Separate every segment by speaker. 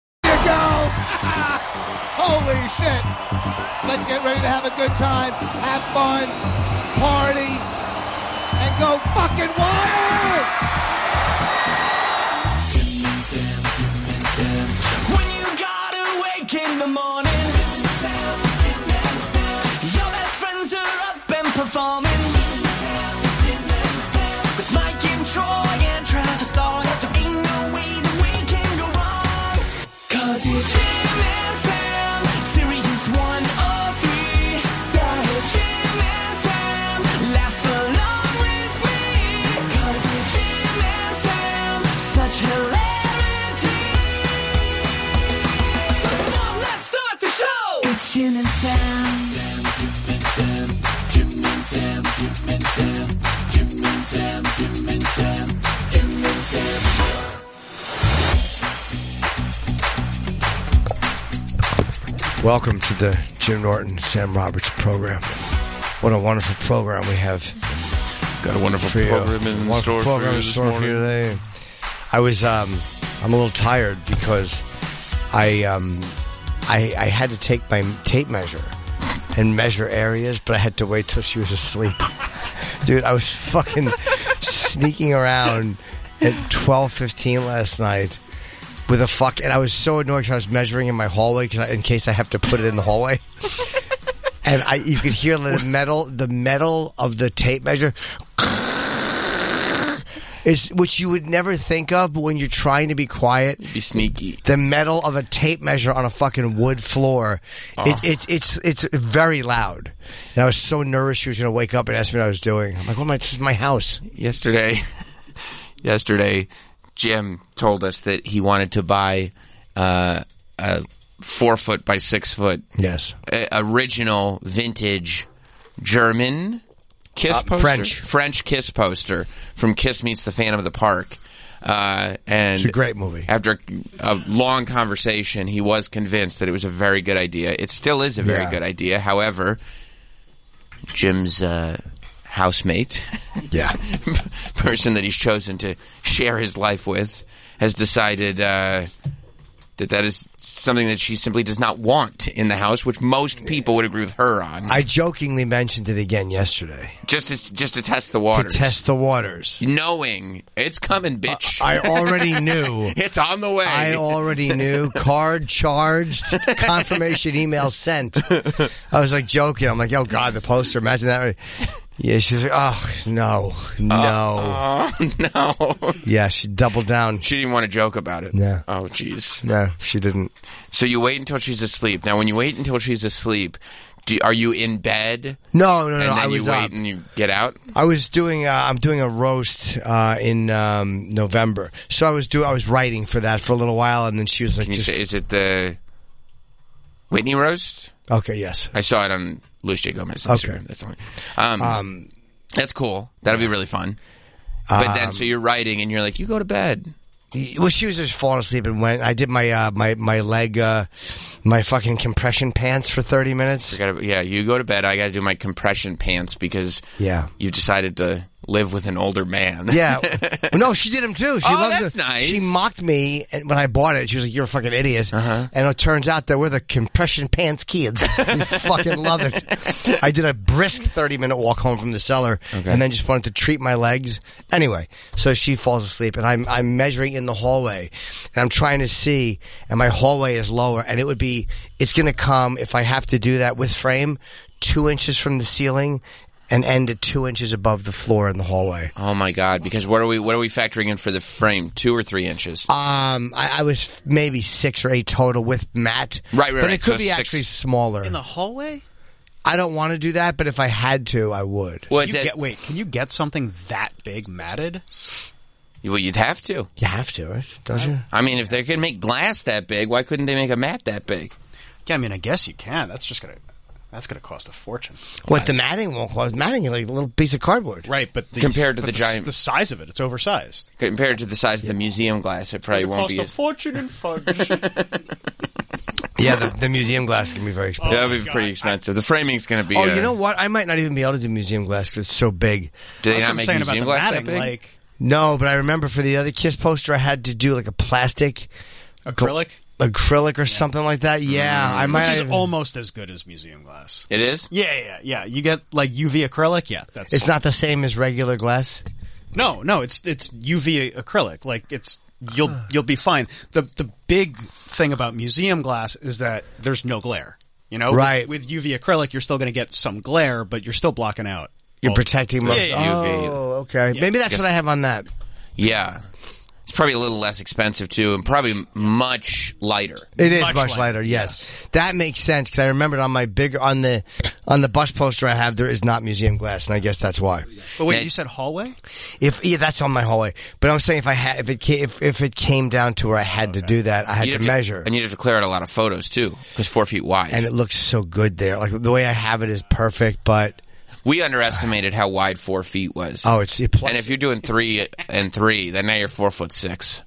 Speaker 1: you should. Let's get ready to have a good time, have fun, party, and go fucking wild!
Speaker 2: When you gotta wake in the morning, your best friends are up and performing. With Mike and Troy and Travis Lord, there ain't no way that we can go wrong. 'Cause it's Jim and Sam, Sirius 103. Yeah, it's Jim and Sam, laugh along with me. 'Cause it's Jim and Sam, such hilarity. Come on, let's start the show. It's Jim and Sam.
Speaker 3: Welcome to the Jim Norton Sam Roberts program. What a wonderful program we have
Speaker 4: Got a wonderful
Speaker 3: for you.
Speaker 4: program in store
Speaker 3: Wonderful program
Speaker 4: for you
Speaker 3: in
Speaker 4: this
Speaker 3: store for you
Speaker 4: morning.
Speaker 3: today. I was um, I'm a little tired because I um, I, I had to take my tape measure and measure areas, but I had to wait till she was asleep. Dude, I was fucking sneaking around at 12:15 last night with a fuck, and I was so annoyed because I was measuring in my hallway 'cause I, in case I have to put it in the hallway. And I, you could hear the metal, the metal of the tape measure, is which you would never think of but when you're trying to be quiet.
Speaker 4: Be sneaky.
Speaker 3: The metal of a tape measure on a fucking wood floor,
Speaker 4: Ah.
Speaker 3: it, it, it's it's very loud. And I was so nervous she was going to wake up and ask me what I was doing. I'm like, "What am I? This is my house."
Speaker 4: Yesterday, yesterday, Jim told us that he wanted to buy uh, a four foot by six foot
Speaker 3: Yes,
Speaker 4: uh, original vintage German kiss
Speaker 3: Uh,
Speaker 4: poster,
Speaker 3: French.
Speaker 4: French kiss poster from Kiss Meets the Phantom of the Park. Uh, and
Speaker 3: It's a great movie.
Speaker 4: After a long conversation, he was convinced that it was a very good idea. It still is a very
Speaker 3: Yeah.
Speaker 4: good idea. However, Jim's uh, housemate,
Speaker 3: yeah.
Speaker 4: person that he's chosen to share his life with, has decided. Uh, that that is something that she simply does not want in the house, which most people would agree with her on.
Speaker 3: I jokingly mentioned it again yesterday
Speaker 4: just to, just to test the
Speaker 3: to
Speaker 4: waters,
Speaker 3: test the waters.
Speaker 4: knowing it's coming, bitch.
Speaker 3: I already knew.
Speaker 4: it's on the way.
Speaker 3: I already knew. Card charged, confirmation email sent. I was like joking. I'm like, oh god, the poster. Imagine that. Yeah, she was like, oh no, no.
Speaker 4: oh no,
Speaker 3: yeah, she doubled down.
Speaker 4: she didn't want to joke about it.
Speaker 3: No.
Speaker 4: Oh jeez.
Speaker 3: No, she didn't.
Speaker 4: So you wait until she's asleep. Now, when you wait until she's asleep, do, are you in bed?
Speaker 3: No, no,
Speaker 4: And
Speaker 3: no.
Speaker 4: then
Speaker 3: I
Speaker 4: you
Speaker 3: was
Speaker 4: wait
Speaker 3: up.
Speaker 4: and you get out.
Speaker 3: I was doing. Uh, I'm doing a roast uh, in um, November, so I was do. I was writing for that for a little while, and then she was like,
Speaker 4: Can you
Speaker 3: just,
Speaker 4: say, is it the Whitney roast?
Speaker 3: "Okay, yes,
Speaker 4: I saw it on Luis J. Gomez.
Speaker 3: Okay.
Speaker 4: Instagram. That's only. Um, that's cool. That'll be really fun. But then, so you're writing, and you're like, you go to bed.
Speaker 3: Well, she was just falling asleep and went. I did my uh, my my leg, uh, my fucking compression pants for thirty minutes.
Speaker 4: I gotta, yeah, you go to bed. I got to do my compression pants because
Speaker 3: Yeah.
Speaker 4: you've decided to live with an older man.
Speaker 3: Yeah, no, she did them too. She
Speaker 4: Oh,
Speaker 3: loves
Speaker 4: that's
Speaker 3: it.
Speaker 4: nice.
Speaker 3: She mocked me and when I bought it. She was like, "You're a fucking idiot," uh-huh. and it turns out that we're the compression pants kids. we fucking love it. I did a brisk thirty minute walk home from the cellar, and then just wanted to treat my legs. Anyway, so she falls asleep, and I'm I'm measuring in the hallway, and I'm trying to see, and my hallway is lower, and it would be it's going to come if I have to do that with frame two inches from the ceiling. And end at two inches above the floor in the hallway.
Speaker 4: Oh my god! Because what are we? What are we factoring in for the frame? Two or three inches?
Speaker 3: Um, I, I was f- maybe six or eight total with Matt.
Speaker 4: Right, right,
Speaker 3: But
Speaker 4: right.
Speaker 3: it could
Speaker 4: So
Speaker 3: be
Speaker 4: six-
Speaker 3: actually smaller.
Speaker 5: In the hallway?
Speaker 3: I don't want to do that, but if I had to, I would.
Speaker 4: well,
Speaker 5: You
Speaker 4: that-
Speaker 5: get, wait, can you get something that big matted?
Speaker 4: well, you'd have to.
Speaker 3: You have to, right? Don't you?
Speaker 4: I mean, if they could make glass that big, why couldn't they make a mat that big?
Speaker 5: Yeah, I mean, I guess you can. That's just gonna that's gonna cost a fortune.
Speaker 3: What the matting won't cause? Matting is like a little piece of cardboard.
Speaker 5: Right, but the,
Speaker 4: Compared to
Speaker 5: but
Speaker 4: the
Speaker 5: s-
Speaker 4: giant-
Speaker 5: the size of it, it's oversized.
Speaker 4: Compared to the size of the museum glass, it probably won't be. as-
Speaker 5: fortune in fudge.
Speaker 3: Yeah, the, the museum glass can be very expensive.
Speaker 4: That would be pretty expensive. The framing's going to be.
Speaker 3: Oh,
Speaker 4: uh,
Speaker 3: you know what? I might not even be able to do museum glass because it's so big.
Speaker 4: Do they
Speaker 5: That's what
Speaker 4: not
Speaker 5: I'm
Speaker 4: make
Speaker 5: saying about
Speaker 4: museum
Speaker 5: the
Speaker 4: glass
Speaker 5: matting,
Speaker 4: that big?
Speaker 5: like
Speaker 3: No, but I remember for the other Kiss poster, I had to do like a plastic.
Speaker 5: acrylic.
Speaker 3: acrylic or something like that. Yeah, I might.
Speaker 5: Which is
Speaker 3: even-
Speaker 5: almost as good as museum glass.
Speaker 4: It is.
Speaker 5: Yeah, yeah, yeah, yeah. You get like UV acrylic. Yeah, that's
Speaker 3: it's not the same as regular glass.
Speaker 5: No, no, it's it's UV acrylic. Like it's you'll you'll be fine. The the big thing about museum glass is that there's no glare. You know,
Speaker 3: Right.
Speaker 5: With, with UV acrylic, you're still going to get some glare, but you're still blocking out.
Speaker 3: You're
Speaker 5: all-
Speaker 3: protecting most.
Speaker 4: yeah, yeah. UV.
Speaker 3: Oh, okay. Maybe that's
Speaker 4: Oh. Yes.
Speaker 3: what I have on that.
Speaker 4: Yeah. It's probably a little less expensive too, and probably m- much lighter.
Speaker 3: It is much,
Speaker 5: Much
Speaker 3: lighter.
Speaker 5: lighter,
Speaker 3: yes. that makes sense because I remembered on my big on the on the bus poster I have there is not museum glass, and I guess that's why.
Speaker 5: But wait,
Speaker 4: Yeah.
Speaker 5: you said hallway?
Speaker 3: If yeah, that's on my hallway. But I'm saying if I had if it ca- if if it came down to where I had to do that, I had
Speaker 4: You'd
Speaker 3: to
Speaker 4: have to-
Speaker 3: measure.
Speaker 4: and you'd have to clear out a lot of photos too, because four feet wide.
Speaker 3: and it looks so good there. Like the way I have it is perfect, but
Speaker 4: we underestimated how wide four feet was.
Speaker 3: oh, it's it plus,
Speaker 4: and if you're doing three and three, then now you're four foot six.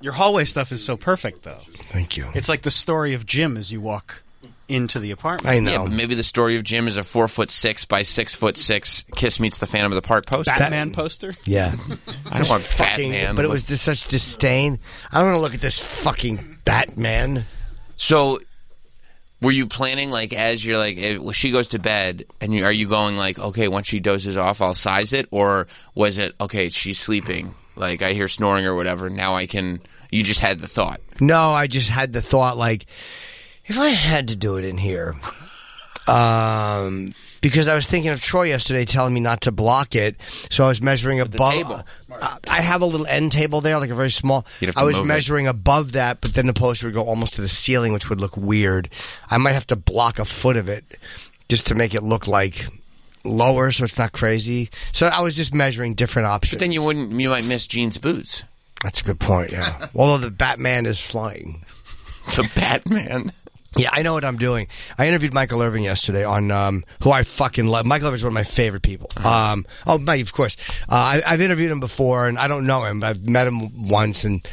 Speaker 5: Your hallway stuff is so perfect, though.
Speaker 3: thank you.
Speaker 5: It's like the story of Jim as you walk into the apartment.
Speaker 3: I
Speaker 4: Yeah,
Speaker 3: know.
Speaker 4: but maybe the story of Jim is a four foot six by six foot six Kiss meets the Phantom of the Park poster.
Speaker 5: Batman poster.
Speaker 3: yeah.
Speaker 4: I don't want
Speaker 3: Fucking,
Speaker 4: Batman,
Speaker 3: but it was just such disdain. I don't want to look at this fucking Batman.
Speaker 4: So, were you planning like as you're like if, well, she goes to bed and you, are you going like okay once she dozes off I'll size it or was it okay she's sleeping like I hear snoring or whatever now I can you just had the thought
Speaker 3: No, I just had the thought like, if I had to do it in here, um, because I was thinking of Troy yesterday telling me not to block it, so I was measuring above.
Speaker 4: table.
Speaker 3: Uh, I have a little end table there, like a very small.
Speaker 4: You'd have to
Speaker 3: I was
Speaker 4: move it.
Speaker 3: measuring above that, but then the poster would go almost to the ceiling, which would look weird. I might have to block a foot of it just to make it look like lower, so it's not crazy. So I was just measuring different options.
Speaker 4: then you wouldn't you might miss Jean's boots
Speaker 3: That's a good point. Yeah. Although the Batman is flying.
Speaker 4: the Batman
Speaker 3: Yeah, I know what I'm doing. I interviewed Michael Irvin yesterday on um, who I fucking love. Michael Irvin's one of my favorite people.
Speaker 6: Uh-huh.
Speaker 3: Um, oh, Mike, of course. Uh, I, I've interviewed him before, and I don't know him, but I've met him once, and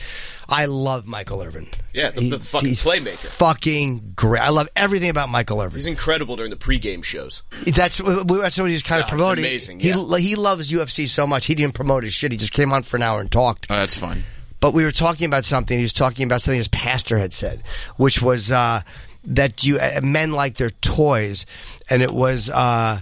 Speaker 3: I love Michael Irvin.
Speaker 6: Yeah, the- the fucking playmaker.
Speaker 3: Fucking great. I love everything about Michael Irvin.
Speaker 6: He's incredible during the pregame shows.
Speaker 3: That's we- we- that's what he was kind
Speaker 6: No,
Speaker 3: of
Speaker 6: it's
Speaker 3: promoting.
Speaker 6: amazing,
Speaker 3: He
Speaker 6: yeah.
Speaker 3: lo- he loves UFC so much. He didn't promote his shit. He just came on for an hour and talked.
Speaker 4: oh that's fun
Speaker 3: But we were talking about something. He was talking about something his pastor had said, which was uh, that you uh, men like their toys, and it was. Uh,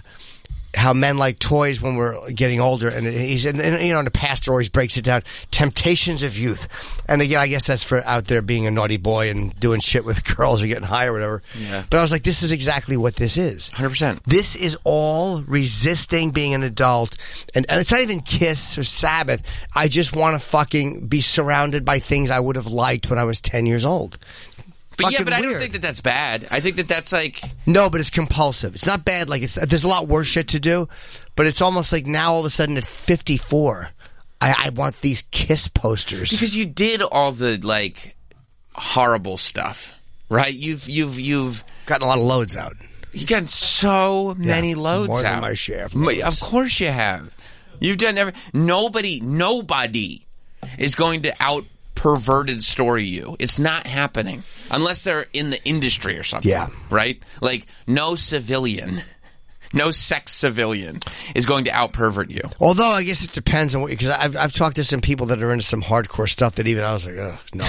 Speaker 3: how men like toys when we're getting older, and he said, and, you know, and the pastor always breaks it down. Temptations of youth, and again, I guess that's for out there being a naughty boy and doing shit with girls or getting high or whatever.
Speaker 4: Yeah.
Speaker 3: But I was like, this is exactly what this is.
Speaker 4: 100%.
Speaker 3: This is all resisting being an adult, and, and it's not even Kiss or Sabbath. I just want to fucking be surrounded by things I would have liked when I was ten years old.
Speaker 4: but yeah
Speaker 3: Fucking
Speaker 4: but I don't
Speaker 3: weird.
Speaker 4: think that that's bad I think that that's like
Speaker 3: No, but it's compulsive. It's not bad. Like it's there's a lot worse shit to do, but it's almost like now all of a sudden at 54, I, I want these kiss posters.
Speaker 4: because you did all the like horrible stuff right you've you've you've
Speaker 3: gotten a lot of loads out.
Speaker 4: You have gotten so many loads
Speaker 3: more than
Speaker 4: out.
Speaker 3: my share of
Speaker 4: M-
Speaker 3: loads.
Speaker 4: Of course you have. You've done every. Nobody, nobody is going to out perverted story you. It's not happening unless they're in the industry or something.
Speaker 3: Yeah.
Speaker 4: Right. Like no civilian, no sex civilian is going to out pervert you.
Speaker 3: Although I guess it depends on what because I've I've talked to some people that are into some hardcore stuff that even I was like, Ugh, no,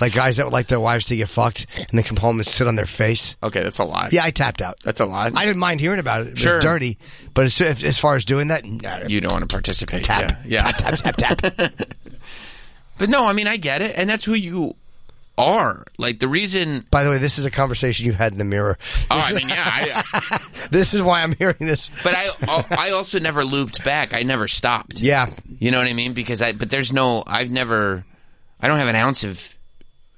Speaker 3: like guys that would like their wives to get fucked and then come home and sit on their face.
Speaker 4: Okay, that's a lot.
Speaker 3: Yeah, I tapped out.
Speaker 4: that's a lot.
Speaker 3: I didn't mind hearing about it. It was
Speaker 4: Sure.
Speaker 3: dirty, but as, if, as far as doing that, nah,
Speaker 4: you don't want to participate.
Speaker 3: tap,
Speaker 4: Yeah. yeah.
Speaker 3: tap, tap, tap, tap.
Speaker 4: But no, I mean I get it, and that's who you are. Like the reason.
Speaker 3: By the way, this is a conversation you've had in the mirror.
Speaker 4: Oh, I mean, yeah. I,
Speaker 3: This is why I'm hearing this.
Speaker 4: But I I also never looped back. I never stopped.
Speaker 3: Yeah,
Speaker 4: You know what I mean? Because I but there's no I've never I don't have an ounce of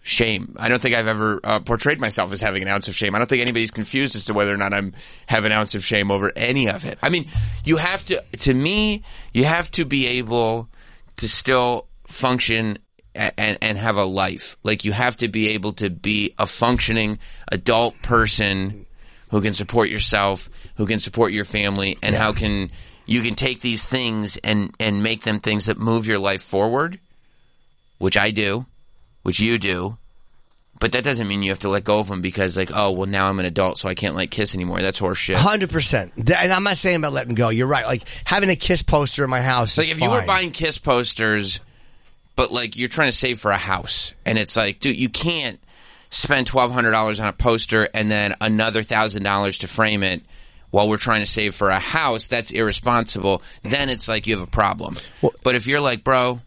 Speaker 4: shame. I don't think I've ever uh, portrayed myself as having an ounce of shame. I don't think anybody's confused as to whether or not I'm have an ounce of shame over any of it. I mean, you have to to me, you have to be able to still function a- and and have a life. Like you have to be able to be a functioning adult person who can support yourself, who can support your family, and how can you can take these things and and make them things that move your life forward, which I do, which you do. But that doesn't mean you have to let go of them because, like, oh, well, now I'm an adult, so I can't like kiss anymore. That's horseshit.
Speaker 3: Hundred percent, and I'm not saying about letting go. You're right. Like having a kiss poster in my house.
Speaker 4: Like,
Speaker 3: is
Speaker 4: if you were
Speaker 3: fine.
Speaker 4: buying kiss posters, but like you're trying to save for a house, and it's like, dude, you can't. spend twelve hundred dollars on a poster and then another thousand dollars to frame it while we're trying to save for a house, that's irresponsible. Then it's like you have a problem. but if you're like, bro,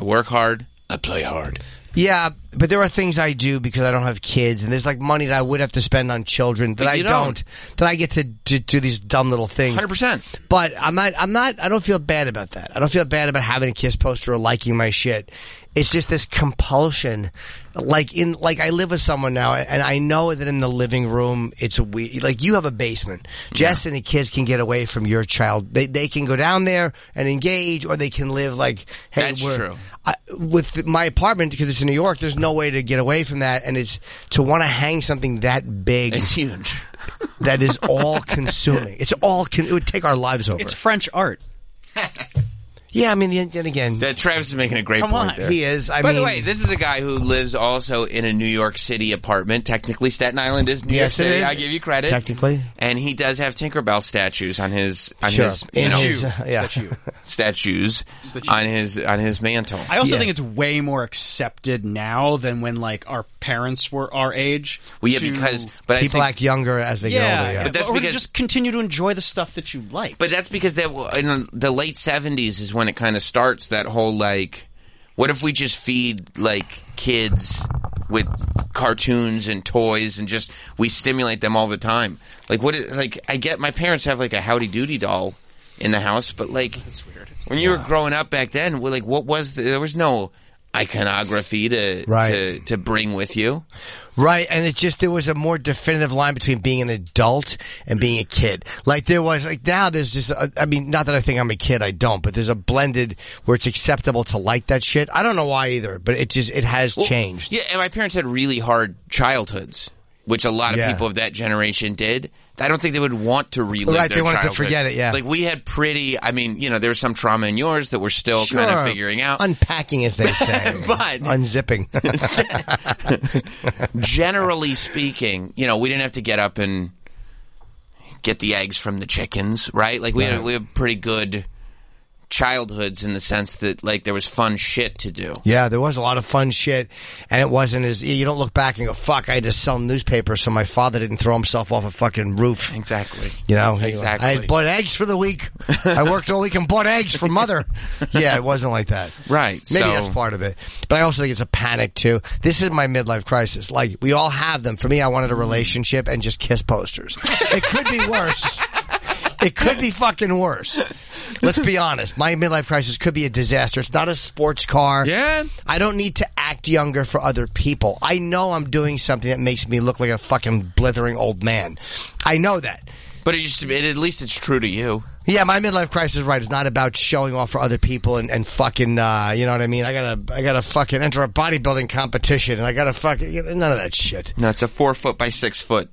Speaker 4: I work hard, I play hard.
Speaker 3: Yeah, but there are things I do because I don't have kids, and there's like money that I would have to spend on children that
Speaker 4: But
Speaker 3: I
Speaker 4: you
Speaker 3: don't.
Speaker 4: don't.
Speaker 3: That I get to, to do these dumb little things.
Speaker 4: 100%.
Speaker 3: But I'm not. I'm not. I don't feel bad about that. I don't feel bad about having a kiss poster or liking my shit. It's just this compulsion, like in like I live with someone now, and I know that in the living room it's a we like you have a basement. Jess and the kids can get away from your child. They they can go down there and engage, or they can live like hey,
Speaker 4: That's
Speaker 3: we're,
Speaker 4: true.
Speaker 3: I, with my apartment because it's in New York. There's no way to get away from that, and it's to want to hang something that big
Speaker 4: It's huge.
Speaker 3: that is all consuming. It's all con- it would take our lives over.
Speaker 5: It's French art.
Speaker 3: yeah, I mean, then then again,
Speaker 4: That Travis is making a great
Speaker 5: Come
Speaker 4: point
Speaker 5: on.
Speaker 4: there.
Speaker 3: he is. I
Speaker 4: By
Speaker 3: mean,
Speaker 4: the way, this is a guy who lives also in a New York City apartment. Technically, Staten Island is New
Speaker 3: Yes,
Speaker 4: York
Speaker 3: it
Speaker 4: City.
Speaker 3: is.
Speaker 4: I give you credit.
Speaker 3: Technically.
Speaker 4: and he does have Tinkerbell statues on his on
Speaker 3: sure,
Speaker 4: his you
Speaker 3: in
Speaker 4: know,
Speaker 3: his- uh, yeah.
Speaker 4: statues on his on his mantle.
Speaker 5: I also
Speaker 3: Yeah.
Speaker 5: think it's way more accepted now than when like our parents were our age.
Speaker 4: well, yeah,
Speaker 5: to-
Speaker 4: because but I
Speaker 3: People
Speaker 4: think,
Speaker 3: act younger as they get
Speaker 5: yeah,
Speaker 3: older. Yeah.
Speaker 4: But that's
Speaker 5: or to
Speaker 4: because-
Speaker 5: just continue to enjoy the stuff that you like.
Speaker 4: But that's because that w- in the late seventies is when it kind of starts that whole like, what if we just feed like kids with cartoons and toys and just we stimulate them all the time? Like what? i- Like I get my parents have like a Howdy Doody doll in the house, but like Oh, that's weird. When you were growing up back then, well, like what was the, there was no iconography to
Speaker 3: Right.
Speaker 4: to to bring with you.
Speaker 3: Right, and it just there was a more definitive line between being an adult and being a kid. Like there was like now there's just a, I mean not that I think I'm a kid I don't, but there's a blended where it's acceptable to like that shit. I don't know why either, but it just it has changed.
Speaker 4: Yeah, and my parents had really hard childhoods, which a lot of
Speaker 3: Yeah.
Speaker 4: people of that generation did. I don't think they would want to relive
Speaker 3: Right,
Speaker 4: their
Speaker 3: they wanted to
Speaker 4: childhood.
Speaker 3: forget it, yeah.
Speaker 4: like we had pretty. I mean, you know, there was some trauma in yours that we're still kind of
Speaker 3: Sure.
Speaker 4: figuring out.
Speaker 3: unpacking as they say,
Speaker 4: But-
Speaker 3: unzipping.
Speaker 4: Generally speaking, you know, we didn't have to get up and get the eggs from the chickens, right? Like we had, we had pretty good childhoods in the sense that like there was fun shit to do.
Speaker 3: yeah, there was a lot of fun shit, and it wasn't as you don't look back and go fuck. I had to sell newspapers so my father didn't throw himself off a fucking roof.
Speaker 4: Exactly.
Speaker 3: You know,
Speaker 4: Exactly.
Speaker 3: I bought eggs for the week. I worked all week and bought eggs for mother. Yeah, it wasn't like that.
Speaker 4: Right,
Speaker 3: Maybe
Speaker 4: so-
Speaker 3: that's part of it. But I also think it's a panic too. This is my midlife crisis. Like we all have them. For me, I wanted a relationship and just kiss posters. It could be worse. It could be fucking worse. Let's be honest. My midlife crisis could be a disaster. It's not a sports car.
Speaker 4: Yeah.
Speaker 3: I don't need to act younger for other people. I know I'm doing something that makes me look like a fucking blithering old man. I know that.
Speaker 4: But it used to be, at least it's true to you.
Speaker 3: Yeah, my midlife crisis is right. It's not about showing off for other people and, and fucking, uh, you know what I mean? I gotta, I gotta fucking enter a bodybuilding competition and I gotta fucking, you know, none of that shit.
Speaker 4: No, it's a four foot by six foot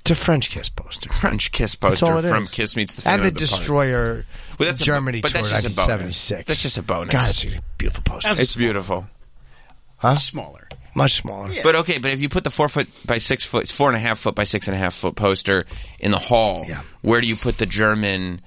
Speaker 3: It's a French kiss poster.
Speaker 4: French Kiss
Speaker 3: That's all
Speaker 4: poster
Speaker 3: it is.
Speaker 4: from Kiss Meets the Fan
Speaker 3: And the
Speaker 4: of the Park.
Speaker 3: Destroyer
Speaker 4: Well, that's a-
Speaker 3: Germany
Speaker 4: but
Speaker 3: tour
Speaker 4: that's just a bonus.
Speaker 3: 1976.
Speaker 4: That's just a bonus.
Speaker 3: God, it's a beautiful poster.
Speaker 5: That's-
Speaker 4: It's beautiful.
Speaker 5: smaller.
Speaker 3: much smaller.
Speaker 4: But uh, okay, but if you put the four foot by six foot, it's four and a half foot by six and a half foot poster in the hall,
Speaker 3: Yeah.
Speaker 4: where do you put the German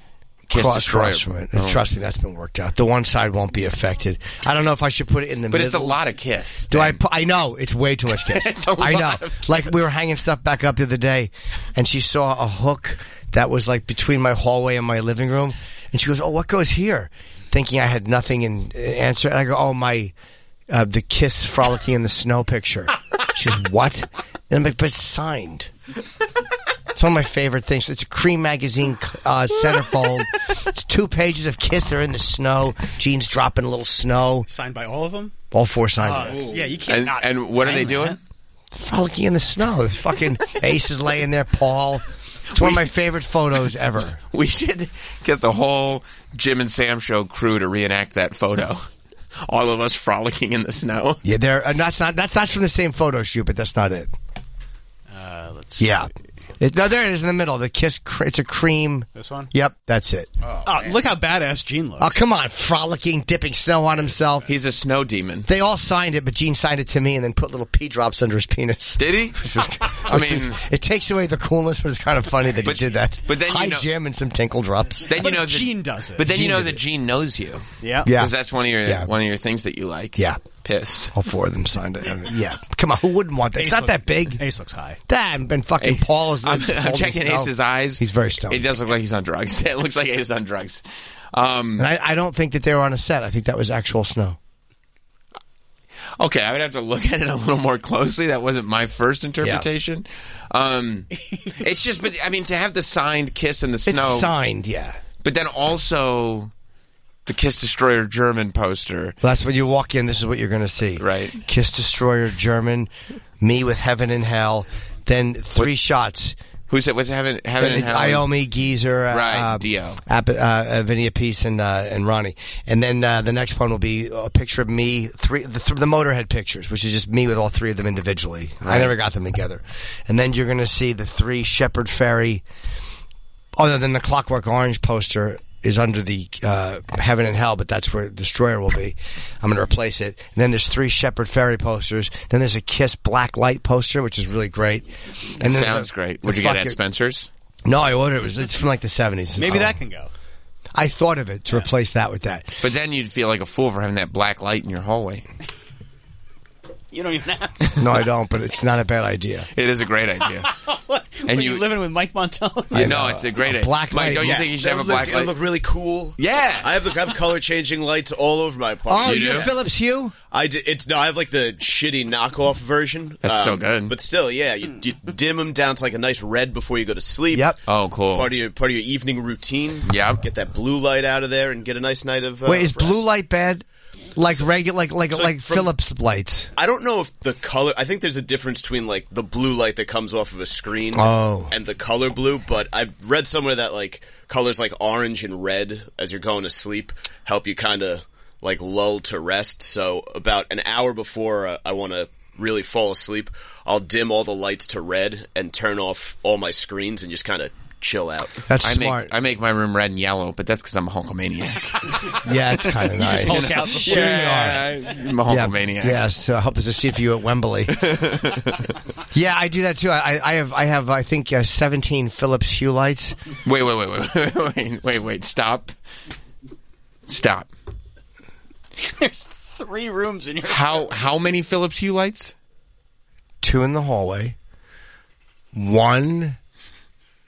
Speaker 4: Kiss
Speaker 3: Cross,
Speaker 4: Destroyer?
Speaker 3: cross from it.
Speaker 4: Oh.
Speaker 3: Trust me, that's been worked out. The one side won't be affected. I don't know if I should put it in the
Speaker 4: But
Speaker 3: middle.
Speaker 4: it's a lot of Kiss.
Speaker 3: Do I?
Speaker 4: then.
Speaker 3: Pu- I know it's way too much kiss.
Speaker 4: It's a
Speaker 3: I know.
Speaker 4: lot of
Speaker 3: Like we were hanging stuff back up the other day, and she saw a hook that was like between my hallway and my living room, and she goes, "Oh, what goes here?" Thinking I had nothing in in answer, and I go, "Oh, my uh, the kiss frolicking in the snow picture." She goes, "What?" And I'm like, "But it's signed." It's one of my favorite things. It's a cream magazine uh, centerfold. it's two pages of kiss. They're in the snow. Jeans dropping a little snow.
Speaker 5: Signed by all of them.
Speaker 3: All four signed.
Speaker 5: Uh, it's- yeah, you can't.
Speaker 4: And,
Speaker 5: not
Speaker 4: and what are they
Speaker 5: hang that.
Speaker 4: doing?
Speaker 3: frolicking in the snow. The fucking Ace is laying there, Paul. It's one of my favorite photos ever.
Speaker 4: We should get the whole Jim and Sam show crew to reenact that photo. All of us frolicking in the snow.
Speaker 3: Yeah, there. And that's not. That's not from the same photo shoot, but that's not it.
Speaker 5: Uh, let's
Speaker 3: Yeah.
Speaker 5: see.
Speaker 3: It, no, there it is in the middle. The kiss. Cr- it's a cream.
Speaker 5: This one?
Speaker 3: Yep, that's it. Oh,
Speaker 5: Oh, look how badass Gene looks.
Speaker 3: come on, frolicking, dipping snow on himself.
Speaker 4: He's a snow demon.
Speaker 3: They all signed it, but Gene signed it to me and then put little pea drops under his penis.
Speaker 4: Did he? I
Speaker 3: Which was-
Speaker 4: mean,
Speaker 3: it takes away the coolness, but it's kind of funny that
Speaker 4: But-
Speaker 3: he did that.
Speaker 4: but then you
Speaker 3: Hi,
Speaker 4: know-
Speaker 3: Jim, and some tinkle drops.
Speaker 4: then you
Speaker 5: But
Speaker 4: know that
Speaker 5: Gene does it.
Speaker 4: But then you
Speaker 3: Gene
Speaker 4: know
Speaker 3: did
Speaker 4: that
Speaker 3: it.
Speaker 4: Gene knows you.
Speaker 5: Yeah.
Speaker 3: Yeah.
Speaker 4: because that's one of your
Speaker 3: Yeah.
Speaker 4: one of your things that you like.
Speaker 3: Yeah.
Speaker 4: pissed.
Speaker 3: All four of them signed it. I mean, yeah, come on, who wouldn't want that? It's
Speaker 5: Ace
Speaker 3: not
Speaker 5: look-
Speaker 3: that big.
Speaker 5: Ace looks high.
Speaker 3: Damn, been fucking Paul is.
Speaker 4: I'm,
Speaker 3: Paul
Speaker 4: I'm checking
Speaker 3: Gastel.
Speaker 4: Ace's eyes.
Speaker 3: He's very stoned.
Speaker 4: It does look like he's on drugs. It looks like Ace's on drugs. Um,
Speaker 3: And I, I don't think that they were on a set. I think that was actual snow.
Speaker 4: okay, I would have to look at it a little more closely. That wasn't my first interpretation. Um, it's just, but I mean, to have the signed kiss in the
Speaker 3: It's
Speaker 4: snow,
Speaker 3: signed, yeah.
Speaker 4: but then also the Kiss Destroyer German poster.
Speaker 3: Well, that's when you walk in. This is what you're going to see.
Speaker 4: Right.
Speaker 3: Kiss Destroyer German, me with Heaven and Hell, then three shots.
Speaker 4: Who's it? What's heaven? Heaven and
Speaker 3: Then
Speaker 4: hell.
Speaker 3: Iomi, Geezer, uh,
Speaker 4: Right,
Speaker 3: uh,
Speaker 4: Dio.
Speaker 3: App, uh, uh, Vinny Appice, and uh, and Ronnie, and then uh, the next one will be a picture of me, three the, th- the Motorhead pictures, which is just me with all three of them individually. I never got them together, and then you're going to see the three Shepherd Ferry. Other than the Clockwork Orange poster is under the uh, Heaven and Hell, but that's where Destroyer will be. I'm going to replace it. And then there's three Shepherd Ferry posters. Then there's a Kiss Black Light poster, which is really great. And then there's
Speaker 4: Sounds
Speaker 3: a-
Speaker 4: great.
Speaker 3: a
Speaker 4: Would you get at
Speaker 3: fucking-
Speaker 4: Spencer's?
Speaker 3: no, I ordered it. It was- It's from like the seventies.
Speaker 5: Maybe that can go.
Speaker 3: I thought of it to replace that with that.
Speaker 4: But then you'd feel like a fool for having that black light in your hallway.
Speaker 5: You don't even have.
Speaker 3: No, I don't. But it's not a bad idea.
Speaker 4: It is a great idea.
Speaker 5: and
Speaker 4: you-
Speaker 5: you living with Mike Montone?
Speaker 4: You know, it's a great idea.
Speaker 3: black
Speaker 4: Mike,
Speaker 3: light,
Speaker 4: don't you
Speaker 3: yeah.
Speaker 4: think you should
Speaker 6: That
Speaker 4: have a
Speaker 6: would
Speaker 4: black
Speaker 6: look,
Speaker 4: light?
Speaker 6: It'll look really cool.
Speaker 4: Yeah.
Speaker 6: I have the I have color changing lights all over my
Speaker 3: Oh,
Speaker 6: apartment.
Speaker 4: You
Speaker 3: you
Speaker 4: do?
Speaker 3: are Phillips Hue?
Speaker 6: I d- it's no, I have like the shitty knockoff version. Um,
Speaker 4: That's still good.
Speaker 6: but still, yeah, you, you dim them down to like a nice red before you go to sleep.
Speaker 3: Yep.
Speaker 4: Oh, cool.
Speaker 6: Part of your part of your evening routine.
Speaker 4: Yep.
Speaker 6: Get that blue light out of there and get a nice night of. Uh,
Speaker 3: Wait, is blue
Speaker 6: rest.
Speaker 3: light bad? Like regular, like like
Speaker 6: so
Speaker 3: like
Speaker 6: from-
Speaker 3: Phillips lights.
Speaker 6: I don't know if the color. I think there's a difference between like the blue light that comes off of a screen
Speaker 3: Oh.
Speaker 6: and the color blue. But I've read somewhere that like colors like orange and red as you're going to sleep help you kind of like lull to rest. So about an hour before uh, I want to really fall asleep, I'll dim all the lights to red and turn off all my screens and just kind of chill out.
Speaker 3: That's
Speaker 4: I
Speaker 3: smart.
Speaker 4: make I make my room red and yellow, but that's because I'm a Hulkamaniac.
Speaker 3: yeah, it's kind of nice.
Speaker 5: Hulk out the
Speaker 4: I'm a
Speaker 3: Yeah,
Speaker 4: Hulkamaniac.
Speaker 3: yeah, so I hope to see you at Wembley. yeah, I do that too. I, I have, I have, I think uh, seventeen Phillips Hue lights.
Speaker 4: Wait, wait, wait, wait, wait, wait, wait, wait. Stop. Stop.
Speaker 5: There's three rooms in your.
Speaker 4: How how many Phillips Hue lights?
Speaker 3: two in the hallway, one,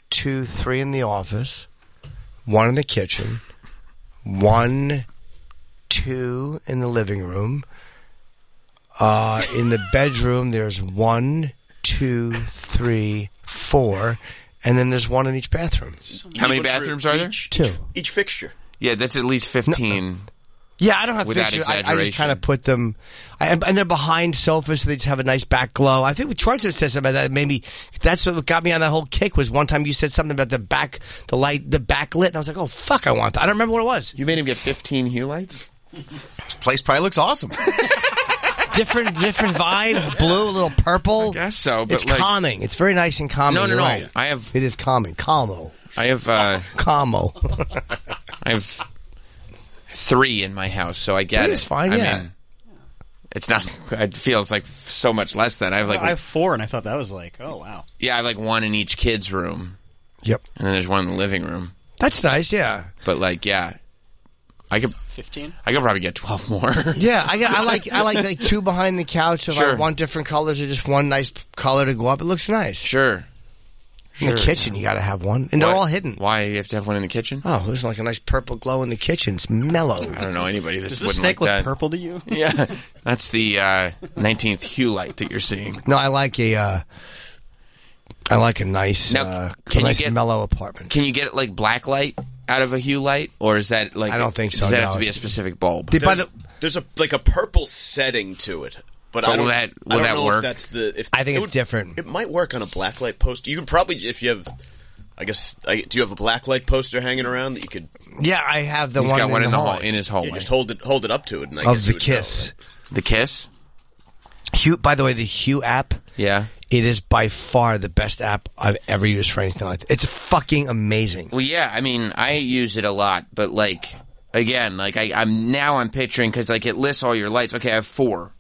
Speaker 3: two, three in the office, one in the kitchen, one, two in the living room. Uh, in the bedroom, there's one, two, three, four, and then there's one in each bathroom.
Speaker 4: How many
Speaker 6: Each-
Speaker 4: bathrooms are there?
Speaker 6: each-
Speaker 3: Two.
Speaker 6: Each fixture.
Speaker 4: Yeah, that's at least fifteen.
Speaker 3: Yeah, I don't have
Speaker 4: Without
Speaker 3: fixtures. I, I just
Speaker 4: exaggeration.
Speaker 3: kind of put them, I, and and they're behind sofas, so they just have a nice back glow. I think Troyster said something about that. Maybe that's what got me on that whole kick. Was one time you said something about the back, the light, the backlit, and I was like, oh fuck, I want that. I don't remember what it was.
Speaker 4: You made him get fifteen Hue lights.
Speaker 7: Place probably looks awesome.
Speaker 3: Different, different vibe, blue, a little purple. I
Speaker 4: guess so, but
Speaker 3: it's
Speaker 4: like-
Speaker 3: calming. It's very nice and calming.
Speaker 4: No, no,
Speaker 3: You're
Speaker 4: no.
Speaker 3: right.
Speaker 4: I have-
Speaker 3: It is calming. Calmo.
Speaker 4: I have uh,
Speaker 3: Calmo.
Speaker 4: I have three in my house, so I get
Speaker 3: Three
Speaker 4: it.
Speaker 3: is fine,
Speaker 4: I
Speaker 3: yeah.
Speaker 4: mean, it's not. It feels like so much less than I have. Like
Speaker 5: I have four, and I thought that was like, oh wow.
Speaker 4: yeah, I have like one in each kid's room,
Speaker 3: yep.
Speaker 4: and then there's one in the living room.
Speaker 3: That's nice. Yeah.
Speaker 4: But like, yeah, I could
Speaker 5: 15?
Speaker 4: I could probably get twelve more.
Speaker 3: Yeah, I, got- I like I like like two behind the couch if
Speaker 4: Sure.
Speaker 3: I want different colors or just one nice color to go up. It looks nice.
Speaker 4: sure.
Speaker 3: In the
Speaker 4: Sure.
Speaker 3: kitchen, you got to have one, and they're
Speaker 4: Why-
Speaker 3: all hidden.
Speaker 4: Why you have to have one in the kitchen?
Speaker 3: Oh, there's like a nice purple glow in the kitchen. It's mellow.
Speaker 4: I don't know anybody that
Speaker 5: Does
Speaker 4: wouldn't
Speaker 5: this snake
Speaker 4: like
Speaker 5: look
Speaker 4: that.
Speaker 5: purple to you?
Speaker 4: Yeah, that's the uh, 19th hue light that you're seeing.
Speaker 3: No, I like a, uh, I like a nice,
Speaker 4: Now,
Speaker 3: uh,
Speaker 4: can
Speaker 3: a
Speaker 4: you
Speaker 3: nice
Speaker 4: get-
Speaker 3: mellow apartment.
Speaker 4: Can you get like black light out of a hue light, or is that like
Speaker 3: I don't think so,
Speaker 4: Does that
Speaker 3: no,
Speaker 4: have to be a
Speaker 3: it's-
Speaker 4: specific bulb?
Speaker 3: Did- by
Speaker 6: There's,
Speaker 3: the-
Speaker 6: there's a like a purple setting to it, but
Speaker 4: But
Speaker 6: I
Speaker 4: will
Speaker 6: don't, I
Speaker 4: that- will
Speaker 6: don't
Speaker 4: that
Speaker 6: know
Speaker 4: work?
Speaker 6: if that's the. If,
Speaker 3: I think
Speaker 6: it
Speaker 3: it's different.
Speaker 6: It might work on a blacklight poster. You could probably if you have. I guess I, do you have a blacklight poster hanging around that you could
Speaker 3: Yeah, I have the
Speaker 4: He's
Speaker 3: one.
Speaker 4: got
Speaker 3: in
Speaker 4: one
Speaker 3: the,
Speaker 4: in the
Speaker 3: hall.
Speaker 4: hall in his hallway.
Speaker 6: you just hold it hold it up to it and I
Speaker 3: of
Speaker 6: guess
Speaker 3: the
Speaker 6: it would know,
Speaker 3: kiss.
Speaker 6: right?
Speaker 4: the kiss.
Speaker 3: Hue, by the way, the Hue app.
Speaker 4: Yeah.
Speaker 3: It is by far the best app I've ever used for anything like that. It's fucking amazing.
Speaker 4: Well, yeah. I mean, I use it a lot, but like again, like I, I'm now I'm picturing because like it lists all your lights. Okay, I have four.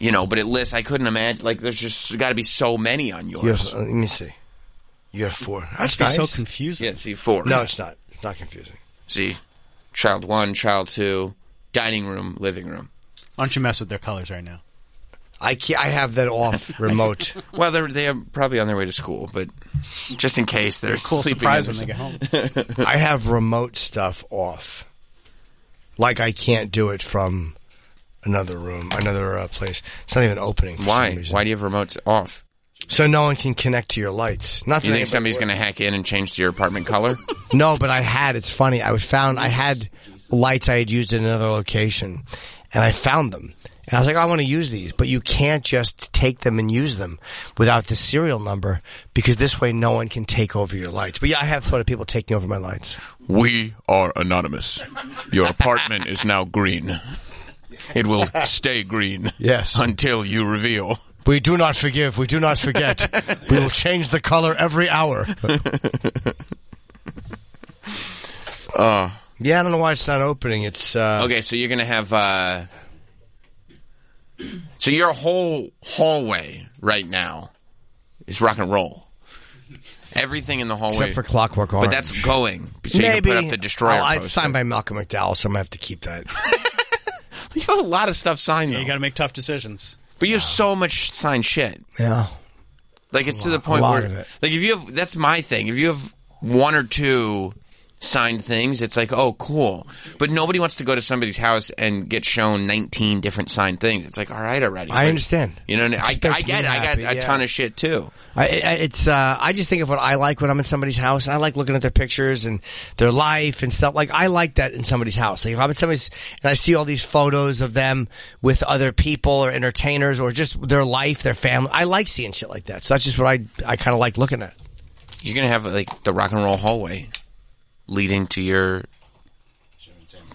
Speaker 4: You know, but it lists. I couldn't imagine. Like, there's just got to be so many on
Speaker 3: You have,
Speaker 4: yours.
Speaker 3: uh, let me see. You have four. That's
Speaker 5: Be
Speaker 3: nice.
Speaker 5: so confusing.
Speaker 4: Yeah, see four.
Speaker 3: no, it's not. It's not confusing.
Speaker 4: see, child one, child two, dining room, living room.
Speaker 5: Why don't you mess with their colors right now?
Speaker 3: I can't, I have that off remote.
Speaker 4: Well, they're they are probably on their way to school, but just in case they're
Speaker 5: Cool
Speaker 4: sleeping.
Speaker 5: surprise
Speaker 4: in
Speaker 5: when they get home.
Speaker 3: I have remote stuff off. Like I can't do it from another room, another uh, place. It's not even opening. For Some
Speaker 4: Why?
Speaker 3: reason.
Speaker 4: Why do you have remotes off?
Speaker 3: So no one can connect to your lights. Not that
Speaker 4: Do you think
Speaker 3: anybody
Speaker 4: somebody's
Speaker 3: would.
Speaker 4: going to hack in and change to your apartment color?
Speaker 3: No, but I had. It's funny. I was found. I had lights I had used in another location, and I found them. And I was like, "Oh, I want to use these, but you can't just take them and use them without the serial number because this way no one can take over your lights. But yeah, I have thought of people taking over my lights.
Speaker 4: We are anonymous. Your apartment is now green. It will stay green.
Speaker 3: Yes.
Speaker 4: Until you reveal.
Speaker 3: We do not forgive. We do not forget. we will change the color every hour. uh, yeah, I don't know why it's not opening. It's uh,
Speaker 4: Uh, Okay, so you're going to have. Uh, so your whole hallway right now is rock and roll. Everything in the hallway.
Speaker 3: except for Clockwork Orange.
Speaker 4: But that's going. So you can put up the destroyer.
Speaker 3: Oh, it's
Speaker 4: poster.
Speaker 3: signed by Malcolm McDowell, so I'm gonna have to keep that.
Speaker 4: You have a lot of stuff signed, though.
Speaker 5: You got to make tough decisions.
Speaker 4: but you have so much signed shit.
Speaker 3: yeah.
Speaker 4: Like it's to the point
Speaker 3: lot
Speaker 4: where,
Speaker 3: of it.
Speaker 4: like, if you have that's my thing. If you have one or two signed things, it's like, oh, cool. But nobody wants to go to somebody's house and get shown nineteen different signed things. It's like, all right, already.
Speaker 3: I
Speaker 4: Like,
Speaker 3: understand.
Speaker 4: You know, and I,
Speaker 3: makes
Speaker 4: I get.
Speaker 3: me
Speaker 4: it. I got
Speaker 3: happy,
Speaker 4: a
Speaker 3: yeah.
Speaker 4: ton of shit too.
Speaker 3: I, I, it's uh, I just think of what I like when I'm in somebody's house. I like looking at their pictures and their life and stuff. Like I like that in somebody's house. Like if I'm in somebody's and I see all these photos of them with other people or entertainers or just their life, their family. I like seeing shit like that. So that's just what I I kind of like looking at.
Speaker 4: You're gonna have like the rock and roll hallway leading to your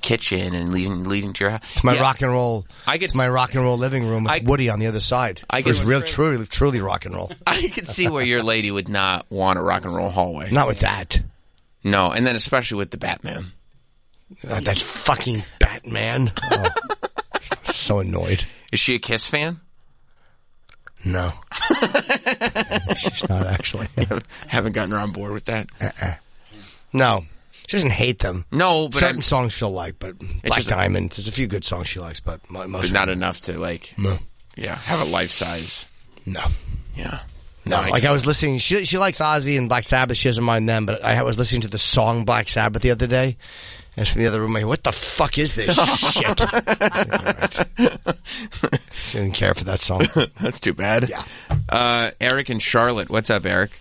Speaker 4: kitchen and leading leading to your house.
Speaker 3: My
Speaker 4: Yeah.
Speaker 3: rock and roll.
Speaker 4: I get-
Speaker 3: my rock and roll living room with
Speaker 4: I-
Speaker 3: Woody on the other side.
Speaker 4: I
Speaker 3: I
Speaker 4: get-
Speaker 3: get real, truly, truly rock and roll.
Speaker 4: I could see where your lady would not want a rock and roll hallway.
Speaker 3: Not with that.
Speaker 4: No, and then especially with the Batman.
Speaker 3: Not Uh, that fucking Batman. Oh, I'm so annoyed.
Speaker 4: Is she a Kiss fan?
Speaker 3: No. She's not actually. Uh-uh.
Speaker 4: Haven't gotten her on board with that.
Speaker 3: No. She doesn't hate them.
Speaker 4: No, but
Speaker 3: Certain
Speaker 4: I'm,
Speaker 3: songs she'll like, but Black
Speaker 4: just-
Speaker 3: Diamond, there's a few good songs she likes, but mo- most
Speaker 4: but not enough to like.
Speaker 3: no.
Speaker 4: Yeah, have a life size.
Speaker 3: No.
Speaker 4: Yeah,
Speaker 3: No, like I was listening. She she likes Ozzy and Black Sabbath. She doesn't mind them, but I was listening to the song Black Sabbath the other day, and it's from the other room. I'm Like, what the fuck is this shit? she didn't care for that song.
Speaker 4: that's too bad. Yeah. Uh, Eric and Charlotte, what's up, Eric?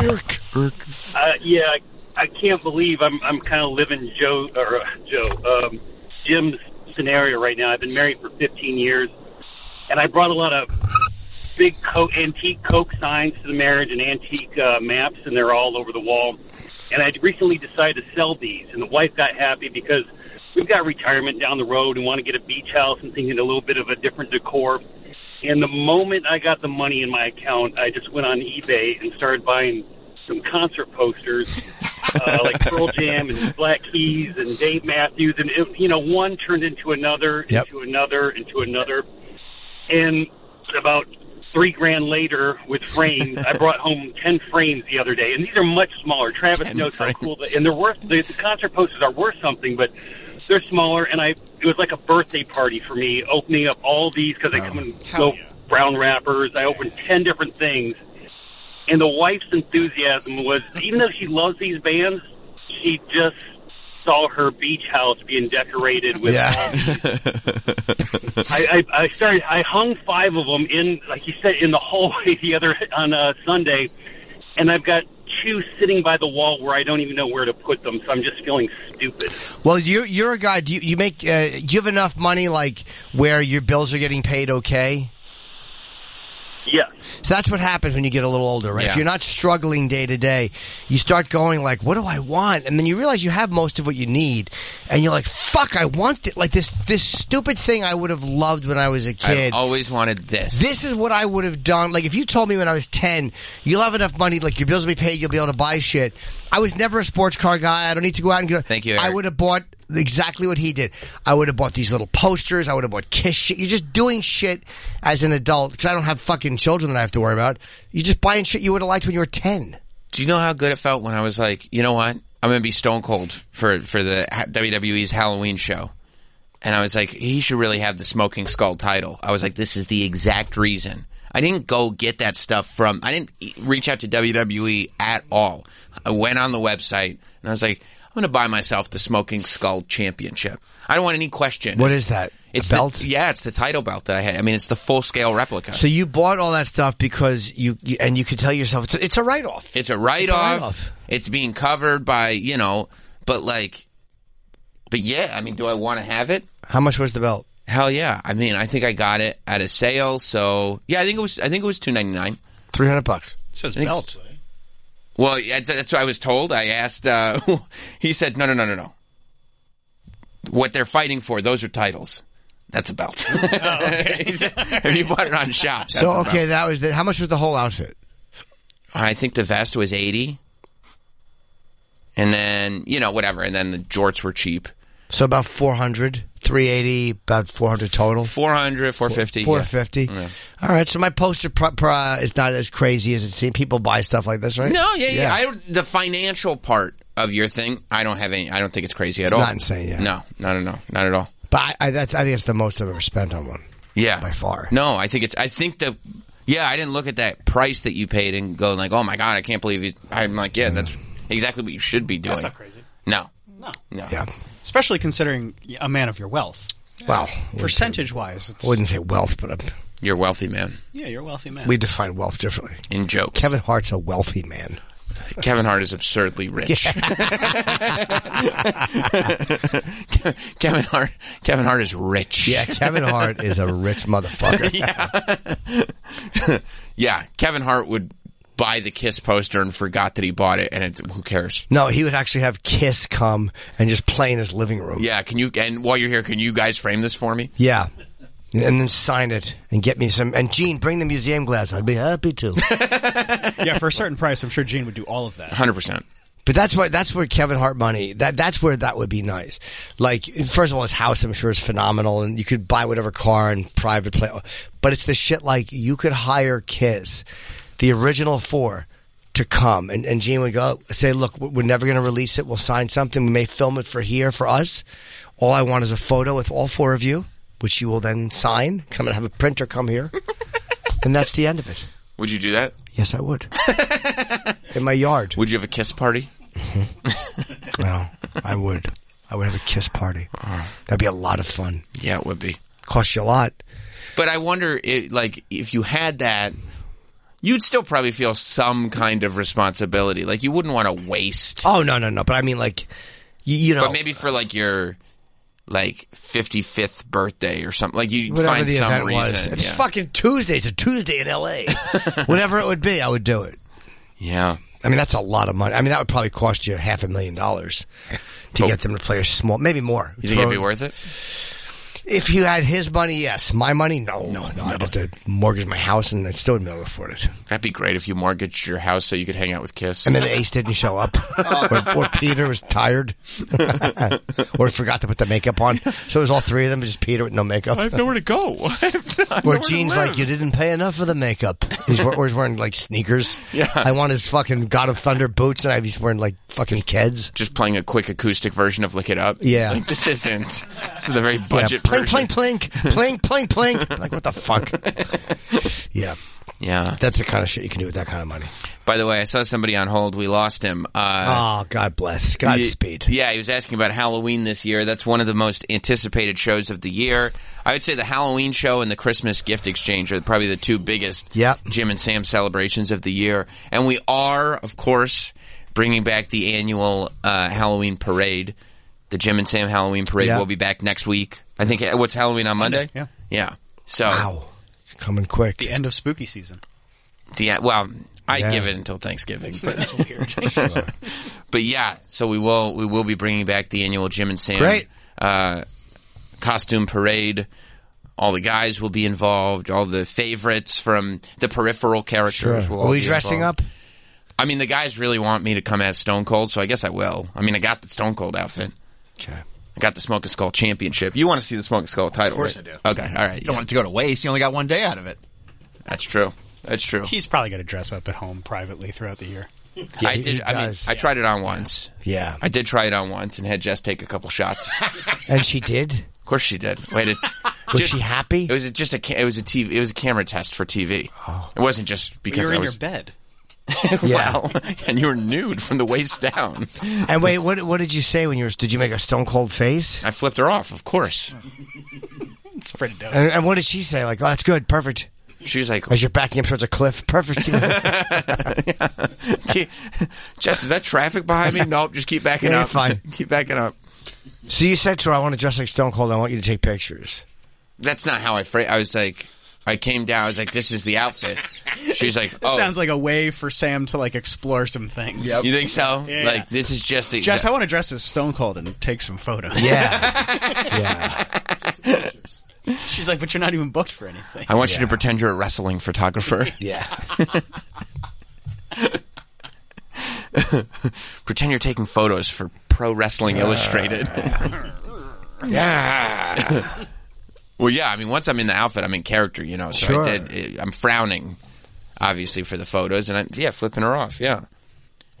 Speaker 4: Eric, Eric.
Speaker 8: Uh, yeah, I, I can't believe I'm I'm kind of living Joe or uh, Joe um, Jim's scenario right now. I've been married for 15 years, and I brought a lot of big co- antique Coke signs to the marriage and antique uh, maps, and they're all over the wall. And I recently decided to sell these, and the wife got happy because we've got retirement down the road and want to get a beach house and thinking a little bit of a different decor. And the moment I got the money in my account, I just went on eBay and started buying some concert posters, uh, like Pearl Jam and Black Keys and Dave Matthews, and it, you know, one turned into another,
Speaker 3: Yep.
Speaker 8: into another, into another. And about three grand later with frames, I brought home ten frames the other day, and these are much smaller. Travis
Speaker 4: 10
Speaker 8: knows
Speaker 4: frames.
Speaker 8: how cool, they, and they're worth. The, the concert posters are worth something, but they're smaller. And I, it was like a birthday party for me, opening up all these because they come in little brown wrappers. I opened ten different things, and the wife's enthusiasm was even though she loves these bands, she just saw her beach house being decorated with
Speaker 3: Yeah.
Speaker 8: all I, I, I started. I hung five of them in, like you said, in the hallway the other on uh, Sunday, and I've got two sitting by the wall where I don't even know where to put them. So I'm just feeling stupid.
Speaker 3: Well, you you're a guy. Do you, you make uh, do you have enough money like where your bills are getting paid okay?
Speaker 8: Yes.
Speaker 3: So that's what happens when you get a little older, right?
Speaker 4: Yeah.
Speaker 3: If you're not struggling day to day, you start going like, "What do I want?" And then you realize you have most of what you need, and you're like, "Fuck, I want it!" Like this this stupid thing I would have loved when I was a
Speaker 4: I've
Speaker 3: kid.
Speaker 4: always wanted this.
Speaker 3: This is what I would have done. Like if you told me when I was ten, you'll have enough money, like your bills will be paid, you'll be able to buy shit. I was never a sports car guy. I don't need to go out and go.
Speaker 4: Thank you,
Speaker 3: I
Speaker 4: Eric.
Speaker 3: would have bought exactly what he did. I would have bought these little posters. I would have bought kiss shit. You're just doing shit as an adult because I don't have fucking children that I have to worry about. You're just buying shit you would have liked when you were ten.
Speaker 4: Do you know how good it felt when I was like, you know what? I'm gonna be stone cold for for the ha- WWE's Halloween show. And I was like, he should really have the smoking skull title. I was like, this is the exact reason. I didn't go get that stuff from, I didn't e- reach out to WWE at all. I went on the website and I was like, I'm going to buy myself the smoking skull championship. I don't want any question.
Speaker 3: What
Speaker 4: It's-
Speaker 3: is that? A
Speaker 4: It's
Speaker 3: belt?
Speaker 4: The, yeah, it's the title belt that I had. I mean, it's the full scale replica.
Speaker 3: So you bought all that stuff because you, you and you could tell yourself it's a, it's a write off.
Speaker 4: It's a write
Speaker 3: write-off.
Speaker 4: off. It's being covered by, you know, but like, but yeah, I mean, do I want to have it?
Speaker 3: How much was the belt?
Speaker 4: Hell yeah. I mean, I think I got it at a sale. So yeah, I think it was, I think it was 299.
Speaker 3: Three hundred bucks.
Speaker 5: says belt.
Speaker 4: Well, yeah, that's that's what I was told. I asked, uh, he said, no, no, no, no, no. What they're fighting for, those are titles. That's a belt. He said, if you bought it on shop, that's
Speaker 3: So
Speaker 4: a
Speaker 3: okay,
Speaker 4: belt.
Speaker 3: that was the, how much was the whole outfit?
Speaker 4: I think the vest was 80. And then, you know, whatever. And then the jorts were cheap.
Speaker 3: So about 400, 380, about 400 total.
Speaker 4: 400, 450. yeah.
Speaker 3: 450. All right, so my poster pr- pr- uh, is not as crazy as it seems. People buy stuff like this, right?
Speaker 4: No, yeah, yeah. I don't, the financial part of your thing, I don't have any. I don't think it's crazy at all.
Speaker 3: not insane, yeah.
Speaker 4: No, no, no, no, not at all.
Speaker 3: but I, I, that's, I think it's the most I've ever spent on one.
Speaker 4: Yeah,
Speaker 3: By far.
Speaker 4: No, I think it's. I think the. Yeah, I didn't look at that price that you paid and go like, oh my god, I can't believe you. I'm like, yeah, that's exactly what you should be doing. That's
Speaker 5: not crazy.
Speaker 4: No,
Speaker 5: No.
Speaker 4: no.
Speaker 3: Yeah.
Speaker 5: Especially considering a man of your wealth.
Speaker 3: Wow.
Speaker 5: Percentage wise, it's
Speaker 3: I wouldn't say wealth, but i
Speaker 4: You're a wealthy man
Speaker 5: yeah, you're a wealthy man.
Speaker 3: we define wealth differently.
Speaker 4: in jokes.
Speaker 3: Kevin Hart's a wealthy man.
Speaker 4: Kevin Hart is absurdly rich. Kevin Hart. Kevin Hart is rich.
Speaker 3: Yeah, Kevin Hart is a rich motherfucker.
Speaker 4: Yeah, Kevin Hart would buy the Kiss poster and forgot that he bought it, and it's, who cares?
Speaker 3: No, he would actually have Kiss come and just play in his living room.
Speaker 4: Yeah, can you? And while you're here, can you guys frame this for me?
Speaker 3: Yeah. And then sign it and get me some. And Gene, bring the museum glass. I'd be happy to.
Speaker 5: yeah, for a certain price, I'm sure Gene would do all of that.
Speaker 4: Hundred percent.
Speaker 3: but that's why that's where Kevin Hart money. That that's where that would be nice. Like first of all, his house I'm sure is phenomenal, and you could buy whatever car and private play. But it's the shit like you could hire Kiss, the original four, to come, and and Gene would go say, look, we're never going to release it. We'll sign something. We may film it for here for us. All I want is a photo with all four of you, which you will then sign. Come and have a printer come here, and that's the end of it.
Speaker 4: Would you do that?
Speaker 3: Yes, I would. In my yard. Mm-hmm.
Speaker 4: Would you have a Kiss party?
Speaker 3: No, I would. I would have a kiss party. That'd be a lot of fun.
Speaker 4: Yeah, it would be.
Speaker 3: Cost you a lot.
Speaker 4: But I wonder, if, like, if you had that, you'd still probably feel some kind of responsibility. Like, you wouldn't want to waste.
Speaker 3: Oh no, no, no. But I mean, like, you, you know,
Speaker 4: But maybe for like your like 55th birthday or something. Like, you
Speaker 3: whatever
Speaker 4: find
Speaker 3: the
Speaker 4: some
Speaker 3: event
Speaker 4: reason.
Speaker 3: was. It's
Speaker 4: yeah.
Speaker 3: fucking Tuesday. It's a Tuesday in L.A. whatever it would be, I would do it.
Speaker 4: yeah.
Speaker 3: I mean, that's a lot of money. I mean, that would probably cost you half a million dollars to get them to play a small, maybe more.
Speaker 4: Oh. You think it'd be
Speaker 3: Throw-
Speaker 4: worth it?
Speaker 3: If you had his money, yes. My money, no, no, no. I'd have to mortgage my house, and I'd still be able to afford it.
Speaker 4: That'd be great if you mortgaged your house so you could hang out with Kiss.
Speaker 3: And then Ace didn't show up,
Speaker 4: Oh.
Speaker 3: or, or Peter was tired, or forgot to put the makeup on. So it was all three of them, just Peter with no makeup.
Speaker 4: nowhere to go.
Speaker 3: Where Gene's like, "You didn't pay enough for the makeup." He's, we- or he's wearing like sneakers.
Speaker 4: Yeah.
Speaker 3: I want his fucking God of Thunder boots, and I, he's wearing like fucking Keds.
Speaker 4: just playing a quick acoustic version of "Lick It Up."
Speaker 3: Yeah.
Speaker 4: like, this isn't. This is the very
Speaker 3: Yeah,
Speaker 4: budget
Speaker 3: plink,
Speaker 4: version.
Speaker 3: plink, plink, plink, plink, plink. Like what the fuck? yeah,
Speaker 4: Yeah.
Speaker 3: that's the kind of shit you can do with that kind of money.
Speaker 4: By the way, I saw somebody on hold. We lost him. Uh,
Speaker 3: Oh, God bless.
Speaker 4: he-
Speaker 3: Godspeed.
Speaker 4: Yeah, he was asking about Halloween this year. That's one of the most anticipated shows of the year. I would say the Halloween show and the Christmas gift exchange are probably the two biggest
Speaker 3: Yep.
Speaker 4: Jim and Sam celebrations of the year. And we are, of course, bringing back the annual uh, Halloween parade. The Jim and Sam Halloween parade
Speaker 3: Yeah.
Speaker 4: will be back next week. I think what's Halloween on Monday?
Speaker 5: Monday,
Speaker 4: yeah. Yeah. So
Speaker 3: Wow, it's coming quick.
Speaker 5: The end of spooky season.
Speaker 4: Yeah, well, I
Speaker 3: Yeah.
Speaker 4: give it until Thanksgiving. But it's weird. but yeah, so we will we will be bringing back the annual Jim and Sam
Speaker 3: Great.
Speaker 4: uh, costume parade. All the guys will be involved. All the favorites from the peripheral characters will. all
Speaker 3: Are we
Speaker 4: be
Speaker 3: dressing
Speaker 4: involved.
Speaker 3: up?
Speaker 4: I mean, the guys really want me to come as Stone Cold, so I guess I will. I mean, I got the Stone Cold outfit.
Speaker 3: Okay.
Speaker 4: I got the Smoking Skull Championship. You want to see the Smoking Skull title? Of
Speaker 7: course I
Speaker 4: Okay, all right.
Speaker 7: You don't want it to go to waste. You only got one day out of it.
Speaker 4: That's true. That's true.
Speaker 5: He's probably going to dress up at home privately throughout the year.
Speaker 3: Yeah,
Speaker 4: I
Speaker 3: he-
Speaker 4: did.
Speaker 3: he
Speaker 4: I mean,
Speaker 3: does.
Speaker 4: I tried it on once.
Speaker 3: Yeah.
Speaker 4: I did try it on once and had Jess take a couple shots.
Speaker 3: And she did?
Speaker 4: Of course she did. Wait, it,
Speaker 3: Was
Speaker 4: just-
Speaker 3: she happy?
Speaker 4: It was a- just a ca- it was a TV it was a camera test for TV. It wasn't just because
Speaker 5: You're
Speaker 4: I
Speaker 5: in
Speaker 4: was
Speaker 5: your bed.
Speaker 3: Oh. Yeah.
Speaker 4: wow, and you were nude from the waist down.
Speaker 3: And wait, what what did you say when you were? Did you make a stone cold face?
Speaker 4: I flipped her off, of course.
Speaker 5: It's pretty dope.
Speaker 3: And, and what did she say? Like, oh, that's good, perfect.
Speaker 4: She was like,
Speaker 3: As you're backing up towards a cliff, perfect.
Speaker 4: Jess, is that traffic behind me? Nope, just keep backing
Speaker 3: Yeah,
Speaker 4: up.
Speaker 3: fine.
Speaker 4: keep backing up.
Speaker 3: so you said to her, "I want to dress like Stone Cold. I want you to take pictures."
Speaker 4: That's not how I fra- I was like, I came down. I was like, this is the outfit. She's like,
Speaker 5: It
Speaker 4: oh,
Speaker 5: sounds like a way for Sam to like explore some things.
Speaker 4: you think so?
Speaker 5: Yeah.
Speaker 4: Like, this is just the.
Speaker 5: Jess, I want to dress as Stone Cold and take some photos.
Speaker 3: Yeah,
Speaker 5: She's like, but you're not even booked for anything.
Speaker 4: I want you to pretend you're a wrestling photographer.
Speaker 3: yeah.
Speaker 4: pretend you're taking photos for Pro Wrestling
Speaker 3: Uh,
Speaker 4: Illustrated. yeah. well, yeah. I mean, once I'm in the outfit, I'm in character, you know. So
Speaker 3: Sure.
Speaker 4: I did. eh, I'm frowning, obviously, for the photos, and I'm yeah, flipping her off. Yeah.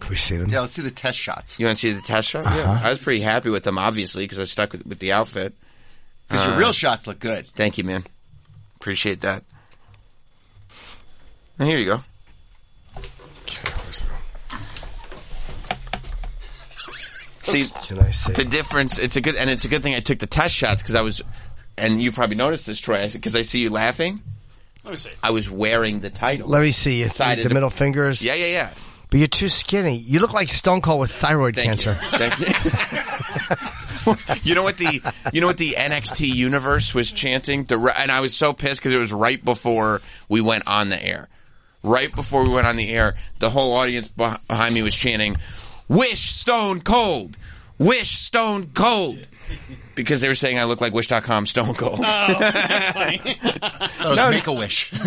Speaker 3: Can we see them? Uh-huh.
Speaker 7: Yeah, let's see the test shots.
Speaker 4: You want to see the test shot? Yeah. I was pretty happy with them, obviously, because I stuck with, with the outfit.
Speaker 7: Because
Speaker 4: Uh.
Speaker 7: your real shots look good.
Speaker 4: Thank you, man. Appreciate that. Now, here you go. See,
Speaker 3: Can I see?
Speaker 4: the difference it's a good and it's a good thing i took the test shots because i was and you probably noticed this troy because i see you laughing
Speaker 5: Let me see.
Speaker 4: i was wearing the title
Speaker 3: Let me see you.
Speaker 4: Decided
Speaker 3: The
Speaker 4: to-
Speaker 3: middle fingers.
Speaker 4: yeah yeah yeah
Speaker 3: But you're too skinny. You look like Stone Cold with thyroid
Speaker 4: thank
Speaker 3: cancer.
Speaker 4: you Thank you. you know what the you know what the NXT universe was chanting the re- and I was so pissed because it was right before we went on the air. Right before we went on the air, the whole audience beh- behind me was chanting, "Wish Stone Cold, Wish Stone Cold," because they were saying I look like Wish.com Stone Cold.
Speaker 9: Oh.
Speaker 7: That was make a wish.
Speaker 3: Is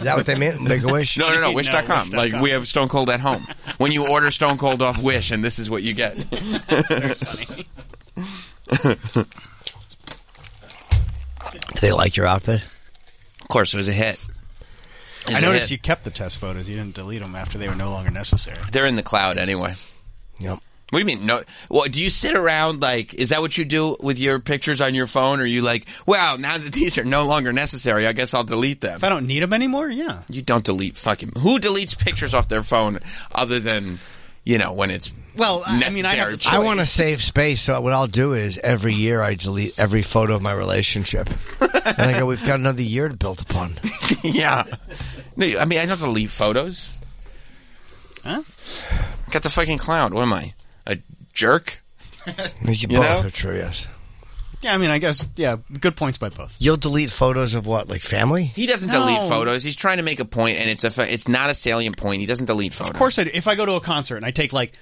Speaker 3: that what they meant? Make a wish.
Speaker 4: No, no, no.
Speaker 5: No,
Speaker 4: Wish.com.
Speaker 5: wish.com.
Speaker 4: Like we have Stone Cold at home. When you order Stone Cold off Wish, and this is what you get.
Speaker 3: Do they like your outfit?
Speaker 4: Of course, it was a hit. It was
Speaker 5: I
Speaker 4: a
Speaker 5: noticed
Speaker 4: hit.
Speaker 5: you kept the test photos. You didn't delete them after they were no longer necessary.
Speaker 4: They're in the cloud anyway.
Speaker 3: Yep.
Speaker 4: What do you mean? No. Well, do you sit around like? Is that what you do with your pictures on your phone? Or are you like, wow, now that these are no longer necessary, I guess I'll delete them.
Speaker 5: If I don't need them anymore, yeah.
Speaker 4: You don't delete fucking. Who deletes pictures off their phone other than you know when it's
Speaker 5: Well, I- I mean, I
Speaker 4: necessary
Speaker 5: have a
Speaker 4: for
Speaker 3: I want to save space, so what I'll do is every year I delete every photo of my relationship, and I go, "We've got another year to build upon."
Speaker 4: yeah. No, I mean, I don't delete photos.
Speaker 5: Huh?
Speaker 4: Got the fucking cloud. What am I? A jerk?
Speaker 3: You
Speaker 4: You
Speaker 3: both
Speaker 4: know?
Speaker 3: are true, yes.
Speaker 5: Yeah, I mean, I guess, yeah, good points by both.
Speaker 3: You'll delete photos of what, like family?
Speaker 4: He doesn't
Speaker 5: No.
Speaker 4: delete photos. He's trying to make a point, and it's a fa- it's not a salient point. He doesn't delete photos.
Speaker 5: Of course, I do. if I go to a concert and I take like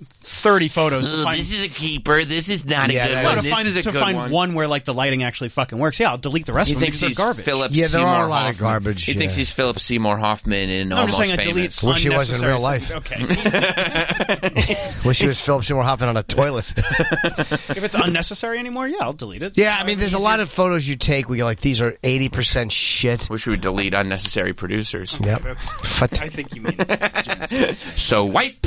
Speaker 5: 30 photos to find,
Speaker 4: is a keeper. This is not
Speaker 3: Yeah, that
Speaker 5: Well, to
Speaker 3: is-
Speaker 5: find, to find one. where like the lighting actually fucking works, yeah, I'll delete the rest
Speaker 4: He
Speaker 5: of them
Speaker 4: thinks
Speaker 5: because they're
Speaker 4: he's
Speaker 5: garbage.
Speaker 4: Philip
Speaker 3: Yeah, there
Speaker 4: Seymour
Speaker 3: are a lot of
Speaker 4: Hoffman.
Speaker 3: garbage,
Speaker 4: He thinks
Speaker 3: yeah.
Speaker 4: he's Philip Seymour Hoffman in
Speaker 5: No, I'm just
Speaker 4: Almost
Speaker 5: saying I
Speaker 4: Famous.
Speaker 5: delete
Speaker 3: Wish he was in
Speaker 5: unnecessary
Speaker 3: real life.
Speaker 5: things. Okay.
Speaker 3: Wish it was Philip Seymour hopping on a toilet.
Speaker 5: if it's unnecessary anymore, yeah, I'll delete it.
Speaker 3: yeah, I mean, there's a lot of photos you take where you're like, "These are eighty percent shit."
Speaker 4: Wish we would delete unnecessary producers.
Speaker 3: Yep. Fut-
Speaker 5: I think you mean
Speaker 4: So wipe.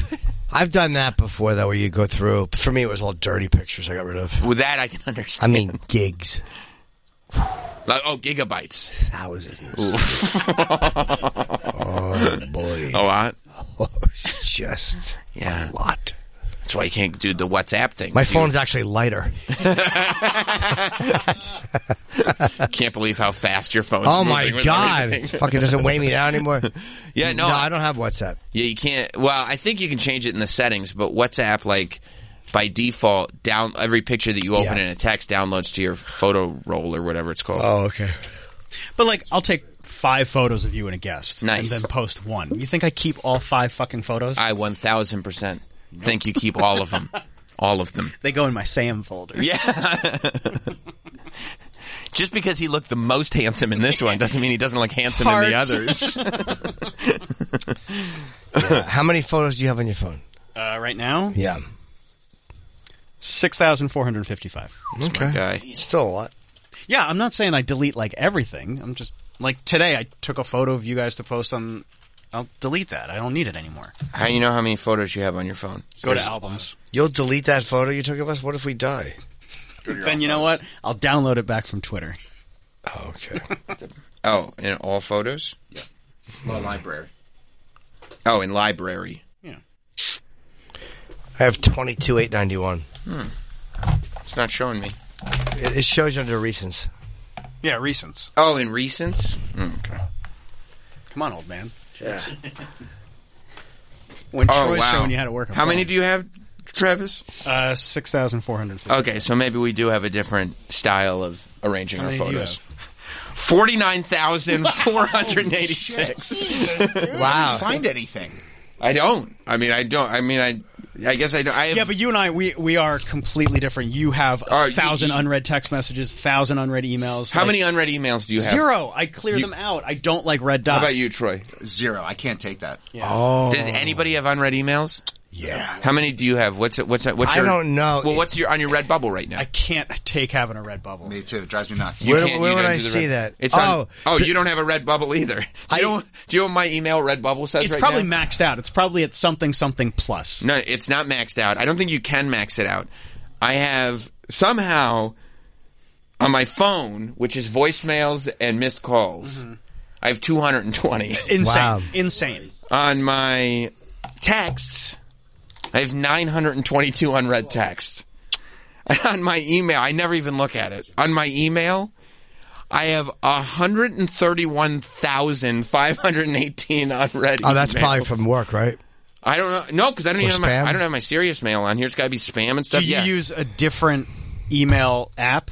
Speaker 3: I've done that before, though, where you go through. For me, it was all dirty pictures I got rid of.
Speaker 4: With that, I can
Speaker 3: I
Speaker 4: understand.
Speaker 3: mean, gigs,
Speaker 4: like, oh, gigabytes.
Speaker 3: thousands. oh boy,
Speaker 4: A lot.
Speaker 3: oh, it's just
Speaker 4: Yeah.
Speaker 3: a lot.
Speaker 4: That's why you can't do the WhatsApp thing.
Speaker 3: My
Speaker 4: You
Speaker 3: phone's actually lighter.
Speaker 4: Can't believe how fast your phone's
Speaker 3: Oh
Speaker 4: moving
Speaker 3: my
Speaker 4: with
Speaker 3: god,
Speaker 4: everything.
Speaker 3: it fucking doesn't weigh me down anymore.
Speaker 4: Yeah, no,
Speaker 3: no,
Speaker 4: I-
Speaker 3: I don't have WhatsApp.
Speaker 4: Yeah, you can't. Well, I think you can change it in the settings, but WhatsApp, like by default, down every picture that you open
Speaker 3: Yeah.
Speaker 4: in a text downloads to your photo roll or whatever it's called.
Speaker 3: Oh, okay.
Speaker 5: But like, I'll take five photos of you and a guest,
Speaker 4: Nice.
Speaker 5: and then post one. You think I keep all five fucking photos?
Speaker 4: I one thousand percent think you keep all of them, all of them.
Speaker 5: they go in my Sam folder. Yeah.
Speaker 4: Just because he looked the most handsome in this one doesn't mean he doesn't look handsome in the others.
Speaker 3: How many photos do you have on your phone?
Speaker 5: Uh, right now,
Speaker 3: Yeah.
Speaker 5: six thousand four hundred fifty-five.
Speaker 3: Okay.
Speaker 4: Guy.
Speaker 3: Still a lot.
Speaker 5: Yeah, I'm not saying I delete like everything. I'm just like today I took a photo of you guys to post on. I'll delete that. I don't need it anymore.
Speaker 4: How you know how many photos you have on your phone?
Speaker 5: Go to albums.
Speaker 3: You'll delete that photo you took of us? What if we die?
Speaker 5: and you know what? I'll download it back from Twitter.
Speaker 3: Okay.
Speaker 4: Oh, in all photos?
Speaker 7: Well, library.
Speaker 4: Oh, in library.
Speaker 3: I have 22,891.
Speaker 4: Hmm. It's not showing me.
Speaker 3: It, it shows under recents.
Speaker 5: Yeah, recents.
Speaker 4: Oh, in recents? Mm, okay.
Speaker 5: Come on, old man. When
Speaker 4: Oh,
Speaker 5: Troy's
Speaker 4: wow.
Speaker 5: showing you how to work a
Speaker 4: How many do you have, Travis?
Speaker 5: you- uh, 6,450.
Speaker 4: Okay, so maybe we do have a different style of arranging our
Speaker 5: many do you
Speaker 4: photos.
Speaker 5: have?
Speaker 4: Forty nine thousand four hundred eighty six.
Speaker 3: Wow.
Speaker 7: Find anything.
Speaker 4: I don't. I mean, I don't. I mean, I. I guess I don't. I have,
Speaker 5: Yeah, but you and I, we, we are completely different. You have
Speaker 4: All right,
Speaker 5: a
Speaker 4: you-
Speaker 5: thousand
Speaker 4: you-
Speaker 5: unread text messages, thousand unread emails.
Speaker 4: how
Speaker 5: like-
Speaker 4: many unread emails do you have?
Speaker 5: Zero. I clear
Speaker 4: You-
Speaker 5: them out. I don't like red dots.
Speaker 4: How about you, Troy?
Speaker 7: Zero. I can't take that.
Speaker 3: Oh.
Speaker 4: Does anybody have unread emails?
Speaker 3: Yeah.
Speaker 4: How many do you have? What's it? What's that? What's
Speaker 3: I
Speaker 4: your?
Speaker 3: don't know.
Speaker 4: Well, what's your on your red bubble right now?
Speaker 5: I can't take having a red bubble.
Speaker 7: Me too. It drives me nuts.
Speaker 4: You
Speaker 3: Where-
Speaker 4: can't-
Speaker 3: where
Speaker 4: you
Speaker 3: would
Speaker 4: don't
Speaker 3: I
Speaker 4: do the
Speaker 3: see
Speaker 4: red-
Speaker 3: that?
Speaker 4: It's on,
Speaker 3: Oh,
Speaker 4: oh, you don't have a red bubble either. Do you, know, do you know what my email red bubble says
Speaker 5: It's
Speaker 4: right
Speaker 5: probably
Speaker 4: now?
Speaker 5: maxed out. It's probably at something something plus.
Speaker 4: No, it's not maxed out. I don't think you can max it out. I have somehow on my phone, which is voicemails and missed calls, I have 220.
Speaker 5: Insane.
Speaker 3: Wow.
Speaker 5: Insane.
Speaker 4: on my texts, I have 922 unread texts. And on my email, I never even look at it. On my email, I have 131,518 unread.
Speaker 3: Oh, that's
Speaker 4: emails.
Speaker 3: probably from work, right?
Speaker 4: I don't know. No, because I don't
Speaker 3: Or
Speaker 4: even have my,
Speaker 3: spam?
Speaker 4: I don't have my serious mail on here. It's got to be spam and stuff.
Speaker 5: Do you
Speaker 4: yeah.
Speaker 5: use a different email app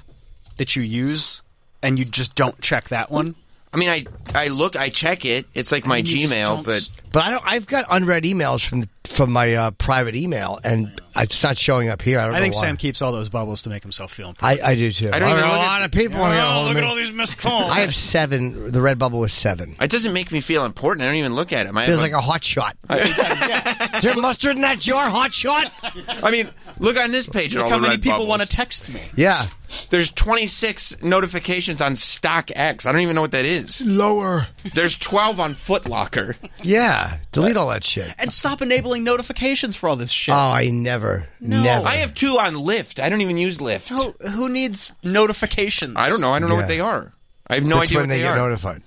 Speaker 5: that you use and you just don't check that one?
Speaker 4: I mean, I I look, I check it. It's like my
Speaker 5: mean, you just
Speaker 4: Gmail,
Speaker 5: don't
Speaker 4: but
Speaker 5: s-
Speaker 3: But I don't. I've got unread emails from from my uh, private email, and it's not showing up here. I don't
Speaker 5: I
Speaker 3: know
Speaker 5: think
Speaker 3: why.
Speaker 5: Sam keeps all those bubbles to make himself feel important.
Speaker 3: I, I do too.
Speaker 4: I don't even
Speaker 3: know. A
Speaker 4: look at-
Speaker 3: lot of people want to get
Speaker 5: Oh,
Speaker 3: a hold of me.
Speaker 5: these missed calls.
Speaker 3: I have seven. The red bubble was seven.
Speaker 4: it doesn't make me feel important. I don't even look at it. I have
Speaker 3: Feels like a hot shot. Is there mustard in that jar? Hot shot.
Speaker 4: I mean, look on this page at all
Speaker 5: How
Speaker 4: the
Speaker 5: many
Speaker 4: red
Speaker 5: people
Speaker 4: bubbles.
Speaker 5: want to text me?
Speaker 3: Yeah.
Speaker 4: There's 26 notifications on Stock X. I don't even know what that is.
Speaker 3: Lower.
Speaker 4: There's 12 on Foot Locker.
Speaker 3: Yeah. Delete all that shit.
Speaker 5: And stop enabling notifications for all this shit.
Speaker 3: Oh, I never.
Speaker 5: No.
Speaker 3: Never.
Speaker 4: I have two on Lyft. I don't even use Lyft.
Speaker 5: who, who needs notifications?
Speaker 4: I don't know. I don't know
Speaker 3: Yeah.
Speaker 4: what they are. I have no
Speaker 3: That's
Speaker 4: idea
Speaker 3: when
Speaker 4: what
Speaker 3: they,
Speaker 4: they,
Speaker 3: get
Speaker 4: are.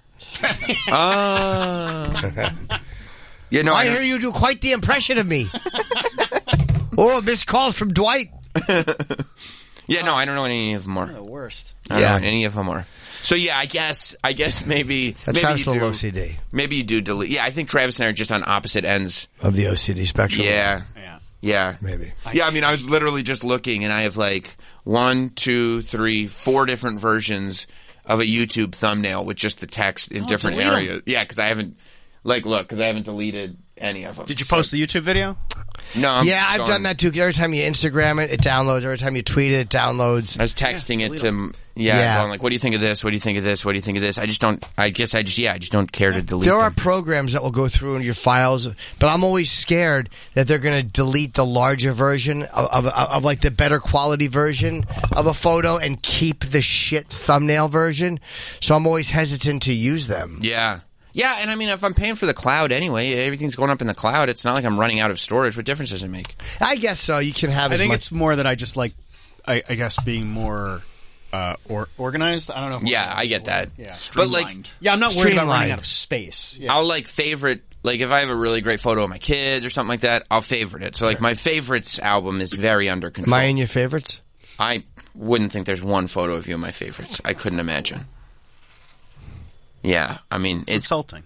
Speaker 4: Ah.
Speaker 3: notified.
Speaker 4: you know,
Speaker 3: I
Speaker 4: I
Speaker 3: hear
Speaker 4: don't-
Speaker 3: you do quite the impression of me. oh, a missed calls from Dwight.
Speaker 4: yeah, no, I don't know what any of them are.
Speaker 5: The worst.
Speaker 4: I don't know
Speaker 3: Yeah.
Speaker 4: what any of them are. So yeah, I guess I guess maybe
Speaker 3: That's
Speaker 4: maybe
Speaker 3: Travis
Speaker 4: you
Speaker 3: little
Speaker 4: do,
Speaker 3: OCD
Speaker 4: maybe you do delete. Yeah, I think Travis and I are just on opposite ends.
Speaker 3: of the OCD spectrum.
Speaker 4: Yeah,
Speaker 5: Yeah.
Speaker 4: yeah,
Speaker 3: Maybe.
Speaker 4: Yeah, I mean, I was literally just looking, and I have like one, two, three, four different versions of a YouTube thumbnail with just the text in different
Speaker 5: Oh, delete 'em.
Speaker 4: areas. Yeah, because I haven't like look because I haven't deleted any of them.
Speaker 5: Did you post the YouTube video?
Speaker 4: No. I'm
Speaker 3: Yeah, I've
Speaker 4: gone.
Speaker 3: done that too. 'cause Every time you Instagram it, it downloads. Every time you tweet it, it downloads.
Speaker 4: I was texting it to m-
Speaker 3: Yeah.
Speaker 4: yeah, going like, "What do you think of this? What do you think of this? What do you think of this?" I just don't. I guess I just yeah, I just don't care to delete.
Speaker 3: There are
Speaker 4: them.
Speaker 3: programs that will go through in your files, but I'm always scared that they're going to delete the larger version of, of, of like the better quality version of a photo and keep the shit thumbnail version. So I'm always hesitant to use them.
Speaker 4: Yeah. Yeah, and I mean, if I'm paying for the cloud anyway, everything's going up in the cloud. It's not like I'm running out of storage. What difference does it make?
Speaker 3: I guess so. You can have
Speaker 5: I
Speaker 3: as
Speaker 5: think
Speaker 3: much.
Speaker 5: it's more that I just like, I, I guess, being more uh, or, organized. I don't know. if-
Speaker 4: Yeah, I get that.
Speaker 5: Yeah.
Speaker 4: But like,
Speaker 7: Streamlined.
Speaker 5: Yeah, I'm not worried about running
Speaker 3: Streamlined.
Speaker 5: out of space. Yeah.
Speaker 4: I'll like favorite like if I have a really great photo of my kids or something like that, I'll favorite it. So like my favorites album is very under control.
Speaker 3: Am I in your favorites?
Speaker 4: I wouldn't think there's one photo of you in my favorites. I couldn't imagine. Yeah, I mean it's
Speaker 5: insulting.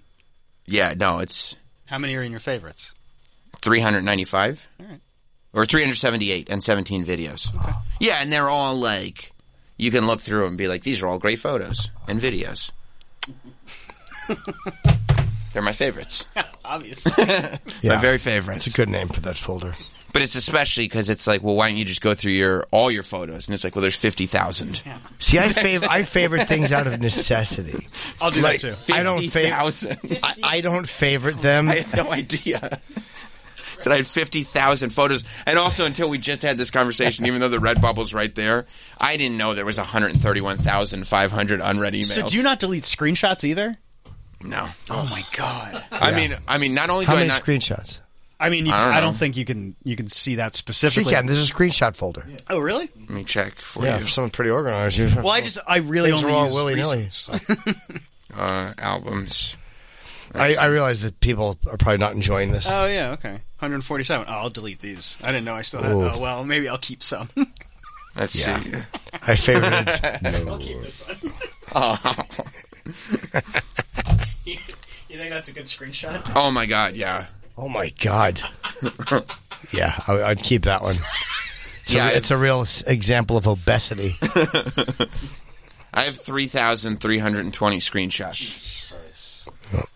Speaker 4: yeah no it's
Speaker 5: How many are in your favorites?
Speaker 4: 395
Speaker 5: right.
Speaker 4: or 378 and 17 videos. Yeah, and they're all like you can look through and be like these are all great photos and videos. they're my favorites.
Speaker 5: Obviously.
Speaker 4: My very favorites.
Speaker 3: It's a good name for that folder.
Speaker 4: But it's especially because it's like, well, why don't you just go through your all your photos? And it's like, well, there's fifty thousand.
Speaker 3: See, I fav- I favorite things out of necessity.
Speaker 5: I'll do
Speaker 3: Like,
Speaker 5: that too.
Speaker 3: I don't fav-
Speaker 4: thousand.
Speaker 3: I, I don't favorite them.
Speaker 4: I had no idea that I had fifty thousand photos. And also, until we just had this conversation, even though the red bubble's right there, I didn't know there was one hundred thirty-one thousand five hundred unread emails.
Speaker 5: So do you not delete screenshots either?
Speaker 4: No,
Speaker 5: Oh my god.
Speaker 4: I mean, I mean, not only
Speaker 3: How
Speaker 4: do I
Speaker 3: many
Speaker 4: not
Speaker 3: screenshots?
Speaker 5: I mean, you,
Speaker 4: I
Speaker 5: I,
Speaker 4: don't
Speaker 5: don't
Speaker 4: know.
Speaker 5: think you can you can see that
Speaker 3: She
Speaker 5: specifically.
Speaker 3: can. There's a screenshot folder. Yeah,
Speaker 5: Oh, really?
Speaker 4: Let me check for you.
Speaker 3: if someone's pretty organized. You
Speaker 5: Well, I just I really
Speaker 3: things
Speaker 5: only
Speaker 3: are all
Speaker 5: use
Speaker 3: willy nilly.
Speaker 5: recent-
Speaker 4: Uh, albums.
Speaker 3: I, I realize that people are probably not enjoying this.
Speaker 5: Oh yeah, okay. 147. Oh, I'll delete these. I didn't know I still had.
Speaker 3: Ooh.
Speaker 5: Oh well, maybe I'll keep some.
Speaker 4: Let's see.
Speaker 3: I favorited.
Speaker 4: Oh.
Speaker 5: you think that's a good screenshot?
Speaker 4: Oh my god, yeah.
Speaker 3: oh my god. yeah, I, I'd keep that one. It's,
Speaker 4: Yeah,
Speaker 3: a, it's a real s- example of obesity.
Speaker 4: I have 3,320 screenshots.
Speaker 3: Oh.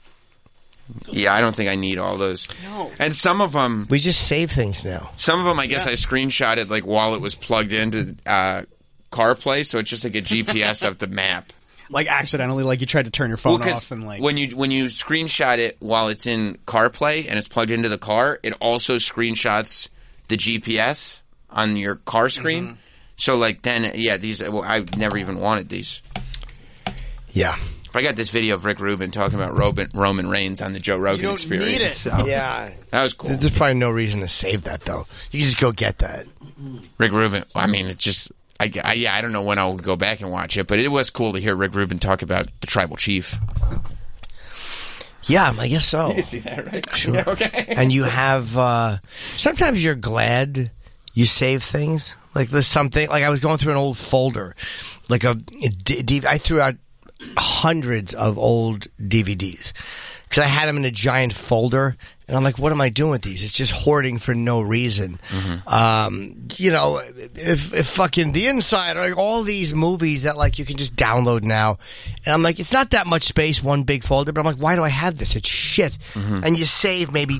Speaker 4: Yeah, I don't think I need all those.
Speaker 5: No.
Speaker 4: And some of them,
Speaker 3: We just save things now.
Speaker 4: some of them, I guess I screenshotted like while it was plugged into uh, CarPlay, so it's just like a GPS of the map.
Speaker 5: Like accidentally, like you tried to turn your phone
Speaker 4: 'cause
Speaker 5: off and like.
Speaker 4: when you when you screenshot it while it's in CarPlay and it's plugged into the car, it also screenshots the GPS on your car screen.
Speaker 5: Mm-hmm.
Speaker 4: So like then, yeah, these. Well, I never even wanted these.
Speaker 3: Yeah.
Speaker 4: I got this video of Rick Rubin talking about Robin, Roman Reigns on the Joe Rogan
Speaker 5: you don't
Speaker 4: Experience.
Speaker 5: need it.
Speaker 3: Yeah.
Speaker 4: That was cool.
Speaker 3: There's there's probably no reason to save that though. You can just go get that.
Speaker 4: Rick Rubin. I mean, it's just. I, I- yeah, I don't know when I'll go back and watch it, but it was cool to hear Rick Rubin talk about the tribal chief.
Speaker 3: Yeah, I guess so. Sure.
Speaker 4: okay.
Speaker 3: and you have uh, sometimes you're glad you save things like there's something like i was going through an old folder like a, a D- D- i threw out hundreds of old dvds because i had them in a giant folder and i'm like what am i doing with these it's just hoarding for no reason um, you know if, if fucking the inside like all these movies that like you can just download now and i'm like it's not that much space one big folder but i'm like why do i have this it's shit and you save maybe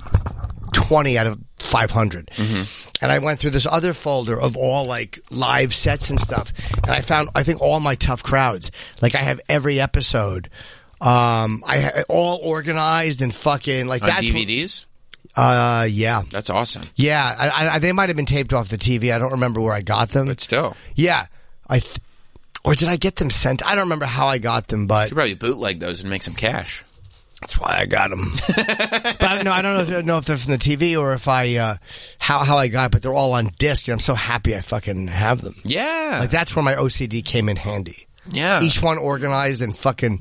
Speaker 3: 20 out of 500.
Speaker 9: Mm-hmm.
Speaker 3: And I went through this other folder of all like live sets and stuff. And I found, I think, all my tough crowds. Like, I have every episode. Um, I ha- all organized and fucking like
Speaker 4: On
Speaker 3: that's wh-
Speaker 4: DVDs?
Speaker 3: Uh, yeah,
Speaker 4: That's awesome.
Speaker 3: yeah. I, I, I, they might have been taped off the TV. I don't remember where I got them.
Speaker 4: But still.
Speaker 3: yeah, I th- or did I get them sent? I don't remember how I got them, but
Speaker 4: You probably bootleg those and make some cash.
Speaker 3: That's why I got them. but I don't know. I don't know if, know if they're from the TV or if I uh, how how I got. it, But they're all on disc, and I'm so happy I fucking have them.
Speaker 4: Yeah.
Speaker 3: Like that's where my OCD came in handy.
Speaker 4: Yeah.
Speaker 3: Each one organized and fucking.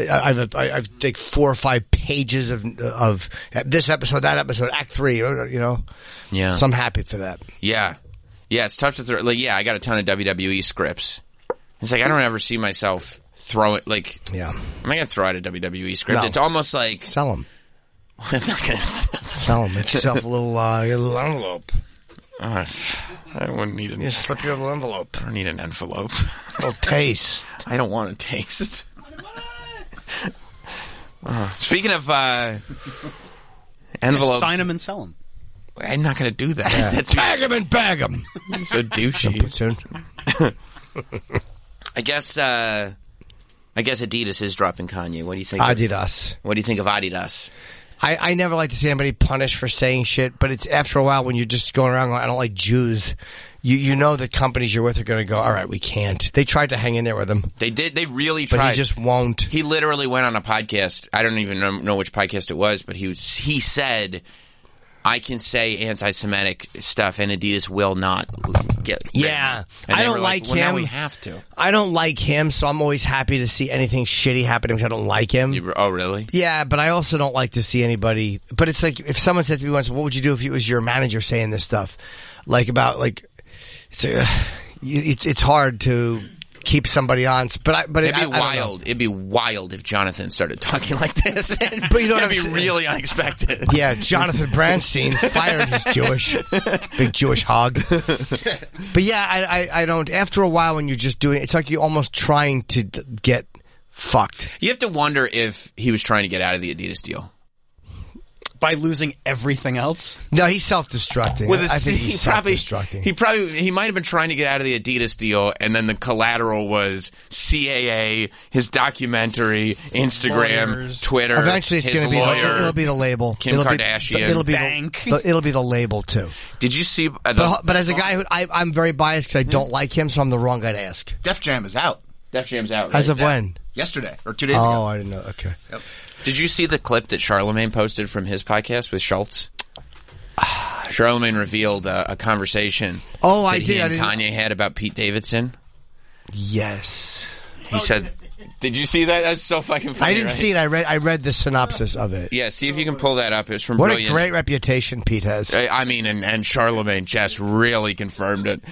Speaker 3: I- I've I- I've like four or five pages of of this episode, that episode, Act Three. or, You know.
Speaker 4: Yeah.
Speaker 3: So I'm happy for that.
Speaker 4: Yeah. Yeah, it's tough to throw. Like, yeah, I got a ton of WWE scripts. It's like, I don't ever see myself throw it. Like,
Speaker 3: Yeah.
Speaker 4: am I going to throw out a WWE script?
Speaker 3: No.
Speaker 4: It's almost like.
Speaker 3: Sell them.
Speaker 4: I'm not going to.
Speaker 3: Sell them. Make yourself a little, uh, a little envelope.
Speaker 4: Uh, I wouldn't need an,
Speaker 3: Just slip your little envelope.
Speaker 4: I don't need an envelope.
Speaker 3: A little taste.
Speaker 4: I don't want to taste. Uh, speaking of uh, envelopes,
Speaker 5: Sign them and sell them.
Speaker 4: I'm not going to do that.
Speaker 3: Tag
Speaker 4: That's
Speaker 3: 'em and bag 'em.
Speaker 4: so douchey.
Speaker 3: Soon.
Speaker 4: I guess. Uh, I guess Adidas is dropping Kanye. What do you think? of-
Speaker 3: Adidas.
Speaker 4: What do you think of Adidas?
Speaker 3: I, I never like to see anybody punished for saying shit, but it's after a while when you're just going around going, I don't like Jews. You you know the companies you're with are going to go, all right, we can't. They tried to hang in there with him,
Speaker 4: They did. They really
Speaker 3: but
Speaker 4: tried.
Speaker 3: he just won't.
Speaker 4: He literally went on a podcast. I don't even know, know which podcast it was, but he was, he said, "I can say anti-Semitic stuff, and Adidas will not get." rid of
Speaker 3: Yeah.
Speaker 4: me." And
Speaker 3: I
Speaker 4: they
Speaker 3: don't
Speaker 4: were
Speaker 3: like
Speaker 4: well, Now
Speaker 3: him.
Speaker 4: we have to.
Speaker 3: I don't like him, so I'm always happy to see anything shitty happening because I don't like him.
Speaker 4: You- oh, really?
Speaker 3: Yeah, but I also don't like to see anybody. But it's like if someone said to me once, "What would you do if it was your manager saying this stuff?" Like about like it's uh, it's, it's hard to keep somebody on. But I, but
Speaker 4: It'd
Speaker 3: I-
Speaker 4: be
Speaker 3: I don't know.
Speaker 4: wild. It'd be wild if Jonathan started talking like this.
Speaker 3: But you know
Speaker 4: It'd
Speaker 3: what I'm
Speaker 4: be
Speaker 3: saying?
Speaker 4: really unexpected.
Speaker 3: Yeah, Jonathan Branstein fired his Jewish, big Jewish hog. But yeah, I, I, I don't. After a while, when you're just doing, it's like you're almost trying to d- get fucked.
Speaker 4: You have to wonder if he was trying to get out of the Adidas deal.
Speaker 5: By losing everything else,
Speaker 3: No, he's self-destructing.
Speaker 4: With a
Speaker 3: I think
Speaker 4: C,
Speaker 3: he's
Speaker 4: he probably
Speaker 3: self-destructing.
Speaker 4: he probably he might have been trying to get out of the Adidas deal, and then the collateral was CAA, his documentary, Instagram,
Speaker 5: Lawyers.
Speaker 4: Twitter.
Speaker 3: Eventually, it's
Speaker 4: his
Speaker 3: going to be
Speaker 4: lawyer.
Speaker 3: the, it'll be the label.
Speaker 4: Kim
Speaker 3: it'll Be,
Speaker 4: Kardashian.
Speaker 3: it'll be
Speaker 5: Bank.
Speaker 3: The, it'll be the label too.
Speaker 4: Did you see? Uh, the, Hmm.
Speaker 3: But, but as a guy who I, I'm very biased because I don't like him, so I'm the wrong guy to ask.
Speaker 7: Def Jam is out
Speaker 4: Def Jam's out.
Speaker 3: As
Speaker 4: right?
Speaker 3: of when?
Speaker 7: yesterday or two days
Speaker 3: Oh,
Speaker 7: ago.
Speaker 3: I didn't know. Okay.
Speaker 4: Did you see the clip that Charlemagne posted from his podcast with Schultz? Charlemagne revealed uh, a conversation.
Speaker 3: Oh, I
Speaker 4: that he
Speaker 3: did. I
Speaker 4: and
Speaker 3: didn't-
Speaker 4: Kanye had about Pete Davidson.
Speaker 3: Yes.
Speaker 4: He said, "Did you see that? That's so fucking funny."
Speaker 3: I didn't
Speaker 4: right?
Speaker 3: see it. I read I read the synopsis of it.
Speaker 4: Yeah, see if you can pull that up. It's from
Speaker 3: What a
Speaker 4: Brilliant.
Speaker 3: great reputation Pete has.
Speaker 4: I I mean, and, and Charlemagne just really confirmed it.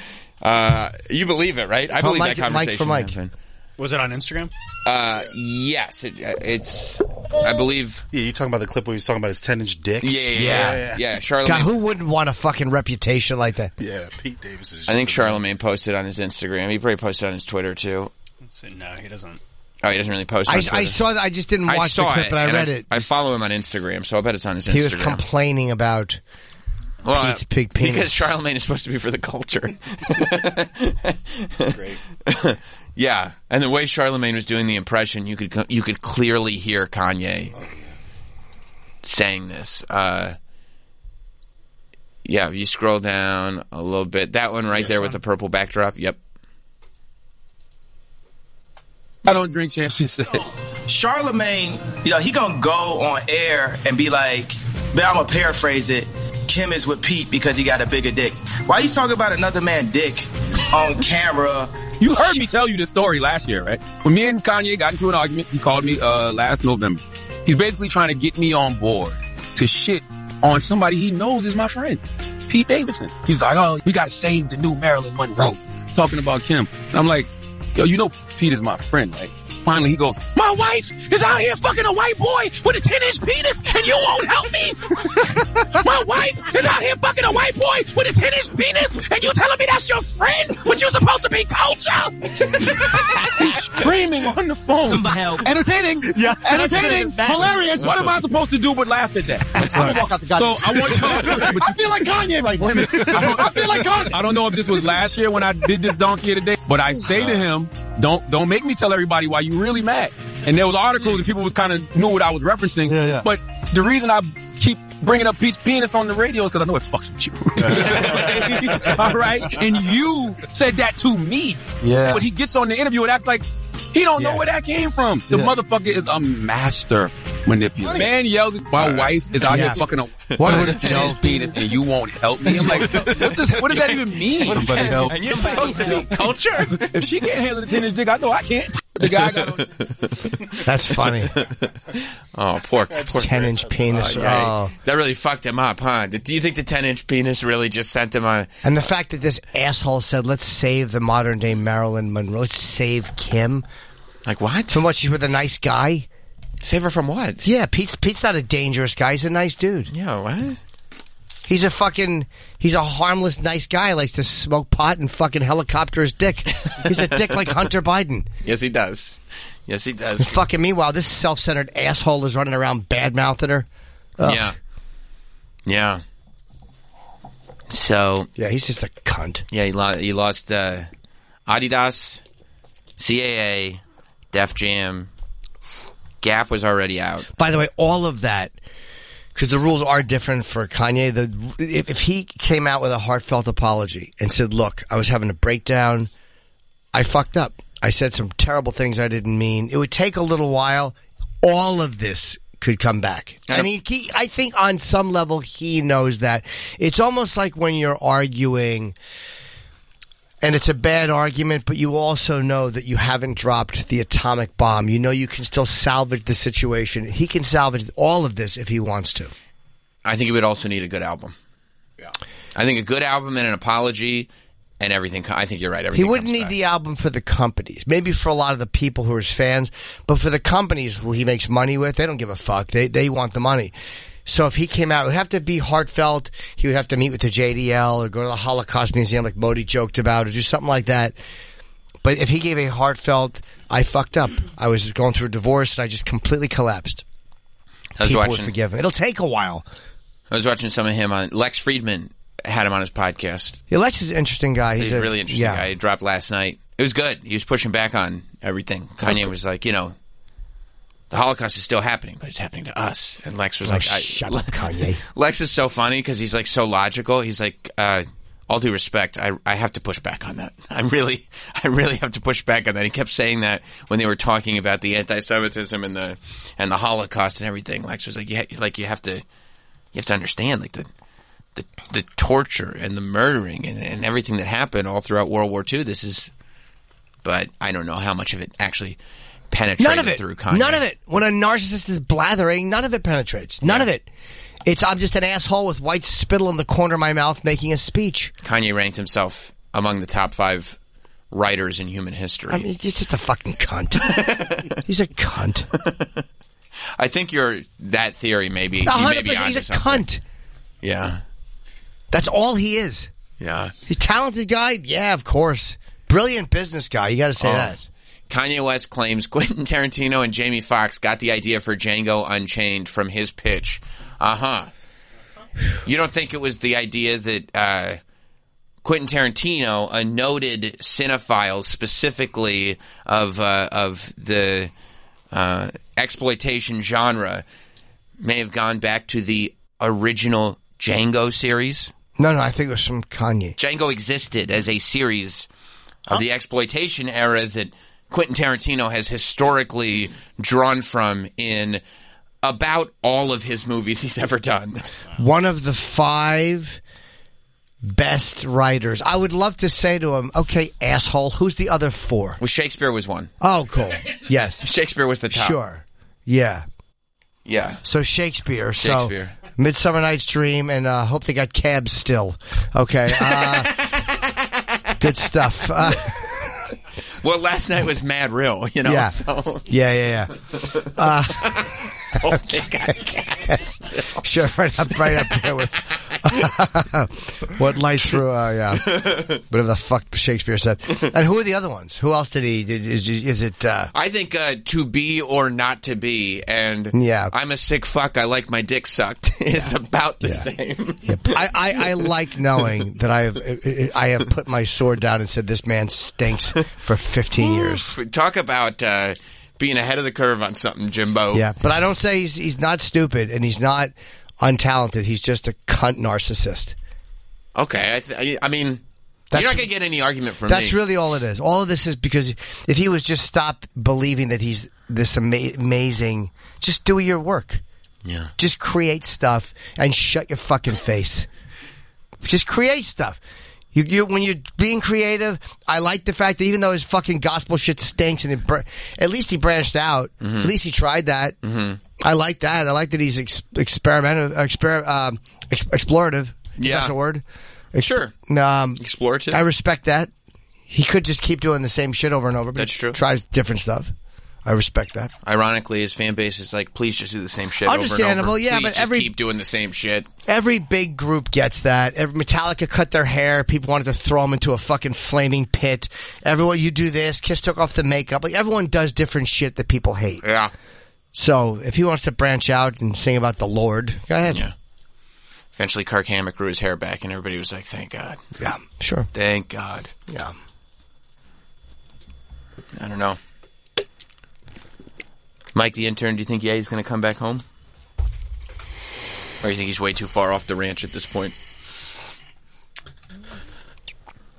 Speaker 4: Uh, you believe it, right? I believe
Speaker 3: Mike-
Speaker 4: that
Speaker 3: Mike for
Speaker 4: conversation.
Speaker 3: Mike.
Speaker 4: happened.
Speaker 5: Was it on Instagram?
Speaker 4: Uh, yes, it, it's. I believe.
Speaker 10: Yeah, you talking about the clip where he's talking about his ten inch dick?
Speaker 4: Yeah, yeah,
Speaker 3: Yeah.
Speaker 4: yeah. yeah, yeah, Charlemagne.
Speaker 3: God, who wouldn't want a fucking reputation like that?
Speaker 10: Yeah, Pete Davis is.
Speaker 4: I think Charlemagne posted on his Instagram. He probably posted on his Twitter too.
Speaker 5: So, no, he doesn't.
Speaker 4: Oh, he doesn't really post. On
Speaker 3: I,
Speaker 4: Twitter.
Speaker 3: I saw that. I just didn't watch
Speaker 4: I saw
Speaker 3: the clip,
Speaker 4: it,
Speaker 3: but I
Speaker 4: and
Speaker 3: read
Speaker 4: I,
Speaker 3: it.
Speaker 4: I follow him on Instagram, so I bet it's on his Instagram.
Speaker 3: he was complaining about.
Speaker 4: Well,
Speaker 3: Pete's big penis.
Speaker 4: Because Charlemagne is supposed to be for the culture.
Speaker 10: great.
Speaker 4: mm-hmm. yeah, and the way Charlemagne was doing the impression, you could you could clearly hear Kanye saying this. Uh, yeah, if you scroll down a little bit, that one right there with the purple backdrop. Yep.
Speaker 9: I don't drink champs. She said.
Speaker 2: Charlemagne, you know, he gonna go on air and be like, but I'm gonna paraphrase it. Kim is with Pete because he got a bigger dick. Why you talking about another man dick on camera?
Speaker 9: You heard me tell you this story last year, right? When me and Kanye got into an argument, he called me uh last November. He's basically trying to get me on board to shit on somebody he knows is my friend, Pete Davidson. He's like, oh, we gotta save the new Marilyn Monroe. Talking about Kim. And I'm like, yo, you know Pete is my friend, right? Finally, he goes, my wife is out here fucking a white boy with a 10 inch penis and you won't help me. my wife is out here fucking a white boy with a 10 inch penis and you telling me that's your friend? But you supposed to be culture. He's screaming on the phone.
Speaker 2: Somebody help.
Speaker 9: Entertaining. Yeah. Entertaining.
Speaker 2: That-
Speaker 9: Hilarious. What am I supposed to do but laugh at that?
Speaker 2: I'm gonna walk out the goddamn-
Speaker 9: So I want y'all. I feel like Kanye right now. I, don't- I feel like Kanye. I don't know if this was last year when I did this donkey here today, but I say to him, "Don't don't make me tell everybody why you really mad." And there was articles and people was kind of knew what I was referencing.
Speaker 3: Yeah, yeah.
Speaker 9: But the reason I keep bringing up Pete's penis on the radio is because I know it fucks with you. All right, and you said that to me.
Speaker 3: Yeah.
Speaker 9: But he gets on the interview and acts like he don't know where that came from. The
Speaker 3: Yeah.
Speaker 9: motherfucker is a master manipulator. Man yells, my wife is out
Speaker 3: Yeah.
Speaker 9: here fucking a
Speaker 3: What
Speaker 9: what
Speaker 3: would
Speaker 9: would
Speaker 3: it
Speaker 9: tell penis and you won't help me? I'm like, what, does, what does that even mean? Somebody help.
Speaker 4: You're supposed to be culture.
Speaker 9: If she can't handle the tennis dick, I know I can't. The guy got on.
Speaker 3: That's funny.
Speaker 4: Oh, poor, poor
Speaker 3: Ten inch penis.
Speaker 4: Yeah,
Speaker 3: Oh.
Speaker 4: That really fucked him up, huh? Do you think the 10 inch penis really just sent him on?
Speaker 3: And the fact that this asshole said, "Let's save the modern day Marilyn Monroe. Let's save Kim."
Speaker 4: Like, what?
Speaker 3: So much she's with a nice guy.
Speaker 4: Save her from what?
Speaker 3: Yeah, Pete's Pete's not a dangerous guy. He's a nice dude.
Speaker 4: Yeah, what?
Speaker 3: He's a fucking he's a harmless nice guy. He likes to smoke pot and fucking helicopter his dick. He's a dick like Hunter Biden.
Speaker 4: Yes, he does. Yes, he does.
Speaker 3: Fucking meanwhile, this self centered asshole is running around bad mouthing her. Ugh.
Speaker 4: Yeah. Yeah. So,
Speaker 3: Yeah, he's just a cunt.
Speaker 4: yeah, he, lo- he lost uh, Adidas, CAA, Def Jam. Gap was already out.
Speaker 3: By the way, all of that because the rules are different for Kanye. The if, if he came out with a heartfelt apology and said, "Look, I was having a breakdown. I fucked up. I said some terrible things I didn't mean." It would take a little while. All of this could come back.
Speaker 4: I
Speaker 3: I
Speaker 4: don't-
Speaker 3: mean, he, I think on some level he knows that. It's almost like when you're arguing and it's a bad argument, but you also know that you haven't dropped the atomic bomb. You know you can still salvage the situation. He can salvage all of this if he wants to.
Speaker 4: I think he would also need a good album. Yeah. I think a good album and an apology and everything. co- I think you're right.
Speaker 3: He
Speaker 4: Everything
Speaker 3: wouldn't
Speaker 4: comes
Speaker 3: need
Speaker 4: back.
Speaker 3: the album for the companies. Maybe for a lot of the people who are his fans, but for the companies who he makes money with, they don't give a fuck. They they want the money. So if he came out, it would have to be heartfelt. He would have to meet with the JDL or go to the Holocaust Museum, like Modi joked about, or do something like that. But if he gave a heartfelt, I fucked up. I was going through a divorce and I just completely collapsed.
Speaker 4: I was
Speaker 3: people would
Speaker 4: watching
Speaker 3: forgive him. It'll take a while.
Speaker 4: I was watching some of him on Lex Friedman had him on his podcast.
Speaker 3: Yeah, Lex is an interesting guy. He's,
Speaker 4: He's,
Speaker 3: a
Speaker 4: a really interesting
Speaker 3: yeah.
Speaker 4: guy. He dropped last night. It was good. He was pushing back on everything. Kanye was like, you know, the Holocaust is still happening, but it's happening to us. And Lex was
Speaker 3: Oh,
Speaker 4: like, I-
Speaker 3: shut up, Kanye.
Speaker 4: Lex is so funny because he's like so logical. He's like, uh, all due respect, I, I have to push back on that. I really, I really have to push back on that. He kept saying that when they were talking about the anti-Semitism and the and the Holocaust and everything. Lex was like, yeah, like you have to, you have to understand, like the the the torture and the murdering and, and everything that happened all throughout World War II. This is, but I don't know how much of it actually penetrated
Speaker 3: None of it.
Speaker 4: through Kanye.
Speaker 3: None of it. When a narcissist is blathering, none of it penetrates. None of it. It's I'm just an asshole with white spittle in the corner of my mouth making a speech.
Speaker 4: Kanye ranked himself among the top five writers in human history.
Speaker 3: I mean, he's just a fucking cunt. he's a cunt.
Speaker 4: I think your that theory maybe
Speaker 3: A hundred
Speaker 4: maybe
Speaker 3: percent. He's a cunt.
Speaker 4: Yeah,
Speaker 3: That's all he is.
Speaker 4: yeah.
Speaker 3: He's a talented guy. Yeah, of course. Brilliant business guy. You got to say
Speaker 4: Oh.
Speaker 3: that.
Speaker 4: Kanye West claims Quentin Tarantino and Jamie Foxx got the idea for Django Unchained from his pitch. Uh huh. You don't think it was the idea that uh, Quentin Tarantino, a noted cinephile specifically of uh, of the uh, exploitation genre, may have gone back to the original Django series?
Speaker 3: No, no. I think it was from Kanye.
Speaker 4: Django existed as a series of the exploitation era that Quentin Tarantino has historically drawn from in about all of his movies he's ever done.
Speaker 3: one of the five best writers. I would love to say to him, okay, asshole, who's the other four?
Speaker 4: Well, Shakespeare was one.
Speaker 3: Oh, cool. Yes.
Speaker 4: Shakespeare was the top.
Speaker 3: Sure. Yeah.
Speaker 4: Yeah.
Speaker 3: So Shakespeare.
Speaker 4: Shakespeare.
Speaker 3: So Midsummer Night's Dream and uh, hope they got cabs still. Okay. Uh, good stuff. Uh,
Speaker 4: Well, last night was mad real, you know.
Speaker 3: yeah.
Speaker 4: So
Speaker 3: yeah. Yeah. Yeah. Uh,
Speaker 4: oh, they got cast.
Speaker 3: Sure, right up, right up there with what lights through. Uh, yeah, whatever the fuck Shakespeare said. And who are the other ones? Who else did he? Did, is, is it? Uh,
Speaker 4: I think uh, to be or not to be, and
Speaker 3: Yeah.
Speaker 4: I'm a sick fuck. I like my dick sucked. is about the same.
Speaker 3: I, I, I like knowing that I have I have put my sword down and said this man stinks for 15 years.
Speaker 4: Talk about uh, being ahead of the curve on something, Jimbo.
Speaker 3: Yeah, but I don't say he's he's not stupid and he's not untalented. He's just a cunt narcissist.
Speaker 4: Okay, I, th- I I mean,
Speaker 3: That's-
Speaker 4: you're not gonna get any argument from
Speaker 3: That's
Speaker 4: me.
Speaker 3: really all it is. All of this is because if he was just stop believing that he's this ama- amazing, just do your work.
Speaker 4: Yeah.
Speaker 3: Just create stuff and shut your fucking face. Just create stuff. You, you, when you're being creative, I like the fact that even though his fucking gospel shit stinks, and it br- at least he branched out.
Speaker 4: Mm-hmm.
Speaker 3: At least he tried that. I like that. I like that he's ex- experimental, exper- um, ex- explorative. if
Speaker 4: Yeah.
Speaker 3: that's a word.
Speaker 4: Sure.
Speaker 3: Um,
Speaker 4: Explorative.
Speaker 3: I respect that. He could just keep doing the same shit over and over. But
Speaker 4: That's
Speaker 3: he
Speaker 4: true.
Speaker 3: Tries different stuff. I respect that.
Speaker 4: Ironically, his fan base is like, please just do the same shit.
Speaker 3: Understandable,
Speaker 4: over and over.
Speaker 3: yeah,
Speaker 4: Please
Speaker 3: but
Speaker 4: just
Speaker 3: every-
Speaker 4: keep doing the same shit.
Speaker 3: Every big group gets that. Every Metallica cut their hair. People wanted to throw them into a fucking flaming pit. Everyone, you do this. Kiss took off the makeup. Like everyone does different shit that people hate.
Speaker 4: Yeah,
Speaker 3: So if he wants to branch out and sing about the Lord, go ahead.
Speaker 4: yeah. Eventually, Kirk Hammett grew his hair back, and everybody was like, "Thank God,
Speaker 3: Yeah, sure.
Speaker 4: thank God."
Speaker 3: Yeah.
Speaker 4: I don't know. Mike, the intern, do you think Ye's gonna come back home, or you think he's way too far off the ranch at this point?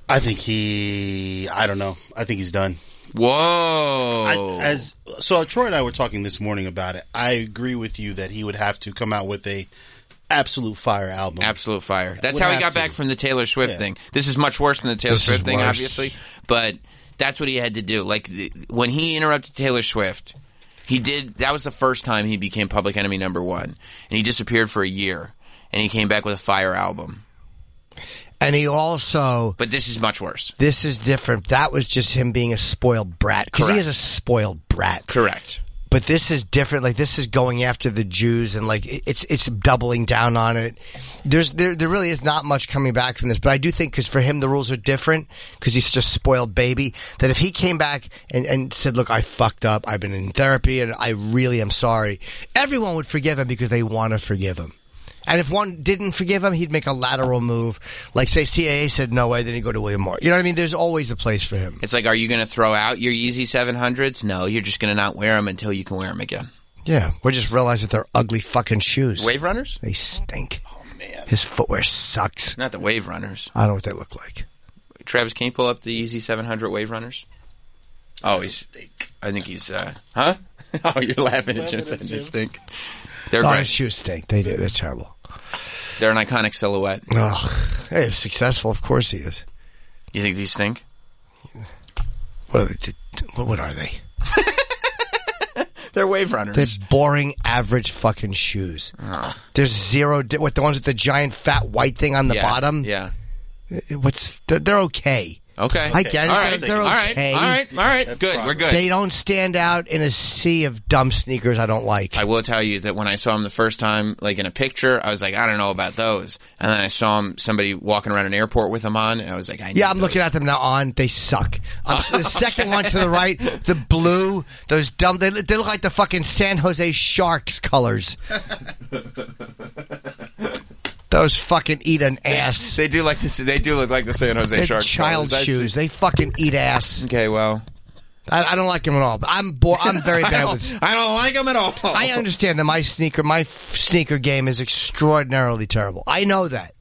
Speaker 10: I think he. I don't know. I think he's done. I-
Speaker 4: Whoa!
Speaker 10: as so, Troy and I were talking this morning about it. I agree with you that he would have to come out with a absolute fire album.
Speaker 4: Absolute fire. That's
Speaker 10: Would
Speaker 4: how he
Speaker 10: have
Speaker 4: got
Speaker 10: to.
Speaker 4: back from the Taylor Swift
Speaker 10: Yeah.
Speaker 4: thing. This is much worse than the Taylor
Speaker 3: This is
Speaker 4: Swift thing,
Speaker 3: worse.
Speaker 4: obviously. But that's what he had to do. Like the, when he interrupted Taylor Swift, he did. That was the first time he became public enemy number one, and he disappeared for a year, and he came back with a fire album.
Speaker 3: And he also
Speaker 4: But this is much worse.
Speaker 3: this is different. That was just him being a spoiled brat because he
Speaker 4: Correct.
Speaker 3: is a spoiled brat.
Speaker 4: Correct.
Speaker 3: but this is different. Like this is going after the Jews and like it- it's it's doubling down on it. There's there there really is not much coming back from this, but I do think because for him the rules are different because he's just spoiled baby. That if he came back and and said, "Look, I fucked up. I've been in therapy and I really am sorry," everyone would forgive him because they want to forgive him. And if one didn't forgive him, he'd make a lateral move. Like, say, CAA said no way, then he'd go to William Moore. You know what I mean? There's always a place for him.
Speaker 4: It's like, are you going to throw out your Yeezy seven hundreds? No, you're just going to not wear them until you can wear them again.
Speaker 3: Yeah. We're just realizing they're ugly fucking shoes.
Speaker 4: Wave runners?
Speaker 3: They stink. Oh man, his footwear sucks.
Speaker 4: Not the wave runners.
Speaker 3: I don't know what they look like.
Speaker 4: Travis, can you pull up the Yeezy 700 Wave Runners? Oh, he's. I think he's. Uh, huh? Oh, you're laughing at Jim saying they stink. They're
Speaker 3: Oh, his
Speaker 4: great.
Speaker 3: shoes stink. They do. They're terrible.
Speaker 4: They're an iconic silhouette.
Speaker 3: Ugh. Hey, he's successful. Of course he is.
Speaker 4: You think these stink?
Speaker 3: What are they? t- t- What, what are they?
Speaker 4: They're wave runners. Ah.
Speaker 3: They're boring, average fucking shoes. There's zero. Di- what the ones with the giant fat white thing on the
Speaker 4: yeah.
Speaker 3: bottom? Eh,
Speaker 4: Yeah.
Speaker 3: What's they're, they're okay.
Speaker 4: Okay.
Speaker 3: I get it.
Speaker 4: All right.
Speaker 3: They're- they're
Speaker 4: All right.
Speaker 3: okay.
Speaker 4: All right. All right. Good. We're good.
Speaker 3: They don't stand out in a sea of dumb sneakers I don't like.
Speaker 4: I will tell you that when I saw him the first time, like in a picture, I was like, I don't know about those. And then I saw him somebody walking around an airport with them on, and I was like, I need
Speaker 3: yeah, I'm
Speaker 4: those.
Speaker 3: looking at them now. On they suck. I'm, the second one to the right, the blue, those dumb. They, they look like the fucking San Jose Sharks colors. those fucking eat an ass.
Speaker 4: They do like this. They do look like the San Jose
Speaker 3: They're
Speaker 4: Sharks.
Speaker 3: child
Speaker 4: colors. I see.
Speaker 3: shoes. They fucking eat ass.
Speaker 4: Okay. Well,
Speaker 3: I, I don't like them at all. But I'm bo- I'm very
Speaker 4: I
Speaker 3: bad
Speaker 4: don't,
Speaker 3: with.
Speaker 4: I don't like them at all.
Speaker 3: I understand that my sneaker my f- sneaker game is extraordinarily terrible. I know that.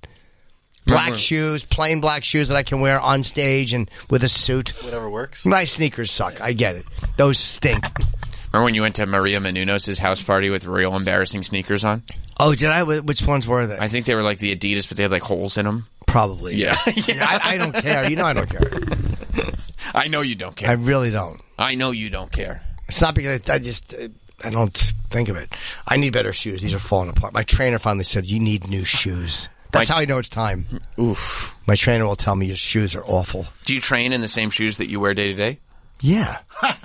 Speaker 3: Black
Speaker 4: Remember-
Speaker 3: shoes, plain black shoes that I can wear on stage and with a suit. Whatever works. My sneakers suck. I get it. Those stink.
Speaker 4: Remember when you went to Maria Menounos' house party with real embarrassing sneakers on?
Speaker 3: Oh, did I? Wh- Which ones were they?
Speaker 4: I think they were like the Adidas, but they had like holes in them.
Speaker 3: Probably.
Speaker 4: Yeah.
Speaker 3: I, I don't care. You know I don't care.
Speaker 4: I know you don't
Speaker 3: I
Speaker 4: care.
Speaker 3: really don't.
Speaker 4: I know you don't care.
Speaker 3: It's not because I, I just uh, I don't think of it. I need better shoes. These are falling apart. My trainer finally said you need new shoes. That's
Speaker 4: My-
Speaker 3: how I know it's time. Oof. My trainer will tell me your shoes are awful.
Speaker 4: Do you train in the same shoes that you wear day to day?
Speaker 3: Yeah.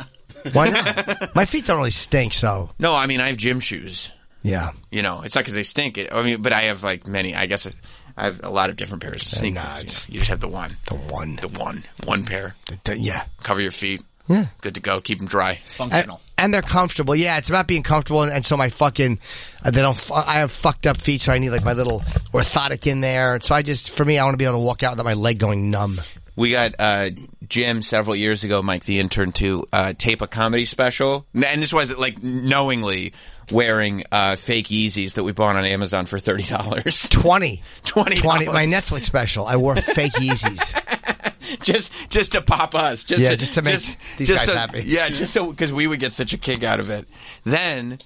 Speaker 3: Why not? My feet don't really stink, so
Speaker 4: No, I mean I have gym shoes.
Speaker 3: yeah.
Speaker 4: You know, it's not because they stink. It, I mean, but I have like many. I guess I have a lot of different pairs of sneakers.
Speaker 3: nah,
Speaker 4: you, know.
Speaker 3: just-
Speaker 4: You just have the one,
Speaker 3: The one.
Speaker 4: the one, one pair.
Speaker 3: The- the- yeah.
Speaker 4: Cover your feet.
Speaker 3: Yeah.
Speaker 4: good to go. Keep them dry.
Speaker 3: And,
Speaker 7: Functional.
Speaker 3: and they're comfortable. Yeah, it's about being comfortable. And, and so my fucking, uh, they don't. fu- I have fucked up feet, so I need like my little orthotic in there. So I just, for me, I want to be able to walk out without my leg going numb.
Speaker 4: We got uh, Jim several years ago, Mike the intern, to uh, tape a comedy special, and this was like knowingly wearing uh, fake Yeezys that we bought on Amazon for thirty dollars.
Speaker 3: Twenty.
Speaker 4: Twenty.
Speaker 3: Twenty. My Netflix special. I wore fake Yeezys.
Speaker 4: just just to pop us. Just
Speaker 3: Yeah,
Speaker 4: to,
Speaker 3: just to make these guys
Speaker 4: so-
Speaker 3: happy.
Speaker 4: Yeah, just so because we would get such a kick out of it. Then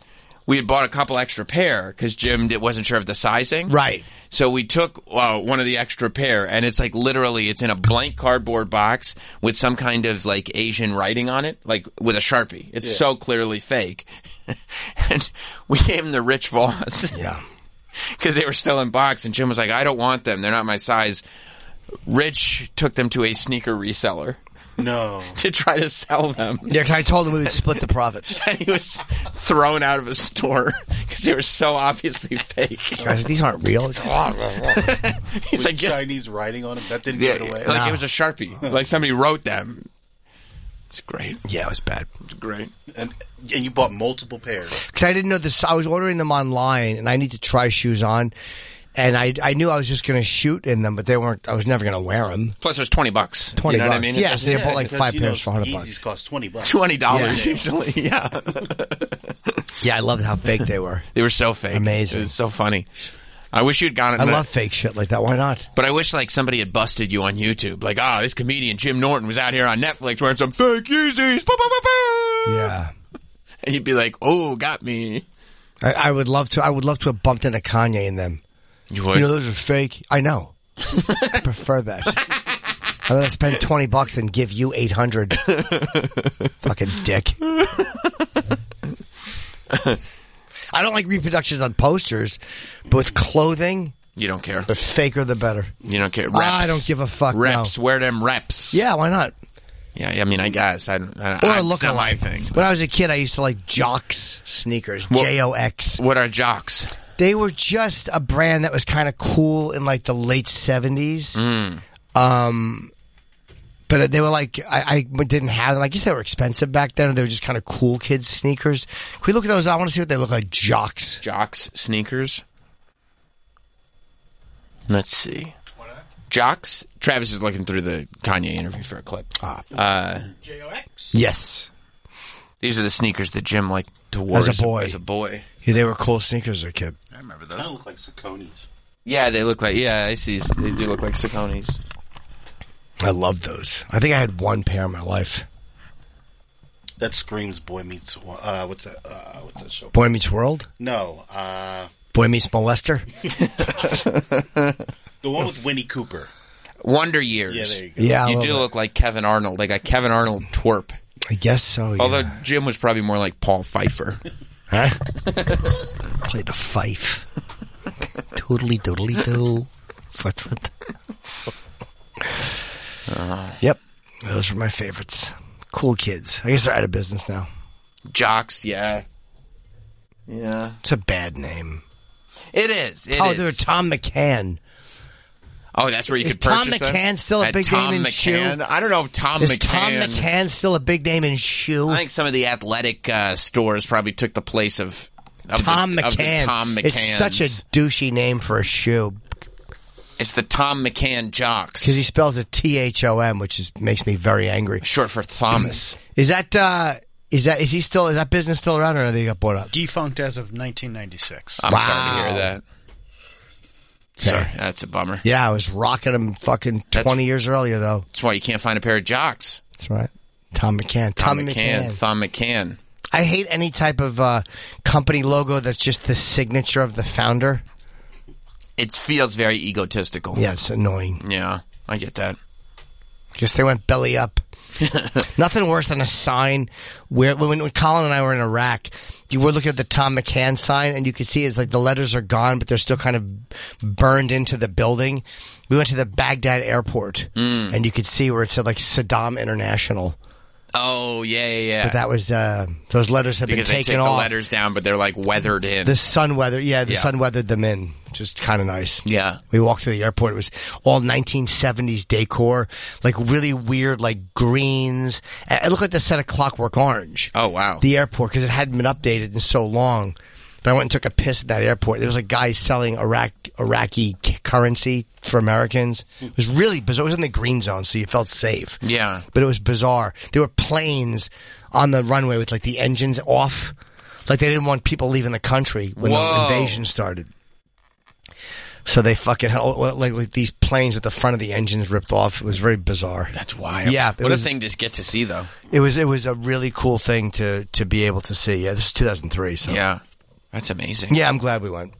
Speaker 4: we had bought a couple extra pair because Jim did, wasn't sure of the sizing.
Speaker 3: Right.
Speaker 4: So we took uh, one of the extra pair, and it's like literally, it's in a blank cardboard box with some kind of like Asian writing on it, like with a sharpie. It's so clearly fake. and we gave him the Rich Voss.
Speaker 3: Yeah.
Speaker 4: because they were still in box. And Jim was like, I don't want them. They're not my size. Rich took them to a sneaker reseller
Speaker 10: No.
Speaker 4: to try to sell them.
Speaker 3: Yeah, 'cause I told him we would split the profits.
Speaker 4: And he was thrown out of a store because they were so obviously fake.
Speaker 3: Guys, these aren't real. It's-
Speaker 4: He's
Speaker 10: With
Speaker 4: like, yeah,
Speaker 10: Chinese writing on them. That didn't
Speaker 4: yeah,
Speaker 10: give it away.
Speaker 4: like it was a sharpie. Like somebody wrote them. It's great.
Speaker 3: yeah, it was bad.
Speaker 4: It's great.
Speaker 10: and, and you bought multiple pairs.
Speaker 3: because I didn't know this. I was ordering them online, and I need to try shoes on. And I, I knew I was just going to shoot in them, but they weren't. I was never going to wear them.
Speaker 4: Plus, it was twenty bucks.
Speaker 3: Twenty
Speaker 4: You know
Speaker 3: bucks.
Speaker 4: what I mean?
Speaker 3: Yeah, so you bought like
Speaker 10: because,
Speaker 3: five
Speaker 10: you know,
Speaker 3: pairs for hundred
Speaker 10: Yeezys
Speaker 3: bucks.
Speaker 10: cost 20 bucks.
Speaker 4: Twenty dollars
Speaker 3: Yeah.
Speaker 4: usually. Yeah,
Speaker 3: Yeah, I loved how fake they were.
Speaker 4: they were so fake.
Speaker 3: Amazing.
Speaker 4: It was so funny. I wish you'd gone.
Speaker 3: I love fake shit like that. Why not?
Speaker 4: But I wish like somebody had busted you on YouTube. Like, ah, this comedian Jim Norton was out here on Netflix wearing some fake Yeezys. Bah, bah, bah, bah.
Speaker 3: Yeah,
Speaker 4: And you'd be like, oh, got me.
Speaker 3: I, I would love to. I would love to have bumped into Kanye in them.
Speaker 4: You would.
Speaker 3: You know, those are fake. I know. I prefer that. I'm gonna spend twenty bucks and give you eight hundred. Fucking dick. I don't like reproductions on posters, but with clothing,
Speaker 4: you don't care.
Speaker 3: the faker the better.
Speaker 4: You don't care. Reps.
Speaker 3: I don't give a fuck,
Speaker 4: Reps.
Speaker 3: no.
Speaker 4: Wear them reps.
Speaker 3: Yeah, why not?
Speaker 4: Yeah. I mean, I guess I don't. I,
Speaker 3: Or
Speaker 4: I,
Speaker 3: a
Speaker 4: it's
Speaker 3: look
Speaker 4: not my
Speaker 3: alike.
Speaker 4: thing.
Speaker 3: When I was a kid, I used to like Jocks sneakers,
Speaker 4: Well-
Speaker 3: J O X.
Speaker 4: What are jocks?
Speaker 3: They were just a brand that was kind of cool in like the late seventies.
Speaker 9: Mm.
Speaker 3: Um,
Speaker 4: Mm.
Speaker 3: but they were like I, I didn't have them. I guess they were expensive back then. They were just kind of cool kids sneakers. Can we look at those? I want to see what they look like. Jocks.
Speaker 4: Jocks sneakers. Let's see. Jocks. Travis is looking through the Kanye interview for a clip.
Speaker 3: Ah.
Speaker 4: Uh,
Speaker 3: Yes.
Speaker 4: These are the sneakers that Jim liked to wear
Speaker 3: As a boy.
Speaker 4: As a boy.
Speaker 3: Yeah, they were cool sneakers as a kid.
Speaker 7: I remember
Speaker 10: That
Speaker 7: those.
Speaker 10: look like Saucony's.
Speaker 4: Yeah, they look like. Yeah, I see. They do look like Saucony's.
Speaker 3: I loved those. I think I had one pair in my life.
Speaker 10: That screams Boy Meets. Wo- Uh, what's that? Uh, what's that show?
Speaker 3: Boy Meets World.
Speaker 10: No. Uh,
Speaker 3: Boy Meets Molester.
Speaker 10: The one with Winnie Cooper.
Speaker 4: Wonder Years.
Speaker 10: Yeah, there you go.
Speaker 3: Yeah, I
Speaker 4: you
Speaker 3: love
Speaker 4: do
Speaker 3: that.
Speaker 4: look like Kevin Arnold, like a Kevin Arnold twerp.
Speaker 3: I guess so. Yeah.
Speaker 4: Although Jim was probably more like Paul Pfeiffer.
Speaker 3: Huh? Played a fife. totally, totally, do. Foot, foot.
Speaker 4: Uh-huh.
Speaker 3: Yep. Those were my favorites. Cool kids. I guess they're out of business now.
Speaker 4: Jocks, yeah. Yeah.
Speaker 3: It's a bad name.
Speaker 4: It is. It
Speaker 3: oh,
Speaker 4: is.
Speaker 3: they were Tom McCann.
Speaker 4: oh, that's where you
Speaker 3: Is
Speaker 4: could
Speaker 3: Tom
Speaker 4: purchase them?
Speaker 3: McCann still a
Speaker 4: That
Speaker 3: big
Speaker 4: Tom
Speaker 3: name in
Speaker 4: McCann.
Speaker 3: shoe?
Speaker 4: I don't know if Tom
Speaker 3: Is
Speaker 4: McCann.
Speaker 3: Tom McCann still a big name in shoe?
Speaker 4: I think some of the athletic uh, stores probably took the place of, of
Speaker 3: Tom
Speaker 4: the, of the
Speaker 3: McCann.
Speaker 4: Tom McCann.
Speaker 3: It's such a douchey name for a shoe
Speaker 4: It's the Tom McCann jocks.
Speaker 3: because he spells it T H O M, which is, makes me very angry.
Speaker 4: short for Thomas.
Speaker 3: Is that uh, is that is he still is that business still around or are they got bought up?
Speaker 5: Defunct as of 1996.
Speaker 4: I'm sorry to hear that. Sorry,
Speaker 3: Okay.
Speaker 4: that's a bummer.
Speaker 3: Yeah, I was rocking him fucking
Speaker 4: That's-
Speaker 3: twenty years earlier though.
Speaker 4: That's why you can't find a pair of jocks.
Speaker 3: That's right. Tom McCann.
Speaker 4: Tom
Speaker 3: Tom,
Speaker 4: McCann,
Speaker 3: McCann.
Speaker 4: Tom McCann.
Speaker 3: I hate any type of uh, company logo that's just the signature of the founder.
Speaker 4: It feels very egotistical.
Speaker 3: Yeah, it's annoying.
Speaker 4: Yeah, I get that.
Speaker 3: Just they went belly up. Nothing worse than a sign where when, when Colin and I were in Iraq, you were looking at the Tom McCann sign and you could see it's like the letters are gone, but they're still kind of burned into the building. We went to the Baghdad airport
Speaker 4: Hmm.
Speaker 3: and you could see where it said like Saddam International,
Speaker 4: Oh yeah, yeah, yeah.
Speaker 3: but that was uh, those letters had
Speaker 4: because
Speaker 3: been
Speaker 4: they
Speaker 3: taken
Speaker 4: take the
Speaker 3: off.
Speaker 4: letters down, but they're like weathered in.
Speaker 3: The sun weather, yeah, the
Speaker 4: Yeah.
Speaker 3: sun weathered them in, which is kind of nice.
Speaker 4: Yeah.
Speaker 3: we walked to the airport. It was all 1970s decor, like really weird, like greens. And It looked like the set of Clockwork Orange.
Speaker 4: oh wow.
Speaker 3: The airport because it hadn't been updated in so long. But I went and took a piss at that airport. There was a guy selling Iraq Iraqi c- currency for Americans. It was really bizarre. It was in the green zone, so you felt safe.
Speaker 4: Hmm. Yeah.
Speaker 3: but it was bizarre. There were planes on the runway with like the engines off, like they didn't want people leaving the country when
Speaker 4: Whoa.
Speaker 3: the invasion started. So they fucking had all, like, like these planes with the front of the engines ripped off. It was very bizarre.
Speaker 4: That's wild.
Speaker 3: Yeah, it
Speaker 4: What
Speaker 3: was-
Speaker 4: a thing to get to see though.
Speaker 3: It was it was a really cool thing to to be able to see. Yeah, this is 2003. So
Speaker 4: Yeah. That's amazing.
Speaker 3: yeah, I'm glad we went.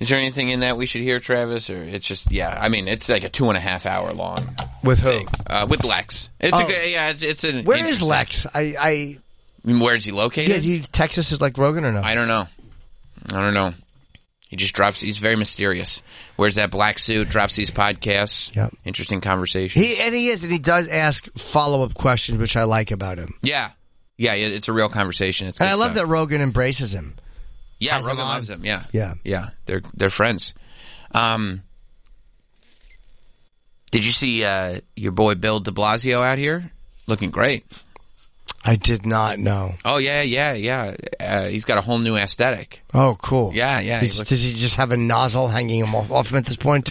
Speaker 4: Is there anything in that we should hear, Travis? Or it's just yeah. I mean, it's like a two and a half hour long
Speaker 3: With who?
Speaker 4: thing uh, with Lex. It's a
Speaker 3: Oh.
Speaker 4: good, yeah. It's it's an
Speaker 3: Where is
Speaker 4: interesting-
Speaker 3: Lex? I I
Speaker 4: Where is he located?
Speaker 3: yeah, is he Texas is like Rogan or no?
Speaker 4: I don't know. I don't know. He just drops. He's very mysterious. Wears that black suit. Drops these podcasts.
Speaker 3: Yep.
Speaker 4: Interesting conversation.
Speaker 3: He and he is and he does ask follow up questions, which I like about him.
Speaker 4: yeah. Yeah. yeah, It's a real conversation. It's
Speaker 3: And
Speaker 4: good
Speaker 3: I love
Speaker 4: stuff.
Speaker 3: that Rogan embraces him.
Speaker 4: Yeah,
Speaker 3: has him
Speaker 4: Rogan
Speaker 3: on.
Speaker 4: loves him. Yeah.
Speaker 3: Yeah.
Speaker 4: Yeah. They're they're friends. Um. Did you see uh, your boy Bill De Blasio out here? Looking great.
Speaker 3: I did not know.
Speaker 4: Oh yeah, yeah, yeah. Uh, he's got a whole new aesthetic.
Speaker 3: Oh, cool.
Speaker 4: Yeah, yeah,
Speaker 3: Does,
Speaker 4: he looks-
Speaker 3: does he just have a nozzle hanging him off, off him at this point?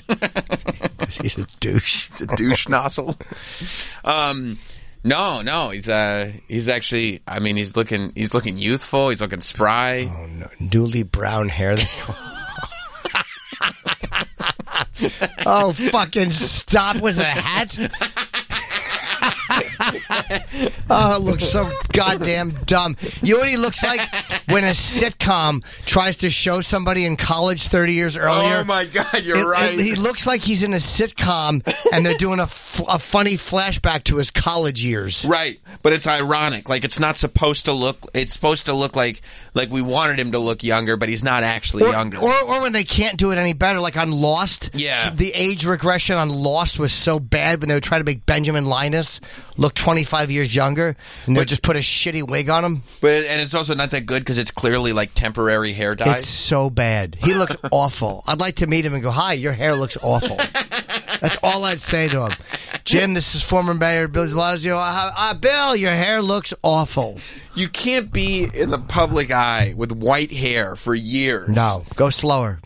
Speaker 3: He's a douche.
Speaker 4: He's a douche nozzle. um, no, no, he's uh, he's actually. I mean, he's looking, he's looking youthful. He's looking spry.
Speaker 3: Oh, no. Newly brown hair. oh, fucking stop. Was it a hat? oh, it looks so goddamn dumb. You know what he looks like when a sitcom tries to show somebody in college 30 years earlier?
Speaker 4: Oh, god, you're
Speaker 3: It- it- he looks like he's in a sitcom and they're doing a, f- a funny flashback to his college years.
Speaker 4: Right, but it's ironic. Like it's not supposed to look. It's supposed to look like like we wanted him to look younger, but he's not actually
Speaker 3: Or,
Speaker 4: younger.
Speaker 3: or, or when they can't do it any better, like on Lost.
Speaker 4: Yeah.
Speaker 3: The age regression on Lost was so bad when they would try to make Benjamin Linus look 25 years younger and they would just put a shitty wig on him.
Speaker 4: but and it's also not that good because it's clearly like temporary hair dye.
Speaker 3: It's so bad. He looks awful. I'd like to meet him and go, Hi, your hair looks awful. That's all I'd say to him. Jim, this is former Mayor Bill de Blasio. Uh, uh, Bill, your hair looks awful.
Speaker 4: you can't be in the public eye with white hair for years,
Speaker 3: No, go slower.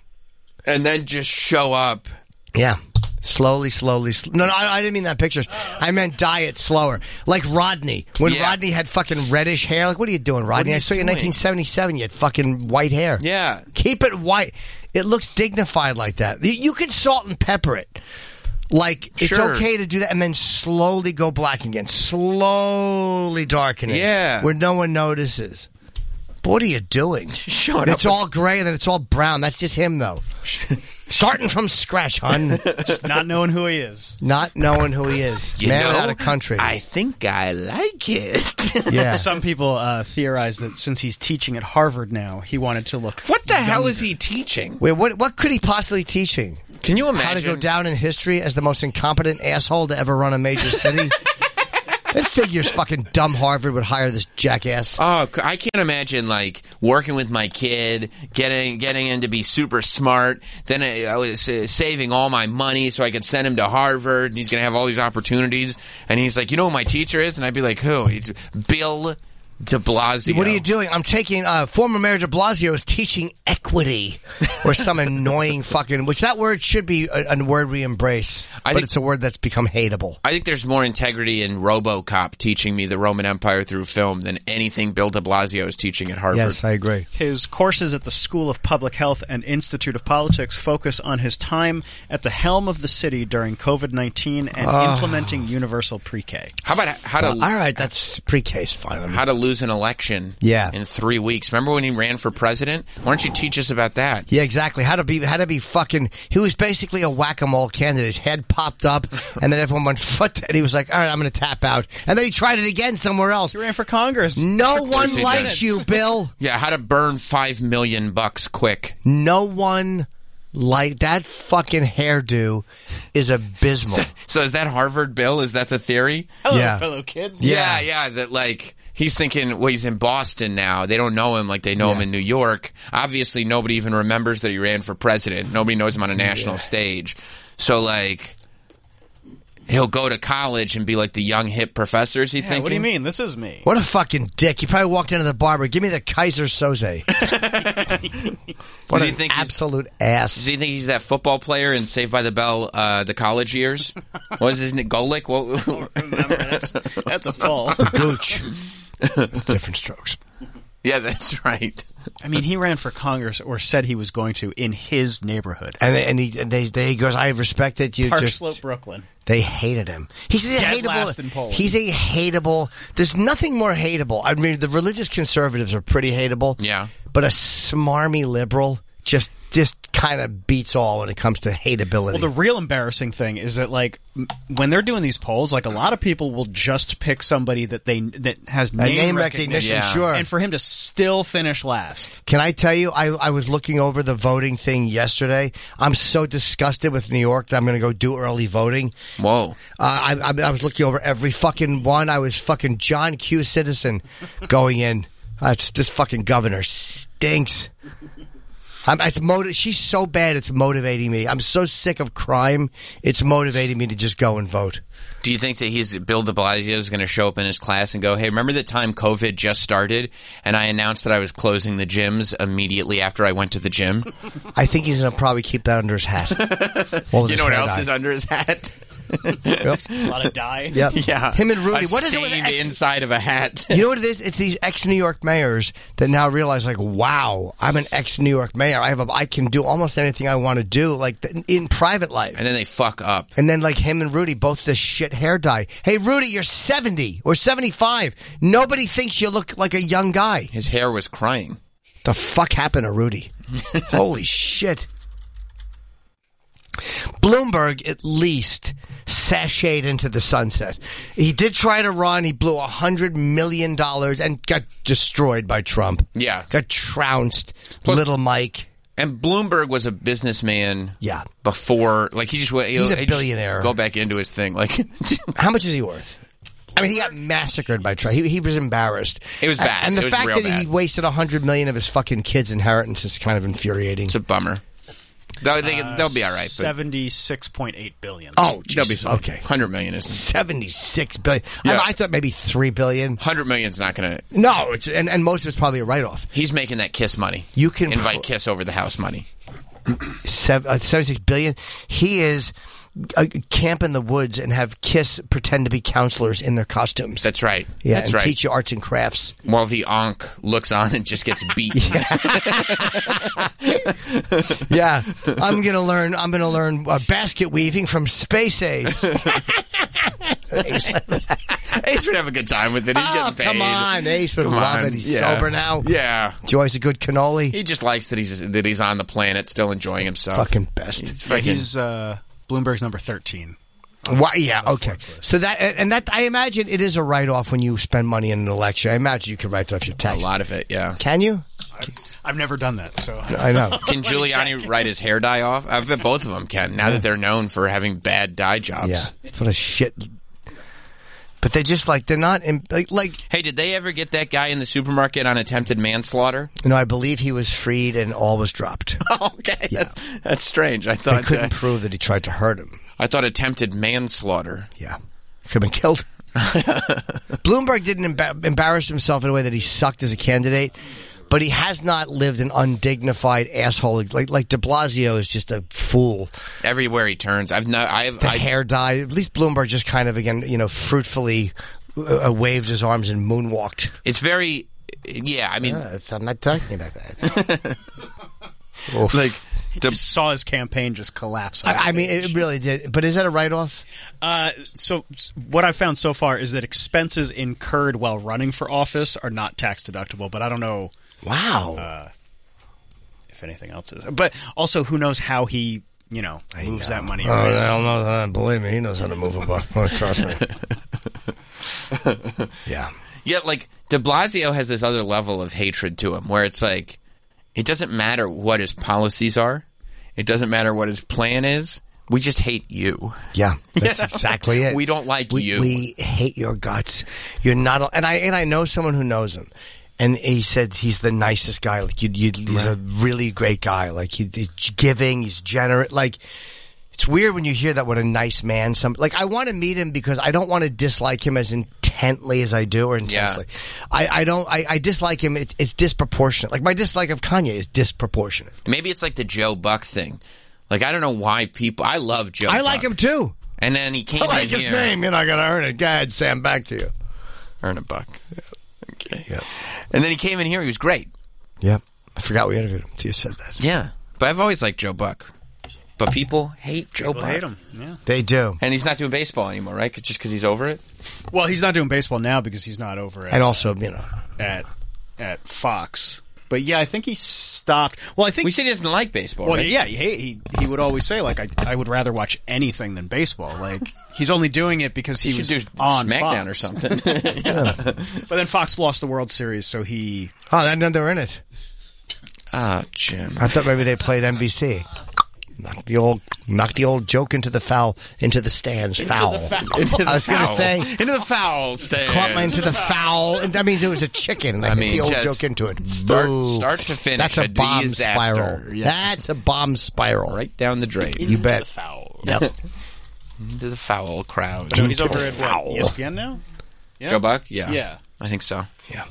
Speaker 4: and then just show up.
Speaker 3: Yeah. Slowly, slowly, sl- no, no, I, I didn't mean that picture. I meant dye it slower, like Rodney. When
Speaker 4: Yeah.
Speaker 3: Rodney had fucking reddish hair, like, what are you doing, Rodney?
Speaker 4: you
Speaker 3: I saw you in
Speaker 4: doing?
Speaker 3: 1977. You had fucking white hair.
Speaker 4: Yeah,
Speaker 3: keep it white. It looks dignified like that. You, you can salt and pepper it. Like it's
Speaker 4: Sure.
Speaker 3: okay to do that, and then slowly go black again, slowly darken it,
Speaker 4: Yeah.
Speaker 3: where no one notices. But what are you doing?
Speaker 4: Shut
Speaker 3: It's
Speaker 4: up.
Speaker 3: all gray and then it's all brown. That's just him, though. Starting from scratch, hun.
Speaker 5: Just not knowing who he is.
Speaker 3: Not knowing who he is.
Speaker 4: You
Speaker 3: Man
Speaker 4: know,
Speaker 3: without a country.
Speaker 4: I think I like it.
Speaker 3: yeah.
Speaker 5: Some people uh, theorize that since he's teaching at Harvard now, he wanted to look.
Speaker 4: what the hell is he teaching?
Speaker 3: Wait, what, what could he possibly teaching?
Speaker 4: Can you imagine?
Speaker 3: How to go down in history as the most incompetent asshole to ever run a major city? It figures fucking dumb Harvard would hire this jackass.
Speaker 4: Oh, c- I can't imagine like working with my kid, getting getting him to be super smart. Then I, I was uh, saving all my money so I could send him to Harvard, and he's gonna have all these opportunities. And he's like, you know who my teacher is? And I'd be like, who? He's Bill De Blasio.
Speaker 3: What are you doing? I'm taking uh, former Mayor De Blasio is teaching equity or some annoying fucking. Which that word should be a, a word we embrace,
Speaker 4: I
Speaker 3: but
Speaker 4: think-
Speaker 3: it's a word that's become hateable.
Speaker 4: I think there's more integrity in RoboCop teaching me the Roman Empire through film than anything Bill De Blasio is teaching at Harvard.
Speaker 3: Yes, I agree.
Speaker 5: His courses at the School of Public Health and Institute of Politics focus on his time at the helm of the city during COVID 19 and
Speaker 3: Ah.
Speaker 5: implementing universal pre K.
Speaker 4: How about how to
Speaker 3: All right, that's pre-case fine.
Speaker 4: how to lose an election?
Speaker 3: Yeah.
Speaker 4: in three weeks. Remember when he ran for president? Why don't you teach us about that?
Speaker 3: Yeah, exactly. How to be how to be fucking. He was basically a whack-a-mole candidate. His head popped up, and then everyone went foot, and he was like, "All right, I'm going to tap out." And then he tried it again somewhere else.
Speaker 5: He ran for Congress.
Speaker 3: No one
Speaker 4: minutes.
Speaker 3: likes you, Bill.
Speaker 4: Yeah, how to burn five million bucks quick.
Speaker 3: No one like that fucking hairdo is abysmal.
Speaker 4: So is that Harvard Bill? Is that the theory?
Speaker 5: Hello,
Speaker 3: Yeah.
Speaker 5: fellow kids.
Speaker 4: Yeah, yeah. That like he's thinking, well, he's in Boston now. They don't know him like they know him in New York. Obviously, nobody even remembers that he ran for president. Nobody knows him on a national stage. So like, he'll go to college and be like the young hip professor. Is he
Speaker 5: Yeah,
Speaker 4: thinking?
Speaker 5: what do you mean? This is me.
Speaker 3: What a fucking dick! He probably walked into the barber. Give me the Kaiser Soze. what
Speaker 4: Does he
Speaker 3: an
Speaker 4: think he's-
Speaker 3: absolute
Speaker 4: Does
Speaker 3: ass.
Speaker 4: he think he's that football player in Saved by the Bell, uh, the college years? What was his name? Golick? What,
Speaker 5: Remember, that's, that's a fall.
Speaker 3: Gooch. it's different strokes.
Speaker 4: yeah, that's right.
Speaker 5: I mean, he ran for Congress or said he was going to in his neighborhood.
Speaker 3: And they, and he and they, they he goes. I respect that you
Speaker 5: Park
Speaker 3: just
Speaker 5: Slope, Brooklyn.
Speaker 3: They hated him. He's a
Speaker 5: Dead
Speaker 3: hateable.
Speaker 5: last in Poland.
Speaker 3: He's a hateable. There's nothing more hateable. I mean, the religious conservatives are pretty hateable.
Speaker 4: Yeah.
Speaker 3: But a smarmy liberal just just kind of beats all when it comes to hateability.
Speaker 5: Well, the real embarrassing thing is that, like, m- when they're doing these polls, like a lot of people will just pick somebody that they that has
Speaker 3: a
Speaker 5: name,
Speaker 3: name
Speaker 5: recognition,
Speaker 3: recognition,
Speaker 4: Yeah.
Speaker 3: sure.
Speaker 5: and for him to still finish last.
Speaker 3: Can I tell you? I, I was looking over the voting thing yesterday. I'm so disgusted with New York that I'm going to go do early voting.
Speaker 4: Whoa.
Speaker 3: Uh, I, I, I was looking over every fucking one. I was fucking John Q. Citizen going in. That's this fucking governor stinks. I'm, it's motiv- she's so bad. It's motivating me. I'm so sick of crime. It's motivating me to just go and vote.
Speaker 4: Do you think that he's Bill De Blasio is going to show up in his class and go, "Hey, remember the time COVID just started and I announced that I was closing the gyms immediately after I went to the gym"?
Speaker 3: I think he's gonna probably keep that under his hat.
Speaker 4: you know what else is under his hat?
Speaker 5: A lot of die.
Speaker 3: Yep.
Speaker 4: yeah,
Speaker 3: Him and Rudy.
Speaker 4: A
Speaker 3: What is it with
Speaker 4: stained
Speaker 3: ex-
Speaker 4: inside of a hat?
Speaker 3: You know what it is? It's these ex New York mayors that now realize, like, wow, I'm an ex New York mayor. I have, a, I can do almost anything I want to do, like th- in private life.
Speaker 4: and then they fuck up.
Speaker 3: And then like him and Rudy, both the shit hair dye. Hey Rudy, you're 70 or 75. Nobody thinks you look like a young guy.
Speaker 4: His hair was crying.
Speaker 3: The fuck happened to Rudy? Holy shit. Bloomberg at least sashayed into the sunset. He did try to run. He blew a hundred million dollars and got destroyed by Trump.
Speaker 4: Yeah.
Speaker 3: Got trounced. little Mike.
Speaker 4: And Bloomberg was a businessman.
Speaker 3: Yeah.
Speaker 4: Before, like he just went.
Speaker 3: He's a
Speaker 4: he just
Speaker 3: billionaire.
Speaker 4: Go back into his thing. Like
Speaker 3: How much is he worth? I mean, he got massacred by Trump. He, he was embarrassed.
Speaker 4: It was
Speaker 3: And-
Speaker 4: bad.
Speaker 3: And the
Speaker 4: It was
Speaker 3: fact
Speaker 4: real
Speaker 3: that he
Speaker 4: bad.
Speaker 3: wasted a hundred million of his fucking kids' inheritance is kind of infuriating.
Speaker 4: it's a bummer. They'll, they, will be all right. But
Speaker 5: Uh, Seventy-six point eight billion.
Speaker 3: oh,
Speaker 4: they'll
Speaker 3: Jesus.
Speaker 4: be fine.
Speaker 3: okay.
Speaker 4: Hundred million is
Speaker 3: Seventy-six billion.
Speaker 4: Yeah.
Speaker 3: I, I thought maybe three billion.
Speaker 4: hundred million's not going to.
Speaker 3: No, it's, and and most of it's probably a write-off.
Speaker 4: He's making that kiss money.
Speaker 3: You can
Speaker 4: invite
Speaker 3: pro-
Speaker 4: kiss over the house money.
Speaker 3: Seven, uh, Seventy-six billion. He is uh, camp in the woods and have Kiss pretend to be counselors in their costumes.
Speaker 4: That's right.
Speaker 3: yeah,
Speaker 4: That's
Speaker 3: and
Speaker 4: right.
Speaker 3: teach you arts and crafts.
Speaker 4: While the onk looks on and just gets beat.
Speaker 3: Yeah, I'm gonna learn. I'm gonna learn uh, basket weaving from Space Ace.
Speaker 4: Ace would have a good time with it. He's
Speaker 3: Oh,
Speaker 4: getting paid.
Speaker 3: come on. Ace would
Speaker 4: Come
Speaker 3: love
Speaker 4: on.
Speaker 3: it. He's
Speaker 4: Yeah.
Speaker 3: sober now.
Speaker 4: Yeah.
Speaker 3: Enjoys a good cannoli.
Speaker 4: He just likes that he's that he's on the planet, still enjoying himself.
Speaker 3: Fucking best.
Speaker 4: He's
Speaker 5: Yeah,
Speaker 4: fucking-
Speaker 5: he's uh, Bloomberg's number thirteen.
Speaker 3: Why, yeah, okay. So that and that I imagine it is a write off when you spend money in an election. I imagine you can write off your
Speaker 4: a
Speaker 3: tax.
Speaker 4: lot of it. Yeah.
Speaker 3: Can you?
Speaker 5: I've never done that, so
Speaker 3: I know.
Speaker 4: Can Giuliani write his hair dye off? I bet both of them can. Now that they're known for having bad dye jobs.
Speaker 3: yeah. What a shit. But they're just like they're not in, like, like
Speaker 4: Hey, did they ever get that guy in the supermarket on attempted manslaughter?
Speaker 3: you know. I believe he was freed and all was dropped.
Speaker 4: okay,
Speaker 3: Yeah.
Speaker 4: that's, that's strange. I
Speaker 3: I
Speaker 4: thought uh,
Speaker 3: couldn't prove that he tried to hurt him.
Speaker 4: I thought attempted manslaughter.
Speaker 3: Yeah, could have been killed. Bloomberg didn't emba- embarrass himself in a way that he sucked as a candidate, but he has not lived an undignified asshole like like De Blasio is just a fool.
Speaker 4: Everywhere he turns, I've no, I've,
Speaker 3: the
Speaker 4: I,
Speaker 3: hair dye. At least Bloomberg just kind of again, you know, fruitfully uh, uh, waved his arms and moonwalked.
Speaker 4: it's very, yeah. I mean,
Speaker 3: I'm Ah, not talking about that.
Speaker 4: like,
Speaker 5: Just saw his campaign just collapse. on
Speaker 3: I, I mean,
Speaker 5: stage.
Speaker 3: it really did. But is that a write-off?
Speaker 5: Uh, so s- what I've found so far is that expenses incurred while running for office are not tax deductible, but I don't know
Speaker 3: Wow.
Speaker 5: if anything else is. But also, who knows how he, you know, moves that money?
Speaker 3: Oh,
Speaker 5: around.
Speaker 3: I don't know. Uh, Believe me, he knows how to move a buck. Oh, Trust me. yeah.
Speaker 4: yet like De Blasio has this other level of hatred to him, where it's like, it doesn't matter what his policies are, it doesn't matter what his plan is. We just hate you.
Speaker 3: Yeah, that's exactly it.
Speaker 4: We don't like
Speaker 3: we,
Speaker 4: you.
Speaker 3: We hate your guts. You're not. a- And I and I know someone who knows him, and he said he's the nicest guy. Like you, you he's a really great guy. Like he, he's giving. He's generous. Like it's weird when you hear that. What a nice man. Some like I want to meet him because I don't want to dislike him as intently as I do or intensely. I, I don't. I, I dislike him. It's, it's disproportionate. Like my dislike of Kanye is disproportionate.
Speaker 4: Maybe it's like the Joe Buck thing. Like I don't know why people. I love Joe.
Speaker 3: I like
Speaker 4: Buck.
Speaker 3: him too.
Speaker 4: And then he came
Speaker 3: I like
Speaker 4: in
Speaker 3: his
Speaker 4: here.
Speaker 3: name. You're not gonna earn it. Go ahead, Sam. Back to you.
Speaker 4: Earn a buck. Okay. And then he came in here. He was great.
Speaker 3: Yep. I forgot we interviewed him. Tia said that.
Speaker 4: Yeah. But I've always liked Joe Buck. But people hate Joe
Speaker 5: People
Speaker 4: Buck.
Speaker 5: hate him. Yeah.
Speaker 3: They do.
Speaker 4: And he's not doing baseball anymore, right? 'Cause- Just because he's over it.
Speaker 5: Well, he's not doing baseball now because he's not over at
Speaker 3: And also, you know,
Speaker 5: at, at Fox. But yeah, I think he stopped. Well, I think
Speaker 4: We said he doesn't like baseball.
Speaker 5: Well,
Speaker 4: right?
Speaker 5: yeah, he, he he would always say like I, I would rather watch anything than baseball. Like he's only doing it because he,
Speaker 4: He should
Speaker 5: was
Speaker 4: do
Speaker 5: on
Speaker 4: SmackDown
Speaker 5: Fox.
Speaker 4: or something.
Speaker 5: But then Fox lost the World Series, so he
Speaker 3: oh, and then they're in it.
Speaker 4: Ah, Jim.
Speaker 3: I thought maybe they played NBC. Knock the old, knock the old joke into the foul, into the stands, foul.
Speaker 4: Into the
Speaker 3: I was going
Speaker 4: foul.
Speaker 3: to say,
Speaker 4: into the foul stand.
Speaker 3: caught my into the foul, and that means it was a chicken. And I,
Speaker 4: I
Speaker 3: hit
Speaker 4: mean,
Speaker 3: the old
Speaker 4: just
Speaker 3: joke into it.
Speaker 4: start-
Speaker 3: Boo.
Speaker 4: start to finish,
Speaker 3: That's a,
Speaker 4: a
Speaker 3: bomb
Speaker 4: disaster.
Speaker 3: spiral.
Speaker 4: Yeah.
Speaker 3: That's a bomb spiral.
Speaker 4: right down the drain.
Speaker 3: You bet.
Speaker 5: foul.
Speaker 3: Yep.
Speaker 4: into the foul crowd.
Speaker 3: No,
Speaker 5: He's over at what, E
Speaker 3: Foul.
Speaker 5: ESPN now. Yeah?
Speaker 4: Joe Buck. Yeah.
Speaker 5: Yeah.
Speaker 4: I think so.
Speaker 3: Yeah.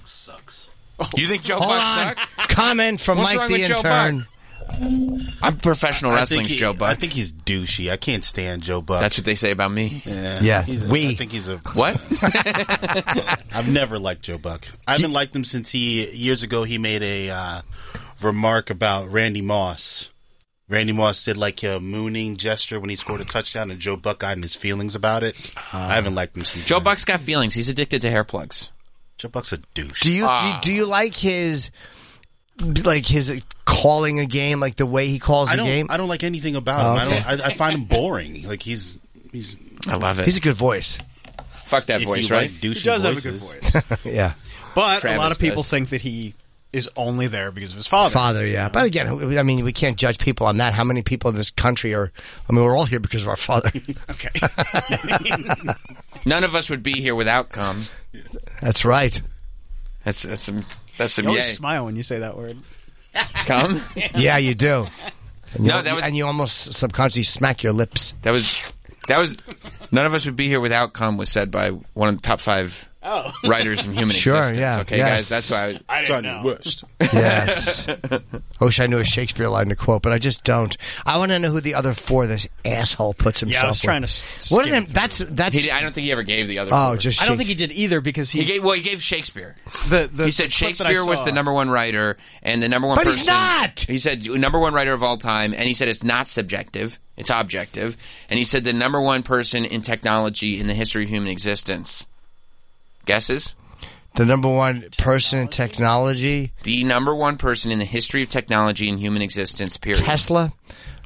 Speaker 4: You think Joe
Speaker 3: Hold
Speaker 4: Buck
Speaker 3: on.
Speaker 4: sucked?
Speaker 3: Comment from
Speaker 4: What's
Speaker 3: Mike
Speaker 4: wrong
Speaker 3: the
Speaker 4: with Joe
Speaker 3: intern.
Speaker 4: I'm professional
Speaker 10: I
Speaker 4: wrestling's
Speaker 10: think he-
Speaker 4: Joe Buck.
Speaker 10: I think he's douchey. I can't stand Joe Buck.
Speaker 4: That's what they say about me.
Speaker 10: yeah.
Speaker 3: Yeah,
Speaker 10: He's a,
Speaker 3: we.
Speaker 10: I think he's a.
Speaker 4: What?
Speaker 10: I've never liked Joe Buck. I haven't liked him since he years ago. He made a uh, remark about Randy Moss. Randy Moss did like a mooning gesture when he scored a touchdown, and Joe Buck got in his feelings about it.
Speaker 3: Uh-huh.
Speaker 10: I haven't liked him since.
Speaker 4: Joe
Speaker 10: then.
Speaker 4: Buck's got feelings. He's addicted to hair plugs. Ah.
Speaker 10: Joe Buck's a douche.
Speaker 3: Do you
Speaker 10: Ah.
Speaker 3: do, you, do you like his like his calling a game, like the way he calls
Speaker 10: I
Speaker 3: a
Speaker 10: don't.
Speaker 3: game?
Speaker 10: I don't like anything about
Speaker 3: Oh,
Speaker 10: him.
Speaker 3: okay.
Speaker 10: I don't. I, I find him boring. Like he's he's.
Speaker 4: I love it.
Speaker 3: He's a good voice.
Speaker 4: Fuck that
Speaker 10: if
Speaker 4: voice,
Speaker 10: you
Speaker 4: right?
Speaker 10: Like
Speaker 5: He
Speaker 10: douchey
Speaker 5: does have a
Speaker 10: voices,
Speaker 5: good voice,
Speaker 3: Yeah.
Speaker 5: but
Speaker 4: Travis
Speaker 5: a lot of people
Speaker 4: does.
Speaker 5: think that he is only there because of his father.
Speaker 3: Father, yeah. But again, who- I mean, we can't judge people on that. How many people in this country are, I mean, we're all here because of our father.
Speaker 5: Okay.
Speaker 4: None of us would be here without cum.
Speaker 3: That's right.
Speaker 4: That's that's some that's some
Speaker 5: You
Speaker 4: yay.
Speaker 5: always smile when you say that word.
Speaker 4: cum.
Speaker 3: Yeah, you do. And you,
Speaker 4: No, that was-
Speaker 3: And you almost subconsciously smack your lips.
Speaker 4: That was that was. None of us would be here without cum. Was said by one of the top five
Speaker 5: Oh.
Speaker 4: writers in human
Speaker 3: Sure,
Speaker 4: existence.
Speaker 3: yeah,
Speaker 4: Okay,
Speaker 3: yes.
Speaker 4: guys, that's why. I,
Speaker 10: Kanye West.
Speaker 3: Yes. I wish I knew a Shakespeare line to quote, but I just don't. I want to know who the other four this asshole puts himself
Speaker 5: Yeah, I was trying to.
Speaker 3: with.
Speaker 5: s-
Speaker 3: What
Speaker 5: skim
Speaker 3: an,
Speaker 5: through.
Speaker 3: that's, that's,
Speaker 4: he, I don't think he ever gave the other.
Speaker 3: oh,
Speaker 4: four.
Speaker 3: just
Speaker 5: I don't
Speaker 3: Shake-
Speaker 5: think he did either because he,
Speaker 4: He gave, well, he gave Shakespeare.
Speaker 5: the, the
Speaker 4: He said
Speaker 5: the clip that I
Speaker 4: Shakespeare was
Speaker 5: saw-
Speaker 4: the number one writer and the number one.
Speaker 3: But he's
Speaker 4: person,
Speaker 3: not!
Speaker 4: He said number one writer of all time, and he said it's not subjective; it's objective. And he said the number one person in technology in the history of human existence Guesses?
Speaker 3: The number one person in technology,
Speaker 4: The number one person in the history of technology and human existence, period.
Speaker 3: Tesla.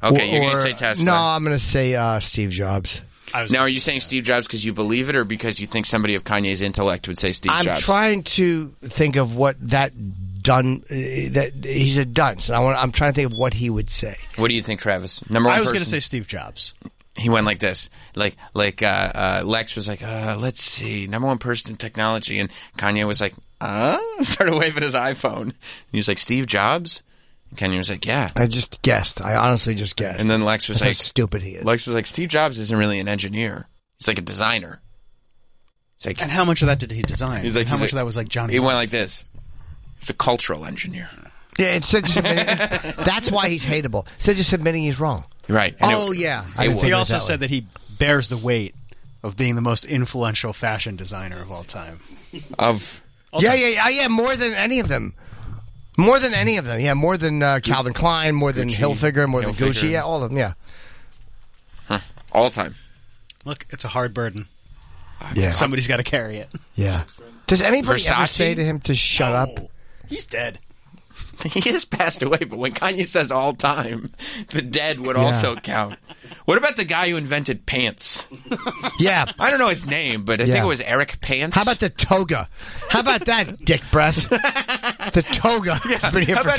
Speaker 4: Okay, you're gonna
Speaker 3: Or-
Speaker 4: say Tesla.
Speaker 3: No, I'm going to say uh, Steve Jobs.
Speaker 4: Now, are you saying Steve Jobs because you believe it, or because you think somebody of Kanye's intellect would say Steve
Speaker 3: I'm
Speaker 4: Jobs?
Speaker 3: trying to think of what that done. Uh, that he's a dunce, and I want. I'm trying to think of what he would say.
Speaker 4: what do you think, Travis? Number one.
Speaker 5: I was
Speaker 4: person,
Speaker 5: going to say Steve Jobs.
Speaker 4: he went like this, like like uh, uh, Lex was like, uh, let's see, number one person in technology, and Kanye was like, uh, started waving his iPhone. And he was like, Steve Jobs. And Kanye was like, yeah.
Speaker 3: I just guessed. I honestly just guessed.
Speaker 4: And then Lex was
Speaker 3: That's how
Speaker 4: like,
Speaker 3: stupid he is.
Speaker 4: Lex was like, Steve Jobs isn't really an engineer. He's like a designer. It's like
Speaker 5: And how much of that did he design?
Speaker 4: he's like
Speaker 5: how
Speaker 4: he's
Speaker 5: much
Speaker 4: like-
Speaker 5: of that was like Johnny?
Speaker 4: He went like this. He's a cultural engineer.
Speaker 3: yeah, it's such a, it's- that's why he's hateable. Instead of just admitting he's wrong.
Speaker 4: Right. And
Speaker 3: Oh
Speaker 4: it-
Speaker 3: yeah. I
Speaker 5: He,
Speaker 3: didn't think of it
Speaker 5: also
Speaker 3: way.
Speaker 5: said that he bears the weight of being the most influential fashion designer of all time.
Speaker 4: Of
Speaker 3: Yeah, yeah, yeah, yeah. More than any of them. More than any of them. Yeah, more than uh, Calvin Klein, more than Hilfiger, more than
Speaker 4: Hilfiger.
Speaker 3: Gucci. Yeah, all of them. Yeah.
Speaker 4: all time.
Speaker 5: Look, it's a hard burden.
Speaker 3: Yeah.
Speaker 5: Somebody's got to carry it.
Speaker 3: yeah. Does anybody ever
Speaker 4: Versace?
Speaker 3: say to him to shut up?
Speaker 5: He's dead.
Speaker 4: He has passed away, but when Kanye says all time, the dead would also count. What about the guy who invented pants?
Speaker 3: Yeah.
Speaker 4: I don't know his name, but I
Speaker 3: Yeah.
Speaker 4: think it was Eric Pants.
Speaker 3: How about the toga? How about that, dick breath? The toga has been here
Speaker 4: How
Speaker 3: for
Speaker 4: about-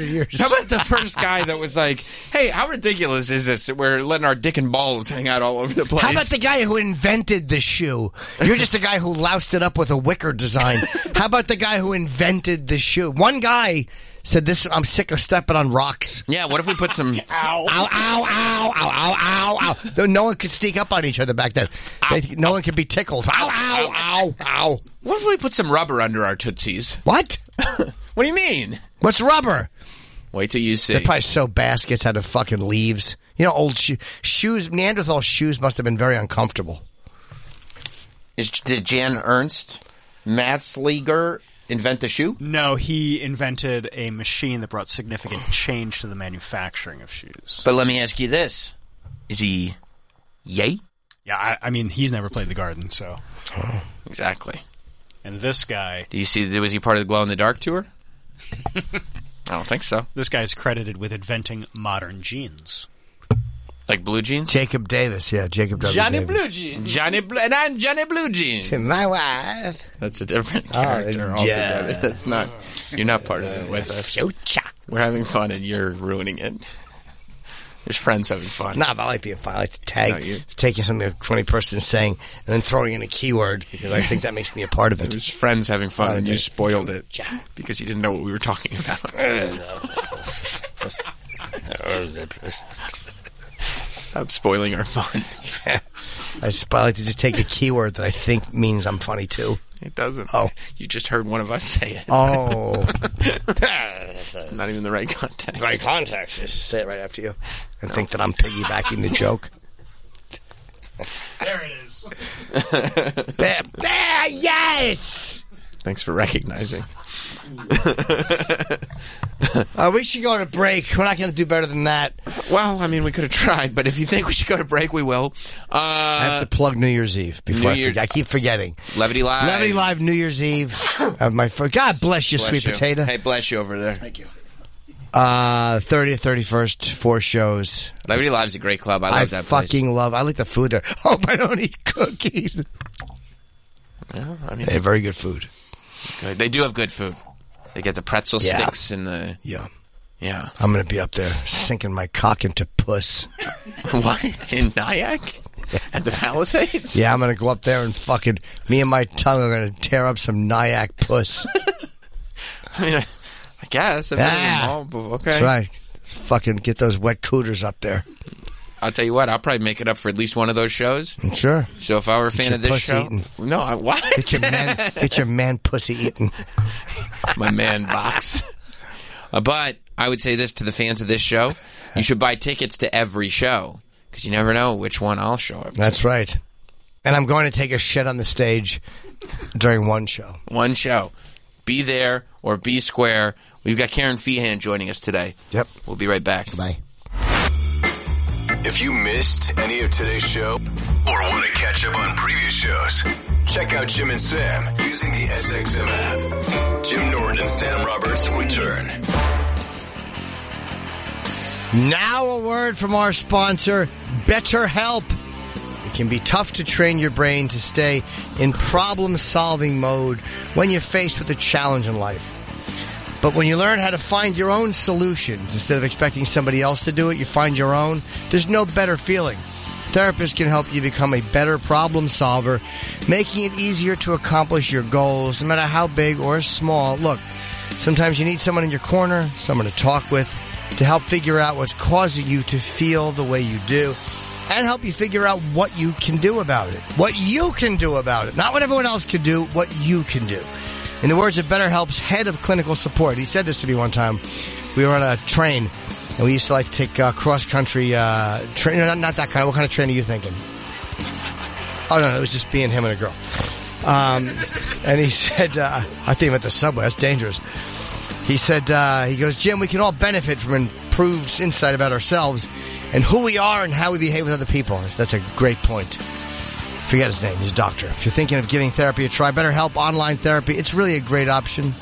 Speaker 3: years.
Speaker 4: How about the first guy that was like, "Hey, how ridiculous is this? that We're letting our dick and balls hang out all over the place."
Speaker 3: How about the guy who invented the shoe? You're just a guy who loused it up with a wicker design. How about the guy who invented the shoe? One guy said, "This I'm sick of stepping on rocks."
Speaker 4: yeah? What if we put some?
Speaker 3: Ow! Ow! Ow! Ow! Ow! Ow! Ow! No- No one could sneak up on each other back then. They- no one could be tickled. Ow! Ow! Ow! Ow!
Speaker 4: What if we put some rubber under our tootsies?
Speaker 3: What?
Speaker 4: What do you mean?
Speaker 3: What's rubber?
Speaker 4: Wait till you see.
Speaker 3: They're probably so baskets out of fucking leaves. You know, old shoe- shoes. Neanderthal shoes must have been very uncomfortable.
Speaker 4: Is, did Jan Ernst Matzleger invent the shoe?
Speaker 5: No, he invented a machine that brought significant change to the manufacturing of shoes.
Speaker 4: But let me ask you this: Is he yay?
Speaker 5: Yeah, I, I mean, he's never played the garden, so.
Speaker 3: Oh.
Speaker 4: Exactly.
Speaker 5: And this guy,
Speaker 4: Do you see? Was he part of the Glow in the Dark tour? I don't think so.
Speaker 5: this guy's credited with inventing modern jeans.
Speaker 4: Like blue jeans.
Speaker 3: Jacob Davis. Yeah, Jacob W. Davis.
Speaker 5: Jeans.
Speaker 4: Johnny Blue, and I'm Johnny Blue Jeans.
Speaker 3: My wife.
Speaker 4: That's a different
Speaker 3: Oh,
Speaker 4: character
Speaker 3: yeah.
Speaker 4: altogether. That's not. You're not part of it with us.
Speaker 3: Future.
Speaker 4: We're having fun, and you're ruining it. There's friends having fun.
Speaker 3: Nah, but I like being fun. I like to tag,
Speaker 4: No, you-
Speaker 3: taking something that 20 person is saying and then throwing in a keyword because I think that makes me a part of it.
Speaker 4: There's friends having fun, and you spoiled it because you didn't know what we were talking about. Stop spoiling our fun.
Speaker 3: I just I like to just take a keyword that I think means I'm funny too.
Speaker 4: It doesn't.
Speaker 3: Oh.
Speaker 4: you just heard one of us say it.
Speaker 3: Oh.
Speaker 4: Not even the right context.
Speaker 3: My context is to say it right after you and think that I'm piggybacking the joke. There it is. there, there, yes!
Speaker 4: Thanks for recognizing.
Speaker 3: Uh, we should go on a break. We're not going to do better than that.
Speaker 4: Well, I mean, we could have tried, but if you think we should go to break, we will. Uh,
Speaker 3: I have to plug New Year's Eve
Speaker 4: New
Speaker 3: before I
Speaker 4: Year-
Speaker 3: forget. I keep forgetting.
Speaker 4: Levity Live.
Speaker 3: Levity Live New Year's Eve. Uh, my fir- God bless you,
Speaker 4: Bless
Speaker 3: sweet
Speaker 4: you.
Speaker 3: potato.
Speaker 4: Hey, bless you over there.
Speaker 3: Uh, 30th, 31st, four shows.
Speaker 4: Levity Live's a great club. I love
Speaker 3: I
Speaker 4: that
Speaker 3: fucking love. I like the food there. Oh, Hope I don't eat cookies.
Speaker 4: place. Yeah, I mean,
Speaker 3: They have very good food.
Speaker 4: good. they do have good food. They get the pretzel
Speaker 3: Yeah.
Speaker 4: sticks and the
Speaker 3: Yeah,
Speaker 4: yeah.
Speaker 3: I'm gonna be up there sinking my cock into puss.
Speaker 4: Why in Nyack at the Palisades?
Speaker 3: Yeah, I'm gonna go up there and fucking me and my tongue are gonna tear up some Nyack puss.
Speaker 4: I, mean, I guess. I've
Speaker 3: Yeah.
Speaker 4: yeah. Oh, okay.
Speaker 3: Ah. That's right. Let's fucking get those wet cooters up there.
Speaker 4: I'll tell you what. I'll probably make it up for at least one of those shows.
Speaker 3: Sure.
Speaker 4: So if I were a fan
Speaker 3: your
Speaker 4: of this
Speaker 3: puss
Speaker 4: show,
Speaker 3: eaten.
Speaker 4: no, I, what?
Speaker 3: Get your man, get your man pussy eaten.
Speaker 4: my man box. Uh, but I would say this to the fans of this show: you should buy tickets to every show because you never know which one I'll show up. to.
Speaker 3: That's right. And I'm going to take a shit on the stage during one show.
Speaker 4: One show, be there or be square. We've got Karen Feehan joining us today.
Speaker 3: Yep.
Speaker 4: We'll be right back.
Speaker 3: Bye.
Speaker 11: If you missed any of today's show or want to catch up on previous shows, Check out Jim and Sam using the SXM app. Jim Norton and Sam Roberts return.
Speaker 3: Now, a word from our sponsor, BetterHelp. It can be tough to train your brain to stay in problem solving mode when you're faced with a challenge in life. But when you learn how to find your own solutions instead of expecting somebody else to do it, you find your own. There's no better feeling. Therapists can help you become a better problem solver, making it easier to accomplish your goals, no matter how big or small. Look, sometimes you need someone in your corner, someone to talk with, to help figure out what's causing you to feel the way you do, and help you figure out what you can do about it. What you can do about it. Not what everyone else can do, what you can do. In the words of BetterHelp's head of clinical support, he said this to me one time. We were on a train, and we used to like to take uh, cross country uh, train. No, not, not that kind. What kind of train are you thinking? Oh no, it was just being him and a girl. Um, and he said, uh, "I think about the subway. That's dangerous." He said, uh, "He goes, Jim, we can all benefit from improved insight about ourselves and who we are and how we behave with other people." I said, That's a great point forget his name, he's a doctor. If you're thinking of giving therapy a try, BetterHelp online therapy, it's really a great option.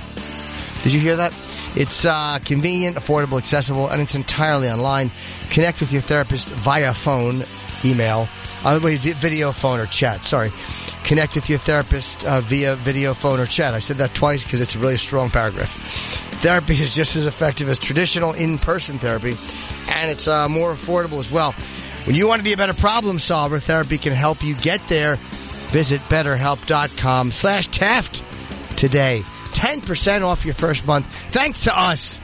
Speaker 3: Did you hear that? It's uh, convenient, affordable, accessible, and it's entirely online. Connect with your therapist via phone, email, uh, wait, vi- video, phone, or chat. Sorry. Connect with your therapist uh, via video, phone, or chat. I said that twice because it's a really strong paragraph. Therapy is just as effective as traditional in person therapy, and it's uh, more affordable as well. When you want to be a better problem solver, therapy can help you get there. Visit betterhelp.com slash Taft today. 10% off your first month. Thanks to us.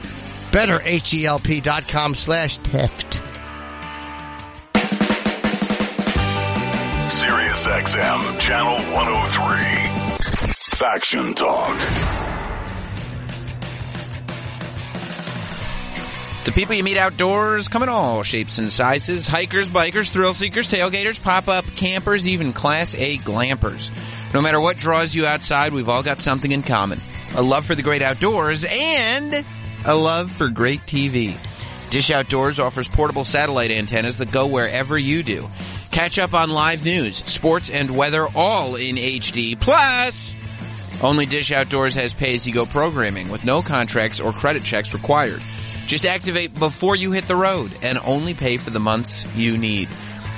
Speaker 3: BetterHelp.com slash Taft.
Speaker 11: Sirius XM Channel 103. Faction Talk.
Speaker 4: The people you meet outdoors come in all shapes and sizes hikers, bikers, thrill seekers, tailgaters, pop up campers, even Class A glampers. No matter what draws you outside, we've all got something in common a love for the great outdoors and a love for great TV. Dish Outdoors offers portable satellite antennas that go wherever you do. Catch up on live news, sports, and weather all in HD. Plus, only Dish Outdoors has pay as you go programming with no contracts or credit checks required. Just activate before you hit the road and only pay for the months you need.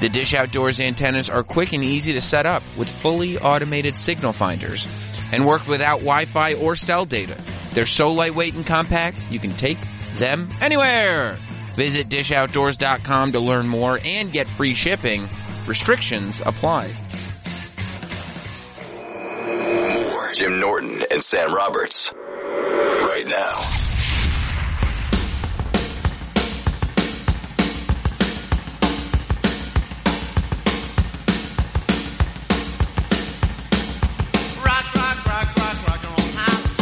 Speaker 4: The Dish Outdoors antennas are quick and easy to set up with fully automated signal finders and work without Wi Fi or cell data. They're so lightweight and compact, you can take them anywhere. Visit dishoutdoors.com to learn more and get free shipping. Restrictions apply.
Speaker 11: More Jim Norton and Sam Roberts. Right now.
Speaker 2: Rock, rock, rock, rock, rock and roll house.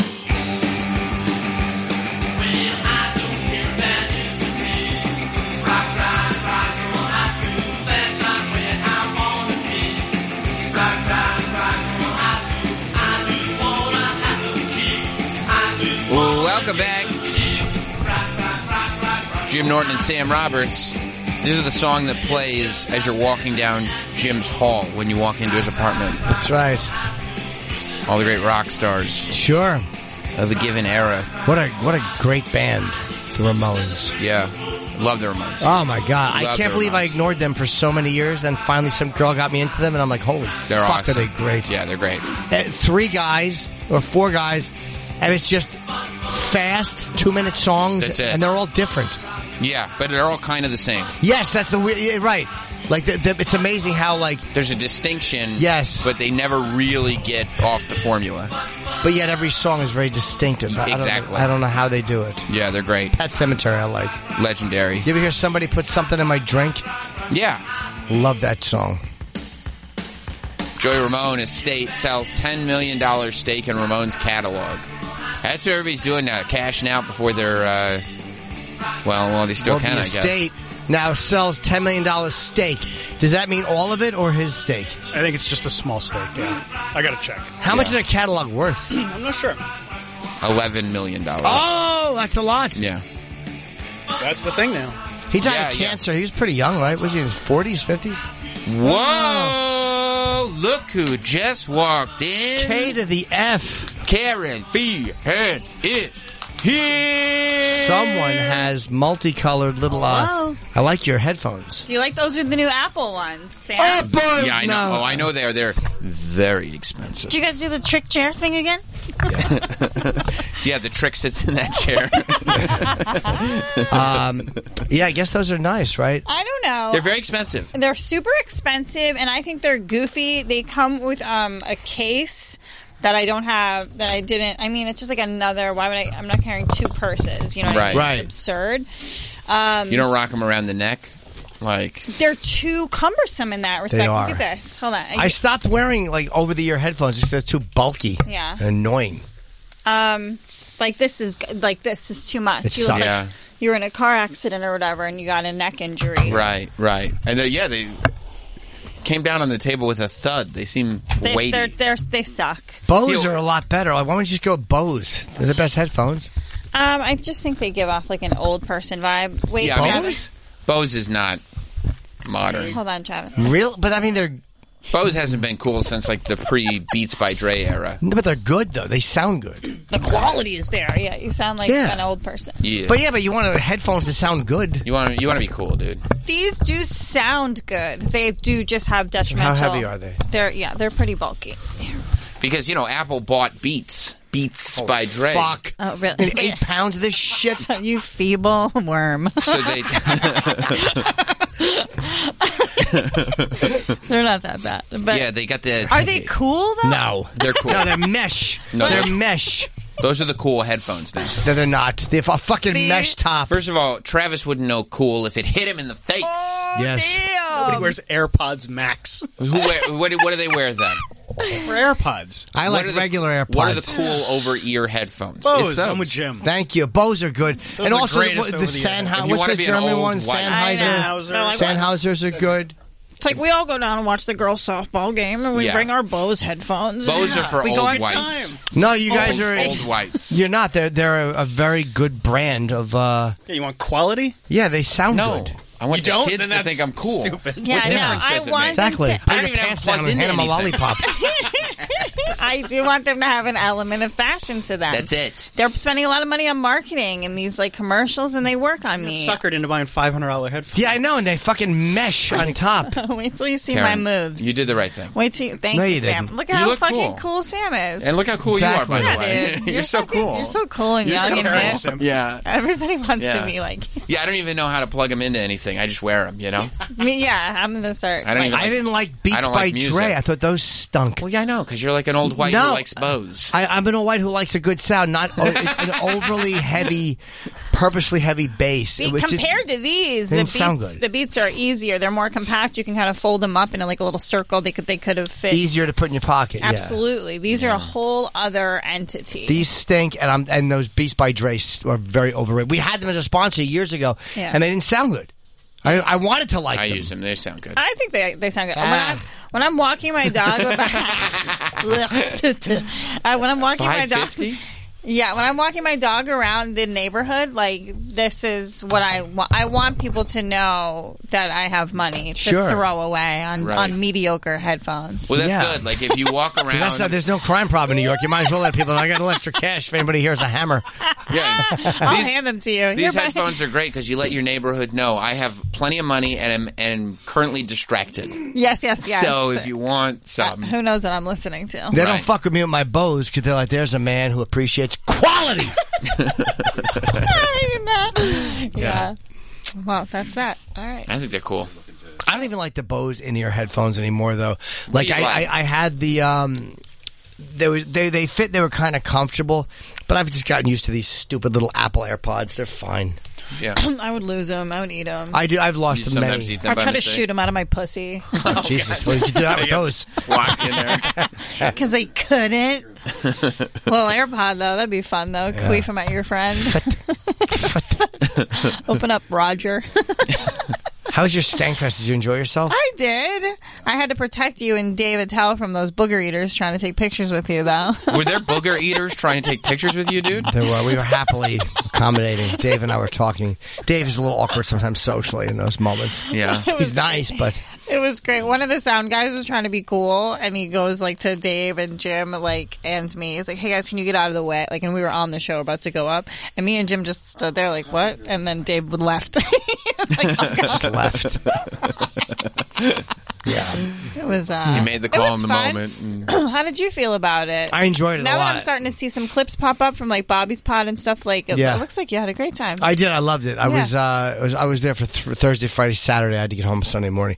Speaker 2: Well, I don't care about history. Rock, rock, rock and roll high school. That's not where I wanna be. Rock, rock, rock and roll high school. I just wanna have some kicks. I just
Speaker 4: Welcome back.
Speaker 2: rock, rock, rock, rock, rock.
Speaker 4: Jim Norton and Sam Roberts. This is the song that plays as you're walking down Jim's hall when you walk into his apartment.
Speaker 3: That's right.
Speaker 4: All the great rock stars
Speaker 3: Sure.
Speaker 4: of a given era.
Speaker 3: What a what a great band, the Ramones.
Speaker 4: Yeah. Love the Ramones.
Speaker 3: Oh my god! I
Speaker 4: Love
Speaker 3: can't
Speaker 4: the
Speaker 3: believe I
Speaker 4: Ramones.
Speaker 3: ignored them for so many years. Then finally, some girl got me into them, and I'm like, "Holy
Speaker 4: They're
Speaker 3: fuck,
Speaker 4: awesome.
Speaker 3: are they great!"
Speaker 4: Yeah, they're great.
Speaker 3: Uh, three guys or four guys, and it's just fast, two minute songs,
Speaker 4: That's it.
Speaker 3: and they're all different.
Speaker 4: Yeah, but they're all kind of the same.
Speaker 3: Yes, that's the weird. Yeah, right. Like the, the, it's amazing how like,
Speaker 4: There's a distinction.
Speaker 3: Yes.
Speaker 4: But they never really get off the formula.
Speaker 3: but yet every song is very distinctive. I- I don't, know-
Speaker 4: Exactly.
Speaker 3: I don't know how they do it.
Speaker 4: Yeah, they're great.
Speaker 3: Pet Cemetery, I like.
Speaker 4: Legendary.
Speaker 3: You ever hear somebody put something in my drink?
Speaker 4: Yeah.
Speaker 3: Love that song.
Speaker 4: Joey Ramone estate sells $10 million stake in Ramone's catalog. That's what everybody's doing now, cashing out before they're, uh, well, well, they still
Speaker 3: well,
Speaker 4: can,
Speaker 3: the
Speaker 4: I guess.
Speaker 3: estate now sells ten million dollars steak. Does that mean all of it or his steak?
Speaker 5: I think it's just a small stake. Yeah, I got to check.
Speaker 3: How much is a catalog worth?
Speaker 5: I'm not sure.
Speaker 4: $11 million.
Speaker 3: oh, that's a lot.
Speaker 4: Yeah.
Speaker 5: That's the thing now.
Speaker 3: He died
Speaker 4: Yeah,
Speaker 3: of
Speaker 4: yeah.
Speaker 3: cancer. He was pretty young, right? Was he in his forties, fifties?
Speaker 4: Whoa! Oh, look who just walked in. K to
Speaker 3: the F.
Speaker 4: Karen B. Head it here.
Speaker 3: Someone has multicolored little. Uh,
Speaker 12: Hello?
Speaker 3: I like your headphones.
Speaker 12: Do you like those with the new Apple ones, Sam?
Speaker 4: Yeah, I know. Oh, I know they are. They're very expensive.
Speaker 12: Do you guys do the trick chair thing again?
Speaker 4: yeah, the trick sits in that chair.
Speaker 3: um, yeah, I guess those are nice, right?
Speaker 12: I don't know.
Speaker 4: They're very expensive.
Speaker 12: They're super expensive, and I think they're goofy. They come with um, a case that I don't have, that I didn't. I mean, it's just like another. Why would I? I'm not carrying two purses. You know, what I mean?
Speaker 4: Right.
Speaker 12: It's
Speaker 4: Right.
Speaker 12: absurd. Um,
Speaker 4: You don't rock them around the neck, like
Speaker 12: They're too cumbersome in that respect.
Speaker 3: are.
Speaker 12: Look at this. Hold on.
Speaker 3: I stopped wearing like over-the-ear headphones because they're too bulky.
Speaker 12: Yeah.
Speaker 3: and annoying.
Speaker 12: um, like this is like this is too much.
Speaker 3: It
Speaker 12: you look
Speaker 4: sucks.
Speaker 12: like
Speaker 4: Yeah.
Speaker 12: you were in a car accident or whatever, and you got a neck injury.
Speaker 4: right, right. And they yeah, they came down on the table with a thud. They seem
Speaker 12: They,
Speaker 4: weighty.
Speaker 12: they're, they're, they suck.
Speaker 3: Bose are a lot better. Like, why don't you just go with Bose? They're the best headphones.
Speaker 12: Um, I just think they give off like an old person vibe. Wait,
Speaker 4: yeah, I mean,
Speaker 12: Travis.
Speaker 4: Bose is not modern.
Speaker 12: Hold on, Travis.
Speaker 3: Real, but I mean they're.
Speaker 4: Bose hasn't been cool since like the pre Beats by Dre era.
Speaker 3: No, but they're good though. They sound good.
Speaker 12: The quality is there. Yeah, you sound like
Speaker 3: Yeah.
Speaker 12: an old person.
Speaker 4: Yeah.
Speaker 3: But yeah, but you want headphones that sound good.
Speaker 4: You want you want to be cool, dude.
Speaker 12: These do sound good. They do just have detrimental.
Speaker 4: How heavy are they?
Speaker 12: They're yeah, they're pretty bulky.
Speaker 4: Because you know Apple bought Beats, Beats by Dre.
Speaker 3: Fuck.
Speaker 12: Oh really?
Speaker 3: And eight pounds of this shit.
Speaker 12: you feeble worm.
Speaker 4: So they
Speaker 12: they're not that bad. But
Speaker 4: yeah, they got the.
Speaker 12: Are they cool though?
Speaker 3: No,
Speaker 4: They're cool.
Speaker 3: No, they're mesh.
Speaker 4: No,
Speaker 3: they're
Speaker 4: they're-
Speaker 3: mesh.
Speaker 4: Those are the cool headphones now.
Speaker 3: No, they're not. They're a fucking mesh top.
Speaker 4: First of all, Travis wouldn't know cool if it hit him in the face.
Speaker 12: Oh,
Speaker 3: yes.
Speaker 5: Nobody wears AirPods Max.
Speaker 4: Who wear, what, do- what do they wear then?
Speaker 5: For AirPods.
Speaker 3: I
Speaker 4: What
Speaker 3: like
Speaker 4: are the-
Speaker 3: regular AirPods.
Speaker 4: What are the cool over ear headphones?
Speaker 5: Bose,
Speaker 4: those.
Speaker 5: I'm with Jim.
Speaker 3: Thank you. Bose are good.
Speaker 5: are
Speaker 3: and
Speaker 5: the
Speaker 3: also
Speaker 5: greatest
Speaker 3: the,
Speaker 5: over
Speaker 3: the
Speaker 5: the air.
Speaker 4: If
Speaker 3: Sennheiser.
Speaker 4: you
Speaker 3: What's
Speaker 4: wanna
Speaker 3: the
Speaker 4: be an
Speaker 3: German
Speaker 4: old
Speaker 3: one?
Speaker 4: white-
Speaker 3: Sennheiser.
Speaker 5: Sennheiser.
Speaker 3: Sennheisers are good.
Speaker 12: It's like we all go down and watch the girls softball game, and we
Speaker 4: Yeah.
Speaker 12: bring our Bose headphones.
Speaker 4: Bose
Speaker 12: Yeah.
Speaker 4: are for
Speaker 12: we go
Speaker 4: old
Speaker 12: out-
Speaker 4: whites.
Speaker 3: No, you guys
Speaker 4: Old-
Speaker 3: are
Speaker 4: old whites.
Speaker 3: You're not. They're they're a, a very good brand of. uh
Speaker 5: Yeah, you want quality?
Speaker 3: Yeah, they sound
Speaker 4: No,
Speaker 3: good.
Speaker 4: I want
Speaker 5: You
Speaker 4: the
Speaker 5: don't?
Speaker 4: kids
Speaker 5: Then
Speaker 4: to think
Speaker 5: that's
Speaker 4: I'm cool.
Speaker 5: stupid.
Speaker 12: Yeah,
Speaker 4: What
Speaker 12: no,
Speaker 4: difference
Speaker 12: I
Speaker 4: does it
Speaker 12: want
Speaker 4: make?
Speaker 12: them
Speaker 3: Exactly.
Speaker 12: to-
Speaker 4: I
Speaker 3: Put
Speaker 4: don't
Speaker 3: your
Speaker 4: even have
Speaker 3: pants
Speaker 4: plugged
Speaker 3: down and
Speaker 4: into
Speaker 3: hand them a
Speaker 4: anything.
Speaker 3: lollipop.
Speaker 12: I do want them to have an element of fashion to them.
Speaker 4: That's it.
Speaker 12: They're spending a lot of money on marketing and these like commercials, and they work on me.
Speaker 5: Suckered into buying $500 headphones.
Speaker 3: yeah, I know, and they fucking mesh on top.
Speaker 12: Wait till you see
Speaker 4: Karen,
Speaker 12: my moves.
Speaker 4: You did the right thing.
Speaker 12: Wait till you. Thank
Speaker 3: No,
Speaker 12: you,
Speaker 3: you
Speaker 12: Sam.
Speaker 3: didn't.
Speaker 12: Look
Speaker 4: You
Speaker 12: at how
Speaker 4: look
Speaker 12: fucking
Speaker 4: cool.
Speaker 12: cool. Sam is.
Speaker 4: And look how cool
Speaker 3: Exactly.
Speaker 4: you are, by
Speaker 12: yeah,
Speaker 4: the way.
Speaker 12: dude.
Speaker 4: you're, so
Speaker 12: fucking-
Speaker 4: cool.
Speaker 12: You're so cool and
Speaker 5: You're
Speaker 12: young
Speaker 5: so
Speaker 12: and
Speaker 5: very
Speaker 12: hip.
Speaker 5: simple.
Speaker 4: yeah.
Speaker 12: Everybody wants
Speaker 4: Yeah.
Speaker 12: to be like.
Speaker 4: Yeah, I don't even know how to plug them into anything. I just wear them, you know?
Speaker 12: Me, yeah, I'm gonna start.
Speaker 4: I don't even-
Speaker 12: like,
Speaker 3: I didn't like Beats
Speaker 4: I don't
Speaker 3: by
Speaker 4: like music.
Speaker 3: Dre. I thought those stunk.
Speaker 4: Well, yeah, I know, because you're like an old white
Speaker 3: No.
Speaker 4: who likes Bose.
Speaker 3: I, I'm an old white who likes a good sound, not o- an overly heavy, purposely heavy bass.
Speaker 12: Be,
Speaker 3: It was just-
Speaker 12: compared to these,
Speaker 3: They
Speaker 12: the
Speaker 3: didn't sound
Speaker 12: beats
Speaker 3: good.
Speaker 12: the beats are easier. They're more compact. You can kind of fold them up into like a little circle. They could they could have fit.
Speaker 3: easier to put in your pocket. yeah.
Speaker 12: Absolutely, these are a whole other entity.
Speaker 3: These stink, and I'm and those Beats by Dre s- are very overrated. We had them as a sponsor years ago,
Speaker 12: Yeah.
Speaker 3: and they didn't sound good. I, I wanted to like
Speaker 4: I
Speaker 3: them.
Speaker 4: use them. They sound good.
Speaker 12: I think they they sound good. When,
Speaker 3: Ah.
Speaker 12: I'm, when I'm walking my dog, with my- uh, when I'm walking my dog,
Speaker 4: 550?
Speaker 12: yeah, when I'm walking my dog around the neighborhood, like this is what I want. I want people to know that I have money to
Speaker 3: Sure.
Speaker 12: throw away on
Speaker 4: Right.
Speaker 12: on mediocre headphones.
Speaker 4: Well, that's
Speaker 3: Yeah.
Speaker 4: good. Like, if you walk around.
Speaker 3: That's not, there's no crime problem in New York. You might as well let people. know, I got a little extra cash if anybody here's a hammer.
Speaker 4: yeah.
Speaker 12: I'll hand them to you. Here,
Speaker 4: These
Speaker 12: bud.
Speaker 4: headphones are great because you let your neighborhood know I have plenty of money and am and am currently distracted.
Speaker 12: Yes, yes, yes.
Speaker 4: So if you want
Speaker 12: Uh,
Speaker 4: some,
Speaker 12: who knows what I'm listening to?
Speaker 3: They don't
Speaker 4: Right.
Speaker 3: fuck with me with my bows because they're like, there's a man who appreciates quality.
Speaker 12: yeah. Well, that's that. All right.
Speaker 4: I think they're cool.
Speaker 3: I don't even like the Bose in ear headphones anymore, though. Like
Speaker 4: do you
Speaker 3: I,
Speaker 4: like?
Speaker 3: I, I had the um, they was they they fit. They were kind of comfortable, but I've just gotten used to these stupid little Apple AirPods. They're fine.
Speaker 4: Yeah.
Speaker 12: I would lose them. I would eat them.
Speaker 3: I do. I've
Speaker 4: You
Speaker 3: lost them
Speaker 4: sometimes
Speaker 3: many. Oh,
Speaker 4: eat them
Speaker 12: I'll
Speaker 4: by
Speaker 12: try to
Speaker 4: mistake.
Speaker 12: shoot them out of my pussy
Speaker 3: Jesus, well, you could do that with those.
Speaker 4: Walk in there.
Speaker 12: because I couldn't. well, AirPod though, that'd be fun though. Queef them at your friend. Open up, Roger.
Speaker 3: How's your Stankfest? Did you enjoy yourself?
Speaker 12: I did. I had to protect you and Dave Attell from those booger eaters trying to take pictures with you, though.
Speaker 4: Were there booger eaters trying to take pictures with you, dude?
Speaker 3: There were, we were happily accommodating. Dave and I were talking. Dave is a little awkward sometimes socially in those moments.
Speaker 4: Yeah.
Speaker 12: It was
Speaker 3: He's nice, but
Speaker 12: It was great. One of the sound guys was trying to be cool, and he goes like to Dave and Jim, like and me. He's like, "Hey guys, can you get out of the way?" Like, and we were on the show about to go up, and me and Jim just stood there like, "What?" And then Dave would left. He was like, "Oh,
Speaker 4: Just
Speaker 12: God."
Speaker 4: left.
Speaker 3: yeah.
Speaker 12: It was. Uh,
Speaker 4: You made the
Speaker 12: it
Speaker 4: call
Speaker 12: was
Speaker 4: in the
Speaker 12: fun.
Speaker 4: moment and-
Speaker 12: How did you feel about it?
Speaker 3: I enjoyed it a
Speaker 12: Now that I'm
Speaker 3: lot.
Speaker 12: starting to see some clips pop up from like Bobby's Pod and stuff, like it,
Speaker 3: Yeah.
Speaker 12: it looks like you had a great time.
Speaker 3: I did. I loved it. I
Speaker 12: Yeah.
Speaker 3: was, uh, I was I was there for th- Thursday, Friday, Saturday. I had to get home Sunday morning.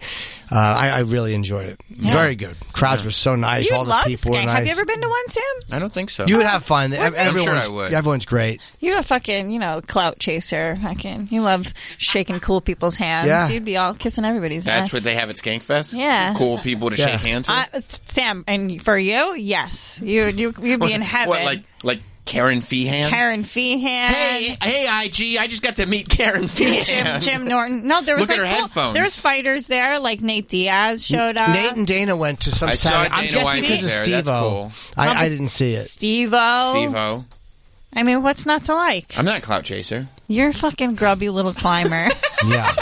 Speaker 3: Uh, I, I really enjoyed it.
Speaker 12: Yeah.
Speaker 3: Very good. Crowds were so nice.
Speaker 12: You
Speaker 3: All
Speaker 12: would
Speaker 3: the
Speaker 12: love
Speaker 3: people
Speaker 12: Skank.
Speaker 3: were nice.
Speaker 12: Have you ever been to one, Sam?
Speaker 4: I don't think so.
Speaker 3: You would have fun.
Speaker 12: What? I'm sure
Speaker 3: Everyone's,
Speaker 4: I would.
Speaker 3: Everyone's great.
Speaker 12: You're a fucking, you know, clout chaser. Fucking, you love shaking cool people's hands.
Speaker 4: Yeah.
Speaker 12: You'd be all kissing everybody's
Speaker 4: That's
Speaker 12: ass.
Speaker 4: what they have at Skankfest?
Speaker 12: Yeah.
Speaker 4: Cool people to
Speaker 12: Yeah.
Speaker 4: shake hands with?
Speaker 12: I, it's- Sam, and for you, yes, you you you'd be in heaven.
Speaker 4: What, like, like Karen Feehan?
Speaker 12: Karen Feehan.
Speaker 4: Hey, hey, IG, I just got to meet Karen Feehan.
Speaker 12: Jim, Jim Norton. No, there was
Speaker 4: Look at
Speaker 12: like
Speaker 4: her
Speaker 12: cool-
Speaker 4: headphones.
Speaker 12: there was fighters there. Like Nate Diaz showed up.
Speaker 3: Nate and Dana went to some
Speaker 4: I saw
Speaker 3: Saturday.
Speaker 4: Dana
Speaker 3: I'm guessing
Speaker 4: White
Speaker 3: because of
Speaker 4: there.
Speaker 3: Steve-O.
Speaker 4: That's cool.
Speaker 3: I, I didn't see it.
Speaker 12: Um, Steve-O.
Speaker 4: Steve-O.
Speaker 12: I mean, what's not to like?
Speaker 4: I'm not a clout chaser.
Speaker 12: You're a fucking grubby little climber.
Speaker 3: Yeah.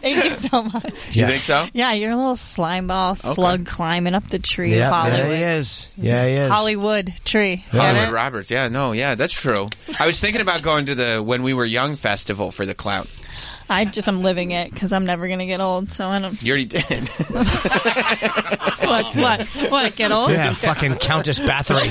Speaker 12: Thank you so much.
Speaker 4: You think so?
Speaker 12: Yeah, you're a little slime ball slug climbing up the tree.
Speaker 4: Yeah,
Speaker 12: of Hollywood.
Speaker 4: there he
Speaker 3: is. Yeah, he is.
Speaker 12: Hollywood tree. Get
Speaker 4: Hollywood
Speaker 12: it?
Speaker 4: Roberts. Yeah, no, yeah, that's true. I was thinking about going to the When We Were Young festival for the clout.
Speaker 12: I just I'm living it because I'm never gonna get old. So I don't.
Speaker 4: You already did.
Speaker 12: What? What? What? Get old?
Speaker 3: Yeah, fucking Countess Bathory.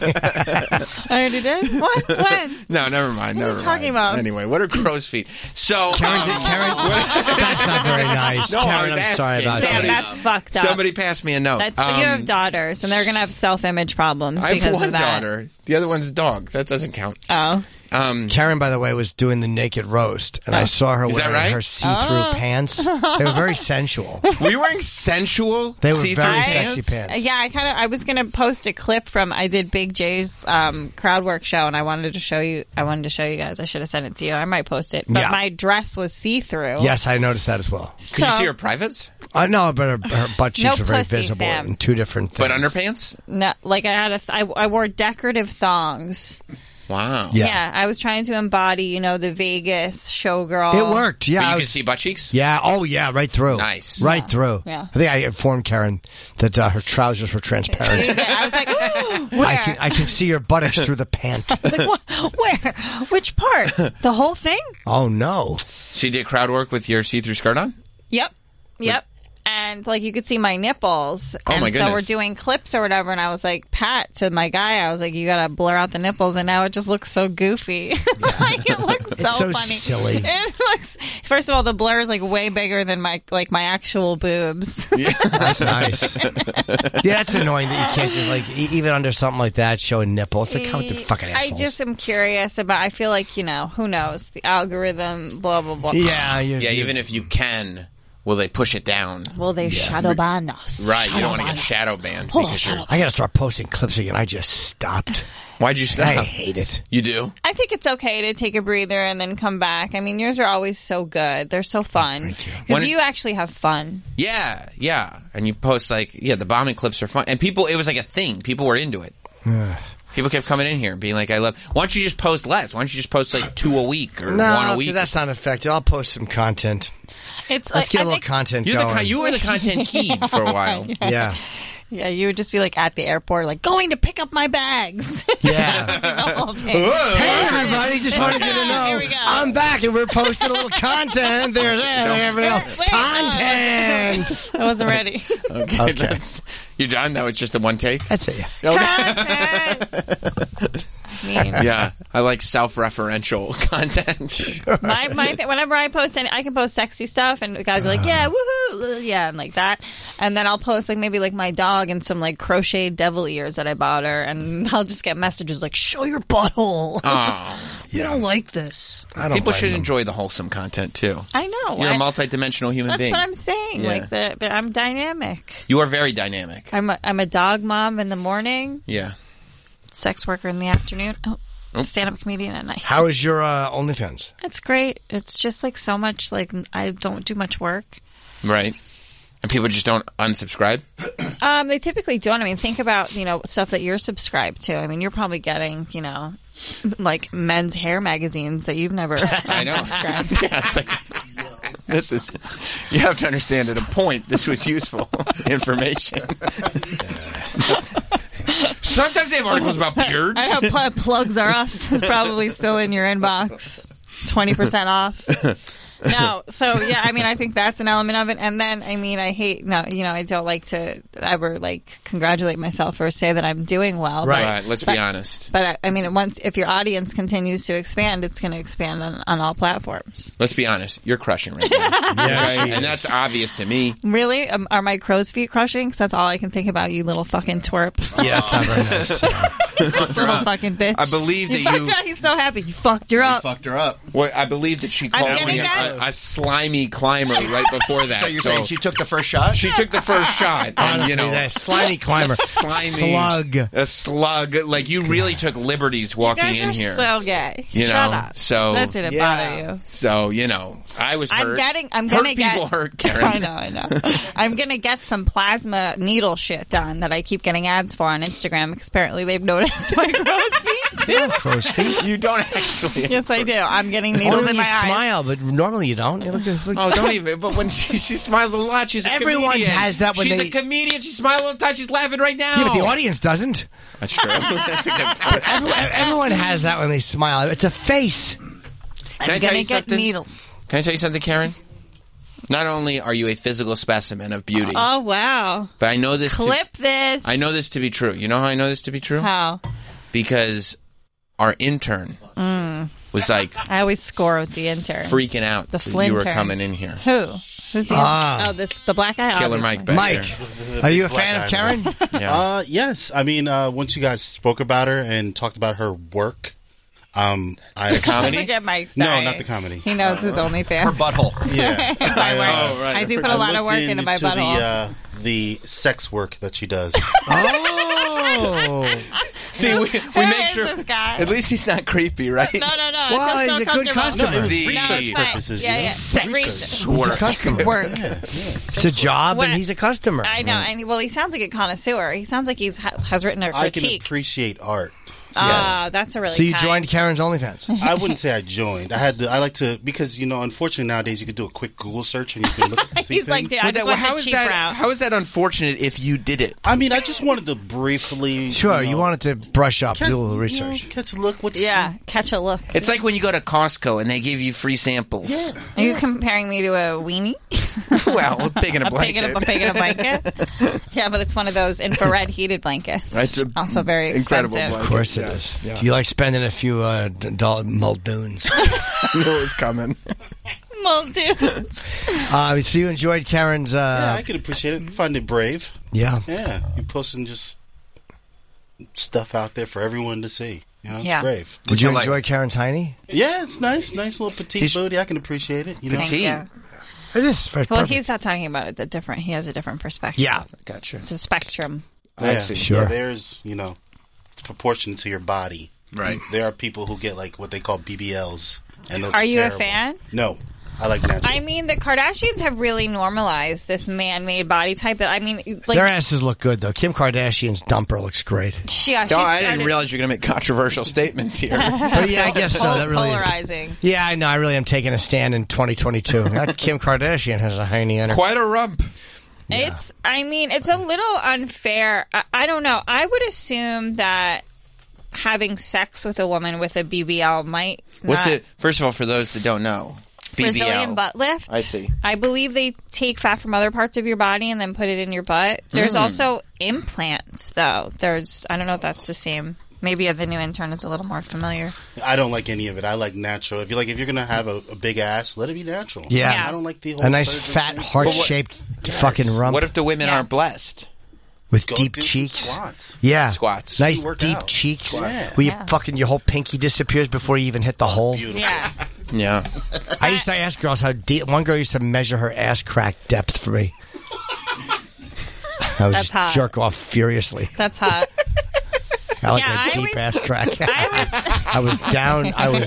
Speaker 12: I already did. What? When?
Speaker 4: no, never mind.
Speaker 12: What are
Speaker 4: never
Speaker 12: you talking
Speaker 4: mind.
Speaker 12: about?
Speaker 4: Anyway, what are crow's feet? So um,
Speaker 3: Karen, did, Karen, that's not very nice.
Speaker 4: No, I
Speaker 3: Karen,
Speaker 4: was
Speaker 3: I'm
Speaker 4: asking.
Speaker 3: sorry about
Speaker 12: Sam,
Speaker 3: that.
Speaker 12: that's fucked up.
Speaker 4: Somebody passed me a note.
Speaker 12: That's you have daughters, and they're gonna have self-image problems
Speaker 4: um, I
Speaker 12: because
Speaker 4: have one
Speaker 12: of that.
Speaker 4: daughter. The other one's a dog. That doesn't count.
Speaker 12: Oh,
Speaker 4: Um,
Speaker 3: Karen, by the way, was doing the naked roast, and I
Speaker 4: Oh.
Speaker 3: saw her
Speaker 4: Is that
Speaker 3: wearing
Speaker 4: right?
Speaker 3: her see-through
Speaker 12: Oh.
Speaker 3: pants. They were very sensual.
Speaker 4: Were you wearing sensual?
Speaker 3: They were
Speaker 4: see-through
Speaker 3: very
Speaker 4: pants?
Speaker 3: sexy pants.
Speaker 12: Yeah, I kind of. I was gonna post a clip from I did Big J's um, crowd work show, and I wanted to show you. I wanted to show you guys. I should have sent it to you. I might post it, but
Speaker 3: Yeah.
Speaker 12: my dress was see through.
Speaker 3: Yes, I noticed that as well.
Speaker 12: Could you So- see her
Speaker 4: privates?
Speaker 3: Uh, no, but her, her butt
Speaker 12: No
Speaker 3: cheeks were very
Speaker 12: pussy,
Speaker 3: visible
Speaker 12: Sam.
Speaker 3: in two different things.
Speaker 4: But underpants?
Speaker 12: No, like I had a. Th- I, I wore decorative thongs.
Speaker 4: Wow.
Speaker 12: Yeah. I was trying to embody, you know, the Vegas showgirl.
Speaker 3: It worked. Yeah,
Speaker 4: But
Speaker 3: I
Speaker 4: you
Speaker 3: was-
Speaker 4: could see butt cheeks?
Speaker 3: Yeah. Oh, yeah. Right through.
Speaker 4: Nice.
Speaker 3: Right
Speaker 4: Yeah.
Speaker 3: through.
Speaker 12: Yeah.
Speaker 3: I think I informed Karen that uh, her trousers were transparent.
Speaker 12: I was like, "Ooh,
Speaker 3: I
Speaker 12: where?
Speaker 3: can I can see your buttocks through the pant.
Speaker 12: where? Which part? The whole thing?
Speaker 3: Oh no.
Speaker 4: So you did crowd work with your see-through skirt on?
Speaker 12: Yep. Yep. And like you could see my nipples.
Speaker 4: Oh,
Speaker 12: and
Speaker 4: my
Speaker 12: so we're
Speaker 4: goodness.
Speaker 12: doing clips or whatever and I was like, Pat to my guy, I was like, You gotta blur out the nipples and now it just looks so goofy. like it looks so,
Speaker 2: It's so
Speaker 12: funny.
Speaker 2: silly.
Speaker 12: It looks first of all the blur is like way bigger than my like my actual boobs.
Speaker 3: That's nice. Yeah, that's annoying that you can't just like e- even under something like that show a nipple. It's like come with the fucking
Speaker 12: Eh, I
Speaker 3: assholes.
Speaker 12: just am curious about I feel like, you know, who knows? The algorithm, blah blah blah.
Speaker 4: yeah. Even if you can, will they push it down?
Speaker 12: Will they shadow ban us?
Speaker 4: Right. you
Speaker 12: Shadow
Speaker 4: don't want to
Speaker 12: ban
Speaker 4: get shadow banned
Speaker 12: Oh,
Speaker 4: because you're.
Speaker 3: I gotta start posting clips again. I just stopped.
Speaker 4: Why'd you stop?
Speaker 3: I hate it.
Speaker 4: You do.
Speaker 12: I think it's okay to take a breather and then come back. I mean, yours are always so good. They're so fun. Because
Speaker 4: When-
Speaker 12: you actually have fun.
Speaker 4: Yeah, yeah. And you post like, yeah, the bombing clips are fun, and people. It was like a thing. People were into it. People kept coming in here and being like, "I love." Why don't you just post less? Why don't you just post like two a week or one
Speaker 3: No,
Speaker 4: a week?
Speaker 3: that's not effective. I'll post some content.
Speaker 12: It's
Speaker 3: Let's
Speaker 12: like,
Speaker 3: get
Speaker 12: I
Speaker 3: a little
Speaker 12: think-
Speaker 3: content
Speaker 4: You're the
Speaker 3: going.
Speaker 4: con- you were the content kid for a while.
Speaker 12: yeah.
Speaker 3: yeah.
Speaker 12: Yeah, you would just be like at the airport, like going to pick up my bags.
Speaker 3: Yeah. hey, everybody. Just wanted you to know I'm back and we're posting a little content. There's that. Everybody else. Content.
Speaker 12: I wasn't ready.
Speaker 4: Okay, That's, you're done. That was just a one take.
Speaker 3: That's it. Yeah.
Speaker 4: yeah, I like self-referential content.
Speaker 12: my my th- whenever I post any, I can post sexy stuff, and the guys are like, yeah,
Speaker 4: Uh-huh.
Speaker 12: woohoo, uh, yeah, and like that. And then I'll post like maybe like my dog and some like crocheted devil ears that I bought her, and I'll just get messages like, show your butthole.
Speaker 4: Aw.
Speaker 12: You don't like this.
Speaker 3: I
Speaker 12: don't
Speaker 4: Oh. People
Speaker 12: blame
Speaker 4: should
Speaker 12: them.
Speaker 4: enjoy the wholesome content too.
Speaker 12: I know.
Speaker 4: You're a
Speaker 12: I-
Speaker 4: multidimensional human
Speaker 12: That's
Speaker 4: being.
Speaker 12: what I'm saying.
Speaker 4: Yeah.
Speaker 12: Like that, that I'm dynamic.
Speaker 4: you are very dynamic.
Speaker 12: I'm a, I'm a dog mom in the morning,
Speaker 4: Yeah.
Speaker 12: sex worker in the afternoon, oh,
Speaker 3: Oh.
Speaker 12: stand up comedian at night.
Speaker 3: How is your uh, OnlyFans?
Speaker 12: It's great. It's just like so much. Like I don't do much work.
Speaker 4: Right. and people just don't unsubscribe.
Speaker 12: Um, they typically don't. I mean, think about you know stuff that you're subscribed to. I mean, you're probably getting you know like men's hair magazines that you've never
Speaker 4: I know.
Speaker 12: subscribed.
Speaker 4: Yeah, it's like, this is. You have to understand at a point this was useful information. Sometimes they have articles about beards.
Speaker 12: I know pl- plugs are us is probably still in your inbox, twenty percent off. No, so yeah, I mean, I think that's an element of it. And then, I mean, I hate no, you know, I don't like to ever like congratulate myself or say that I'm doing well.
Speaker 4: Right.
Speaker 12: but-
Speaker 4: Right, let's
Speaker 12: but-
Speaker 4: be honest.
Speaker 12: But uh, I, I mean, once if your audience continues to expand, it's going to expand on, on all platforms.
Speaker 4: Let's be honest. You're crushing right now. Okay? and that's obvious to me.
Speaker 12: Really, um, are my crow's feet crushing? 'Cause that's all I can think about. You little fucking twerp.
Speaker 4: Yeah, that's not very nice.
Speaker 12: little fucking bitch.
Speaker 4: I believe
Speaker 12: You
Speaker 4: that
Speaker 12: fucked
Speaker 4: you.
Speaker 12: up. He's so happy. You fucked her up.
Speaker 7: fucked her up.
Speaker 4: Well, I believe that she
Speaker 12: I'm
Speaker 4: called me
Speaker 12: getting
Speaker 4: a,
Speaker 12: that.
Speaker 4: a, a slimy climber right before that.
Speaker 7: So you're saying she took the first shot?
Speaker 4: She took the first shot. and,
Speaker 3: Honestly,
Speaker 4: you know,
Speaker 3: that slimy climber.
Speaker 4: a slimy
Speaker 3: Slug.
Speaker 4: a slug. Like you really took liberties walking
Speaker 12: guys
Speaker 4: in
Speaker 12: are
Speaker 4: here.
Speaker 12: so gay.
Speaker 4: You
Speaker 12: Shut
Speaker 4: know,
Speaker 12: up.
Speaker 4: so-
Speaker 12: that didn't
Speaker 4: Yeah.
Speaker 12: bother you.
Speaker 4: So you know, I was.
Speaker 12: I'm
Speaker 4: hurt.
Speaker 12: getting. I'm
Speaker 4: Hurt
Speaker 12: gonna get.
Speaker 4: people hurt, Karen.
Speaker 12: I know. I know. I'm gonna get some plasma needle shit done that I keep getting ads for on Instagram because apparently they've noticed my crow's feet too.
Speaker 3: Crow's feet.
Speaker 4: You don't actually.
Speaker 12: Yes, I do. I'm getting needles
Speaker 3: Only
Speaker 12: in
Speaker 3: you
Speaker 12: my eyes.
Speaker 3: smile, but normally you don't. You look- look-
Speaker 4: Oh, don't even. But when she, she smiles a lot, she's a
Speaker 3: Everyone
Speaker 4: comedian.
Speaker 3: has that when
Speaker 4: she's
Speaker 3: they-
Speaker 4: a comedian. She smiles all the time. She's laughing right now.
Speaker 3: Yeah, but the audience doesn't.
Speaker 4: That's true. That's a good point.
Speaker 3: Everyone, everyone has that when they smile. It's a face.
Speaker 4: Can I
Speaker 12: I'm
Speaker 4: tell
Speaker 12: gonna
Speaker 4: you
Speaker 12: get
Speaker 4: something?
Speaker 12: needles.
Speaker 4: Can I tell you something, Karen? Not only are you a physical specimen of beauty,
Speaker 12: Oh wow!
Speaker 4: but I know this.
Speaker 12: Clip
Speaker 4: To,
Speaker 12: this.
Speaker 4: I know this to be true. You know how I know this to be true?
Speaker 12: How?
Speaker 4: Because our intern was like
Speaker 12: Mm. I always score with the intern.
Speaker 4: freaking out
Speaker 12: the
Speaker 4: that
Speaker 12: Flynn
Speaker 4: you were
Speaker 12: turns.
Speaker 4: coming in here.
Speaker 12: Who? Who's the?
Speaker 3: Ah.
Speaker 12: Oh, this the black guy.
Speaker 4: Killer
Speaker 12: Obviously.
Speaker 4: Mike back
Speaker 3: Mike, are you a fan of Karen?
Speaker 4: Yeah.
Speaker 10: Uh, yes. I mean, uh, once you guys spoke about her and talked about her work, um, I
Speaker 4: comedy?
Speaker 12: Look at Mike's
Speaker 10: No,
Speaker 12: eye.
Speaker 10: not the comedy.
Speaker 12: He knows his OnlyFans.
Speaker 7: Her butthole.
Speaker 10: Yeah, I, uh,
Speaker 4: Oh, right.
Speaker 12: I do put a lot of
Speaker 10: looked
Speaker 12: work into my
Speaker 10: into the,
Speaker 12: butthole.
Speaker 10: uh, the sex work that she does.
Speaker 3: Oh,
Speaker 4: See, we, we
Speaker 12: Who
Speaker 4: make
Speaker 12: is
Speaker 4: sure.
Speaker 12: this guy?
Speaker 4: At least he's not creepy, right?
Speaker 12: no, no, no.
Speaker 3: Well,
Speaker 12: I feel
Speaker 3: he's
Speaker 12: so
Speaker 3: a good
Speaker 12: comfortable.
Speaker 3: customer.
Speaker 10: it was
Speaker 4: The-
Speaker 10: research
Speaker 4: It's
Speaker 12: fine.
Speaker 10: purposes.
Speaker 12: Yeah, yeah. Set
Speaker 10: Research.
Speaker 12: research.
Speaker 3: he's a customer.
Speaker 12: Work.
Speaker 3: It's a job,
Speaker 12: What?
Speaker 3: and he's a customer.
Speaker 12: I know, and he- well, he sounds like a connoisseur. He sounds like he's ha- has written a
Speaker 10: I can
Speaker 12: critique.
Speaker 10: appreciate art.
Speaker 12: Ah, that's a really.
Speaker 3: So you
Speaker 12: kind-
Speaker 3: joined Karen's OnlyFans.
Speaker 10: I wouldn't say I joined. I had to. I like to because you know, unfortunately nowadays you could do a quick Google search and you can look.
Speaker 12: He's
Speaker 10: see things.
Speaker 12: like, dude, I
Speaker 4: But
Speaker 12: just
Speaker 4: that-
Speaker 12: went
Speaker 4: how
Speaker 12: the
Speaker 4: is
Speaker 12: cheap
Speaker 4: that?
Speaker 12: route.
Speaker 4: How is that unfortunate if you did it?
Speaker 10: I mean, I just wanted to briefly.
Speaker 3: Sure,
Speaker 10: know,
Speaker 4: Oh.
Speaker 3: you wanted to brush up,
Speaker 10: catch-
Speaker 3: do a little
Speaker 10: you
Speaker 3: research.
Speaker 10: know, catch a look. What's
Speaker 12: yeah, catch a look.
Speaker 4: It's like when you go to Costco and they give you free samples.
Speaker 12: Are you comparing me to a weenie?
Speaker 4: well, big in a
Speaker 12: A pig
Speaker 4: blanket.
Speaker 12: in a, a pig in a blanket? yeah, but it's one of those infrared heated blankets.
Speaker 4: That's a
Speaker 12: also very
Speaker 4: incredible
Speaker 12: expensive.
Speaker 4: blanket.
Speaker 3: Of course it is. Do you like spending a few uh, d- dollar muldoons?
Speaker 4: knew it was coming.
Speaker 12: Well, dude,
Speaker 3: uh, so you enjoyed Karen's?
Speaker 10: Yeah,
Speaker 3: Uh,
Speaker 10: I could appreciate
Speaker 12: Mm-hmm.
Speaker 10: it. Find it brave.
Speaker 3: yeah.
Speaker 10: Yeah, you posting just stuff out there for everyone to see. You know, it's
Speaker 12: Yeah.
Speaker 10: brave.
Speaker 3: Would you
Speaker 4: you like-
Speaker 3: enjoy Karen's hiney?
Speaker 10: Yeah, it's nice, nice little petite booty. I can appreciate it. You know,
Speaker 12: Thank
Speaker 4: Tea.
Speaker 12: you.
Speaker 3: It is very
Speaker 12: Well,
Speaker 3: perfect.
Speaker 12: he's not talking about it. The different. He has a different perspective.
Speaker 3: yeah.
Speaker 4: Gotcha.
Speaker 12: It's a spectrum.
Speaker 10: yeah,
Speaker 4: see.
Speaker 3: Sure.
Speaker 10: Yeah, there's you know, it's proportion to your body.
Speaker 7: Right.
Speaker 10: There are people who get like what they call BBLs. And
Speaker 12: Are you a fan?
Speaker 10: No, I like natural.
Speaker 12: I mean, the Kardashians have really normalized this man-made body type. That I mean,
Speaker 3: Their
Speaker 12: like
Speaker 3: asses look good though. Kim Kardashian's dumper looks great.
Speaker 12: she, uh, yeah, she
Speaker 4: No, I
Speaker 12: started-
Speaker 4: didn't realize you were going to make controversial statements here.
Speaker 3: But yeah, I guess so.
Speaker 12: Pol-
Speaker 3: That really is.
Speaker 12: polarizing.
Speaker 3: Yeah, I know. I really am taking a stand in 2022. That Kim Kardashian has a hiney on her.
Speaker 4: Quite a rump.
Speaker 12: It's. I mean, it's a little unfair. I, I don't know. I would assume that having sex with a woman with a BBL might.
Speaker 4: What's
Speaker 12: not-
Speaker 4: it? First of all, for those that don't know, BBL.
Speaker 12: Brazilian butt lift.
Speaker 4: I see.
Speaker 12: I believe they take fat from other parts of your body and then put it in your butt. There's
Speaker 3: Hmm.
Speaker 12: also implants, though. There's. I don't know if that's the same. Maybe the new intern is a little more familiar.
Speaker 10: I don't like any of it. I like natural. If you like, if you're gonna have a, a big ass, let it be natural.
Speaker 3: Yeah.
Speaker 12: Yeah.
Speaker 10: I don't like the whole
Speaker 3: A nice
Speaker 10: surgery
Speaker 3: fat
Speaker 10: thing.
Speaker 3: heart shaped fucking rump
Speaker 4: What if the women
Speaker 12: Yeah.
Speaker 4: aren't blessed?
Speaker 3: with
Speaker 10: Go
Speaker 3: deep
Speaker 10: do some
Speaker 3: cheeks.
Speaker 10: squats.
Speaker 3: Yeah,
Speaker 4: Squats.
Speaker 3: Nice
Speaker 10: Work
Speaker 3: deep
Speaker 10: out.
Speaker 3: cheeks.
Speaker 10: Squats.
Speaker 3: Where you
Speaker 12: Yeah.
Speaker 3: fucking your whole pinky disappears before you even hit the hole.
Speaker 10: Beautiful.
Speaker 12: Yeah.
Speaker 4: Yeah.
Speaker 3: I used to ask girls how deep. One girl used to measure her ass crack depth for me. I would
Speaker 12: That's
Speaker 3: just
Speaker 12: hot.
Speaker 3: jerk off furiously.
Speaker 12: That's hot.
Speaker 3: I like
Speaker 12: Yeah,
Speaker 3: a
Speaker 12: I
Speaker 3: deep
Speaker 12: always-
Speaker 3: ass crack.
Speaker 12: I was.
Speaker 3: I was down. I was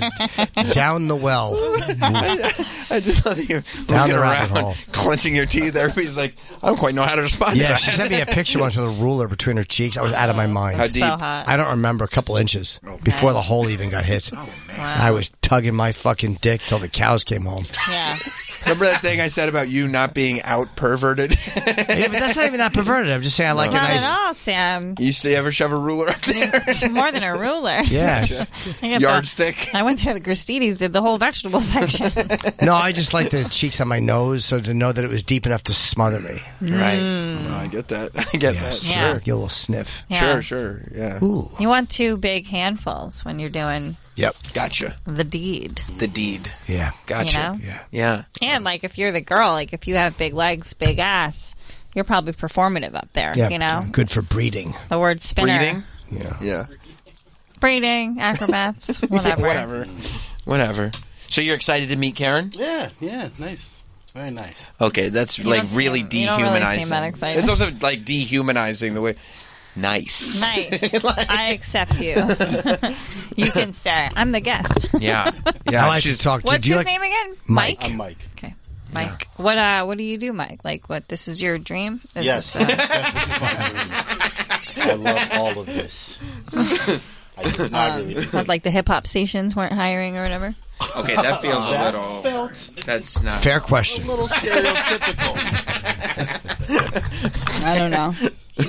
Speaker 3: down the well.
Speaker 4: I I just love that you're
Speaker 3: Down
Speaker 4: looking
Speaker 3: the rabbit
Speaker 4: around,
Speaker 3: hole.
Speaker 4: clenching your teeth. Everybody's like, I don't quite know how to respond. to
Speaker 3: Yeah,
Speaker 4: that.
Speaker 3: she sent me a picture once with a ruler between her cheeks. I was out of my mind.
Speaker 4: How So deep? hot.
Speaker 3: I don't remember. A couple inches
Speaker 4: Oh,
Speaker 3: before the hole even got hit. I was tugging my fucking dick till the cows came home.
Speaker 12: Yeah.
Speaker 4: Remember that thing I said about you not being out perverted?
Speaker 3: Yeah, but that's not even that perverted. I'm just saying I like
Speaker 12: It's
Speaker 3: a
Speaker 12: not
Speaker 3: nice.
Speaker 12: at all, Sam.
Speaker 4: You used to ever shove a ruler up there?
Speaker 12: It's more than a ruler. I
Speaker 3: Yeah.
Speaker 12: got the-
Speaker 4: Yardstick.
Speaker 12: I went to the Gristidis, did the whole vegetable section.
Speaker 3: No, I just like the cheeks on my nose, so to know that it was deep enough to smother me.
Speaker 12: Right.
Speaker 4: No, Oh, I get that. I get that.
Speaker 12: Mm.
Speaker 3: Yes,
Speaker 12: Yeah.
Speaker 3: sure. Get a little sniff.
Speaker 12: Yeah. Sure,
Speaker 4: sure. Yeah.
Speaker 3: Ooh.
Speaker 12: You want two big handfuls when you're doing
Speaker 3: Yep.
Speaker 4: Gotcha.
Speaker 12: the deed.
Speaker 4: The deed.
Speaker 3: Yeah.
Speaker 4: Gotcha.
Speaker 12: know?
Speaker 4: Yeah. Yeah.
Speaker 12: And like if you're the girl, like if you have big legs, big ass, you're probably performative up there.
Speaker 3: Yeah.
Speaker 12: You know?
Speaker 3: Good for breeding.
Speaker 12: The word spinner.
Speaker 4: Breeding?
Speaker 3: Yeah.
Speaker 4: Yeah.
Speaker 12: Breeding, acrobats, whatever.
Speaker 4: Whatever. Whatever. So you're excited to meet Karen?
Speaker 10: Yeah, yeah, nice. It's very nice.
Speaker 4: Okay, that's
Speaker 10: You
Speaker 4: like
Speaker 10: don't
Speaker 4: really
Speaker 10: seem- you don't really
Speaker 4: dehumanizing.
Speaker 10: seem that excited.
Speaker 4: It's also like dehumanizing the way. Nice.
Speaker 12: Nice. I accept you. you can stay. I'm the guest.
Speaker 4: Yeah. Yeah.
Speaker 3: I like to talk to.
Speaker 12: What's
Speaker 3: do you
Speaker 12: his
Speaker 3: like-
Speaker 12: name again?
Speaker 3: Mike.
Speaker 12: Mike.
Speaker 3: I'm
Speaker 10: Mike.
Speaker 12: Okay. Mike. What uh what do you do, Mike? Like what this is your dream? Is
Speaker 10: Yes.
Speaker 12: this, uh,
Speaker 10: I love all of this. I did not
Speaker 12: um,
Speaker 10: really do
Speaker 12: what, like the hip hop stations weren't hiring or whatever?
Speaker 4: Okay, that feels
Speaker 10: That
Speaker 4: a little.
Speaker 10: felt
Speaker 4: that's not
Speaker 3: Fair question.
Speaker 12: I don't know.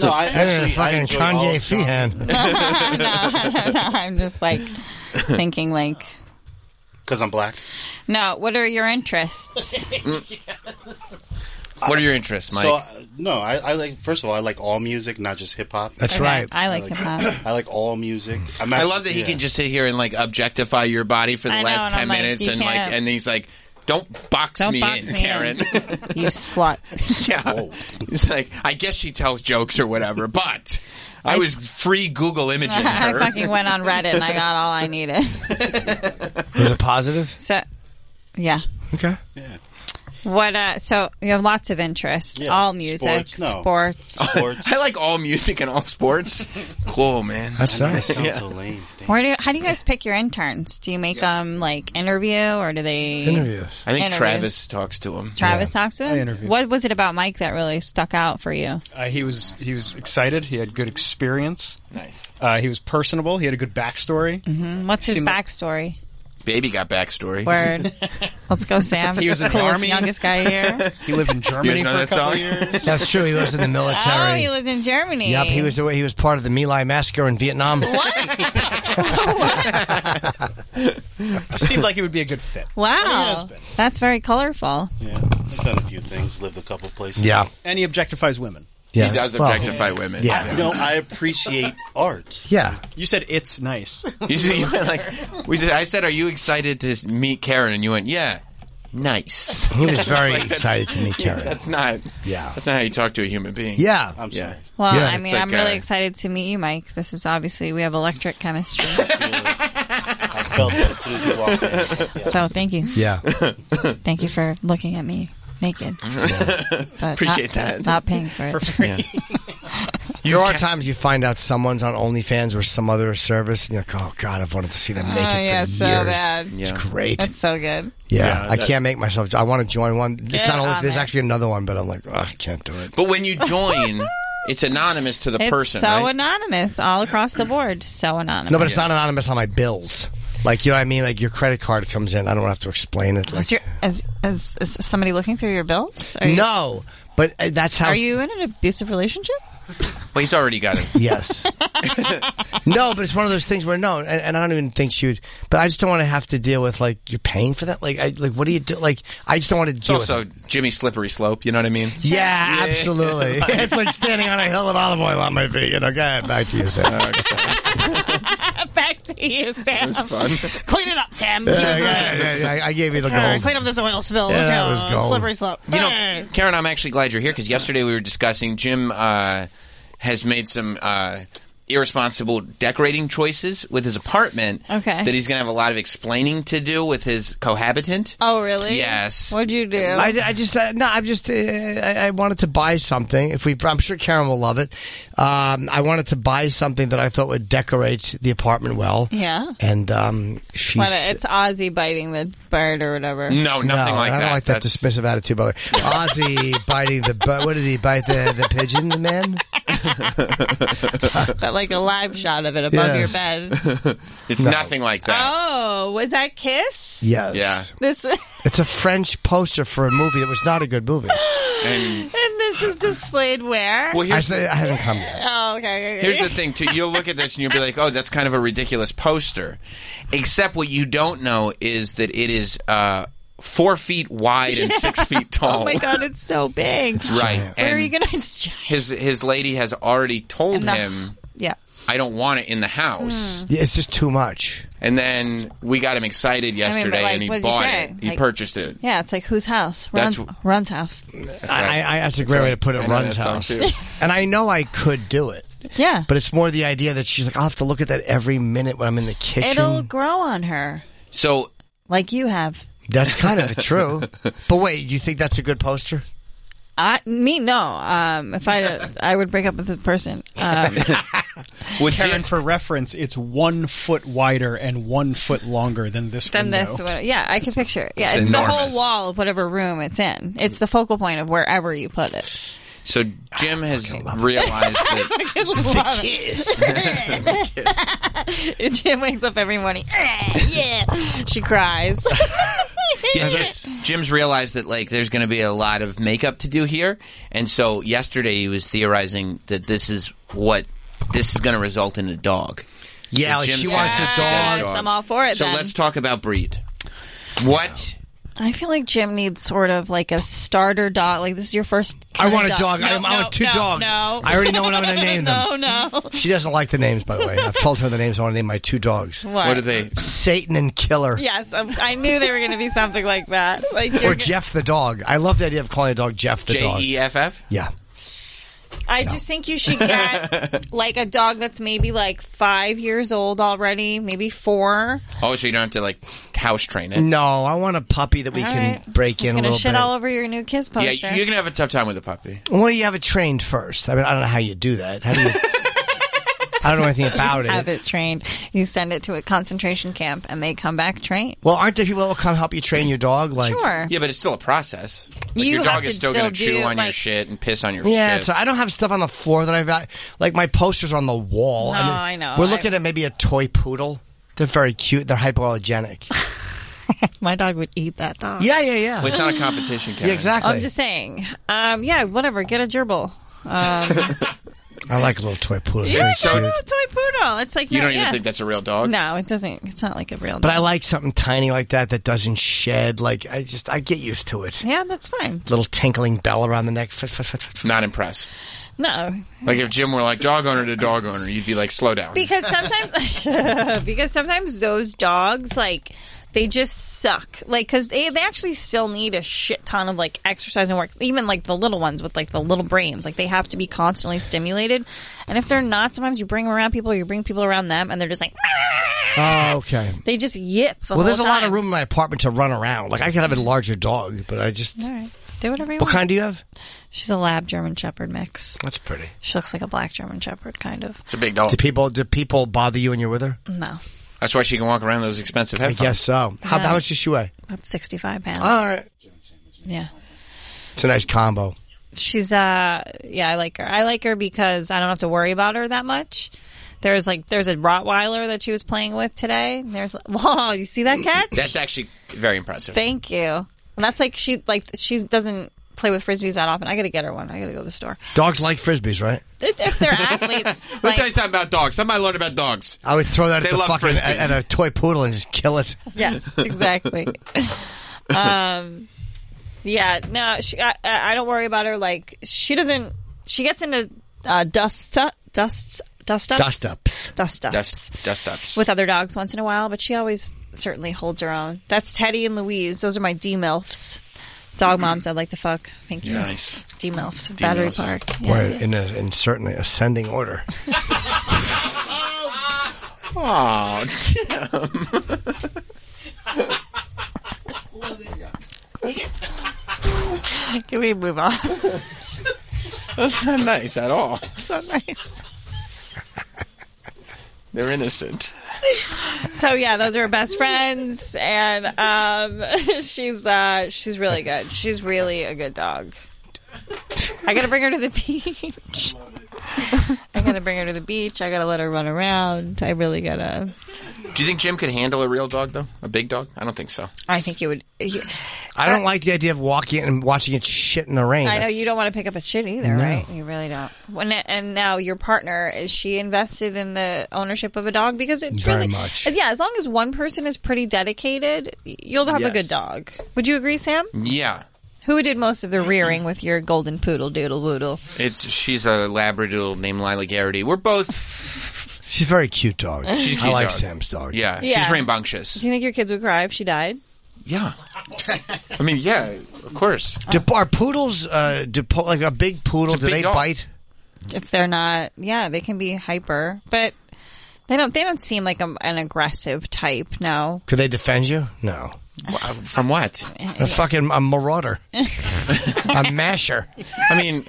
Speaker 10: No, I
Speaker 3: Better than
Speaker 10: actually I
Speaker 3: fucking
Speaker 10: enjoy all
Speaker 3: Kanye
Speaker 10: of John.
Speaker 3: Feehan.
Speaker 12: no, no, I'm just like thinking like
Speaker 10: Because I'm black.
Speaker 12: no, what are your interests?
Speaker 10: Mm.
Speaker 4: What are your interests, Mike?
Speaker 10: So uh, no, I, I like. First of all, I like all music, not just hip hop.
Speaker 3: That's
Speaker 12: Okay, right. I like hip-hop.
Speaker 10: I like all music. I'm
Speaker 4: Mm. I
Speaker 10: actually-
Speaker 4: love that he
Speaker 10: yeah.
Speaker 4: can just sit here and like objectify your body for the
Speaker 12: I know,
Speaker 4: last
Speaker 12: and
Speaker 4: ten
Speaker 12: I'm like,
Speaker 4: minutes,
Speaker 12: you
Speaker 4: and like,
Speaker 12: can't.
Speaker 4: and he's like, "Don't box
Speaker 12: Don't
Speaker 4: me
Speaker 12: box
Speaker 4: in,
Speaker 12: me in.
Speaker 4: Karen."
Speaker 12: you slut.
Speaker 4: yeah, it's like I guess she tells jokes or whatever, but I, was free Google imaging
Speaker 12: I
Speaker 4: her.
Speaker 12: fucking went on Reddit and I got all I needed.
Speaker 3: Was it positive?
Speaker 12: So yeah.
Speaker 3: Okay.
Speaker 12: What uh so you have lots of interests.
Speaker 10: Yeah.
Speaker 12: All music,
Speaker 10: Sports, no.
Speaker 12: sports.
Speaker 10: Sports.
Speaker 4: I like all music and all sports. cool, man.
Speaker 3: That's nice.
Speaker 10: Sounds so lame.
Speaker 12: Where do you, how do you guys pick your interns? Do you make them like interview or do they
Speaker 3: Interviews.
Speaker 4: I think
Speaker 12: Interviews.
Speaker 4: Travis talks to him.
Speaker 12: Travis talks to them?
Speaker 5: I interview.
Speaker 12: What was it about Mike that really stuck out for you?
Speaker 5: Uh, he was he was excited. He had good experience.
Speaker 4: Nice.
Speaker 5: Uh, he was personable. He had a good backstory.
Speaker 12: Mm, What's his
Speaker 5: Seemed like-
Speaker 12: backstory?
Speaker 4: Baby got backstory.
Speaker 12: Word. Let's go, Sam.
Speaker 5: He was in
Speaker 12: the
Speaker 5: the
Speaker 12: coolest,
Speaker 5: army.
Speaker 12: youngest guy here.
Speaker 5: He lived in Germany
Speaker 4: You guys know
Speaker 5: for a
Speaker 4: that
Speaker 5: couple
Speaker 4: song?
Speaker 5: years.
Speaker 3: That's true. He was in the
Speaker 12: Oh,
Speaker 3: military.
Speaker 12: he lives in Germany.
Speaker 3: Yep, he was away. He was part of the My Lai massacre in Vietnam.
Speaker 5: Seemed like he would be a good fit.
Speaker 12: Wow, that's very colorful.
Speaker 10: Yeah, I've done a few things, lived a couple places.
Speaker 3: Yeah,
Speaker 5: And he objectifies women.
Speaker 3: yeah.
Speaker 4: He does
Speaker 3: Well,
Speaker 4: objectify women.
Speaker 3: yeah.
Speaker 10: You know, I appreciate art.
Speaker 3: yeah.
Speaker 5: You said it's nice.
Speaker 4: You, said- you went like we said, I said, "Are you excited to meet Karen?" And you went, "Yeah." Nice.
Speaker 3: He was very
Speaker 4: like, that's-
Speaker 3: excited to meet Karen.
Speaker 4: That's not.
Speaker 3: Yeah.
Speaker 4: That's not how you talk to a human being.
Speaker 3: yeah.
Speaker 10: I'm
Speaker 4: Yeah.
Speaker 10: sorry.
Speaker 12: Well,
Speaker 3: Yeah,
Speaker 12: I
Speaker 3: it's
Speaker 12: mean,
Speaker 4: like,
Speaker 12: I'm really
Speaker 4: uh,
Speaker 12: excited to meet you, Mike. This is obviously we have electric chemistry.
Speaker 10: I felt that as soon as you walked in. Yeah.
Speaker 12: so thank you,
Speaker 3: Yeah.
Speaker 12: thank you for looking at me naked. But
Speaker 4: Appreciate
Speaker 12: not,
Speaker 4: that.
Speaker 12: Not paying for it.
Speaker 3: There are times you find out someone's on OnLyFans or some other service, and you're like, "Oh God, I've wanted to see them
Speaker 12: Oh,
Speaker 3: naked
Speaker 12: yeah,
Speaker 3: for
Speaker 12: so
Speaker 3: years.
Speaker 12: bad.
Speaker 3: It's
Speaker 4: Yeah.
Speaker 3: great.
Speaker 12: That's so good.
Speaker 3: yeah,
Speaker 4: Yeah,
Speaker 3: I
Speaker 4: that-
Speaker 3: can't make myself. I want to join one. It's
Speaker 12: Get
Speaker 3: not only
Speaker 12: on
Speaker 3: there's
Speaker 12: it.
Speaker 3: actually another one, but I'm like, oh, I can't do it.
Speaker 4: But when you join, it's anonymous to the
Speaker 12: It's
Speaker 4: person,
Speaker 12: so
Speaker 4: right?
Speaker 12: anonymous all across the board. So anonymous.
Speaker 3: No, but it's not anonymous on my bills. Like you know what I mean? Like your credit card comes in. I don't have to explain it. Like,
Speaker 12: Is, your, is, is, is somebody looking through your bills? Are you,
Speaker 3: no, but uh, that's how.
Speaker 12: Are you in an abusive relationship?
Speaker 4: well, he's already got it.
Speaker 3: Yes. no, but it's one of those things where no, and, and I don't even think she would. But I just don't want to have to deal with like you're paying for that. Like, I, like what do you do? Like, I just don't want to
Speaker 4: It's
Speaker 3: deal with.
Speaker 4: also
Speaker 3: it.
Speaker 4: Jimmy Slippery Slope. You know what I mean?
Speaker 3: Yeah, absolutely. it's like standing on a hill with olive oil on my feet. You know, go ahead, back to you, Sam.
Speaker 12: Back to you, Sam.
Speaker 4: fun.
Speaker 12: Clean it up, Sam.
Speaker 3: Yeah, yeah, yeah, yeah, I gave you the
Speaker 12: Err,
Speaker 3: gold.
Speaker 12: Clean up this oil spill.
Speaker 3: Yeah,
Speaker 12: Let's
Speaker 3: that
Speaker 12: go.
Speaker 3: was gold.
Speaker 12: Slippery slope.
Speaker 4: You know,
Speaker 12: Err.
Speaker 4: Karen, I'm actually glad you're here because yesterday we were discussing Jim uh, has made some uh, irresponsible decorating choices with his apartment
Speaker 12: Okay.
Speaker 4: that he's going to have a lot of explaining to do with his cohabitant.
Speaker 12: Oh, really?
Speaker 4: Yes.
Speaker 12: What'd you do?
Speaker 3: I, I just uh, no. I'm just uh, I, I wanted to buy something. If we, I'm sure Karen will love it. Um, I wanted to buy something that I thought would decorate the apartment well.
Speaker 12: Yeah.
Speaker 3: And um, she.
Speaker 12: What, it's Ozzy biting the bird or whatever.
Speaker 3: I don't like that dismissive attitude. By the way, Ozzy biting the bu- what did he bite the the pigeon? The man.
Speaker 12: but like a live shot of it above
Speaker 3: Yes.
Speaker 12: your bed.
Speaker 4: it's
Speaker 3: No.
Speaker 4: nothing like that.
Speaker 12: Oh, was that Kiss?
Speaker 3: Yes.
Speaker 4: Yeah.
Speaker 12: This
Speaker 3: It's a French poster for a movie that was not a good movie.
Speaker 4: And
Speaker 12: and this is displayed where?
Speaker 4: Well,
Speaker 3: I
Speaker 4: here's-
Speaker 3: say I haven't come yet.
Speaker 12: Oh, okay. okay, okay.
Speaker 4: Here's the thing, too. You'll look at this and you'll be like, "Oh, that's kind of a ridiculous poster." Except what you don't know is that it is uh, four feet wide and six feet tall.
Speaker 12: Oh my god, it's so big.
Speaker 4: It's right.
Speaker 12: Where are
Speaker 4: And
Speaker 12: you gonna? It's giant.
Speaker 4: His his lady has already told
Speaker 12: And the-
Speaker 4: him,
Speaker 12: Yeah.
Speaker 4: "I don't want it in the house."
Speaker 12: Hmm.
Speaker 3: Yeah, it's just too much.
Speaker 4: And then we got him excited
Speaker 12: but,
Speaker 4: yesterday,
Speaker 12: like, what
Speaker 4: and he
Speaker 12: did you
Speaker 4: bought
Speaker 12: say?
Speaker 4: it. He
Speaker 12: Like-
Speaker 4: purchased it.
Speaker 12: Yeah, it's like whose house?
Speaker 4: That's
Speaker 12: Ron's,
Speaker 4: wh-
Speaker 12: Ron's house.
Speaker 3: I, I, that's a great way to put it.
Speaker 4: I know
Speaker 3: Run's
Speaker 4: that song,
Speaker 3: house,
Speaker 4: too.
Speaker 3: and I know I could do it.
Speaker 12: Yeah.
Speaker 3: But it's more the idea that she's like, I'll have to look at that every minute when I'm in the kitchen.
Speaker 12: It'll grow on her,
Speaker 4: So
Speaker 12: like you have.
Speaker 3: That's kind of true. But wait, you think that's a good poster?
Speaker 12: I me no. Um, if I I would break up with this person. Um,
Speaker 5: Karen, for reference, it's one foot wider and one foot longer than this
Speaker 12: than
Speaker 5: window.
Speaker 12: this one, yeah, I can picture it. Yeah,
Speaker 5: It's
Speaker 12: it's, the
Speaker 5: enormous.
Speaker 12: whole wall of whatever room it's in. It's the focal point of wherever you put it.
Speaker 4: So Jim has realized that
Speaker 12: I love it. Jim wakes up every morning. yeah, she cries.
Speaker 4: Yeah, Jim's- Jim's realized that like there's going to be a lot of makeup to do here, and so yesterday he was theorizing that this is what this is going to result in a dog.
Speaker 3: Yeah,
Speaker 4: That
Speaker 3: like,
Speaker 4: Jim's
Speaker 3: she
Speaker 4: gonna
Speaker 3: wants a
Speaker 4: have to get
Speaker 12: dog. Yes, I'm all for it
Speaker 4: So
Speaker 12: then.
Speaker 4: let's talk about breed. What?
Speaker 12: I feel like Jim needs sort of like a starter dog. Like this is your first.
Speaker 3: I
Speaker 12: kind
Speaker 3: want a
Speaker 12: of
Speaker 3: dog. I- I want two
Speaker 12: no,
Speaker 3: dogs.
Speaker 12: No,
Speaker 3: I already know what I'm gonna name
Speaker 12: no,
Speaker 3: them.
Speaker 12: no.
Speaker 3: She doesn't like the names, by the way. I've told her the names. I want to name my two dogs.
Speaker 12: What? What are they?
Speaker 3: Satan and Killer.
Speaker 12: Yes, I, I knew they were going to be something like that. Like
Speaker 3: Or
Speaker 12: you're g-
Speaker 3: Jeff the dog. I love the idea of calling a dog Jeff the
Speaker 4: J
Speaker 3: dog.
Speaker 4: E F F.
Speaker 3: Yeah.
Speaker 12: I just think you should get like a dog that's maybe like five years old already, maybe four.
Speaker 4: Oh, so you don't have to like house train it.
Speaker 3: No, I want a puppy that we
Speaker 12: All
Speaker 3: can
Speaker 12: right.
Speaker 3: break
Speaker 12: It's
Speaker 3: in a
Speaker 12: gonna
Speaker 3: little
Speaker 12: shit
Speaker 3: bit.
Speaker 12: all over your new kiss
Speaker 4: Yeah,
Speaker 12: poster.
Speaker 4: you're gonna have a tough time with a puppy.
Speaker 3: Well, you have it trained first. I mean, I don't know how you do that. How do you? I don't know anything about
Speaker 12: You have
Speaker 3: it.
Speaker 12: it trained. You send it to a concentration camp, and they come back trained.
Speaker 3: Well, aren't there people that will come help you train your dog? Like,
Speaker 12: Sure.
Speaker 4: Yeah, but it's still a process. Like,
Speaker 12: You
Speaker 4: your dog
Speaker 12: have to
Speaker 4: is still,
Speaker 12: still
Speaker 4: going to chew
Speaker 12: do,
Speaker 4: on your
Speaker 12: like-
Speaker 4: shit and piss on your
Speaker 3: yeah.
Speaker 4: shit.
Speaker 3: So I don't have stuff on the floor that I've got. Like my posters on the wall.
Speaker 12: No, I know.
Speaker 3: We're
Speaker 12: I-
Speaker 3: looking at maybe a toy poodle. They're very cute. They're hypoallergenic.
Speaker 12: My dog would eat that dog.
Speaker 3: Yeah, yeah, yeah.
Speaker 4: Well, it's not a competition, Karen.
Speaker 3: Yeah, exactly.
Speaker 12: I'm just saying. Um, yeah, whatever. Get a gerbil. Um,
Speaker 3: I like a little toy poodle.
Speaker 12: yeah,
Speaker 3: Very
Speaker 12: get a
Speaker 3: cute.
Speaker 12: little toy poodle. It's like
Speaker 4: You
Speaker 12: no,
Speaker 4: don't even
Speaker 12: yeah.
Speaker 4: think that's a real dog?
Speaker 12: No, it doesn't. It's not like a real.
Speaker 3: But I
Speaker 12: dog.
Speaker 3: like something tiny like that that doesn't shed. Like I just I get used to it.
Speaker 12: Yeah, that's fine.
Speaker 3: Little tinkling bell around the neck. Fit, fit, fit, fit.
Speaker 4: Not impressed.
Speaker 12: No,
Speaker 4: Like if Jim were like dog owner to dog owner, you'd be like, slow down.
Speaker 12: because sometimes because sometimes those dogs like they just suck like because they, they actually still need a shit ton of like exercise and work even like the little ones with like the little brains like they have to be constantly stimulated and if they're not sometimes you bring them around people or you bring people around them and they're just like
Speaker 3: Oh, okay.
Speaker 12: they just yip the
Speaker 3: well, there's
Speaker 12: whole
Speaker 3: a lot of
Speaker 12: time.
Speaker 3: room in my apartment to run around. Like I could have a larger dog, but I just.
Speaker 12: all right do whatever you
Speaker 3: What
Speaker 12: want
Speaker 3: kind do you have?
Speaker 12: she's a lab german shepherd mix
Speaker 3: That's pretty.
Speaker 12: she looks like a black german shepherd kind of
Speaker 4: It's a big dog.
Speaker 3: Do people do people bother you when you're with her?
Speaker 12: no
Speaker 4: That's why she can walk around those expensive
Speaker 3: I
Speaker 4: headphones.
Speaker 3: guess so. How,
Speaker 12: Yeah.
Speaker 3: how much does she weigh?
Speaker 12: about 65 pounds
Speaker 3: All right,
Speaker 12: yeah
Speaker 3: it's a nice combo.
Speaker 12: she's uh yeah i like her i like her because i don't have to worry about her that much there's like there's a rottweiler that she was playing with today there's wow you see that catch
Speaker 4: That's actually very impressive.
Speaker 12: thank you and that's like she like she doesn't play with frisbees that often i gotta get her one i gotta go to the store
Speaker 3: Dogs like frisbees, right?
Speaker 12: If- if they're athletes
Speaker 4: Let me
Speaker 12: like,
Speaker 4: tell you something about dogs. Something I learned about dogs.
Speaker 3: I would throw that
Speaker 4: They
Speaker 3: at the
Speaker 4: love
Speaker 3: fucking
Speaker 4: frisbees.
Speaker 3: at, at a toy poodle and just kill it.
Speaker 12: yes exactly um yeah no she I, I I don't worry about her like she doesn't she gets into uh dust dust dust ups
Speaker 3: Dust ups.
Speaker 12: dust ups
Speaker 4: Dust, dust ups.
Speaker 12: with other dogs once in a while, but she always certainly holds her own. That's Teddy and Louise. Those are my D milfs, dog moms I'd like to fuck. Thank you.
Speaker 4: Nice.
Speaker 12: D milfs, Battery
Speaker 4: D-MILFs.
Speaker 12: Park. Yeah.
Speaker 3: Boy, in a, in certainly ascending order.
Speaker 4: Oh, Jim.
Speaker 12: Can we move on?
Speaker 4: That's not nice at all.
Speaker 12: It's not nice.
Speaker 4: They're innocent.
Speaker 12: So yeah, those are best friends, and um, she's uh, she's really good. She's really a good dog. I gotta bring her to the beach. I gotta bring her to the beach. I gotta let her run around. I really gotta.
Speaker 4: Do you think Jim could handle a real dog though? A big dog? I don't think so.
Speaker 12: I think it would. he-
Speaker 3: I don't like the idea of walking and watching it shit in the rain.
Speaker 12: I know
Speaker 3: That's-
Speaker 12: you don't want to pick up a shit either,
Speaker 3: No.
Speaker 12: right? You really don't. When, and now your partner is she invested in the ownership of a dog because it's
Speaker 3: Very
Speaker 12: really
Speaker 3: much.
Speaker 12: Yeah, as long as one person is pretty dedicated, you'll have a good
Speaker 4: Yes.
Speaker 12: dog. Would you agree, Sam?
Speaker 4: Yeah.
Speaker 12: Who did most of the rearing with your golden poodle doodle woodle?
Speaker 4: It's she's a labradoodle named Lila Garrity. We're both
Speaker 3: She's a very cute dog.
Speaker 4: she's a
Speaker 3: I
Speaker 4: cute
Speaker 3: like
Speaker 4: dog.
Speaker 3: Sam's dog.
Speaker 4: Yeah.
Speaker 12: Yeah.
Speaker 4: Uh, She's rambunctious.
Speaker 12: Do you think your kids would cry if she died?
Speaker 4: Yeah. I mean, yeah, of course.
Speaker 3: Do, are poodles uh, do, po- like a big poodle?
Speaker 4: It's a
Speaker 3: do
Speaker 4: big
Speaker 3: they
Speaker 4: dog.
Speaker 3: bite?
Speaker 12: If they're not, yeah, they can be hyper, but they don't. They don't seem like a, an aggressive type now.
Speaker 3: Could they defend you? No.
Speaker 4: From what?
Speaker 3: A fucking a marauder, a masher.
Speaker 4: I mean,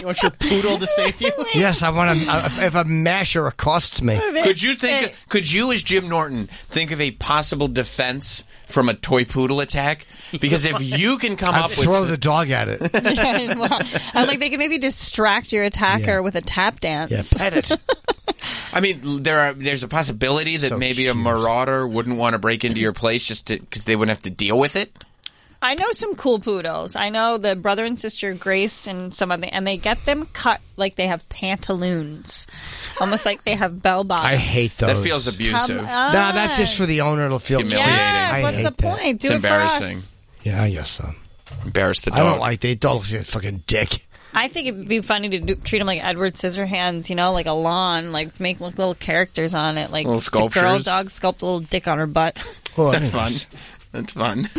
Speaker 5: You want your poodle to save you?
Speaker 3: Yes, I want to. If, if a masher accosts me,
Speaker 4: Could you think? Could you, as Jim Norton, think of a possible defense from a toy poodle attack? Because if you can come
Speaker 3: I
Speaker 4: up with
Speaker 3: throw the dog at it.
Speaker 12: Yeah, well, I'm Uh, like they can maybe distract your attacker with a tap dance.
Speaker 3: Yeah, pet it.
Speaker 4: I mean, l- there are there's a possibility that maybe a marauder wouldn't want to break into your place just because they wouldn't have to deal with it.
Speaker 12: I know some cool poodles. I know the brother and sister Grace and some of the, and they get them cut like they have pantaloons, almost like they have bell bottoms.
Speaker 3: I hate
Speaker 4: That
Speaker 3: those.
Speaker 4: feels abusive.
Speaker 12: Come
Speaker 3: No,
Speaker 12: on.
Speaker 3: that's just for the owner. It'll feel
Speaker 4: Humiliating.
Speaker 3: cheap. I
Speaker 12: What's
Speaker 3: hate
Speaker 12: the
Speaker 3: that.
Speaker 12: point? Do
Speaker 4: it's
Speaker 12: it
Speaker 4: embarrassing.
Speaker 12: For us.
Speaker 3: Yeah, I guess so.
Speaker 4: Embarrass the dog.
Speaker 3: I don't like they dog fucking dick.
Speaker 12: I think it'd be funny to do, treat them like Edward Scissorhands, you know, like a lawn, like make like, little characters on it, like
Speaker 4: Little
Speaker 12: it's a girl
Speaker 4: sculptures.
Speaker 12: dog sculpt a little dick on her butt,
Speaker 3: Oh,
Speaker 4: That's fun.
Speaker 3: anyways.
Speaker 4: That's fun.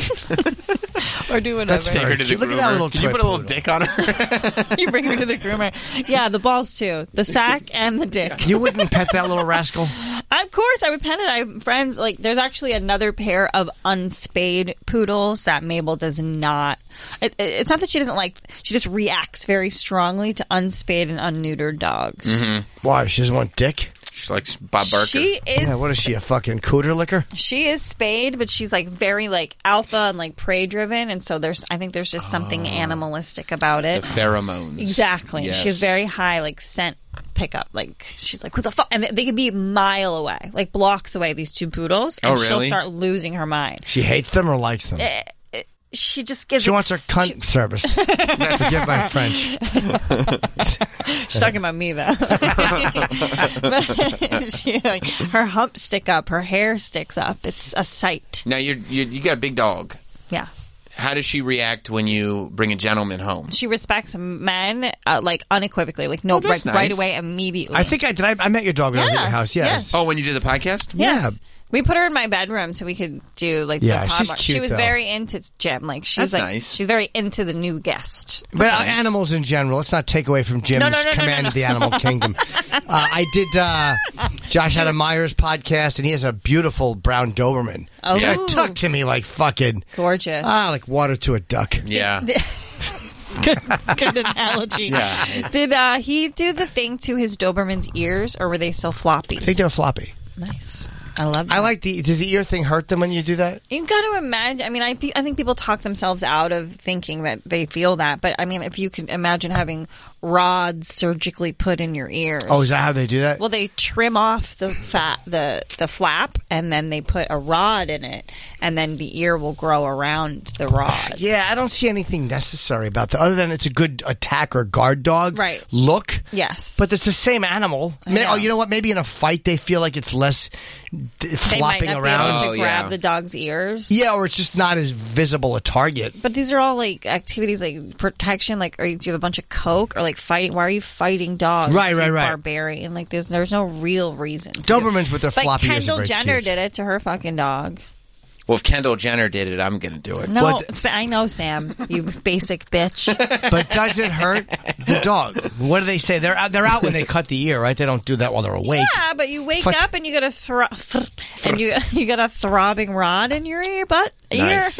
Speaker 12: or do whatever.
Speaker 3: That's
Speaker 4: Take her
Speaker 3: very
Speaker 4: to the
Speaker 3: cute. Look at that
Speaker 4: groomer.
Speaker 3: little
Speaker 4: Can you
Speaker 3: toy
Speaker 4: put a little
Speaker 3: poodle.
Speaker 4: dick on her?
Speaker 12: you bring her to the groomer. Yeah, the balls too, the sack and the dick.
Speaker 3: You wouldn't pet that little rascal.
Speaker 12: Of course, I would pet it. I have friends like there's actually another pair of unspayed poodles that Mabel does not. It, it- it's not that she doesn't like; she just reacts very strongly to unspayed and unneutered dogs.
Speaker 4: Mm-hmm.
Speaker 3: Why? She doesn't want dick.
Speaker 4: she likes Bob Barker.
Speaker 12: She is
Speaker 3: Yeah, what is she? A fucking cooter licker?
Speaker 12: she is spayed, but she's like very like alpha and like prey driven, and so there's I think there's just something
Speaker 3: Ah.
Speaker 12: animalistic about
Speaker 4: the
Speaker 12: it.
Speaker 4: pheromones.
Speaker 12: Exactly.
Speaker 4: Yes.
Speaker 12: She's very high, like scent pickup. Like she's like, who the fuck? And they, they could be a mile away, like blocks away. These two poodles, and
Speaker 4: Oh,
Speaker 12: she'll
Speaker 4: really?
Speaker 12: start losing her mind. Eh,
Speaker 3: She hates them or likes them?
Speaker 12: She just gives.
Speaker 3: she
Speaker 12: it-
Speaker 3: wants her cunt serviced. Forgive my French.
Speaker 12: she- she's talking about me though. But she, like, her humps stick up, her hair sticks up. It's a sight.
Speaker 4: Now you're, you you got a big dog.
Speaker 12: Yeah.
Speaker 4: How does she react when you bring a gentleman home?
Speaker 12: She respects men uh, like unequivocally, like no,
Speaker 4: Oh,
Speaker 12: like
Speaker 4: that's
Speaker 12: right
Speaker 4: nice.
Speaker 12: away, immediately.
Speaker 3: I think I did. I, I met your dog when I was at your
Speaker 12: Yes,
Speaker 3: house. Yeah.
Speaker 12: yes.
Speaker 4: Oh, when you did the podcast?
Speaker 12: Yes.
Speaker 3: Yeah.
Speaker 12: We put her in my bedroom so we could do like
Speaker 3: Yeah,
Speaker 12: the pod
Speaker 3: she's
Speaker 12: walk.
Speaker 3: cute,
Speaker 12: She was
Speaker 3: though.
Speaker 12: very into Jim. Like she's
Speaker 4: That's
Speaker 12: like
Speaker 4: nice.
Speaker 12: she's very into the new guest.
Speaker 3: But uh, animals in general. Let's not take away from Jim's
Speaker 12: No, no, no, no, no,
Speaker 3: command
Speaker 12: no.
Speaker 3: of the animal kingdom. Uh, I did. Uh, Josh had a Myers podcast, and he has a beautiful brown Doberman.
Speaker 12: Oh.
Speaker 3: Dude, it tucked to me like fucking
Speaker 12: Gorgeous.
Speaker 3: ah, like water to a duck.
Speaker 4: Yeah.
Speaker 12: Good analogy. Did uh, he do the thing to his Doberman's ears or were they still floppy?
Speaker 3: I think they're floppy.
Speaker 12: nice. I love that.
Speaker 3: I like the. Does the ear thing hurt them when you do that?
Speaker 12: You've got to imagine. I mean, I, pe- I think people talk themselves out of thinking that they feel that. But I mean, if you can imagine having rods surgically put in your ears.
Speaker 3: Oh, is that how they do that?
Speaker 12: Well, they trim off the fat, the the flap, and then they put a rod in it, and then the ear will grow around the rod.
Speaker 3: Yeah, I don't see anything necessary about that other than it's a good attack or guard dog
Speaker 12: Right.
Speaker 3: look.
Speaker 12: Yes,
Speaker 3: But it's the same animal. May-
Speaker 12: know.
Speaker 3: oh, you know what? Maybe in a fight they feel like it's less d-
Speaker 12: they might
Speaker 3: flopping
Speaker 12: not
Speaker 3: around.
Speaker 12: be able
Speaker 4: Oh,
Speaker 12: to grab
Speaker 4: yeah.
Speaker 12: the dog's ears.
Speaker 3: Yeah, or it's just not as visible a target.
Speaker 12: But these are all like activities like protection. Like, are you, do you have a bunch of coke or like fighting? Why are you fighting dogs?
Speaker 3: Right,
Speaker 12: You
Speaker 3: right, right.
Speaker 12: Barbarian. Like, there's there's no real reason. To
Speaker 3: Dobermans with their
Speaker 12: like
Speaker 3: floppy ears
Speaker 12: Kendall
Speaker 3: are very
Speaker 12: Jenner
Speaker 3: cute.
Speaker 12: did it to her fucking dog.
Speaker 4: Well, if Kendall Jenner did it, I'm going to do it.
Speaker 12: No,
Speaker 3: What?
Speaker 12: Sa- I know, Sam. You basic bitch.
Speaker 3: But does it hurt? The dog. What do they say? They're out, they're out when they cut the ear, right? They don't do that while they're awake.
Speaker 12: Yeah, but you wake
Speaker 3: Fuck.
Speaker 12: up and you got a thro- and you you got a throbbing rod in your ear, but
Speaker 3: Nice.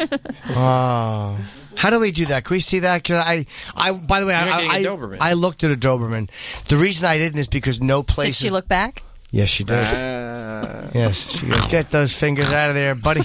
Speaker 12: ear.
Speaker 3: Oh. How do we do that? Can we see that? 'Cause I, I. By the way,
Speaker 12: You're not
Speaker 3: I,
Speaker 12: getting a
Speaker 3: I-
Speaker 12: Doberman.
Speaker 3: I looked at a Doberman. The reason I didn't is because no
Speaker 12: Did
Speaker 3: place.
Speaker 12: she look back?
Speaker 3: Yes, she did. yes, she goes. Ah. Get those fingers out of there, buddy.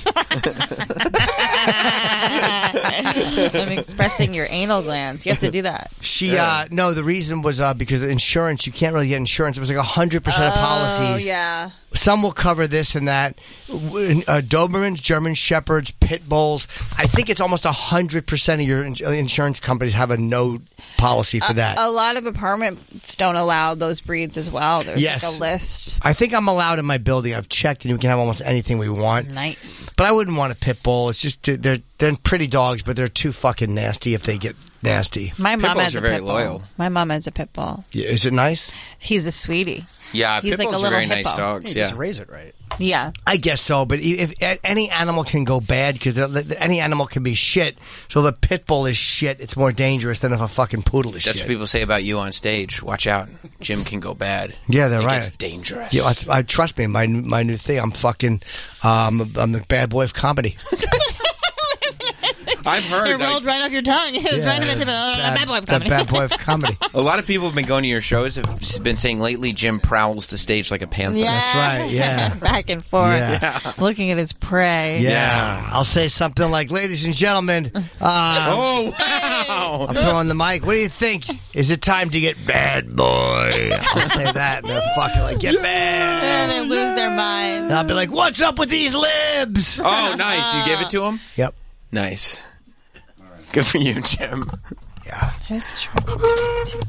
Speaker 12: I'm expressing your anal glands. You have to do that.
Speaker 3: She uh, no, the reason was uh, because of insurance. You can't really get insurance. It was like hundred percent of
Speaker 12: Oh
Speaker 3: policies.
Speaker 12: yeah.
Speaker 3: Some will cover this and that. W- Uh, Dobermans, German Shepherds, Pit Bulls. I think it's almost hundred percent of your ins- uh, insurance companies have a no policy for
Speaker 12: A-
Speaker 3: that.
Speaker 12: A, lot of apartments don't allow those breeds as well. There's
Speaker 3: Yes.
Speaker 12: like a list.
Speaker 3: I think I'm allowed in my building. I've checked, and we can have almost anything we want.
Speaker 12: Nice.
Speaker 3: But I wouldn't want a pit bull. It's just they're they're pretty dogs, but they're too fucking nasty if they get nasty.
Speaker 12: My mom has a pit bull. My mom has a pit bull.
Speaker 3: Yeah, is it nice?
Speaker 12: He's a sweetie.
Speaker 4: Yeah,
Speaker 12: He's
Speaker 4: pit
Speaker 12: like a
Speaker 4: bulls
Speaker 12: little
Speaker 4: are very nice
Speaker 12: hippo.
Speaker 4: dogs.
Speaker 12: Yeah,
Speaker 4: Yeah,
Speaker 12: just
Speaker 3: raise it right.
Speaker 12: Yeah.
Speaker 3: I guess so, but e, if, if any animal can go bad because any animal can be shit. So if a pit bull is shit, it's more dangerous than if a fucking poodle is
Speaker 4: that's what
Speaker 3: shit.
Speaker 4: people say about you on stage. Watch out, Jim can go bad.
Speaker 3: Yeah, they're
Speaker 4: It
Speaker 3: right.
Speaker 4: gets dangerous.
Speaker 3: Yeah, I, I trust me. My my new thing. I'm fucking. Um, I'm the bad boy of comedy.
Speaker 4: I've heard
Speaker 12: It
Speaker 4: that-
Speaker 12: rolled right off your tongue. It was right in the tip of the- bad boy of comedy.
Speaker 3: comedy.
Speaker 4: A lot of people have been going to your shows. Have been saying lately, Jim prowls the stage like a panther.
Speaker 12: Yeah. Back and forth.
Speaker 4: Yeah.
Speaker 12: Looking at his prey.
Speaker 3: Yeah. I'll say something like, "Ladies and gentlemen." Uh,
Speaker 4: oh wow!
Speaker 3: I'm throwing the mic. What do you think? Is it time to get bad boy? I'll say that, and they're fucking like, "Get bad."
Speaker 12: And they lose their minds.
Speaker 3: And I'll be like, "What's up with these libs?"
Speaker 4: Oh, nice. You gave it to him?
Speaker 3: Yep.
Speaker 4: Nice. Good for you, Jim.
Speaker 12: Who does Troy keep talking to?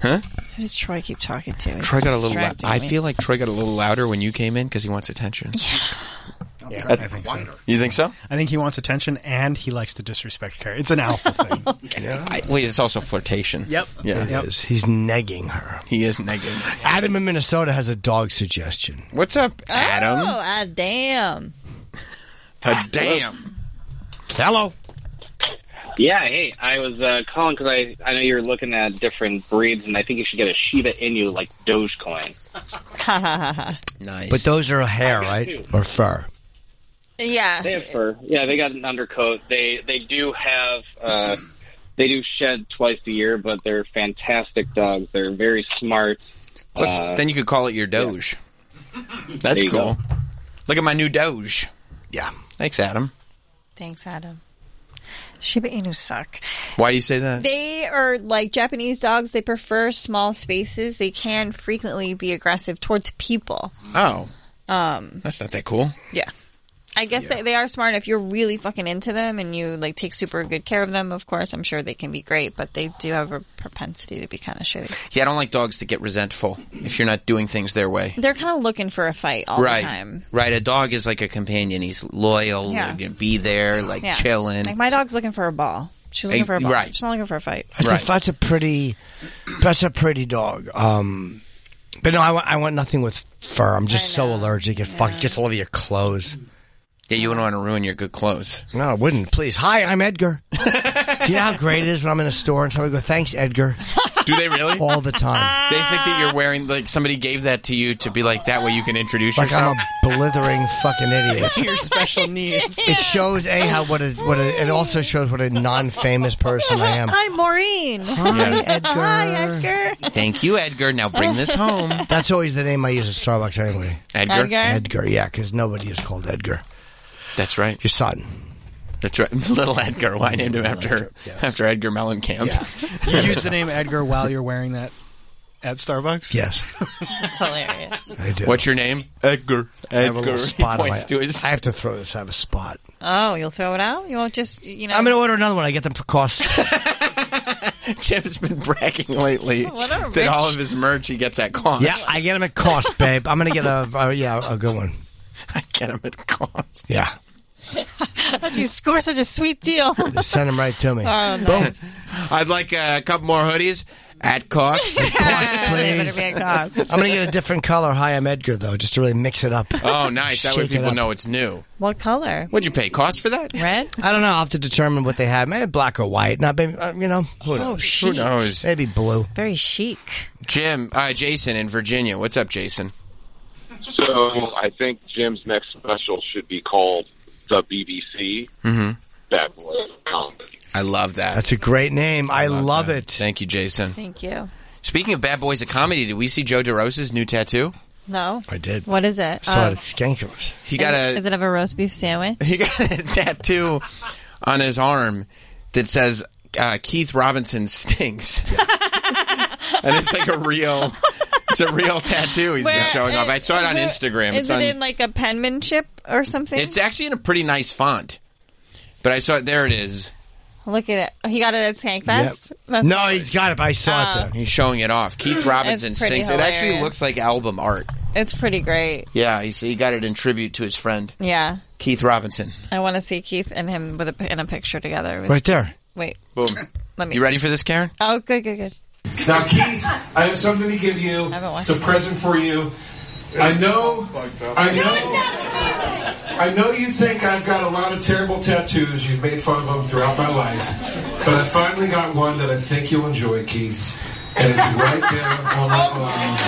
Speaker 4: Huh?
Speaker 12: Who does Troy keep talking to? He's
Speaker 4: Troy got a little. Lou-
Speaker 12: distracting
Speaker 4: I
Speaker 12: me.
Speaker 4: feel like Troy got a little louder when you came in because he wants attention. Yeah. I think so. You think so?
Speaker 5: I think he wants attention and he likes to disrespect Carrie. It's an alpha thing.
Speaker 4: I, wait, it's also flirtation.
Speaker 5: Yep.
Speaker 4: Yeah.
Speaker 3: It is. He's negging her.
Speaker 4: He is negging.
Speaker 3: Adam in Minnesota has a dog suggestion.
Speaker 4: What's up, Adam?
Speaker 12: Oh, ah, damn.
Speaker 4: A damn.
Speaker 3: Hello.
Speaker 13: Yeah, hey, I was uh, calling because I, I know you're looking at different breeds, and I think you should get a Shiba Inu like Dogecoin.
Speaker 12: Ha ha ha ha.
Speaker 4: Nice.
Speaker 3: But those are hair, right? Or fur.
Speaker 12: Yeah.
Speaker 13: They have fur. Yeah, they got an undercoat. They they do have uh, they do shed twice a year, but they're fantastic dogs. They're very smart.
Speaker 4: Let's-
Speaker 13: Uh,
Speaker 4: then you could call it your Doge. That's
Speaker 13: There you
Speaker 4: cool.
Speaker 13: go.
Speaker 4: Look at my new Doge.
Speaker 3: Yeah.
Speaker 4: Thanks, Adam.
Speaker 12: Thanks, Adam. Shiba Inu suck.
Speaker 4: Why do you say that?
Speaker 12: They are like Japanese dogs. They prefer small spaces. They can frequently be aggressive towards people.
Speaker 4: Oh,
Speaker 12: Um,
Speaker 4: that's not that cool.
Speaker 12: yeah. I guess that they are smart. If you're really fucking into them and you like take super good care of them, of course, I'm sure they can be great. But they do have a propensity to be kind of shitty.
Speaker 4: Yeah, I don't like dogs that get resentful if you're not doing things their way.
Speaker 12: They're kind of looking for a fight all
Speaker 4: right,
Speaker 12: the time.
Speaker 4: right. A dog is like a companion. He's loyal.
Speaker 12: Yeah.
Speaker 4: like, gonna be there, like
Speaker 12: Yeah.
Speaker 4: chilling.
Speaker 12: Like my dog's looking for a ball. She's looking
Speaker 4: Hey,
Speaker 12: for a ball.
Speaker 4: right.
Speaker 12: She's not looking for a fight.
Speaker 3: That's, a, that's a pretty. That's a pretty dog. Um, but no, I want, I want nothing with fur. I'm just so allergic. It fuck gets all over your clothes.
Speaker 4: yeah, you wouldn't want to ruin your good clothes.
Speaker 3: No, I wouldn't. Please. Hi, I'm Edgar. Do you know how great it is when I'm in a store and somebody go, "Thanks, Edgar."
Speaker 4: Do they really?
Speaker 3: All the time.
Speaker 4: They think that you're wearing like somebody gave that to you to be like that way you can introduce
Speaker 3: Like
Speaker 4: yourself.
Speaker 3: I'm a blithering fucking idiot.
Speaker 5: Your special needs.
Speaker 3: It shows a how what a what a, it also shows what a non-famous person I am.
Speaker 12: Hi, Maureen.
Speaker 3: Hi, Edgar.
Speaker 12: Hi, Edgar.
Speaker 4: Thank you, Edgar. Now bring this home,
Speaker 3: That's always the name I use at Starbucks anyway.
Speaker 4: Edgar.
Speaker 12: Edgar?
Speaker 3: Edgar, yeah, because nobody is called Edgar.
Speaker 4: That's right.
Speaker 3: Your son.
Speaker 4: That's right. Little Edgar. Why I named him after after Edgar Mellencamp?
Speaker 5: You use the name Edgar while you're wearing that at Starbucks?
Speaker 3: Yes.
Speaker 12: That's hilarious.
Speaker 3: I do.
Speaker 4: What's your name? Edgar. Edgar.
Speaker 3: I have a little spot on
Speaker 4: He
Speaker 3: my.
Speaker 4: points to his-
Speaker 3: I have to throw this. I have a spot.
Speaker 12: Oh, you'll throw it out? You won't just, you know.
Speaker 3: I'm gonna order another one. I get them for cost.
Speaker 4: Jim's been bragging lately
Speaker 12: What a
Speaker 4: that all
Speaker 12: rich-
Speaker 4: of his merch he gets at cost.
Speaker 3: yeah, I get them at cost, babe. I'm gonna get a uh, yeah a good one.
Speaker 4: I get him at cost.
Speaker 3: Yeah.
Speaker 12: How'd you score such a sweet deal?
Speaker 3: Send them right to me.
Speaker 12: Oh,
Speaker 4: Boom. I'd like uh, a couple more hoodies at cost.
Speaker 12: Please. I'm
Speaker 3: I'm gonna get a different color. Hi, I'm Edgar though, just to really mix it up.
Speaker 4: Oh, nice. That way
Speaker 3: Shake it
Speaker 4: people
Speaker 3: up.
Speaker 4: know it's new.
Speaker 12: What color?
Speaker 4: What'd you pay? Cost for that?
Speaker 12: Red?
Speaker 3: I don't know. I'll have to determine what they have. Maybe black or white. Not maybe, uh, you know. Who
Speaker 4: Oh,
Speaker 3: knows?
Speaker 4: chic. Who knows?
Speaker 3: Maybe blue.
Speaker 12: Very chic.
Speaker 4: Jim, uh, Jason in Virginia. What's up, Jason?
Speaker 14: So I think Jim's next special should be called the BBC
Speaker 4: Mm-hmm.
Speaker 14: Bad Boy Comedy.
Speaker 4: I love that.
Speaker 3: That's a great name. I, love, it.
Speaker 4: Thank you, Jason.
Speaker 12: Thank you.
Speaker 4: Speaking of bad boys of comedy, did we see Joe DeRosa's new tattoo?
Speaker 12: No.
Speaker 3: I did.
Speaker 12: What is it?
Speaker 4: Saw it
Speaker 12: Um,
Speaker 4: at
Speaker 3: Skankers.
Speaker 4: He got
Speaker 12: is,
Speaker 4: a
Speaker 12: Is it of a roast beef sandwich?
Speaker 4: he got a tattoo on his arm that says uh, Keith Robinson stinks, and it's like a real, it's a real tattoo he's
Speaker 12: Where-
Speaker 4: been showing off. I saw it on
Speaker 12: Where-
Speaker 4: Instagram.
Speaker 12: Is
Speaker 4: it's
Speaker 12: it
Speaker 4: on,
Speaker 12: in like a penmanship or something?
Speaker 4: It's actually in a pretty nice font, but I saw it. There it is.
Speaker 12: Look at it. He got it at Skankfest. That's-
Speaker 3: No, he's got it. But I saw
Speaker 12: Oh.
Speaker 3: it there.
Speaker 4: He's showing it off. Keith Robinson
Speaker 12: It's pretty
Speaker 4: stinks. It actually
Speaker 12: hilarious.
Speaker 4: looks like album art.
Speaker 12: It's pretty great.
Speaker 4: Yeah, he he got it in tribute to his friend
Speaker 12: Yeah.
Speaker 4: Keith Robinson.
Speaker 12: I want to see Keith and him with a, in a picture together. With-
Speaker 4: Right there.
Speaker 12: Wait.
Speaker 4: Boom.
Speaker 12: Let me.
Speaker 4: You ready for this, Karen?
Speaker 12: Oh, good, good, good.
Speaker 15: Now, Keith, I have something to give you. It's a
Speaker 12: it.
Speaker 15: present for you. I know, I know, I know you think I've got a lot of terrible tattoos. You've made fun of them throughout my life, but I finally got one that I think you'll enjoy, Keith. And it's right there on
Speaker 16: Oh.
Speaker 15: my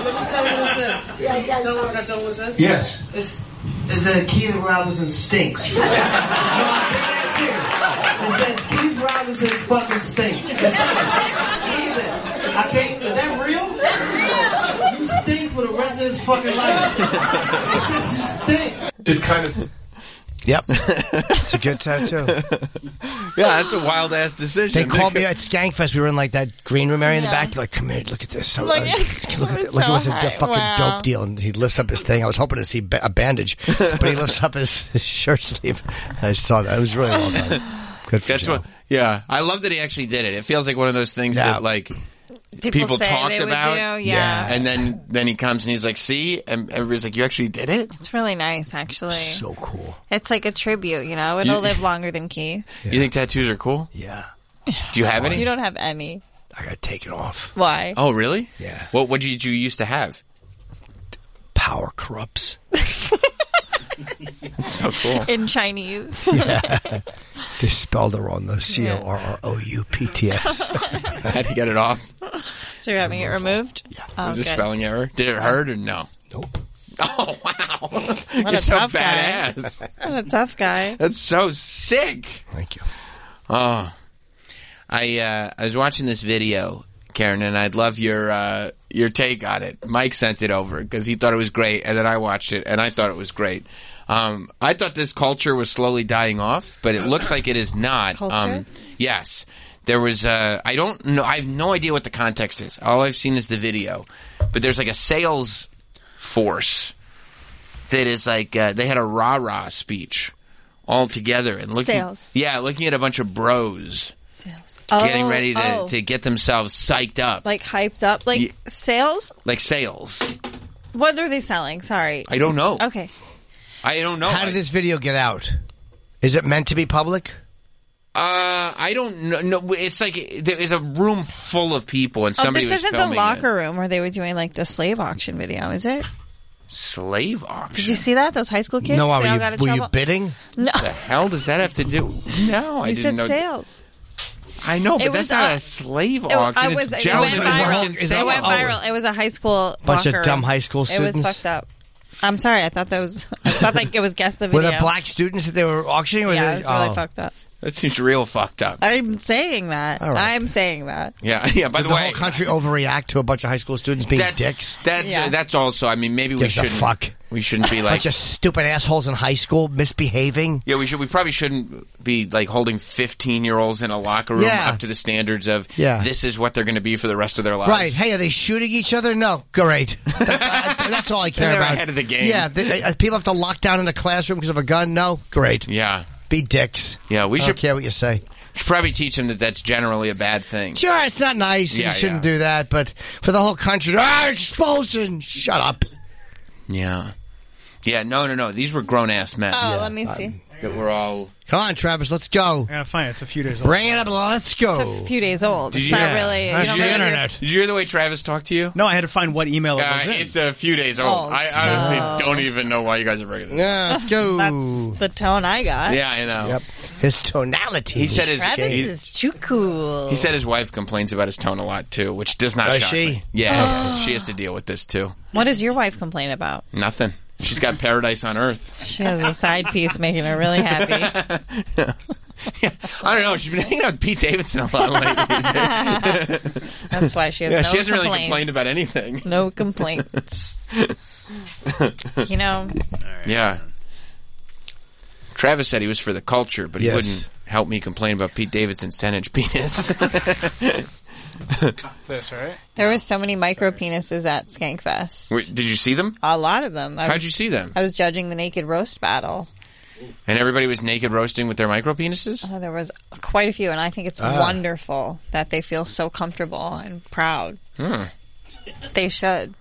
Speaker 17: let me tell you what this is. Tell them- can I tell them what this is?
Speaker 15: Yes.
Speaker 17: This is a Keith Robinson stinks. no, I'm dead serious. It says Keith Robinson fucking stinks. It's not- Keith, I can't. Is that real? You stink for the rest of his fucking life. It says you stink.
Speaker 15: phone. It kind of
Speaker 3: Yep. it's a good tattoo.
Speaker 4: Yeah, that's a wild ass decision.
Speaker 3: They called me at Skankfest. We were in like that green room area in the
Speaker 4: Yeah.
Speaker 3: back. They're like, "Come here, look at this. So,
Speaker 4: Look
Speaker 3: uh,
Speaker 4: at-
Speaker 3: look at
Speaker 4: it's
Speaker 3: it. Like it
Speaker 4: so
Speaker 3: was a d-
Speaker 4: high.
Speaker 3: fucking
Speaker 4: Wow.
Speaker 3: dope deal." And he lifts up his thing. I was hoping to see ba- a bandage, but he lifts up his, his shirt sleeve. I saw that. It was really well done. Good for
Speaker 4: That's
Speaker 3: Joe.
Speaker 4: what, yeah, I love that he actually did it. It feels like one of those things that like people,
Speaker 12: say
Speaker 4: talked
Speaker 12: they would
Speaker 4: about,
Speaker 12: do, yeah.
Speaker 4: and then then he comes and he's like, "See," and everybody's like, "You actually did it."
Speaker 12: It's really nice, actually. So
Speaker 3: cool.
Speaker 12: It's like a tribute, you know? It'll
Speaker 4: You-
Speaker 12: live longer than Keith.
Speaker 4: You think tattoos are cool?
Speaker 3: Yeah.
Speaker 4: Do you have any?
Speaker 12: You don't have any.
Speaker 3: I got taken off.
Speaker 12: Why?
Speaker 4: Oh, really?
Speaker 3: Yeah.
Speaker 4: What what did you used to have?
Speaker 3: Power corrupts.
Speaker 4: That's so cool.
Speaker 12: In Chinese.
Speaker 3: Yeah. they spelled her on the C O R R O U P T S.
Speaker 4: I had to get it off.
Speaker 12: So you're having it removed? Yeah. Oh,
Speaker 4: was a
Speaker 12: good.
Speaker 4: spelling error. Did
Speaker 12: Uh,
Speaker 4: it hurt or no?
Speaker 12: What
Speaker 4: You're
Speaker 12: a
Speaker 4: so
Speaker 12: tough
Speaker 4: badass.
Speaker 12: Guy. What a tough guy.
Speaker 4: That's so sick. Thank
Speaker 3: you.
Speaker 4: Oh, I uh, I was watching this video, Karen, and I'd love your uh, your take on it. Mike sent it over because he thought it was great, and then I watched it and I thought it was great. Um, I thought this culture was slowly dying off, but it looks like it is not. Um,
Speaker 12: Culture?
Speaker 4: yes. There was, uh, I don't know, I have no idea what the context is. All I've seen is the video. But there's like a sales force that is like uh, they had a rah rah speech all together and looking,
Speaker 12: Sales.
Speaker 4: yeah, looking at a bunch of bros
Speaker 12: Sales.
Speaker 4: getting
Speaker 12: Oh,
Speaker 4: ready to,
Speaker 12: oh.
Speaker 4: to get themselves psyched up,
Speaker 12: Like hyped up. Like
Speaker 4: Ye-
Speaker 12: sales?
Speaker 4: like sales.
Speaker 12: What are they selling? Sorry.
Speaker 4: I don't know.
Speaker 12: Okay.
Speaker 4: I don't know.
Speaker 3: How did this video get out? Is it meant to be public?
Speaker 4: Uh, I don't know. No, it's like there is a room full of people and somebody
Speaker 12: oh,
Speaker 4: was
Speaker 12: this isn't the
Speaker 4: filming it.
Speaker 12: locker room where they were doing like the slave auction video, is it?
Speaker 4: slave auction.
Speaker 12: Did you see that? Those high school kids?
Speaker 4: No,
Speaker 12: they
Speaker 4: were
Speaker 12: all
Speaker 4: you-
Speaker 12: got in
Speaker 4: were you
Speaker 12: trouble.
Speaker 3: bidding?
Speaker 12: No.
Speaker 4: What the hell does that have to do? No, I
Speaker 12: you said
Speaker 4: didn't know.
Speaker 12: sales.
Speaker 4: I know, but
Speaker 12: It
Speaker 4: that's
Speaker 12: was,
Speaker 4: not
Speaker 12: uh,
Speaker 4: a slave
Speaker 12: It,
Speaker 4: auction.
Speaker 12: I was,
Speaker 4: it's
Speaker 12: it went
Speaker 4: Jones and
Speaker 12: viral.
Speaker 4: fucking
Speaker 12: It went
Speaker 4: sales.
Speaker 12: viral. It was a high school
Speaker 3: Bunch of
Speaker 12: locker
Speaker 3: dumb
Speaker 12: room.
Speaker 3: high school
Speaker 12: It
Speaker 3: students?
Speaker 12: was fucked up. I'm sorry. I thought that was. I thought like it was guess the
Speaker 3: Were
Speaker 12: video.
Speaker 3: there black students that they were auctioning? Or were
Speaker 12: Yeah,
Speaker 3: they,
Speaker 12: it was really
Speaker 3: oh.
Speaker 12: fucked up.
Speaker 4: That seems real fucked up.
Speaker 12: I'm saying that.
Speaker 3: All right.
Speaker 12: I'm saying that.
Speaker 4: Yeah, yeah. By
Speaker 3: Did
Speaker 4: the,
Speaker 3: the
Speaker 4: way,
Speaker 3: whole country overreact to a bunch of high school students being
Speaker 4: that-
Speaker 3: dicks.
Speaker 4: That's uh,
Speaker 3: Yeah.
Speaker 4: that's also. I mean, maybe we
Speaker 3: Gives a
Speaker 4: shouldn't.
Speaker 3: fuck.
Speaker 4: We shouldn't be like.
Speaker 3: bunch of stupid assholes in high school misbehaving.
Speaker 4: yeah, we should. We probably shouldn't be like holding fifteen-year-olds in a locker room
Speaker 3: Yeah.
Speaker 4: up to the standards of.
Speaker 3: Yeah.
Speaker 4: This is what they're going to be for the rest of their lives.
Speaker 3: Right? Hey, are they shooting each other? No, great. That's, that's all I care
Speaker 4: They're
Speaker 3: about.
Speaker 4: ahead of the game.
Speaker 3: Yeah, they, uh, people have to lock down in a classroom because of a gun. No, great.
Speaker 4: Yeah.
Speaker 3: Be dicks.
Speaker 4: Yeah, we
Speaker 3: I
Speaker 4: should-
Speaker 3: don't care what you say.
Speaker 4: Should probably teach them that that's generally a bad thing.
Speaker 3: Sure, it's not nice. and
Speaker 4: Yeah,
Speaker 3: you shouldn't do that. But for the whole country, ah, expulsion. Shut up.
Speaker 4: Yeah. Yeah, no, no, no. These were grown ass men.
Speaker 12: Oh, let
Speaker 3: Uh,
Speaker 12: me see.
Speaker 4: That were all.
Speaker 3: Come on, Travis, let's go.
Speaker 5: Yeah, fine. It's a few days.
Speaker 3: Bring it up. Let's go.
Speaker 12: It's a few days old. it's not really. you don't really-
Speaker 4: Did you hear the way Travis talked to you?
Speaker 5: No, I had to find what email it
Speaker 4: Uh,
Speaker 5: was in.
Speaker 4: it's a few days old.
Speaker 12: Oh,
Speaker 4: I honestly
Speaker 12: so-
Speaker 4: don't even know why you guys are bringing this.
Speaker 3: Yeah, let's go.
Speaker 12: That's the tone I got.
Speaker 4: Yeah, I know.
Speaker 3: Yep. His tonality.
Speaker 4: He said his.
Speaker 12: Travis
Speaker 4: he,
Speaker 12: is too cool.
Speaker 4: he said his wife complains about his tone a lot too, which does not
Speaker 3: Does
Speaker 4: shock
Speaker 3: she?
Speaker 4: me. Yeah,
Speaker 12: Oh.
Speaker 4: she has to deal with this too.
Speaker 12: "What does your wife complain about?"
Speaker 4: Nothing. She's got paradise on earth.
Speaker 12: She has a side piece making her really happy.
Speaker 4: I don't know. She's been hanging out with Pete Davidson a lot lately.
Speaker 12: That's why she has
Speaker 4: yeah,
Speaker 12: no
Speaker 4: she hasn't really
Speaker 12: complaints.
Speaker 4: complained about anything.
Speaker 12: No complaints. you know,
Speaker 4: Yeah. Travis said he was for the culture, but he
Speaker 3: Yes.
Speaker 4: wouldn't help me complain about Pete Davidson's 10 inch penis.
Speaker 5: this right.
Speaker 12: there was so many micro penises at Skankfest.
Speaker 4: Wait, did you see them?
Speaker 12: A lot of them. I
Speaker 4: How'd
Speaker 12: was-
Speaker 4: you see them?
Speaker 12: I was judging the naked roast battle.
Speaker 4: And everybody was naked roasting with their micro penises?
Speaker 12: Oh, there was quite a few, and I think it's
Speaker 4: Ah.
Speaker 12: wonderful that they feel so comfortable and proud.
Speaker 4: Hmm.
Speaker 12: They should.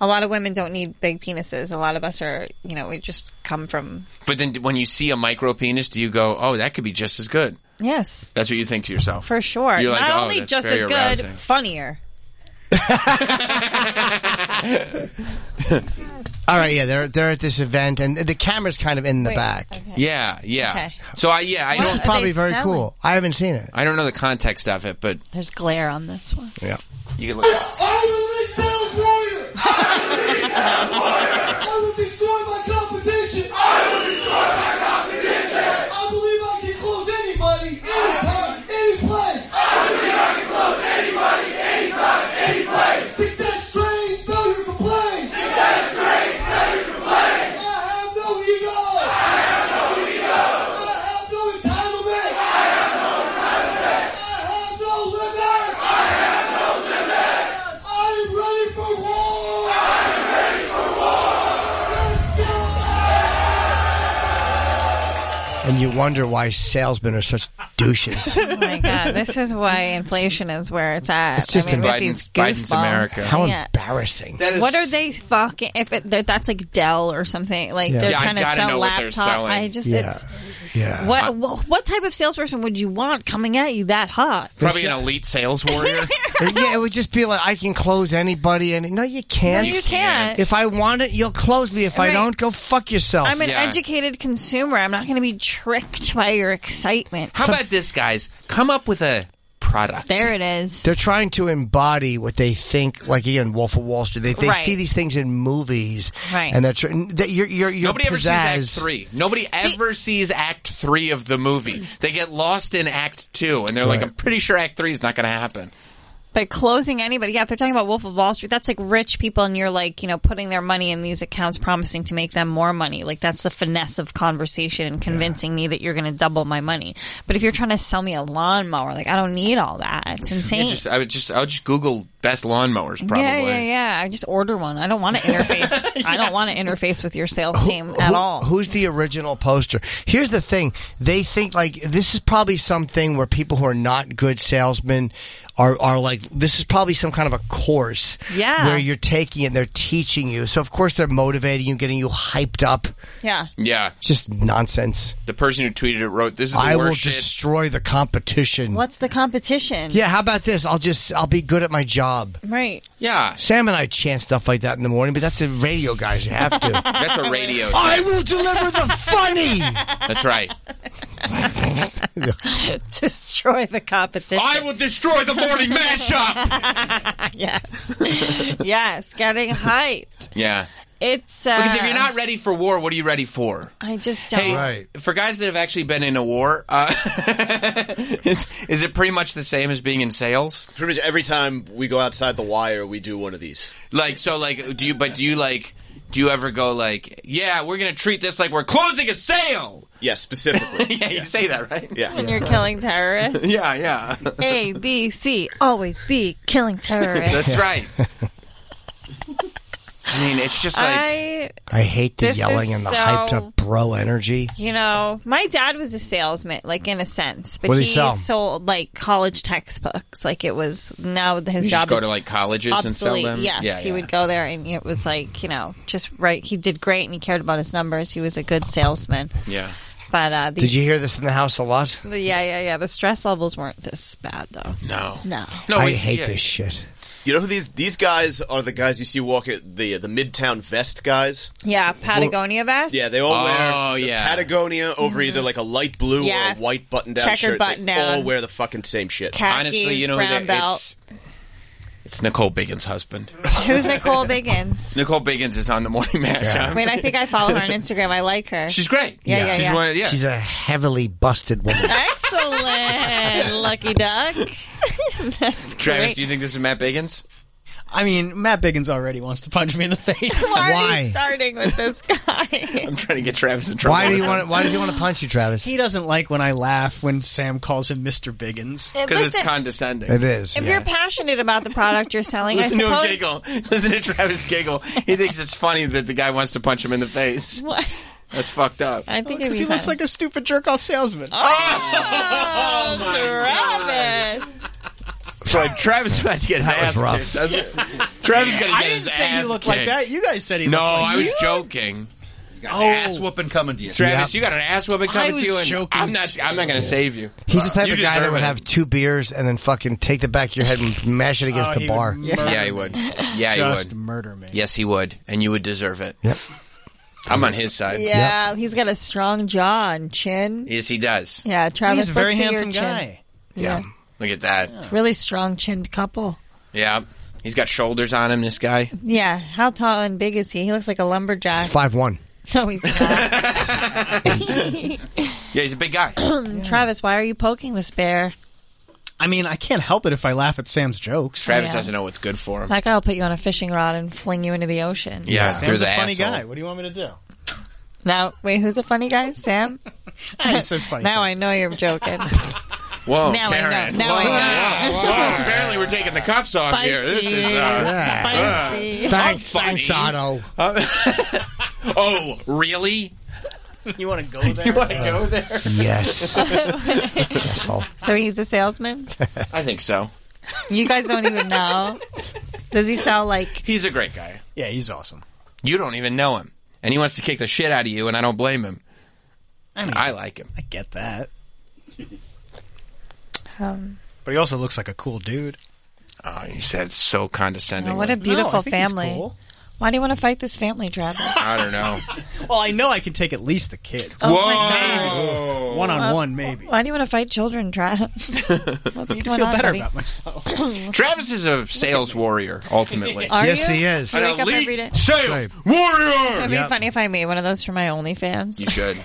Speaker 12: A lot of women don't need big penises. A lot of us are, you know, we just come from.
Speaker 4: But then when you see a micro penis, do you go, oh, that could be just as good?
Speaker 12: Yes,
Speaker 4: That's what you think to yourself.
Speaker 12: for sure.
Speaker 4: You're like,
Speaker 12: Not
Speaker 4: "Oh,
Speaker 12: only
Speaker 4: that's
Speaker 12: just
Speaker 4: very
Speaker 12: as good,
Speaker 4: arousing."
Speaker 12: funnier.
Speaker 3: All right, yeah, they're they're at this event, and the camera's kind of in the back.
Speaker 4: Yeah, yeah.
Speaker 12: Okay.
Speaker 4: So I, yeah, I
Speaker 3: This is
Speaker 4: don't,
Speaker 3: probably
Speaker 12: they
Speaker 3: very
Speaker 12: selling?
Speaker 3: cool. I haven't seen it.
Speaker 4: I don't know the context of it, but
Speaker 12: There's glare on this one.
Speaker 3: yeah,
Speaker 4: you can look.
Speaker 2: I will destroy my competition. I will destroy my competition. I believe I can close anybody, anytime, any place. I believe I can close anybody, anytime, any place. Success trains, failure complains. Success trains, failure complains. I have no ego. I have no ego. I have no entitlement. I have no entitlement. I have no limit. I have no limit. I am ready for war. I am ready for war.
Speaker 3: and you wonder why salesmen are such douches.
Speaker 12: Oh my god, this is why inflation is where it's at.
Speaker 3: It's just
Speaker 12: I mean, with
Speaker 3: Biden's-
Speaker 12: these
Speaker 3: Biden's
Speaker 12: goofballs.
Speaker 3: America. How
Speaker 12: Yeah.
Speaker 3: embarrassing.
Speaker 4: That is-
Speaker 12: what are they fucking? If it, that- that's like Dell or something, like
Speaker 3: Yeah.
Speaker 12: they're
Speaker 3: Yeah, I
Speaker 12: trying to
Speaker 4: gotta know
Speaker 12: sell
Speaker 4: what they're
Speaker 12: laptop.
Speaker 4: selling.
Speaker 12: I just
Speaker 4: Yeah.
Speaker 12: it's
Speaker 3: Yeah.
Speaker 12: what, what what type of salesperson would you want coming at you that hot?
Speaker 4: Probably an elite sales warrior.
Speaker 3: yeah, it would just be like I can close anybody, and no, you can't.
Speaker 12: No, you can't.
Speaker 3: If I want it, you'll close me. If I
Speaker 12: Right.
Speaker 3: don't, go fuck yourself.
Speaker 12: I'm an educated consumer. I'm not going to be tricked by your excitement.
Speaker 4: How about this, guys? Come up with a product.
Speaker 12: There it is.
Speaker 3: They're trying to embody what they think, like again, Wolf of Wall Street. They, they
Speaker 12: Right.
Speaker 3: see these things in movies,
Speaker 12: Right.
Speaker 3: And they're tr- that you're, you're, you're
Speaker 4: Nobody ever
Speaker 3: pizzazz.
Speaker 4: sees Act Three. Nobody ever sees Act Three of the movie. They get lost in Act Two, and they're like,
Speaker 3: Right.
Speaker 4: "I'm pretty sure Act Three is not going to happen."
Speaker 12: But closing anybody, yeah, if they're talking about Wolf of Wall Street, that's like rich people, and you're like, you know, putting their money in these accounts, promising to make them more money. Like that's the finesse of conversation and convincing me that you're going to double my money. But if you're trying to sell me a lawnmower, like I don't need all that. It's insane.
Speaker 4: Yeah, just, I would just, I would just Google best lawnmowers. Probably.
Speaker 12: yeah, yeah, yeah. I just order one. I don't want to interface. I don't want to interface with your sales team at
Speaker 3: Who-
Speaker 12: all.
Speaker 3: Who's the original poster? Here's the thing: they think like this is probably something where people who are not good salesmen are are like this is probably some kind of a course,
Speaker 12: Yeah.
Speaker 3: where you're taking it, and they're teaching you. So of course they're motivating you, getting you hyped up.
Speaker 12: Yeah.
Speaker 4: Yeah.
Speaker 3: It's just nonsense.
Speaker 4: The person who tweeted it wrote, "This is the
Speaker 3: I will
Speaker 4: worst shit."
Speaker 3: destroy the competition.
Speaker 12: What's the competition?
Speaker 3: Yeah, how about this? I'll just I'll be good at my job.
Speaker 12: Right.
Speaker 4: Yeah.
Speaker 3: Sam and I chant stuff like that in the morning, but that's the radio guys. You have to.
Speaker 4: That's a radio.
Speaker 3: I will deliver the funny.
Speaker 4: That's right.
Speaker 12: destroy the competition.
Speaker 4: I will destroy the morning mashup.
Speaker 12: yes. yes. Getting hyped.
Speaker 4: Yeah.
Speaker 12: It's uh,
Speaker 4: Because if you're not ready for war, what are you ready for?
Speaker 12: I just don't.
Speaker 4: For guys that have actually been in a war, uh, is, is it pretty much the same as being in sales?
Speaker 6: Pretty much every time we go outside the wire, we do one of these.
Speaker 4: Like, so, like, do you, but do you, like, do you ever go, like, yeah, we're going to treat this like we're closing a sale?
Speaker 6: Yeah, specifically.
Speaker 4: yeah, you say that, right?
Speaker 6: Yeah.
Speaker 12: When you're killing terrorists.
Speaker 4: yeah, yeah.
Speaker 12: A, B, C, always be killing terrorists.
Speaker 4: That's right. I mean, it's just like
Speaker 12: I,
Speaker 3: I hate the
Speaker 12: This
Speaker 3: yelling
Speaker 12: is
Speaker 3: and the
Speaker 12: so-
Speaker 3: hyped up bro energy.
Speaker 12: you know, my dad was a salesman, like in a sense, but
Speaker 3: What'd
Speaker 12: he,
Speaker 3: he sell?
Speaker 12: sold like college textbooks. Like it was now his
Speaker 4: You just
Speaker 12: job
Speaker 4: go
Speaker 12: is
Speaker 4: to, like, colleges and sell
Speaker 12: obsolete.
Speaker 4: them?
Speaker 12: Yes,
Speaker 4: Yeah,
Speaker 12: he
Speaker 4: yeah.
Speaker 12: would go there, and it was like you know, just right. He did great, and he cared about his numbers. He was a good salesman.
Speaker 4: Yeah.
Speaker 12: But uh, these,
Speaker 3: Did you hear this in the house a lot?
Speaker 12: The, yeah, yeah, yeah. The stress levels weren't this bad though.
Speaker 4: No.
Speaker 12: No.
Speaker 4: Oh,
Speaker 3: I
Speaker 6: it's-
Speaker 3: hate
Speaker 6: yeah.
Speaker 3: this shit.
Speaker 6: You know who these these guys are? The guys you see walking the the Midtown vest guys.
Speaker 12: Yeah, Patagonia vest.
Speaker 6: Yeah, they all wear
Speaker 4: Oh,
Speaker 6: it's a
Speaker 4: yeah.
Speaker 6: Patagonia over
Speaker 12: Mhm.
Speaker 6: either like a light blue
Speaker 12: Yes.
Speaker 6: or a white button down
Speaker 12: Checkered
Speaker 6: shirt.
Speaker 12: button
Speaker 6: they all
Speaker 12: down.
Speaker 6: wear the fucking same shit.
Speaker 12: Khakis, brown belt.
Speaker 4: it's Nicole Biggin's husband.
Speaker 12: Who's Nicole Biggins?
Speaker 4: Nicole Biggins is on the morning mash.
Speaker 12: I mean, I think I follow her on Instagram. I like her.
Speaker 4: She's great.
Speaker 12: Yeah, yeah, yeah.
Speaker 4: She's one of- yeah.
Speaker 3: She's a heavily busted woman.
Speaker 12: Excellent, lucky duck. That's
Speaker 4: Travis,
Speaker 12: great.
Speaker 4: do you think this is Matt Biggins?
Speaker 5: I mean, Matt Biggins already wants to punch me in the face.
Speaker 12: Why, are we starting with this guy?
Speaker 4: I'm trying to get Travis in trouble.
Speaker 3: why do you want? Why does he want to punch you, Travis?
Speaker 5: He doesn't like when I laugh when Sam calls him Mr. Biggins.
Speaker 12: And 'Cause it's listen-
Speaker 4: condescending.
Speaker 3: It is.
Speaker 12: If you're passionate about the product you're selling, I
Speaker 4: Listen to him
Speaker 12: suppose.
Speaker 4: giggle. Listen to Travis giggle. He thinks it's funny that the guy wants to punch him in the face.
Speaker 12: What?
Speaker 4: That's fucked up.
Speaker 12: I think
Speaker 5: Because Oh, he looks like a stupid jerk off salesman.
Speaker 12: Oh, Travis!
Speaker 4: So Travis about to get his
Speaker 5: That was
Speaker 4: ass
Speaker 5: rough.
Speaker 4: kicked. That's- Travis got to get
Speaker 5: I
Speaker 4: his
Speaker 5: didn't say
Speaker 4: ass
Speaker 5: you look
Speaker 4: kicked.
Speaker 5: like that. You guys said he
Speaker 4: no,
Speaker 5: looked like
Speaker 4: I was
Speaker 5: you. Oh.
Speaker 4: joking.
Speaker 7: Got an ass whooping coming to you.
Speaker 4: Travis, you got an ass whooping
Speaker 7: I
Speaker 4: coming
Speaker 7: was
Speaker 4: to you, and
Speaker 7: joking.
Speaker 4: I'm not. I'm not going to save you.
Speaker 3: He's the type
Speaker 4: You
Speaker 3: of guy that
Speaker 4: deserve
Speaker 3: would
Speaker 4: it.
Speaker 3: have two beers and then fucking take the back of your head and mash it against
Speaker 4: Oh,
Speaker 3: the
Speaker 4: he
Speaker 3: bar.
Speaker 4: would murder Yeah, he me. would. Yeah, he
Speaker 5: Just
Speaker 4: would.
Speaker 5: murder me.
Speaker 4: Yes, he would, and you would deserve it.
Speaker 3: Yep.
Speaker 4: I'm on his side.
Speaker 12: Yeah, he's got a strong jaw and chin.
Speaker 4: Yes, he does.
Speaker 12: Yeah, Travis.
Speaker 5: He's a very
Speaker 12: let's see
Speaker 5: handsome
Speaker 12: your chin.
Speaker 5: guy.
Speaker 12: Yeah.
Speaker 4: Look at that.
Speaker 12: It's really strong chinned couple.
Speaker 4: Yeah. He's got shoulders on him, this guy.
Speaker 12: Yeah. How tall and big is he? He looks like a lumberjack.
Speaker 3: It's five one.
Speaker 12: No, he's not.
Speaker 4: Yeah, he's a big guy.
Speaker 12: Travis, why are you poking this bear?
Speaker 5: I mean, I can't help it if I laugh at Sam's jokes.
Speaker 4: Travis doesn't know what's good for him.
Speaker 12: That guy will put you on a fishing rod and fling you into the ocean.
Speaker 4: Yeah,
Speaker 5: Sam's
Speaker 4: through
Speaker 5: a
Speaker 4: the
Speaker 5: funny
Speaker 4: asshole.
Speaker 5: guy. What do you want me to do?
Speaker 12: Now, wait, who's a funny guy? Sam?
Speaker 5: He says funny.
Speaker 12: now I know you're joking.
Speaker 4: Whoa,
Speaker 12: Now I know.
Speaker 4: Karen.
Speaker 12: Now I
Speaker 4: Whoa,
Speaker 12: know.
Speaker 4: whoa, whoa. Apparently, we're taking the cuffs off here. This is. Uh,
Speaker 12: Yeah.
Speaker 4: uh,
Speaker 3: Thanks,
Speaker 4: I'm funny.
Speaker 3: thanks, Otto.
Speaker 4: Oh, really?
Speaker 5: You want to go there?
Speaker 4: You want to go there?
Speaker 3: Yes. Asshole.
Speaker 12: so he's a salesman?
Speaker 4: I think so.
Speaker 12: You guys don't even know. Does he sell like
Speaker 4: He's a great guy.
Speaker 5: Yeah, he's awesome.
Speaker 4: You don't even know him. And he wants to kick the shit out of you, and I don't blame him.
Speaker 5: I mean,
Speaker 4: I like him.
Speaker 5: I get that.
Speaker 12: um
Speaker 5: But he also looks like a cool dude.
Speaker 4: Oh, you said it so condescending.
Speaker 12: what a
Speaker 5: No,
Speaker 12: beautiful
Speaker 5: I think he's
Speaker 12: family.
Speaker 5: cool.
Speaker 12: Why do you want to fight this family, Travis?
Speaker 4: I don't know.
Speaker 5: Well, I know I can take at least the kids.
Speaker 12: Oh
Speaker 4: Whoa.
Speaker 5: One on one, maybe.
Speaker 12: Why do you want to fight children, Travis? What's
Speaker 5: I
Speaker 12: going
Speaker 5: feel
Speaker 12: on,
Speaker 5: better
Speaker 12: buddy?
Speaker 5: about myself.
Speaker 4: Travis is a sales warrior, ultimately.
Speaker 12: Are
Speaker 3: Yes,
Speaker 12: you?
Speaker 3: he is.
Speaker 12: You
Speaker 4: An
Speaker 12: wake up
Speaker 4: elite
Speaker 12: every day.
Speaker 4: Sales warrior!
Speaker 12: It'd be funny if I made one of those for my OnlyFans.
Speaker 4: You should.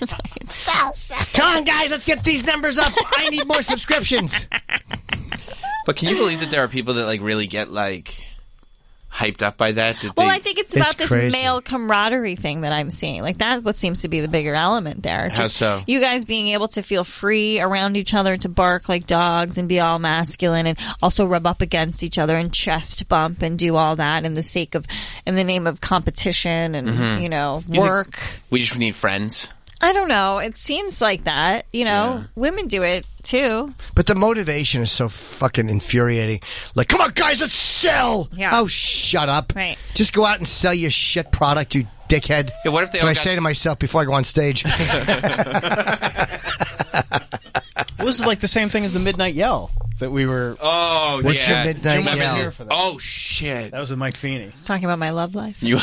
Speaker 3: Come on, guys, let's get these numbers up. I need more subscriptions.
Speaker 4: But can you believe that there are people that like really get like hyped up by that? that
Speaker 12: Well,
Speaker 4: they-
Speaker 12: I think it's
Speaker 3: It's
Speaker 12: about this
Speaker 3: crazy.
Speaker 12: male camaraderie thing that I'm seeing. Like that's what seems to be the bigger element there.
Speaker 4: How so?
Speaker 12: You guys being able to feel free around each other to bark like dogs and be all masculine, and also rub up against each other and chest bump and do all that in the sake of, in the name of competition and you know
Speaker 4: Mm-hmm. You think-
Speaker 12: work.
Speaker 4: we just need friends.
Speaker 12: I don't know. It seems like that. You know, women do it too.
Speaker 3: But the motivation is so fucking infuriating. Like, come on, guys, let's sell.
Speaker 12: Yeah.
Speaker 3: Oh, shut up.
Speaker 12: Right.
Speaker 3: Just go out and sell your shit product, you dickhead.
Speaker 4: Yeah, what if they
Speaker 3: That's
Speaker 4: all
Speaker 3: I
Speaker 4: got-
Speaker 3: say to myself before I go on stage?
Speaker 5: Well, this is like the same thing as the Midnight Yell that we were.
Speaker 4: Oh
Speaker 3: What's your
Speaker 4: yeah.
Speaker 3: midnight
Speaker 4: Remember
Speaker 3: yell?
Speaker 4: the-
Speaker 5: Here for that.
Speaker 4: Oh shit.
Speaker 5: That was with Mike Feeney.
Speaker 12: It's talking about my love life.
Speaker 4: You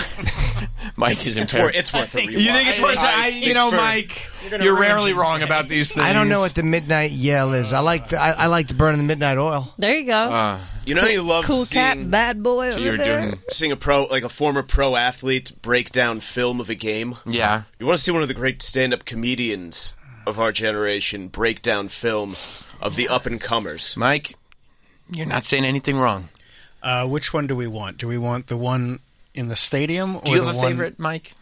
Speaker 4: Mike is
Speaker 6: It's worth,
Speaker 4: impaired.
Speaker 6: it's worth a rewind.
Speaker 4: You think it's worth
Speaker 6: I-
Speaker 4: I, You know, Mike, you're rarely wrong about these things.
Speaker 3: I don't know what the midnight yell is. I like the, I, I like the burn of the midnight oil.
Speaker 12: There you go.
Speaker 4: Uh,
Speaker 6: You know you love
Speaker 12: cool
Speaker 6: seeing,
Speaker 12: cat, bad boy over
Speaker 4: you're
Speaker 12: there.
Speaker 4: doing.
Speaker 6: seeing a pro like a former pro athlete break down film of a game.
Speaker 4: Yeah.
Speaker 6: You want to see one of the great stand-up comedians of our generation break down film of the up and comers.
Speaker 4: Mike, you're not saying anything wrong.
Speaker 5: Uh, which one do we want? Do we want the one in the stadium? Or
Speaker 4: Do you
Speaker 5: the
Speaker 4: have a
Speaker 5: one-
Speaker 4: favorite, Mike?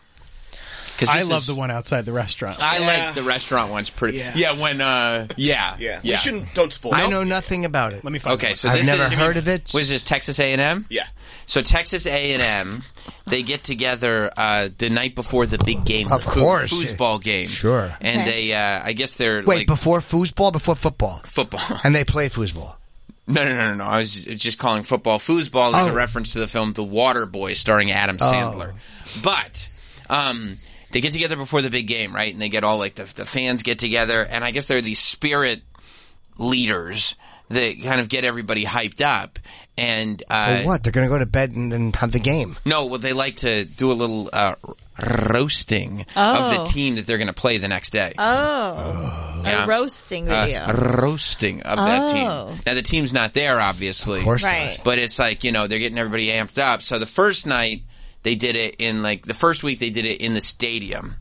Speaker 4: 'Cause
Speaker 5: I
Speaker 4: this
Speaker 5: love
Speaker 4: is-
Speaker 5: the one outside the restaurant.
Speaker 4: I like the restaurant ones pretty.
Speaker 5: Yeah.
Speaker 4: Yeah, when uh, yeah, yeah.
Speaker 5: We shouldn't- don't spoil
Speaker 3: I
Speaker 5: it.
Speaker 3: know nothing about it. Let me
Speaker 4: Okay, so
Speaker 3: I've
Speaker 4: this
Speaker 3: never
Speaker 4: is,
Speaker 3: heard of it.
Speaker 4: What is this? Texas A and M.
Speaker 6: Yeah.
Speaker 4: So Texas A and M, they get together uh, the night before the big game,
Speaker 3: Of
Speaker 4: the foo-
Speaker 3: course.
Speaker 4: foosball game.
Speaker 3: Sure.
Speaker 4: And they, uh, I guess they're
Speaker 3: Wait,
Speaker 4: like,
Speaker 3: before foosball, before football,
Speaker 4: football.
Speaker 3: and they play foosball.
Speaker 4: No, no, no, no, no. I was just calling football foosball as
Speaker 3: Oh.
Speaker 4: a reference to the film The Water Boy, starring Adam
Speaker 3: Oh.
Speaker 4: Sandler. But um, they get together before the big game, right? And they get all like the, the fans get together, and I guess they're these spirit leaders that kind of get everybody hyped up. And uh,
Speaker 3: For what? They're going to go to bed and, and have the game.
Speaker 4: No, well, they like to do a little uh, r- roasting of
Speaker 12: Oh.
Speaker 4: the team that they're going to play the next day.
Speaker 12: Oh,
Speaker 4: Yeah.
Speaker 12: a roasting
Speaker 4: Uh,
Speaker 12: video.
Speaker 4: roasting of that
Speaker 12: Oh.
Speaker 4: team. Now the team's not there, obviously. Of
Speaker 12: course not. Right.
Speaker 4: But it's like you know they're getting everybody amped up. So the first night they did it in like the first week they did it in the stadium,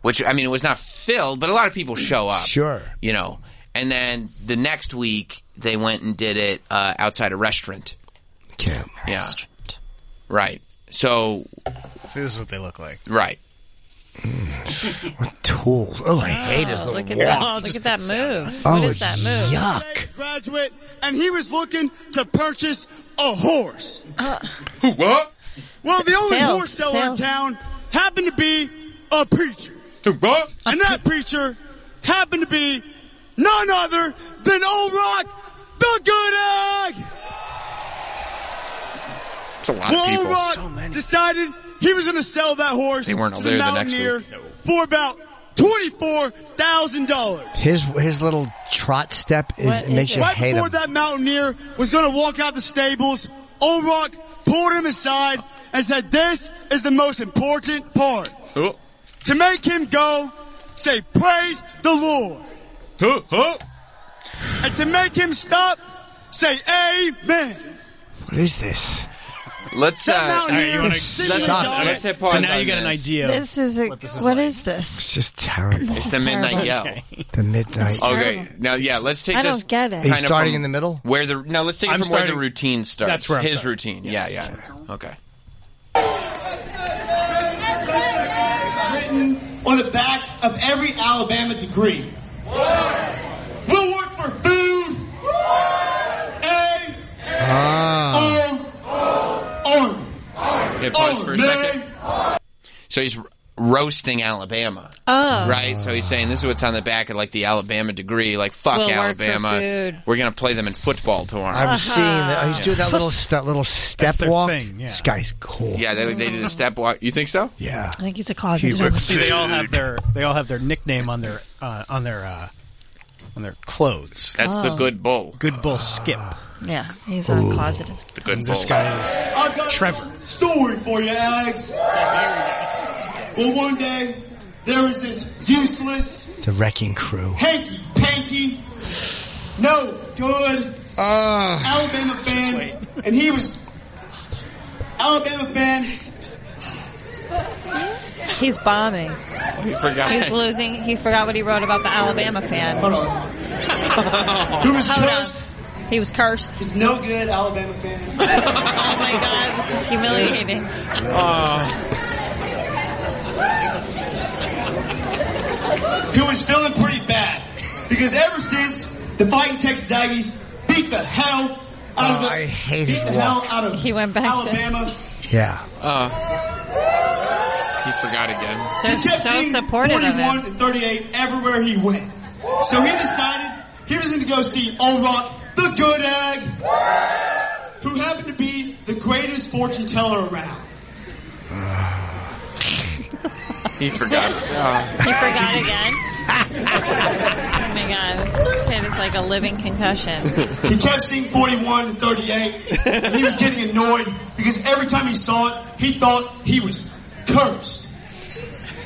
Speaker 4: which I mean it was not filled, but a lot of people show up.
Speaker 3: Sure.
Speaker 4: You know, and then the next week they went and did it uh, outside a restaurant.
Speaker 3: Camp.
Speaker 4: Yeah. Right. So
Speaker 5: See, this is what they look like.
Speaker 4: right.
Speaker 3: Hmm. What tools? Oh, I hate this
Speaker 12: Oh,
Speaker 3: little
Speaker 12: look at that!
Speaker 3: walk.
Speaker 12: Look at that move.
Speaker 3: Oh,
Speaker 12: what is that move?
Speaker 3: yuck.
Speaker 16: Graduate, and he was looking to purchase a horse.
Speaker 12: Who?
Speaker 16: What? Well, the
Speaker 12: S-
Speaker 16: only
Speaker 12: sales,
Speaker 16: horse seller
Speaker 12: sales.
Speaker 16: in town happened to be a preacher. What? And that preacher happened to be none other than Old Rock the Good Egg.
Speaker 4: It's a lot
Speaker 16: well,
Speaker 4: of people.
Speaker 16: Old Rock decided he was going to sell that horse
Speaker 4: They weren't
Speaker 16: to
Speaker 4: all
Speaker 16: the
Speaker 4: there the next
Speaker 16: Mountaineer
Speaker 4: week.
Speaker 16: for about twenty-four thousand dollars.
Speaker 3: His his little trot step is,
Speaker 16: What
Speaker 3: it makes
Speaker 16: is
Speaker 3: you
Speaker 16: right
Speaker 3: hate
Speaker 16: before
Speaker 3: him.
Speaker 16: that mountaineer was going to walk out the stables, Old Rock pulled him aside and said, "This is the most important part to make him go. Say praise the Lord, and to make him stop, say Amen."
Speaker 3: What is this?
Speaker 4: Let's uh,
Speaker 16: All right, you wanna-
Speaker 4: let's,
Speaker 16: Let's-
Speaker 4: let's hit pause.
Speaker 5: So now
Speaker 4: on
Speaker 5: you got an
Speaker 4: this.
Speaker 5: idea.
Speaker 12: This is a, what is this?
Speaker 3: It's just terrible.
Speaker 12: This
Speaker 4: It's
Speaker 12: is
Speaker 4: the midnight
Speaker 12: terrible.
Speaker 4: yell.
Speaker 3: The midnight.
Speaker 4: Okay, now yeah, let's take
Speaker 12: I
Speaker 4: this.
Speaker 12: don't get it. Are you
Speaker 4: kind of
Speaker 3: starting
Speaker 4: from
Speaker 3: in the middle?
Speaker 4: Where the no, let's take it
Speaker 3: I'm
Speaker 4: from where
Speaker 3: starting-
Speaker 4: the routine starts.
Speaker 3: That's where I'm
Speaker 4: his
Speaker 3: starting.
Speaker 4: routine.
Speaker 3: Yes.
Speaker 4: Yeah, yeah. Okay.
Speaker 16: written on the back of every Alabama degree. We'll work for food, A,
Speaker 4: Ah.
Speaker 16: arm, arm.
Speaker 4: Okay, pause
Speaker 16: Oh,
Speaker 4: for a
Speaker 16: man.
Speaker 4: second. So he's r- roasting Alabama.
Speaker 12: Oh.
Speaker 4: Right? So he's saying this is what's on the back of like the Alabama degree. Like, fuck
Speaker 12: We'll work for
Speaker 4: Alabama.
Speaker 12: food. Uh-huh.
Speaker 4: We're going to play them in football tomorrow.
Speaker 3: I've seen that. He's
Speaker 4: Yeah.
Speaker 3: doing that little that little step
Speaker 4: Uh-huh. their
Speaker 3: walk.
Speaker 4: thing, yeah.
Speaker 3: This guy's cool.
Speaker 4: Yeah, they, they did a step walk. You think so?
Speaker 3: Yeah.
Speaker 12: I think he's a
Speaker 5: See,
Speaker 12: closet.
Speaker 5: they all have their they all have their nickname on their uh, on their uh, on their clothes.
Speaker 4: That's the Oh. good bull.
Speaker 5: Good bull skip.
Speaker 12: Ah. Yeah, he's on closet.
Speaker 4: The good
Speaker 5: This guy is
Speaker 16: I've got Trevor. a story for you, Alex. Well, one day, there was this useless,
Speaker 3: The wrecking crew.
Speaker 16: hanky panky, no good
Speaker 3: Ah.
Speaker 16: Alabama fan, and he was Alabama fan.
Speaker 12: He's bombing.
Speaker 4: He forgot.
Speaker 12: He's losing. He forgot what he wrote about the Alabama fan. Hold
Speaker 16: on. Who was cursed?
Speaker 12: He was cursed.
Speaker 16: He's no good Alabama fan.
Speaker 12: Oh my god, this is humiliating.
Speaker 4: Uh,
Speaker 16: who was feeling pretty bad because ever since the Fighting Texas Aggies beat the hell out of the,
Speaker 3: hate
Speaker 16: beat
Speaker 3: his
Speaker 16: the
Speaker 3: walk.
Speaker 16: hell out of
Speaker 12: He went back to-
Speaker 16: Alabama.
Speaker 3: Yeah.
Speaker 4: Uh, he forgot again.
Speaker 16: He kept being 41 and 38 everywhere he went. So he decided he was going to go see Old Rock the Good Egg, who happened to be the greatest fortune teller around.
Speaker 4: He forgot. Uh,
Speaker 12: He forgot again. oh my god, this kid is like a living concussion.
Speaker 16: he kept seeing 41 and 38, and he was getting annoyed because every time he saw it, he thought he was cursed.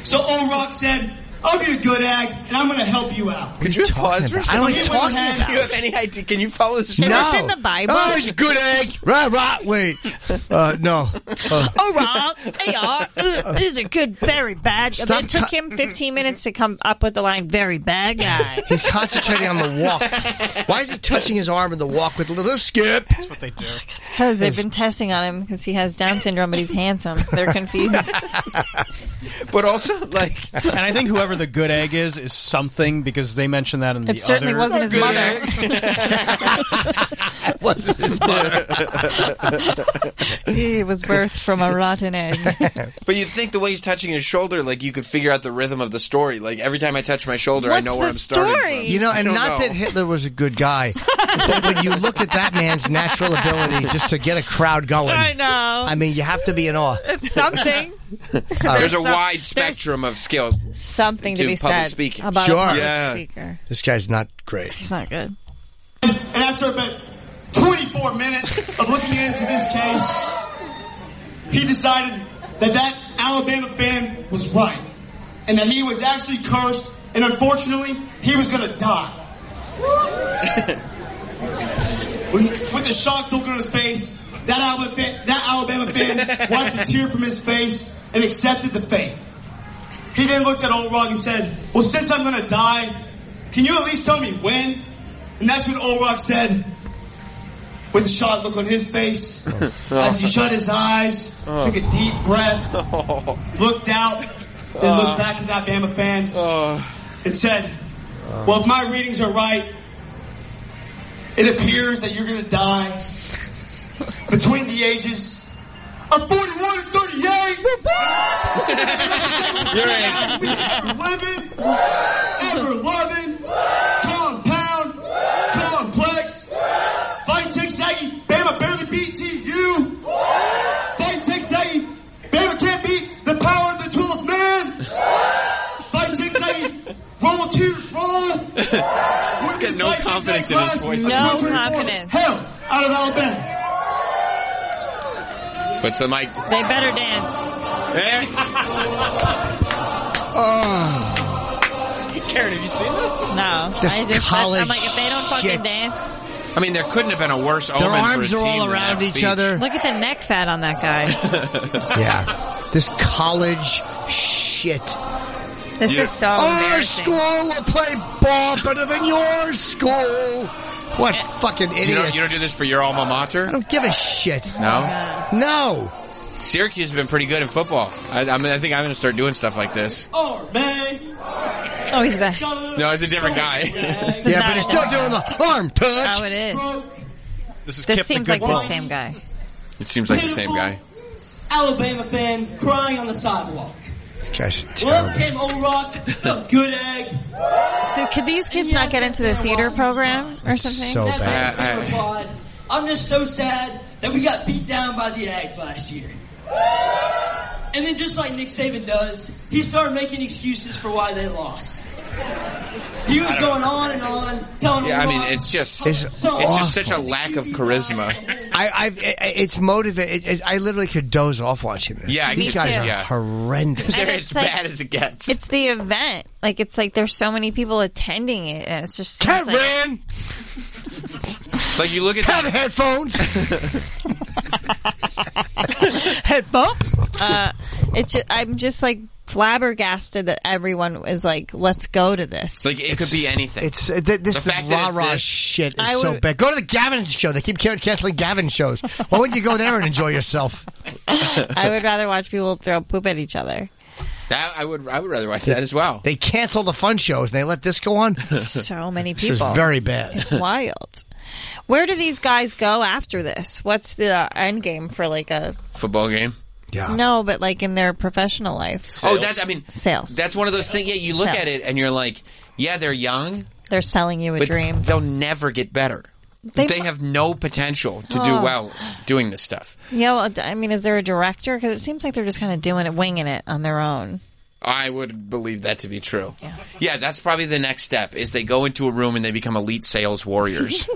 Speaker 16: So Old Rock said, I'll be a good egg, and I'm going to help you out.
Speaker 4: Could you pause for a
Speaker 16: about?
Speaker 4: second?
Speaker 16: I don't know what you're talking
Speaker 4: Do you have
Speaker 16: about.
Speaker 4: any idea? Can you follow this?
Speaker 3: no. Oh,
Speaker 4: it's
Speaker 3: he's a good egg. Rah rah. Wait. Uh, no. Uh,
Speaker 12: Oh, Rob, they are. Uh, this is a good, very bad. guy. It took him 15 minutes to come up with the line, very bad guy.
Speaker 3: he's concentrating on the walk. Why is he touching his arm in the walk with a little skip? That's
Speaker 5: what they do.
Speaker 12: Because they've been testing on him because he has Down syndrome, but he's handsome. They're confused.
Speaker 4: but also like,
Speaker 5: and I think whoever the good egg is is something because they mentioned that in the
Speaker 12: It certainly
Speaker 5: other-
Speaker 12: wasn't his mother.
Speaker 3: wasn't his mother.
Speaker 12: he was birthed from a rotten egg.
Speaker 4: But you'd think the way he's touching his shoulder, like you could figure out the rhythm of the story. Like every time I touch my shoulder, I
Speaker 12: What's
Speaker 4: know where
Speaker 12: the
Speaker 4: I'm starting.
Speaker 12: story?
Speaker 4: From.
Speaker 3: You know,
Speaker 4: I
Speaker 3: and
Speaker 4: don't
Speaker 3: not
Speaker 4: know.
Speaker 3: that Hitler was a good guy, but when you look at that man's natural ability just to get a crowd going,
Speaker 12: I know.
Speaker 3: I mean, you have to be in awe.
Speaker 12: It's something.
Speaker 4: There's a
Speaker 12: There's some-
Speaker 4: wide spectrum of skill.
Speaker 12: Something to,
Speaker 4: To
Speaker 12: be
Speaker 4: public
Speaker 12: said
Speaker 4: speaking.
Speaker 12: about
Speaker 3: Sure.
Speaker 12: a public
Speaker 3: Yeah.
Speaker 12: speaker.
Speaker 3: This guy's not great.
Speaker 12: He's not good.
Speaker 16: And after about 24 minutes of looking into this case, he decided that that Alabama fan was right. And that he was actually cursed, and unfortunately, he was gonna die. with, with a shocked look on his face, that Alabama fan, that Alabama fan wiped a tear from his face and accepted the fate. He then looked at Old Rock and said, Well, since I'm gonna die, can you at least tell me when? And that's what Old Rock said with a shocked look on his face
Speaker 9: Oh.
Speaker 16: as he shut his eyes, took a deep breath, looked out, then looked back at that Bama fan and said, Well, if my readings are right, it appears that you're going to die between the ages of 41 and 38.
Speaker 2: You're
Speaker 16: We have living, ever loving, compound, complex. Fight takes Aggie, Bama barely beat TU. Fight takes Aggie, Bama can't beat the power of the 12th man. Fight takes Aggie, roll two, roll. He's got no confidence
Speaker 4: in his voice. No
Speaker 12: confidence.
Speaker 16: Hell, out of Alabama.
Speaker 4: What's the mic?
Speaker 12: They better dance.
Speaker 4: Eh?
Speaker 5: Karen, have you seen this?
Speaker 12: No.
Speaker 4: This
Speaker 12: I just,
Speaker 4: college
Speaker 12: I'm like, if they don't fucking
Speaker 4: shit.
Speaker 12: dance.
Speaker 4: I mean, there couldn't have been a worse omen.
Speaker 3: Their
Speaker 4: for a
Speaker 3: arms are
Speaker 4: team
Speaker 3: all
Speaker 4: than that
Speaker 3: around each
Speaker 4: speech.
Speaker 3: other.
Speaker 12: Look at the neck fat on that guy.
Speaker 3: yeah. This college shit.
Speaker 12: This is so
Speaker 3: Our
Speaker 12: embarrassing.
Speaker 3: school will play ball better than your school. What fucking idiots.
Speaker 4: You don't, you don't do this for your alma mater.
Speaker 3: I don't give a shit.
Speaker 4: No.
Speaker 3: No.
Speaker 4: Syracuse has been pretty good in football. I, I, mean, I think I'm going to start doing stuff like this.
Speaker 16: Oh, man.
Speaker 12: Oh, he's back.
Speaker 4: No, it's a different guy.
Speaker 3: Yeah, but it's still doing the arm touch.
Speaker 12: Oh, it is.
Speaker 5: This
Speaker 12: This seems like the same guy.
Speaker 4: It seems like the same guy.
Speaker 16: Alabama fan crying on the sidewalk.
Speaker 3: These guys are
Speaker 16: Well,
Speaker 3: terrible.
Speaker 16: up came Old Rock, the good egg.
Speaker 12: Th- Could these kids not get into the theater program or something?
Speaker 3: so
Speaker 16: That
Speaker 3: bad.
Speaker 16: man replied, I'm just so sad that we got beat down by the Ags last year. And then, just like Nick Saban does, he started making excuses for why they lost. He was going on and on, telling
Speaker 4: Yeah, I
Speaker 16: Old
Speaker 4: mean,
Speaker 16: Rock,
Speaker 4: it's just
Speaker 16: It's
Speaker 4: it's, just such a
Speaker 3: awful.
Speaker 4: lack of charisma.
Speaker 3: I, I've, it, it's motivated. It, I literally could doze off watching this.
Speaker 4: Yeah, I
Speaker 3: these
Speaker 4: could
Speaker 3: guys
Speaker 4: too.
Speaker 3: are
Speaker 4: Yeah.
Speaker 3: horrendous.
Speaker 12: And
Speaker 4: It's
Speaker 12: like-
Speaker 4: bad as it gets.
Speaker 12: It's the event. Like it's like there's so many people attending it, and it's just seems like-
Speaker 3: Karen!
Speaker 4: Like you look at
Speaker 3: Have headphones.
Speaker 12: Hey, folks. Uh, it's ju- I'm just like flabbergasted that everyone is like, let's go to this.
Speaker 4: like it could be anything.
Speaker 3: It's uh, th- this
Speaker 4: The fact that
Speaker 3: rah
Speaker 4: it's
Speaker 3: rah
Speaker 4: this-
Speaker 3: shit is
Speaker 12: I
Speaker 3: so
Speaker 12: would-
Speaker 3: bad. Go to the Gavin show. They keep can- canceling Gavin shows. Why wouldn't you go there and enjoy yourself?
Speaker 12: I would rather watch people throw poop at each other.
Speaker 4: that I would I would rather watch that as well.
Speaker 3: They cancel the fun shows and they let this go on.
Speaker 12: So many people.
Speaker 3: This is very bad.
Speaker 12: It's wild. Where do these guys go after this? What's the end game for like a
Speaker 4: Football game.
Speaker 3: Yeah.
Speaker 12: no, but like in their professional life?
Speaker 4: Oh, that's I mean
Speaker 12: Sales.
Speaker 4: That's one of those things. Yeah, you look
Speaker 12: Sales.
Speaker 4: at it and you're like, yeah, they're young,
Speaker 12: They're selling you a
Speaker 4: but
Speaker 12: dream.
Speaker 4: they'll never get better.
Speaker 12: They-
Speaker 4: They, have no potential to
Speaker 12: Oh.
Speaker 4: do well doing this stuff.
Speaker 12: Yeah, well, I mean, is there a director? Because it seems like they're just kind of doing it, winging it on their own.
Speaker 4: I would believe that to be true. Yeah. that's probably the next step is they go into a room and they become elite sales warriors.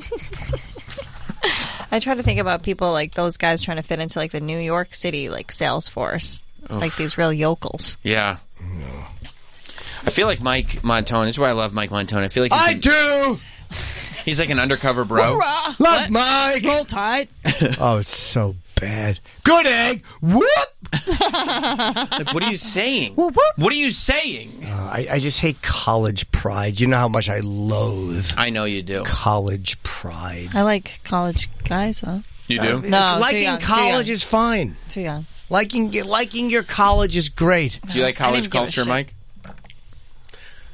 Speaker 12: I try to think about people like those guys trying to fit into like the New York City like sales force,
Speaker 4: Oof.
Speaker 12: like these real yokels.
Speaker 4: yeah. I feel like Mike Montone. This is why I love Mike Montone. I feel like he's,
Speaker 3: I
Speaker 4: an-
Speaker 3: do.
Speaker 4: he's like an undercover bro.
Speaker 12: Hoorah!
Speaker 3: Love Mike.
Speaker 12: Roll Tide.
Speaker 3: Oh, it's so bad. Good egg. Whoop.
Speaker 4: Like, what are you saying?
Speaker 12: Whoop, whoop.
Speaker 4: What are you saying?
Speaker 3: Uh, I, I just hate college pride. You know how much I loathe
Speaker 4: I know you do.
Speaker 3: college pride.
Speaker 12: I like college guys though.
Speaker 4: You do?
Speaker 12: No,
Speaker 3: Uh, liking
Speaker 12: too young, too
Speaker 3: college
Speaker 12: young.
Speaker 3: is fine.
Speaker 12: Too young.
Speaker 3: Liking liking your college is great.
Speaker 4: Do you like college culture, Mike?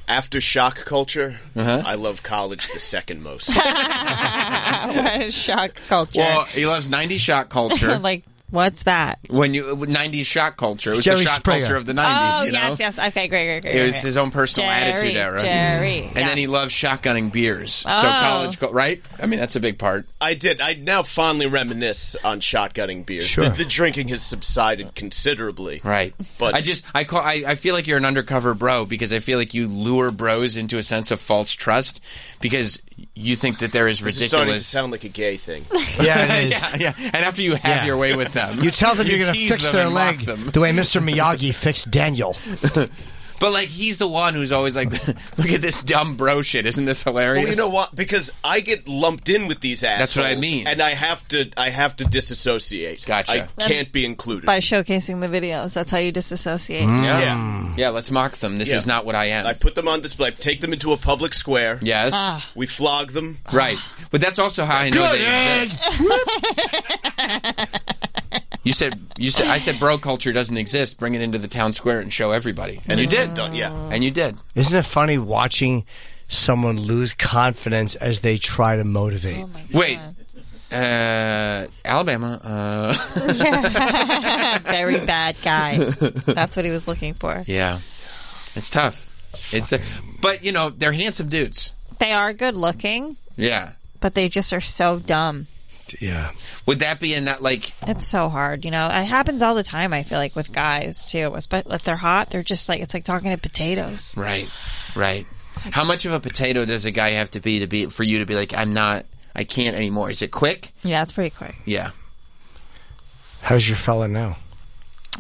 Speaker 6: Aftershock culture.
Speaker 4: Uh-huh.
Speaker 6: I love college the second most.
Speaker 12: what is shock culture?
Speaker 4: Well, he loves 90s shock culture.
Speaker 12: like, what's that?
Speaker 4: when you 90s shock culture, it was
Speaker 12: Jerry
Speaker 4: the shock
Speaker 12: Springer.
Speaker 4: culture of the 90s,
Speaker 12: oh,
Speaker 4: you know?
Speaker 12: yes, yes. Okay, great, great, great.
Speaker 4: It was
Speaker 12: great.
Speaker 4: his own personal
Speaker 12: Jerry,
Speaker 4: attitude era.
Speaker 12: Jerry.
Speaker 4: And then he loves shotgunning beers.
Speaker 6: Oh.
Speaker 4: So college, co- right? I mean, that's a big part.
Speaker 6: I did. I now fondly reminisce on shotgunning beer.
Speaker 4: Sure.
Speaker 6: The, the drinking has subsided considerably.
Speaker 4: Right.
Speaker 6: But
Speaker 4: I just I call I, I feel like you're an undercover bro because I feel like you lure bros into a sense of false trust because you think that there is
Speaker 6: This is starting to
Speaker 4: ridiculous.
Speaker 6: sound like a gay thing.
Speaker 3: Yeah, it is.
Speaker 4: yeah, yeah. And after you have
Speaker 3: Yeah.
Speaker 4: your way with them,
Speaker 3: You tell them you are going to
Speaker 4: tease
Speaker 3: fix
Speaker 4: them
Speaker 3: their
Speaker 4: and mock
Speaker 3: leg
Speaker 4: them.
Speaker 3: the way Mr. Miyagi fixed Daniel.
Speaker 4: But like he's the one who's always like, look at this dumb bro shit. Isn't this hilarious?
Speaker 6: Well, you know what? Because I get lumped in with these assholes.
Speaker 4: That's what I mean.
Speaker 6: And I have to. I have to disassociate. Gotcha. I can't be included.
Speaker 12: By showcasing the videos. That's how you disassociate.
Speaker 4: Yeah.
Speaker 3: Hmm.
Speaker 4: yeah. Let's mock them. This
Speaker 6: Yeah.
Speaker 4: is not what I am.
Speaker 6: I put them on display. Take them into a public square.
Speaker 4: Yes.
Speaker 12: Ah.
Speaker 6: We flog them.
Speaker 4: Right. But that's also how I know
Speaker 6: Good eh?
Speaker 4: they exist. You said you said I said bro culture doesn't exist. Bring it into the town square and show everybody. And you
Speaker 6: it's
Speaker 4: did.
Speaker 6: been done, yeah.
Speaker 4: And you did.
Speaker 3: Isn't it funny watching someone lose confidence as they try to
Speaker 12: Oh
Speaker 3: motivate?
Speaker 4: Wait. Uh, Alabama. Uh,
Speaker 12: Very bad guy. That's what he was looking for.
Speaker 4: yeah. It's tough. It's, a, but you know they're handsome dudes.
Speaker 12: They are good looking,
Speaker 4: Yeah.
Speaker 12: but they just are so dumb.
Speaker 3: Yeah.
Speaker 4: Would that be in that like
Speaker 12: It's so hard, you know. It happens all the time. I feel like with guys too, but if they're hot, they're just like it's like talking to potatoes.
Speaker 4: right, right? How much of a potato does a guy have to be to be for you to be like I'm not I can't anymore? Is it quick?
Speaker 12: Yeah, it's pretty quick.
Speaker 4: Yeah.
Speaker 3: How's your fella now?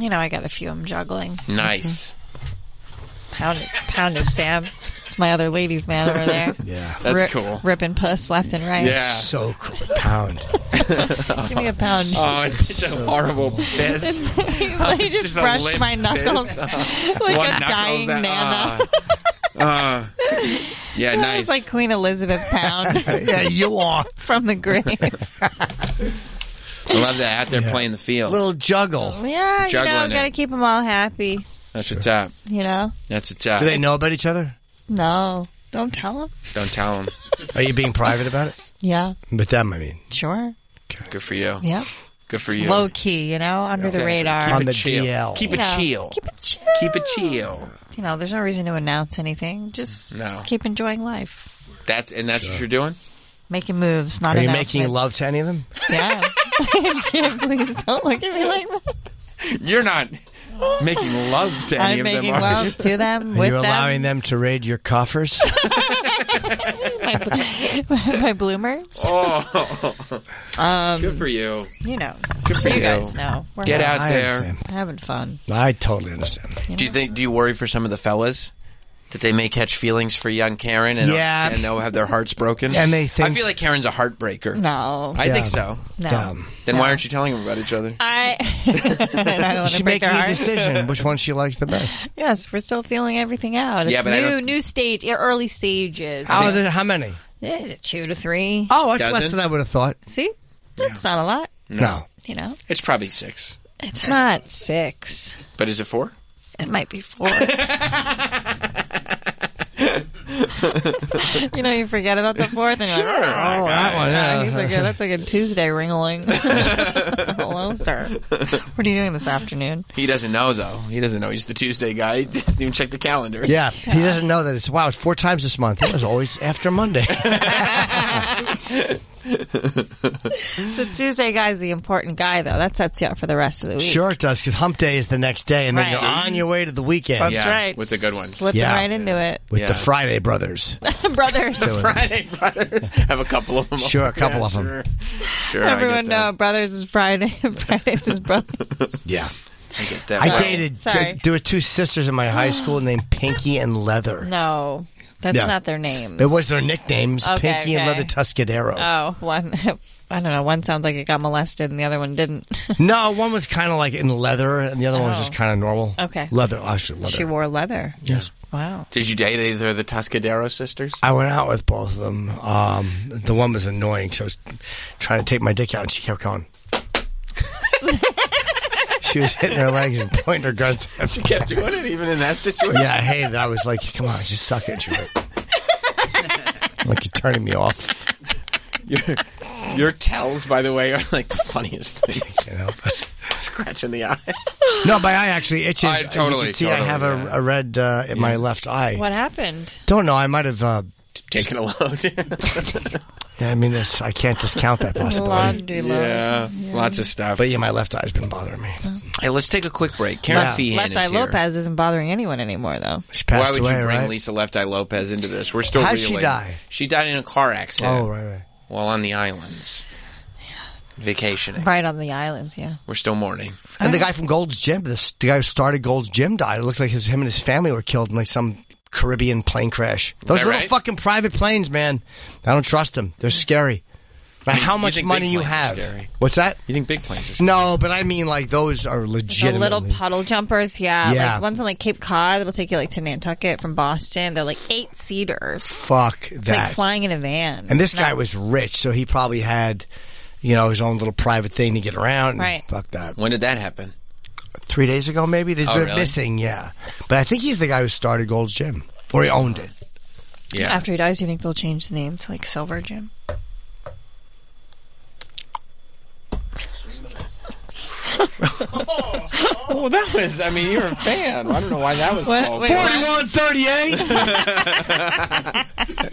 Speaker 12: You know, I got a few. I'm juggling.
Speaker 4: Nice.
Speaker 12: Pound it, pound it, Sam. It's my other ladies' man over there.
Speaker 3: Yeah. That's cool.
Speaker 12: Ripping puss left and right.
Speaker 3: So cool. Pound.
Speaker 12: Give me a pound.
Speaker 4: Oh, it's such a horrible fist.
Speaker 12: It's like- he
Speaker 4: Oh, it's
Speaker 12: just,
Speaker 4: just a
Speaker 12: brushed
Speaker 4: limp
Speaker 12: my knuckles
Speaker 4: fist.
Speaker 12: like
Speaker 4: One
Speaker 12: a
Speaker 4: knuckle's
Speaker 12: dying
Speaker 4: out.
Speaker 12: nana.
Speaker 4: Uh, yeah,
Speaker 12: It's
Speaker 4: nice.
Speaker 12: like Queen Elizabeth Pound.
Speaker 3: yeah, you are.
Speaker 12: From the grave.
Speaker 4: I love that out there playing the field.
Speaker 3: Little juggle.
Speaker 12: yeah, you know,
Speaker 4: Juggling it.
Speaker 12: got to keep them all happy.
Speaker 4: That's a top.
Speaker 12: You know?
Speaker 4: That's a top.
Speaker 3: Do they know about each other?
Speaker 12: No. Don't tell them.
Speaker 4: Don't tell them.
Speaker 3: Are you being private about it?
Speaker 12: Yeah,
Speaker 3: With them, I mean.
Speaker 12: sure.
Speaker 4: Good for you.
Speaker 12: Yep.
Speaker 4: Good for you.
Speaker 12: Low key, you know, under the
Speaker 4: Exactly.
Speaker 12: radar.
Speaker 4: Keep it chill. Keep
Speaker 12: You
Speaker 4: it
Speaker 12: know,
Speaker 4: chill.
Speaker 12: Keep it chill.
Speaker 4: Keep it chill.
Speaker 12: You know, there's no reason to announce anything. Just
Speaker 4: No.
Speaker 12: keep enjoying life.
Speaker 4: That's and that's what you're doing.
Speaker 12: Making moves, not
Speaker 3: Are you
Speaker 12: announcements.
Speaker 3: making love to any of them?
Speaker 12: Yeah. Jim, please don't look at me like that.
Speaker 4: You're not making love to any
Speaker 12: I'm
Speaker 4: of them.
Speaker 12: making
Speaker 4: are you?
Speaker 12: love to them,
Speaker 3: Are
Speaker 12: with
Speaker 3: you
Speaker 12: them,
Speaker 3: allowing them to raid your coffers?
Speaker 12: my bloomers.
Speaker 3: uh,
Speaker 4: Oh,
Speaker 12: Um,
Speaker 4: good for you.
Speaker 12: You know,
Speaker 4: Good for you.
Speaker 12: guys know. We're
Speaker 4: Get
Speaker 12: having-
Speaker 4: out there.
Speaker 12: We're having fun.
Speaker 3: I totally understand.
Speaker 4: Do you think? Do you worry for some of the fellas that they may catch feelings for young Karen and,
Speaker 3: Yeah.
Speaker 4: and they'll have their hearts broken?
Speaker 3: And they think-
Speaker 4: I feel like Karen's a heartbreaker.
Speaker 12: No.
Speaker 4: I think
Speaker 3: Yeah.
Speaker 4: so.
Speaker 12: No. Dumb.
Speaker 4: Then why aren't you telling them about each other?
Speaker 12: I, I don't want
Speaker 3: She's
Speaker 12: to break
Speaker 3: making
Speaker 12: her
Speaker 3: a
Speaker 12: heart.
Speaker 3: decision which one she likes the best.
Speaker 12: Yes, we're still feeling everything out. It's
Speaker 3: Yeah, but I
Speaker 12: new,
Speaker 3: don't-
Speaker 12: new stage, yeah, early stages.
Speaker 3: How, are there- how many?
Speaker 12: Is it two to three?
Speaker 3: Oh, that's less than I would have thought.
Speaker 12: See, that's not a lot.
Speaker 3: No.
Speaker 12: You know,
Speaker 4: It's probably six.
Speaker 12: it's not six.
Speaker 4: But is it four?
Speaker 12: It might be four. you know, you forget about the fourth, and you're like,
Speaker 4: Sure.
Speaker 12: oh, that one. Yeah.
Speaker 4: Yeah.
Speaker 12: He's like, yeah, that's like a Tuesday ringling. Hello, sir. What are you doing this afternoon?
Speaker 4: He doesn't know though. He doesn't know he's the Tuesday guy. He doesn't even check the calendar.
Speaker 3: Yeah, he doesn't know that it's wow. It's four times this month. It was always after Monday.
Speaker 12: The Tuesday guy's the important guy, though. That sets you up for the rest of the week.
Speaker 3: sure, it does. Because Hump Day is the next day, and then
Speaker 12: Right.
Speaker 3: you're on your way to the weekend.
Speaker 12: That's right. Slipping
Speaker 3: Yeah.
Speaker 12: right into it.
Speaker 3: with the Friday Brothers.
Speaker 12: brothers.
Speaker 4: Friday brother. Have a couple of them.
Speaker 3: Sure, a couple
Speaker 4: Yeah,
Speaker 3: of them.
Speaker 4: Sure,
Speaker 12: Everyone know brothers is Friday. Fridays is brothers.
Speaker 3: Yeah.
Speaker 4: I get that.
Speaker 3: I
Speaker 4: Wow.
Speaker 3: dated.
Speaker 12: Sorry.
Speaker 3: There were two sisters in my high school named Pinky and Leather.
Speaker 12: No, that's
Speaker 3: Yeah.
Speaker 12: not their names.
Speaker 3: It was their nicknames,
Speaker 12: Okay,
Speaker 3: Pinky and
Speaker 12: okay.
Speaker 3: Leather Tuscadero.
Speaker 12: Oh, one. I don't know. One sounds like it got molested, and the other one didn't.
Speaker 3: no, one was kind of like in leather, and the other one was
Speaker 12: Oh.
Speaker 3: just kind of normal.
Speaker 12: Okay.
Speaker 3: leather. Actually, leather.
Speaker 12: She wore leather.
Speaker 3: Yes.
Speaker 12: Wow.
Speaker 4: Did you date either of the Tuscadero sisters?
Speaker 3: I went out with both of them. Um, the one was annoying. She was trying to take my dick out, and she kept going. she was hitting her legs and pointing her guns. At
Speaker 4: she kept doing it even in that situation.
Speaker 3: Yeah, I hated. it. I was like, "Come on, just suck it, Drew." like you're turning me off.
Speaker 4: Your, your tells, by the way, are like the funniest things. You know, scratch in the eye.
Speaker 3: No, my eye actually itches.
Speaker 4: I-
Speaker 3: As you can
Speaker 4: totally,
Speaker 3: see, I
Speaker 4: totally,
Speaker 3: have a, a red uh, in my left eye.
Speaker 12: What happened?
Speaker 3: Don't know. I might have uh,
Speaker 4: Taking a load.
Speaker 3: Yeah, I mean, that's, I can't discount that possibility.
Speaker 12: Laundry load. Oh.
Speaker 4: Yeah, lots of stuff.
Speaker 3: But yeah, my left eye's been bothering me.
Speaker 4: Hey, let's take a quick break. Karen
Speaker 12: Left,
Speaker 4: Feehan
Speaker 12: Left
Speaker 4: is
Speaker 12: Eye
Speaker 4: here.
Speaker 12: Lopez isn't bothering anyone anymore, though.
Speaker 3: She
Speaker 4: Why would you bring Lisa Left Eye Lopez into this? We're still
Speaker 12: How'd she
Speaker 4: reeling.
Speaker 12: die?
Speaker 4: She died in a car accident.
Speaker 3: Oh, right, right.
Speaker 4: While on the islands, vacationing.
Speaker 12: Right on the islands, yeah.
Speaker 4: We're still mourning.
Speaker 3: And the guy from Gold's Gym, the, the guy who started Gold's Gym, died. It looked like his, him and his family were killed in like some Caribbean plane crash. Those
Speaker 4: that
Speaker 3: little
Speaker 4: right?
Speaker 3: fucking private planes, man. I don't trust them. They're scary. No matter
Speaker 4: You-
Speaker 3: how
Speaker 4: you
Speaker 3: much
Speaker 4: think
Speaker 3: money
Speaker 4: big
Speaker 3: you
Speaker 4: planes are
Speaker 3: have.
Speaker 4: scary?
Speaker 3: What's that?
Speaker 4: You think big planes are scary?
Speaker 3: No, but I mean like those are
Speaker 12: The
Speaker 3: legitimate.
Speaker 12: little puddle jumpers, yeah.
Speaker 3: Yeah.
Speaker 12: Like ones on like Cape Cod that'll take you like to Nantucket from Boston. They're like eight seaters.
Speaker 3: Fuck
Speaker 12: It's
Speaker 3: that.
Speaker 12: like flying in a van.
Speaker 3: And this guy was rich, so he probably had, you know, his own little private thing to get around. and
Speaker 12: Right.
Speaker 3: Fuck that.
Speaker 4: When did that happen?
Speaker 3: Three days ago, maybe they,
Speaker 4: Oh,
Speaker 3: they're
Speaker 4: really?
Speaker 3: missing. Yeah, but I think he's the guy who started Gold's Gym, or he owned it.
Speaker 4: Yeah.
Speaker 12: After he dies, you think they'll change the name to like Silver Jim?
Speaker 4: Oh, that was. I mean, you're a fan. I don't know why that was
Speaker 12: What?
Speaker 4: called.
Speaker 12: Wait, what?
Speaker 3: 38.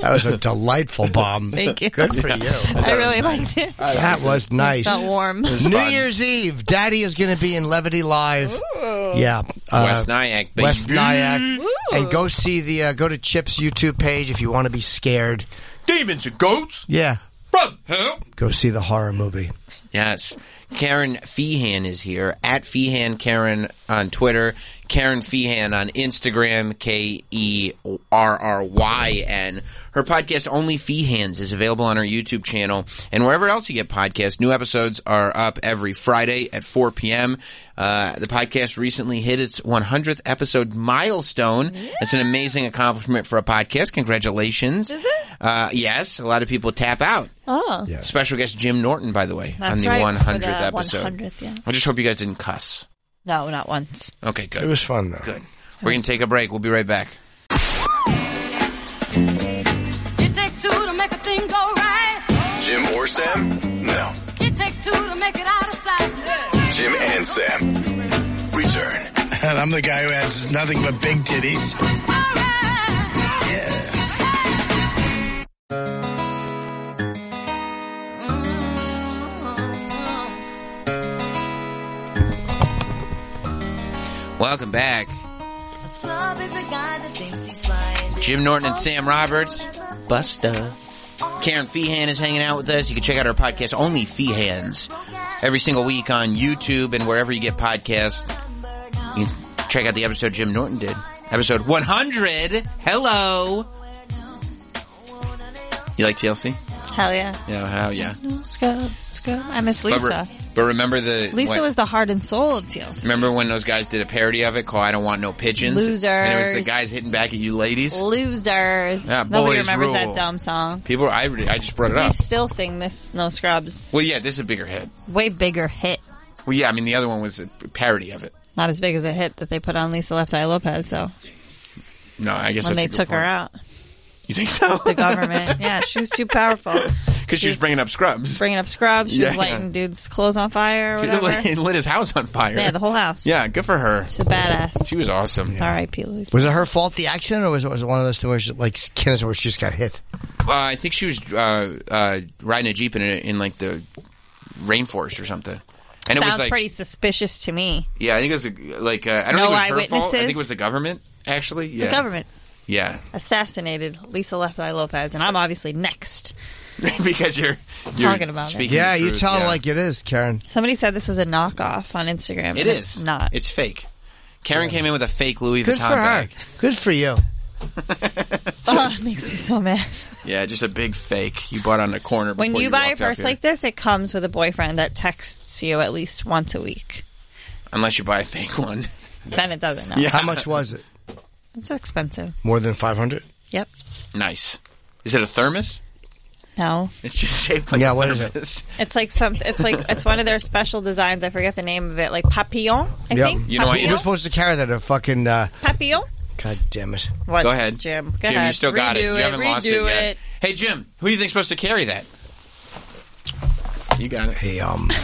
Speaker 3: That was a delightful bomb.
Speaker 12: Thank you.
Speaker 3: Good for you.
Speaker 12: I really liked it.
Speaker 3: That was nice.
Speaker 12: Felt warm.
Speaker 3: New Year's Eve, Daddy is going to be in Levity Live. Yeah, Uh,
Speaker 4: West Nyack, baby.
Speaker 3: West Nyack, and go see the uh, go to Chip's YouTube page if you want to be scared.
Speaker 4: Demons and goats
Speaker 3: Yeah,
Speaker 4: from hell.
Speaker 3: go see the horror movie.
Speaker 4: Yes. Karen Feehan is here at Feehan Karen on Twitter, Karen Feehan on Instagram, K E R R Y N. Her podcast Only Feehans is available on her YouTube channel and wherever else you get podcasts. New episodes are up every Friday at 4 p.m. Uh, the podcast recently hit its 100th episode milestone. That's an amazing accomplishment for a podcast. Congratulations. Is it? Uh, yes. A lot of people tap out.
Speaker 12: Oh.
Speaker 4: Special guest Jim Norton, by the way,
Speaker 12: That's
Speaker 4: on the
Speaker 12: right,
Speaker 4: 100th
Speaker 12: for the
Speaker 4: episode.
Speaker 12: 100th, yeah.
Speaker 4: I just hope you guys didn't cuss.
Speaker 12: No, not once.
Speaker 4: Okay, good.
Speaker 3: It was fun though.
Speaker 4: Good. We're going to take a break. We'll be right back.
Speaker 2: It takes two to make a thing go right.
Speaker 11: Jim or Sam? No.
Speaker 2: It takes two to make it out of sight.
Speaker 11: Jim and Sam. Return.
Speaker 3: And I'm the guy who has nothing but big titties.
Speaker 4: Welcome back.
Speaker 2: A slob is a guy that thinks he's flying.
Speaker 4: Jim Norton and Sam Roberts. Busta. Karen Feehan is hanging out with us. You can check out our podcast, Only Feehans, every single week on YouTube and wherever you get podcasts. You can check out the episode Jim Norton did. Episode 100. Hello. You like TLC?
Speaker 12: Hell yeah.
Speaker 4: Yeah, how, yeah.
Speaker 12: No, Scrub, scrub. I miss
Speaker 4: But re-
Speaker 12: Lisa.
Speaker 4: But, remember the
Speaker 12: Lisa
Speaker 4: when-
Speaker 12: was the heart and soul of TLC.
Speaker 4: Remember when those guys did a parody of it called "I Don't Want No Pigeons"? And it was the
Speaker 12: Losers.
Speaker 4: guys hitting back at you, ladies.
Speaker 12: Losers.
Speaker 4: Yeah,
Speaker 12: Nobody
Speaker 4: boys
Speaker 12: remembers
Speaker 4: rule.
Speaker 12: that dumb song.
Speaker 4: People, I re- I just brought it
Speaker 12: We
Speaker 4: up.
Speaker 12: still sing this No Scrubs.
Speaker 4: Well, yeah, this is a bigger hit.
Speaker 12: Way bigger hit.
Speaker 4: Well, yeah, I mean the other one was a parody of it.
Speaker 12: Not as big as a hit that they put on Lisa Left Eye Lopez, though.
Speaker 4: No, I guess
Speaker 12: when
Speaker 4: that's
Speaker 12: they
Speaker 4: a good
Speaker 12: took her
Speaker 4: point.
Speaker 12: out.
Speaker 4: You think so?
Speaker 12: The government. yeah, she was too powerful.
Speaker 4: because she was bringing up Scrubs.
Speaker 12: Bringing up scrubs. She
Speaker 4: Yeah.
Speaker 12: was lighting dudes' clothes on fire or
Speaker 4: She
Speaker 12: whatever.
Speaker 4: lit, lit his house on fire.
Speaker 12: Yeah, the whole house.
Speaker 4: Yeah, good for her.
Speaker 12: She's a badass.
Speaker 4: She was awesome.
Speaker 12: R.I.P. Lisa.
Speaker 3: Was it her fault the accident, or was it, was it one of those things where she, like Kenneth, where she just got hit?
Speaker 4: Uh, I think she was uh, uh, riding a jeep in, a, in like the rainforest or something. And it
Speaker 12: Sounds
Speaker 4: was like
Speaker 12: pretty suspicious to me.
Speaker 4: yeah, I think it was uh, like uh, I
Speaker 12: No
Speaker 4: don't think it was her fault. I
Speaker 12: eyewitnesses?
Speaker 4: think it was the government actually. Yeah,
Speaker 12: The government
Speaker 4: Yeah,
Speaker 12: assassinated Lisa Left Eye Lopez, and I'm obviously next.
Speaker 4: because you're, you're
Speaker 12: Talking about it.
Speaker 4: speaking
Speaker 3: Yeah,
Speaker 4: the
Speaker 3: you
Speaker 4: truth,
Speaker 3: tell him
Speaker 4: yeah.
Speaker 3: like it is, Karen.
Speaker 12: Somebody said this was a knockoff on Instagram.
Speaker 4: it
Speaker 12: and
Speaker 4: is
Speaker 12: It's not.
Speaker 4: It's fake. Karen came in with a fake Louis
Speaker 3: Good
Speaker 4: Vuitton
Speaker 3: for her.
Speaker 4: bag.
Speaker 3: Good for you.
Speaker 12: oh, it makes me so mad.
Speaker 4: Yeah, just a big fake you bought on the corner.
Speaker 12: When
Speaker 4: before
Speaker 12: you buy a
Speaker 4: walked out
Speaker 12: purse
Speaker 4: here.
Speaker 12: like this, it comes with a boyfriend that texts you at least once a week.
Speaker 4: unless you buy a fake one.
Speaker 12: Then it doesn't. No.
Speaker 4: Yeah.
Speaker 3: How much was it?
Speaker 12: It's expensive.
Speaker 3: More than 500?
Speaker 12: Yep.
Speaker 4: Nice. Is it a thermos?
Speaker 12: No.
Speaker 4: It's just shaped like
Speaker 3: Yeah,
Speaker 4: a
Speaker 3: what is
Speaker 4: thermos.
Speaker 3: it?
Speaker 12: It's like some. It's like it's one of their special designs. I forget the name of it. Like papillon. I
Speaker 3: Yep.
Speaker 12: think.
Speaker 3: You're supposed to carry that at fucking. Uh,
Speaker 12: papillon.
Speaker 3: God damn it.
Speaker 12: What, Go ahead. Jim? Go
Speaker 4: Jim, you
Speaker 12: ahead.
Speaker 4: still got it.
Speaker 12: Redo
Speaker 4: You
Speaker 12: it,
Speaker 4: haven't lost it
Speaker 12: redo
Speaker 4: yet.
Speaker 12: it.
Speaker 4: Hey, Jim, who do you think's supposed to carry that? You got it.
Speaker 3: Hey, um.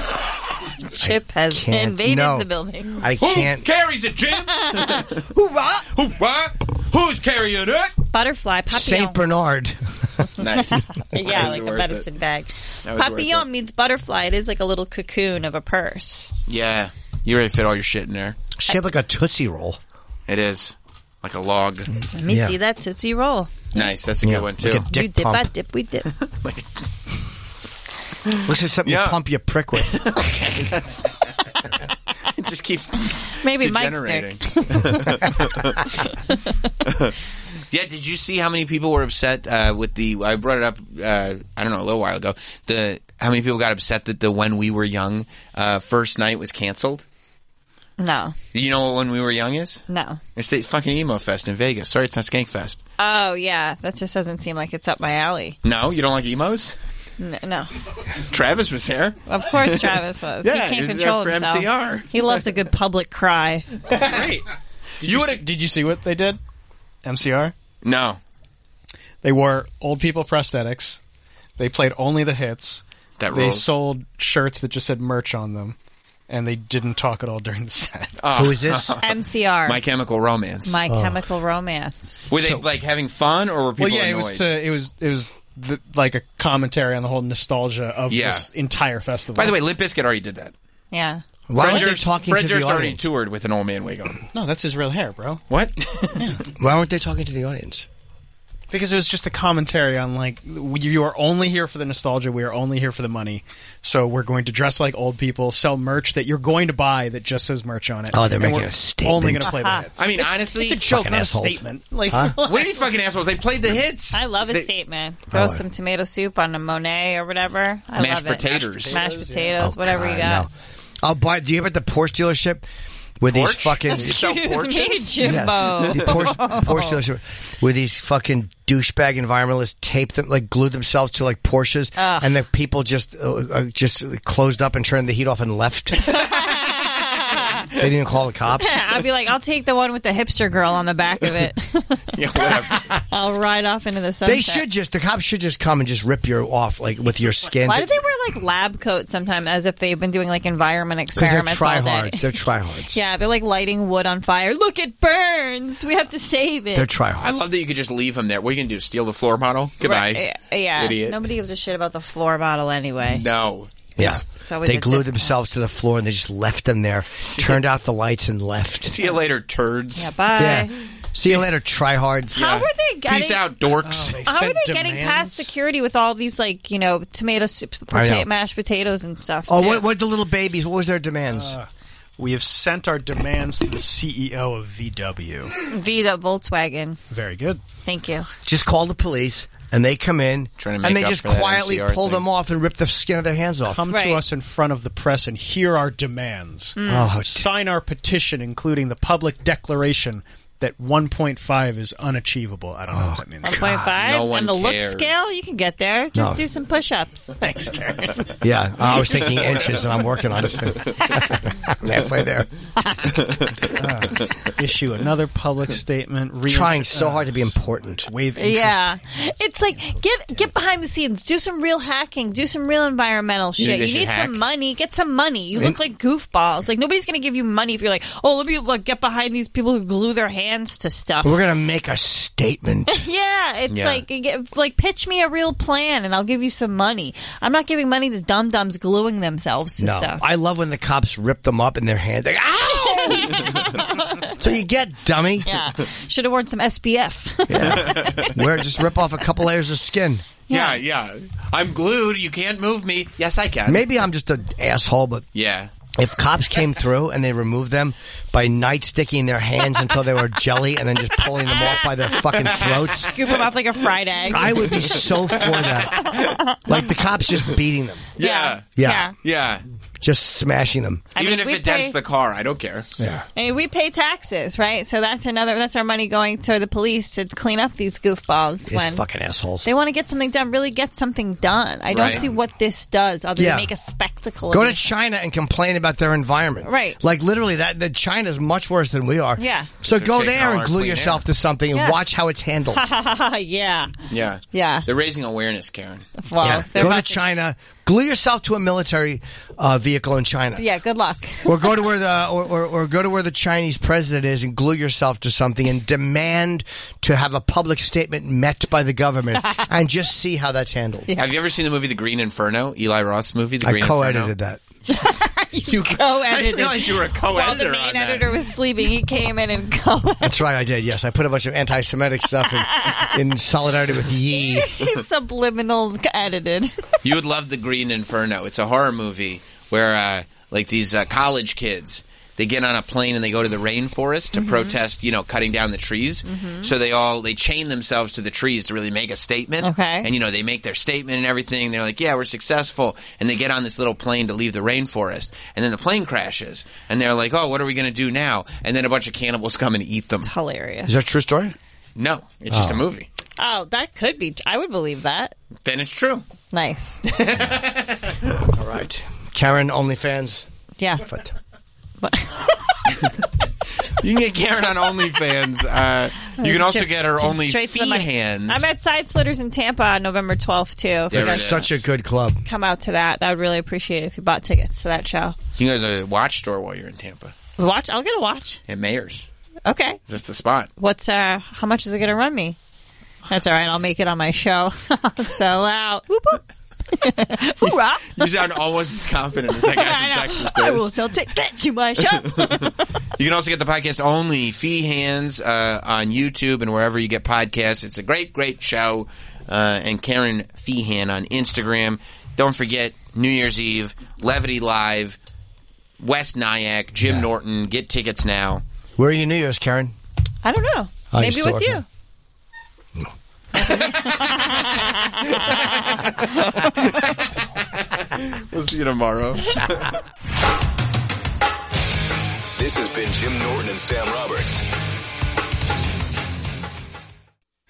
Speaker 12: Chip has
Speaker 3: can't-
Speaker 12: invaded
Speaker 3: no.
Speaker 12: the building.
Speaker 3: I can't.
Speaker 4: Carries it, Jim.
Speaker 12: Hoorah!
Speaker 4: Hoorah! Who's carrying it?
Speaker 12: Butterfly papillon.
Speaker 3: St. Bernard.
Speaker 4: nice.
Speaker 12: yeah,
Speaker 3: was
Speaker 12: like the
Speaker 3: worth
Speaker 12: medicine
Speaker 3: it.
Speaker 12: bag.
Speaker 4: That was worth
Speaker 12: Papillon means butterfly. It is like a little cocoon of a purse.
Speaker 4: Yeah. You ready to fit all your shit in there?
Speaker 3: Shaped like a Tootsie Roll.
Speaker 4: It is. Like a log.
Speaker 12: Let me see that tootsie roll.
Speaker 4: Nice. That's a good one, too.
Speaker 12: you dip, I dip, we dip.
Speaker 3: Looks like something you pump your prick with.
Speaker 4: it just keeps
Speaker 12: Maybe Mike's
Speaker 4: degenerating.
Speaker 12: dick.
Speaker 4: yeah, did you see how many people were upset uh, with the? I brought it up. Uh, I don't know a little while ago. The how many people got upset that the When We Were Young uh, first night was canceled.
Speaker 12: no,
Speaker 4: Do You know what When We Were Young is?
Speaker 12: no.
Speaker 4: It's the fucking emo fest in Vegas. Sorry, it's not Skank Fest.
Speaker 12: Oh yeah, that just doesn't seem like it's up my alley.
Speaker 4: No, you don't like emos.
Speaker 12: N- No,
Speaker 4: Travis was here.
Speaker 12: of course Travis was.
Speaker 4: Yeah,
Speaker 12: he
Speaker 4: he
Speaker 12: can't
Speaker 4: was there
Speaker 12: control
Speaker 4: for
Speaker 12: himself.
Speaker 4: MCR.
Speaker 12: He loves a good public cry.
Speaker 5: Did you, see, did you see what they did? MCR?
Speaker 4: No.
Speaker 5: They wore old people prosthetics. They played only the hits.
Speaker 4: That
Speaker 5: they
Speaker 4: rules.
Speaker 5: sold shirts that just said merch on them, and they didn't talk at all during the set.
Speaker 4: Oh. Who is this?
Speaker 12: MCR.
Speaker 4: My Chemical Romance.
Speaker 12: My Chemical Romance.
Speaker 4: Were they
Speaker 5: So-
Speaker 4: like having fun or were people
Speaker 5: Oh. Well, yeah,
Speaker 4: annoyed?
Speaker 5: it was to, it was it was the, like a commentary on the whole nostalgia of
Speaker 4: Yeah.
Speaker 5: this entire festival.
Speaker 4: By the way, Lip Bizkit already did that.
Speaker 12: Yeah.
Speaker 5: Why
Speaker 4: Fred
Speaker 5: weren't they
Speaker 4: Durst-
Speaker 5: talking
Speaker 4: Fred
Speaker 5: to the
Speaker 4: Durst already
Speaker 5: audience?
Speaker 4: toured with an old man wig on.
Speaker 5: No, that's his real hair, bro.
Speaker 4: What?
Speaker 3: Why weren't they talking to the audience?
Speaker 5: Because it was just a commentary on like we- you are only here for the nostalgia. We are only here for the money. So we're going to dress like old people, sell merch that you're going to buy that just says merch on it.
Speaker 3: Oh, they're
Speaker 5: and
Speaker 3: making
Speaker 5: we're
Speaker 3: a statement.
Speaker 5: Only going to play the
Speaker 3: Aha.
Speaker 5: hits.
Speaker 4: I mean,
Speaker 5: It's-
Speaker 4: honestly,
Speaker 5: it's a joke,
Speaker 3: Fucking
Speaker 5: not a
Speaker 3: assholes.
Speaker 5: statement. Like,
Speaker 3: Huh?
Speaker 4: what are you fucking assholes? They played the hits.
Speaker 12: I love a
Speaker 4: They-
Speaker 12: statement. Throw
Speaker 4: Oh.
Speaker 12: some tomato soup on a Monet or whatever. I
Speaker 4: Mashed
Speaker 12: love it.
Speaker 4: potatoes.
Speaker 12: Mashed
Speaker 4: Potatoes,
Speaker 12: potatoes,
Speaker 3: Oh,
Speaker 12: whatever you
Speaker 3: God,
Speaker 12: got.
Speaker 3: no. I'll buy. Oh, Do you have at the Porsche dealership with these
Speaker 4: Porsche?
Speaker 3: fucking
Speaker 4: They sell Excuse me, Porsches? Jimbo.
Speaker 3: Yes, the Porsche, Porsche dealership with these fucking douchebag environmentalists tape them like glue themselves to like Porsches,
Speaker 12: Ugh.
Speaker 3: and the people just uh, uh, just closed up and turned the heat off and left. they didn't call the cops.
Speaker 12: I'll be like, I'll take the one with the hipster girl on the back of it.
Speaker 4: yeah, whatever.
Speaker 12: I'll ride off into the sunset.
Speaker 3: They should just the cops should just come and just rip you off like with your skin.
Speaker 12: Why do they wear like lab coats sometimes, as if they've been doing like environment
Speaker 3: Because they're
Speaker 12: experiments all day?
Speaker 3: tryhards. They're tryhards.
Speaker 12: Yeah, they're like lighting wood on fire. Look, it burns. We have to save it.
Speaker 3: They're tryhards.
Speaker 4: I love that you could just leave him there. What are you going to do? Steal the floor model? Goodbye.
Speaker 12: Right, Yeah, yeah.
Speaker 4: Idiot.
Speaker 12: Nobody gives a shit about the floor bottle anyway.
Speaker 4: No.
Speaker 3: Yeah.
Speaker 12: It's always
Speaker 3: They
Speaker 12: a
Speaker 3: glued
Speaker 12: discount.
Speaker 3: themselves to the floor and they just left them there. Turned out the lights and left.
Speaker 4: See you later, turds.
Speaker 12: Yeah, bye.
Speaker 3: Yeah. See you later, tryhards.
Speaker 12: How were they getting?
Speaker 4: Peace out, dorks.
Speaker 12: How are
Speaker 3: sent
Speaker 12: they getting past security with all these like you know tomato soup,
Speaker 3: I know.
Speaker 12: pota- mashed potatoes and stuff?
Speaker 3: Oh,
Speaker 12: too?
Speaker 3: what what the little babies? What was their demands?
Speaker 5: Uh, we have sent our demands to the CEO of VW.
Speaker 12: Vita Volkswagen.
Speaker 5: Very good.
Speaker 12: Thank you.
Speaker 3: just call the police and they come in
Speaker 4: Trying to
Speaker 3: and
Speaker 4: make
Speaker 3: they
Speaker 4: up
Speaker 3: just
Speaker 4: for that
Speaker 3: quietly
Speaker 4: NCR
Speaker 3: pull
Speaker 4: thing.
Speaker 3: them off and rip the skin of their hands off.
Speaker 5: Come to us in front of the press and hear our demands.
Speaker 3: Mm. Oh,
Speaker 5: Sign our petition, including the public declaration that 1.5 is unachievable. I don't know what that means.
Speaker 12: Point five
Speaker 5: No one
Speaker 12: and the look
Speaker 5: cares.
Speaker 12: scale. You can get there. Just
Speaker 5: No.
Speaker 12: do some push-ups.
Speaker 5: Thanks, Karen.
Speaker 3: Yeah, I was thinking inches and I'm working on it. I'm halfway there.
Speaker 5: Uh, Issue another public statement. Re-
Speaker 3: Trying so hard to be important.
Speaker 5: Wave
Speaker 12: Yeah, it's like get get behind the scenes, do some real hacking, do some real environmental shit.
Speaker 3: You think they
Speaker 12: You
Speaker 3: should
Speaker 12: need
Speaker 3: hack?
Speaker 12: some money, get some money. You
Speaker 3: I mean-
Speaker 12: look like goofballs. Like nobody's gonna give you money if you're like, oh, let me like get behind these people who glue their hands to stuff.
Speaker 3: We're gonna make a statement.
Speaker 12: yeah, it's
Speaker 3: Yeah.
Speaker 12: like get, like pitch me a real plan and I'll give you some money. I'm not giving money to dum dums gluing themselves to
Speaker 3: No,
Speaker 12: stuff.
Speaker 3: I love when the cops rip them up in their hands. Like, ow! so you get dummy.
Speaker 12: Yeah, should have worn some SPF.
Speaker 3: Where just rip off a couple layers of skin.
Speaker 4: Yeah, Ah, yeah. I'm glued. You can't move me. Yes, I can.
Speaker 3: Maybe I'm just an asshole, but
Speaker 4: Yeah.
Speaker 3: if cops came through and they removed them by night sticking their hands until they were jelly and then just pulling them off by their fucking throats,
Speaker 12: Scoop them up like a fried egg.
Speaker 3: I would be so for that. Like the cops just beating them.
Speaker 4: Yeah.
Speaker 3: Yeah.
Speaker 4: Yeah.
Speaker 3: Just smashing them.
Speaker 12: I
Speaker 4: Even
Speaker 12: mean, we
Speaker 4: if it dents
Speaker 12: pay-
Speaker 4: the car, I don't care.
Speaker 3: Yeah.
Speaker 12: I mean, we pay taxes, right? So that's another. That's our money going to the police to clean up these goofballs.
Speaker 3: These
Speaker 12: when
Speaker 3: fucking assholes.
Speaker 12: They want to get something done. Really get something done. I don't
Speaker 3: Right.
Speaker 12: see what this does other
Speaker 3: Yeah.
Speaker 12: than make a spectacle.
Speaker 3: Go
Speaker 12: of
Speaker 3: to
Speaker 12: it.
Speaker 3: China and complain about their environment.
Speaker 12: Right.
Speaker 3: Like literally that that China's much worse than we are.
Speaker 12: Yeah.
Speaker 3: So
Speaker 4: They're
Speaker 3: go
Speaker 4: taking all
Speaker 3: there and
Speaker 4: our
Speaker 3: glue
Speaker 4: clean
Speaker 3: yourself to something and
Speaker 12: Yeah.
Speaker 3: watch how it's handled.
Speaker 12: yeah.
Speaker 4: Yeah.
Speaker 12: Yeah.
Speaker 4: They're raising awareness, Karen.
Speaker 12: Well,
Speaker 3: Yeah.
Speaker 12: they're
Speaker 3: Go to
Speaker 12: about
Speaker 3: China, glue yourself to a military uh, vehicle in China.
Speaker 12: Yeah. Good luck.
Speaker 3: or go to where the or, or, or go to where the Chinese president is and glue yourself to something and demand to have a public statement met by the government and just see how that's handled.
Speaker 4: Have you ever seen the movie The Green Inferno? Eli Roth's movie, The
Speaker 3: I
Speaker 4: Green Inferno.
Speaker 3: co-edited that.
Speaker 12: you co-edited.
Speaker 4: I didn't realize you were a
Speaker 12: While the
Speaker 4: co-editor
Speaker 12: main
Speaker 4: on that.
Speaker 12: editor was sleeping, he came in and co.
Speaker 3: That's right, I did. Yes, I put a bunch of anti-Semitic stuff in, in solidarity with Yi.
Speaker 12: he subliminal edited.
Speaker 4: you would love the Green Inferno. It's a horror movie where uh, like these uh, college kids they get on a plane and they go to the rainforest to
Speaker 18: Mhm.
Speaker 4: protest, you know, cutting down the trees.
Speaker 18: Mhm.
Speaker 4: So they all they chain themselves to the trees to really make a statement.
Speaker 18: Okay.
Speaker 4: And you know, they make their statement and everything. They're like, "Yeah, we're successful." And they get on this little plane to leave the rainforest. And then the plane crashes. And they're like, "Oh, what are we going to do now?" And then a bunch of cannibals come and eat them. It's
Speaker 12: hilarious.
Speaker 3: Is that a true story?
Speaker 4: No, it's just a
Speaker 3: Oh.
Speaker 4: movie.
Speaker 12: Oh, that could be. I would believe that.
Speaker 4: Then it's true.
Speaker 12: Nice.
Speaker 3: All right, Karen, OnlyFans.
Speaker 12: Yeah.
Speaker 3: But-
Speaker 4: You can get Karen on OnlyFans. Uh, you can also get her only fee hands.
Speaker 12: I'm at Side Splitters in Tampa on November 12th, too. If you
Speaker 4: There it
Speaker 12: guys
Speaker 4: is.
Speaker 3: Such a good club.
Speaker 12: come out to that, I would really appreciate it if you bought tickets to that show.
Speaker 4: You can go to the watch store while you're in Tampa.
Speaker 12: Watch. I'll get a watch.
Speaker 4: At Mayor's.
Speaker 12: Okay.
Speaker 4: Is this the spot?
Speaker 12: What's uh? How much is it going to run me? That's all right. I'll make it on my show. I'll sell out. Whoop, whoop. Hoorah.
Speaker 4: You sound almost as confident as that guy
Speaker 12: I,
Speaker 4: from
Speaker 12: know.
Speaker 4: Texas
Speaker 12: I
Speaker 4: did.
Speaker 12: will sell tickets to my show.
Speaker 4: You can also get the podcast only fee hands uh, on YouTube and wherever you get podcasts. It's a great, great show. Uh, and Karen Feehan on Instagram. Don't forget New Year's Eve, Levity Live, West Nyack, Jim Norton. Get tickets now.
Speaker 3: Where are you New Year's, Karen?
Speaker 12: I don't know.
Speaker 3: Oh,
Speaker 12: Maybe
Speaker 3: you're
Speaker 12: with
Speaker 3: still
Speaker 12: you.
Speaker 4: We'll see you tomorrow.
Speaker 11: This has been Jim Norton and Sam Roberts.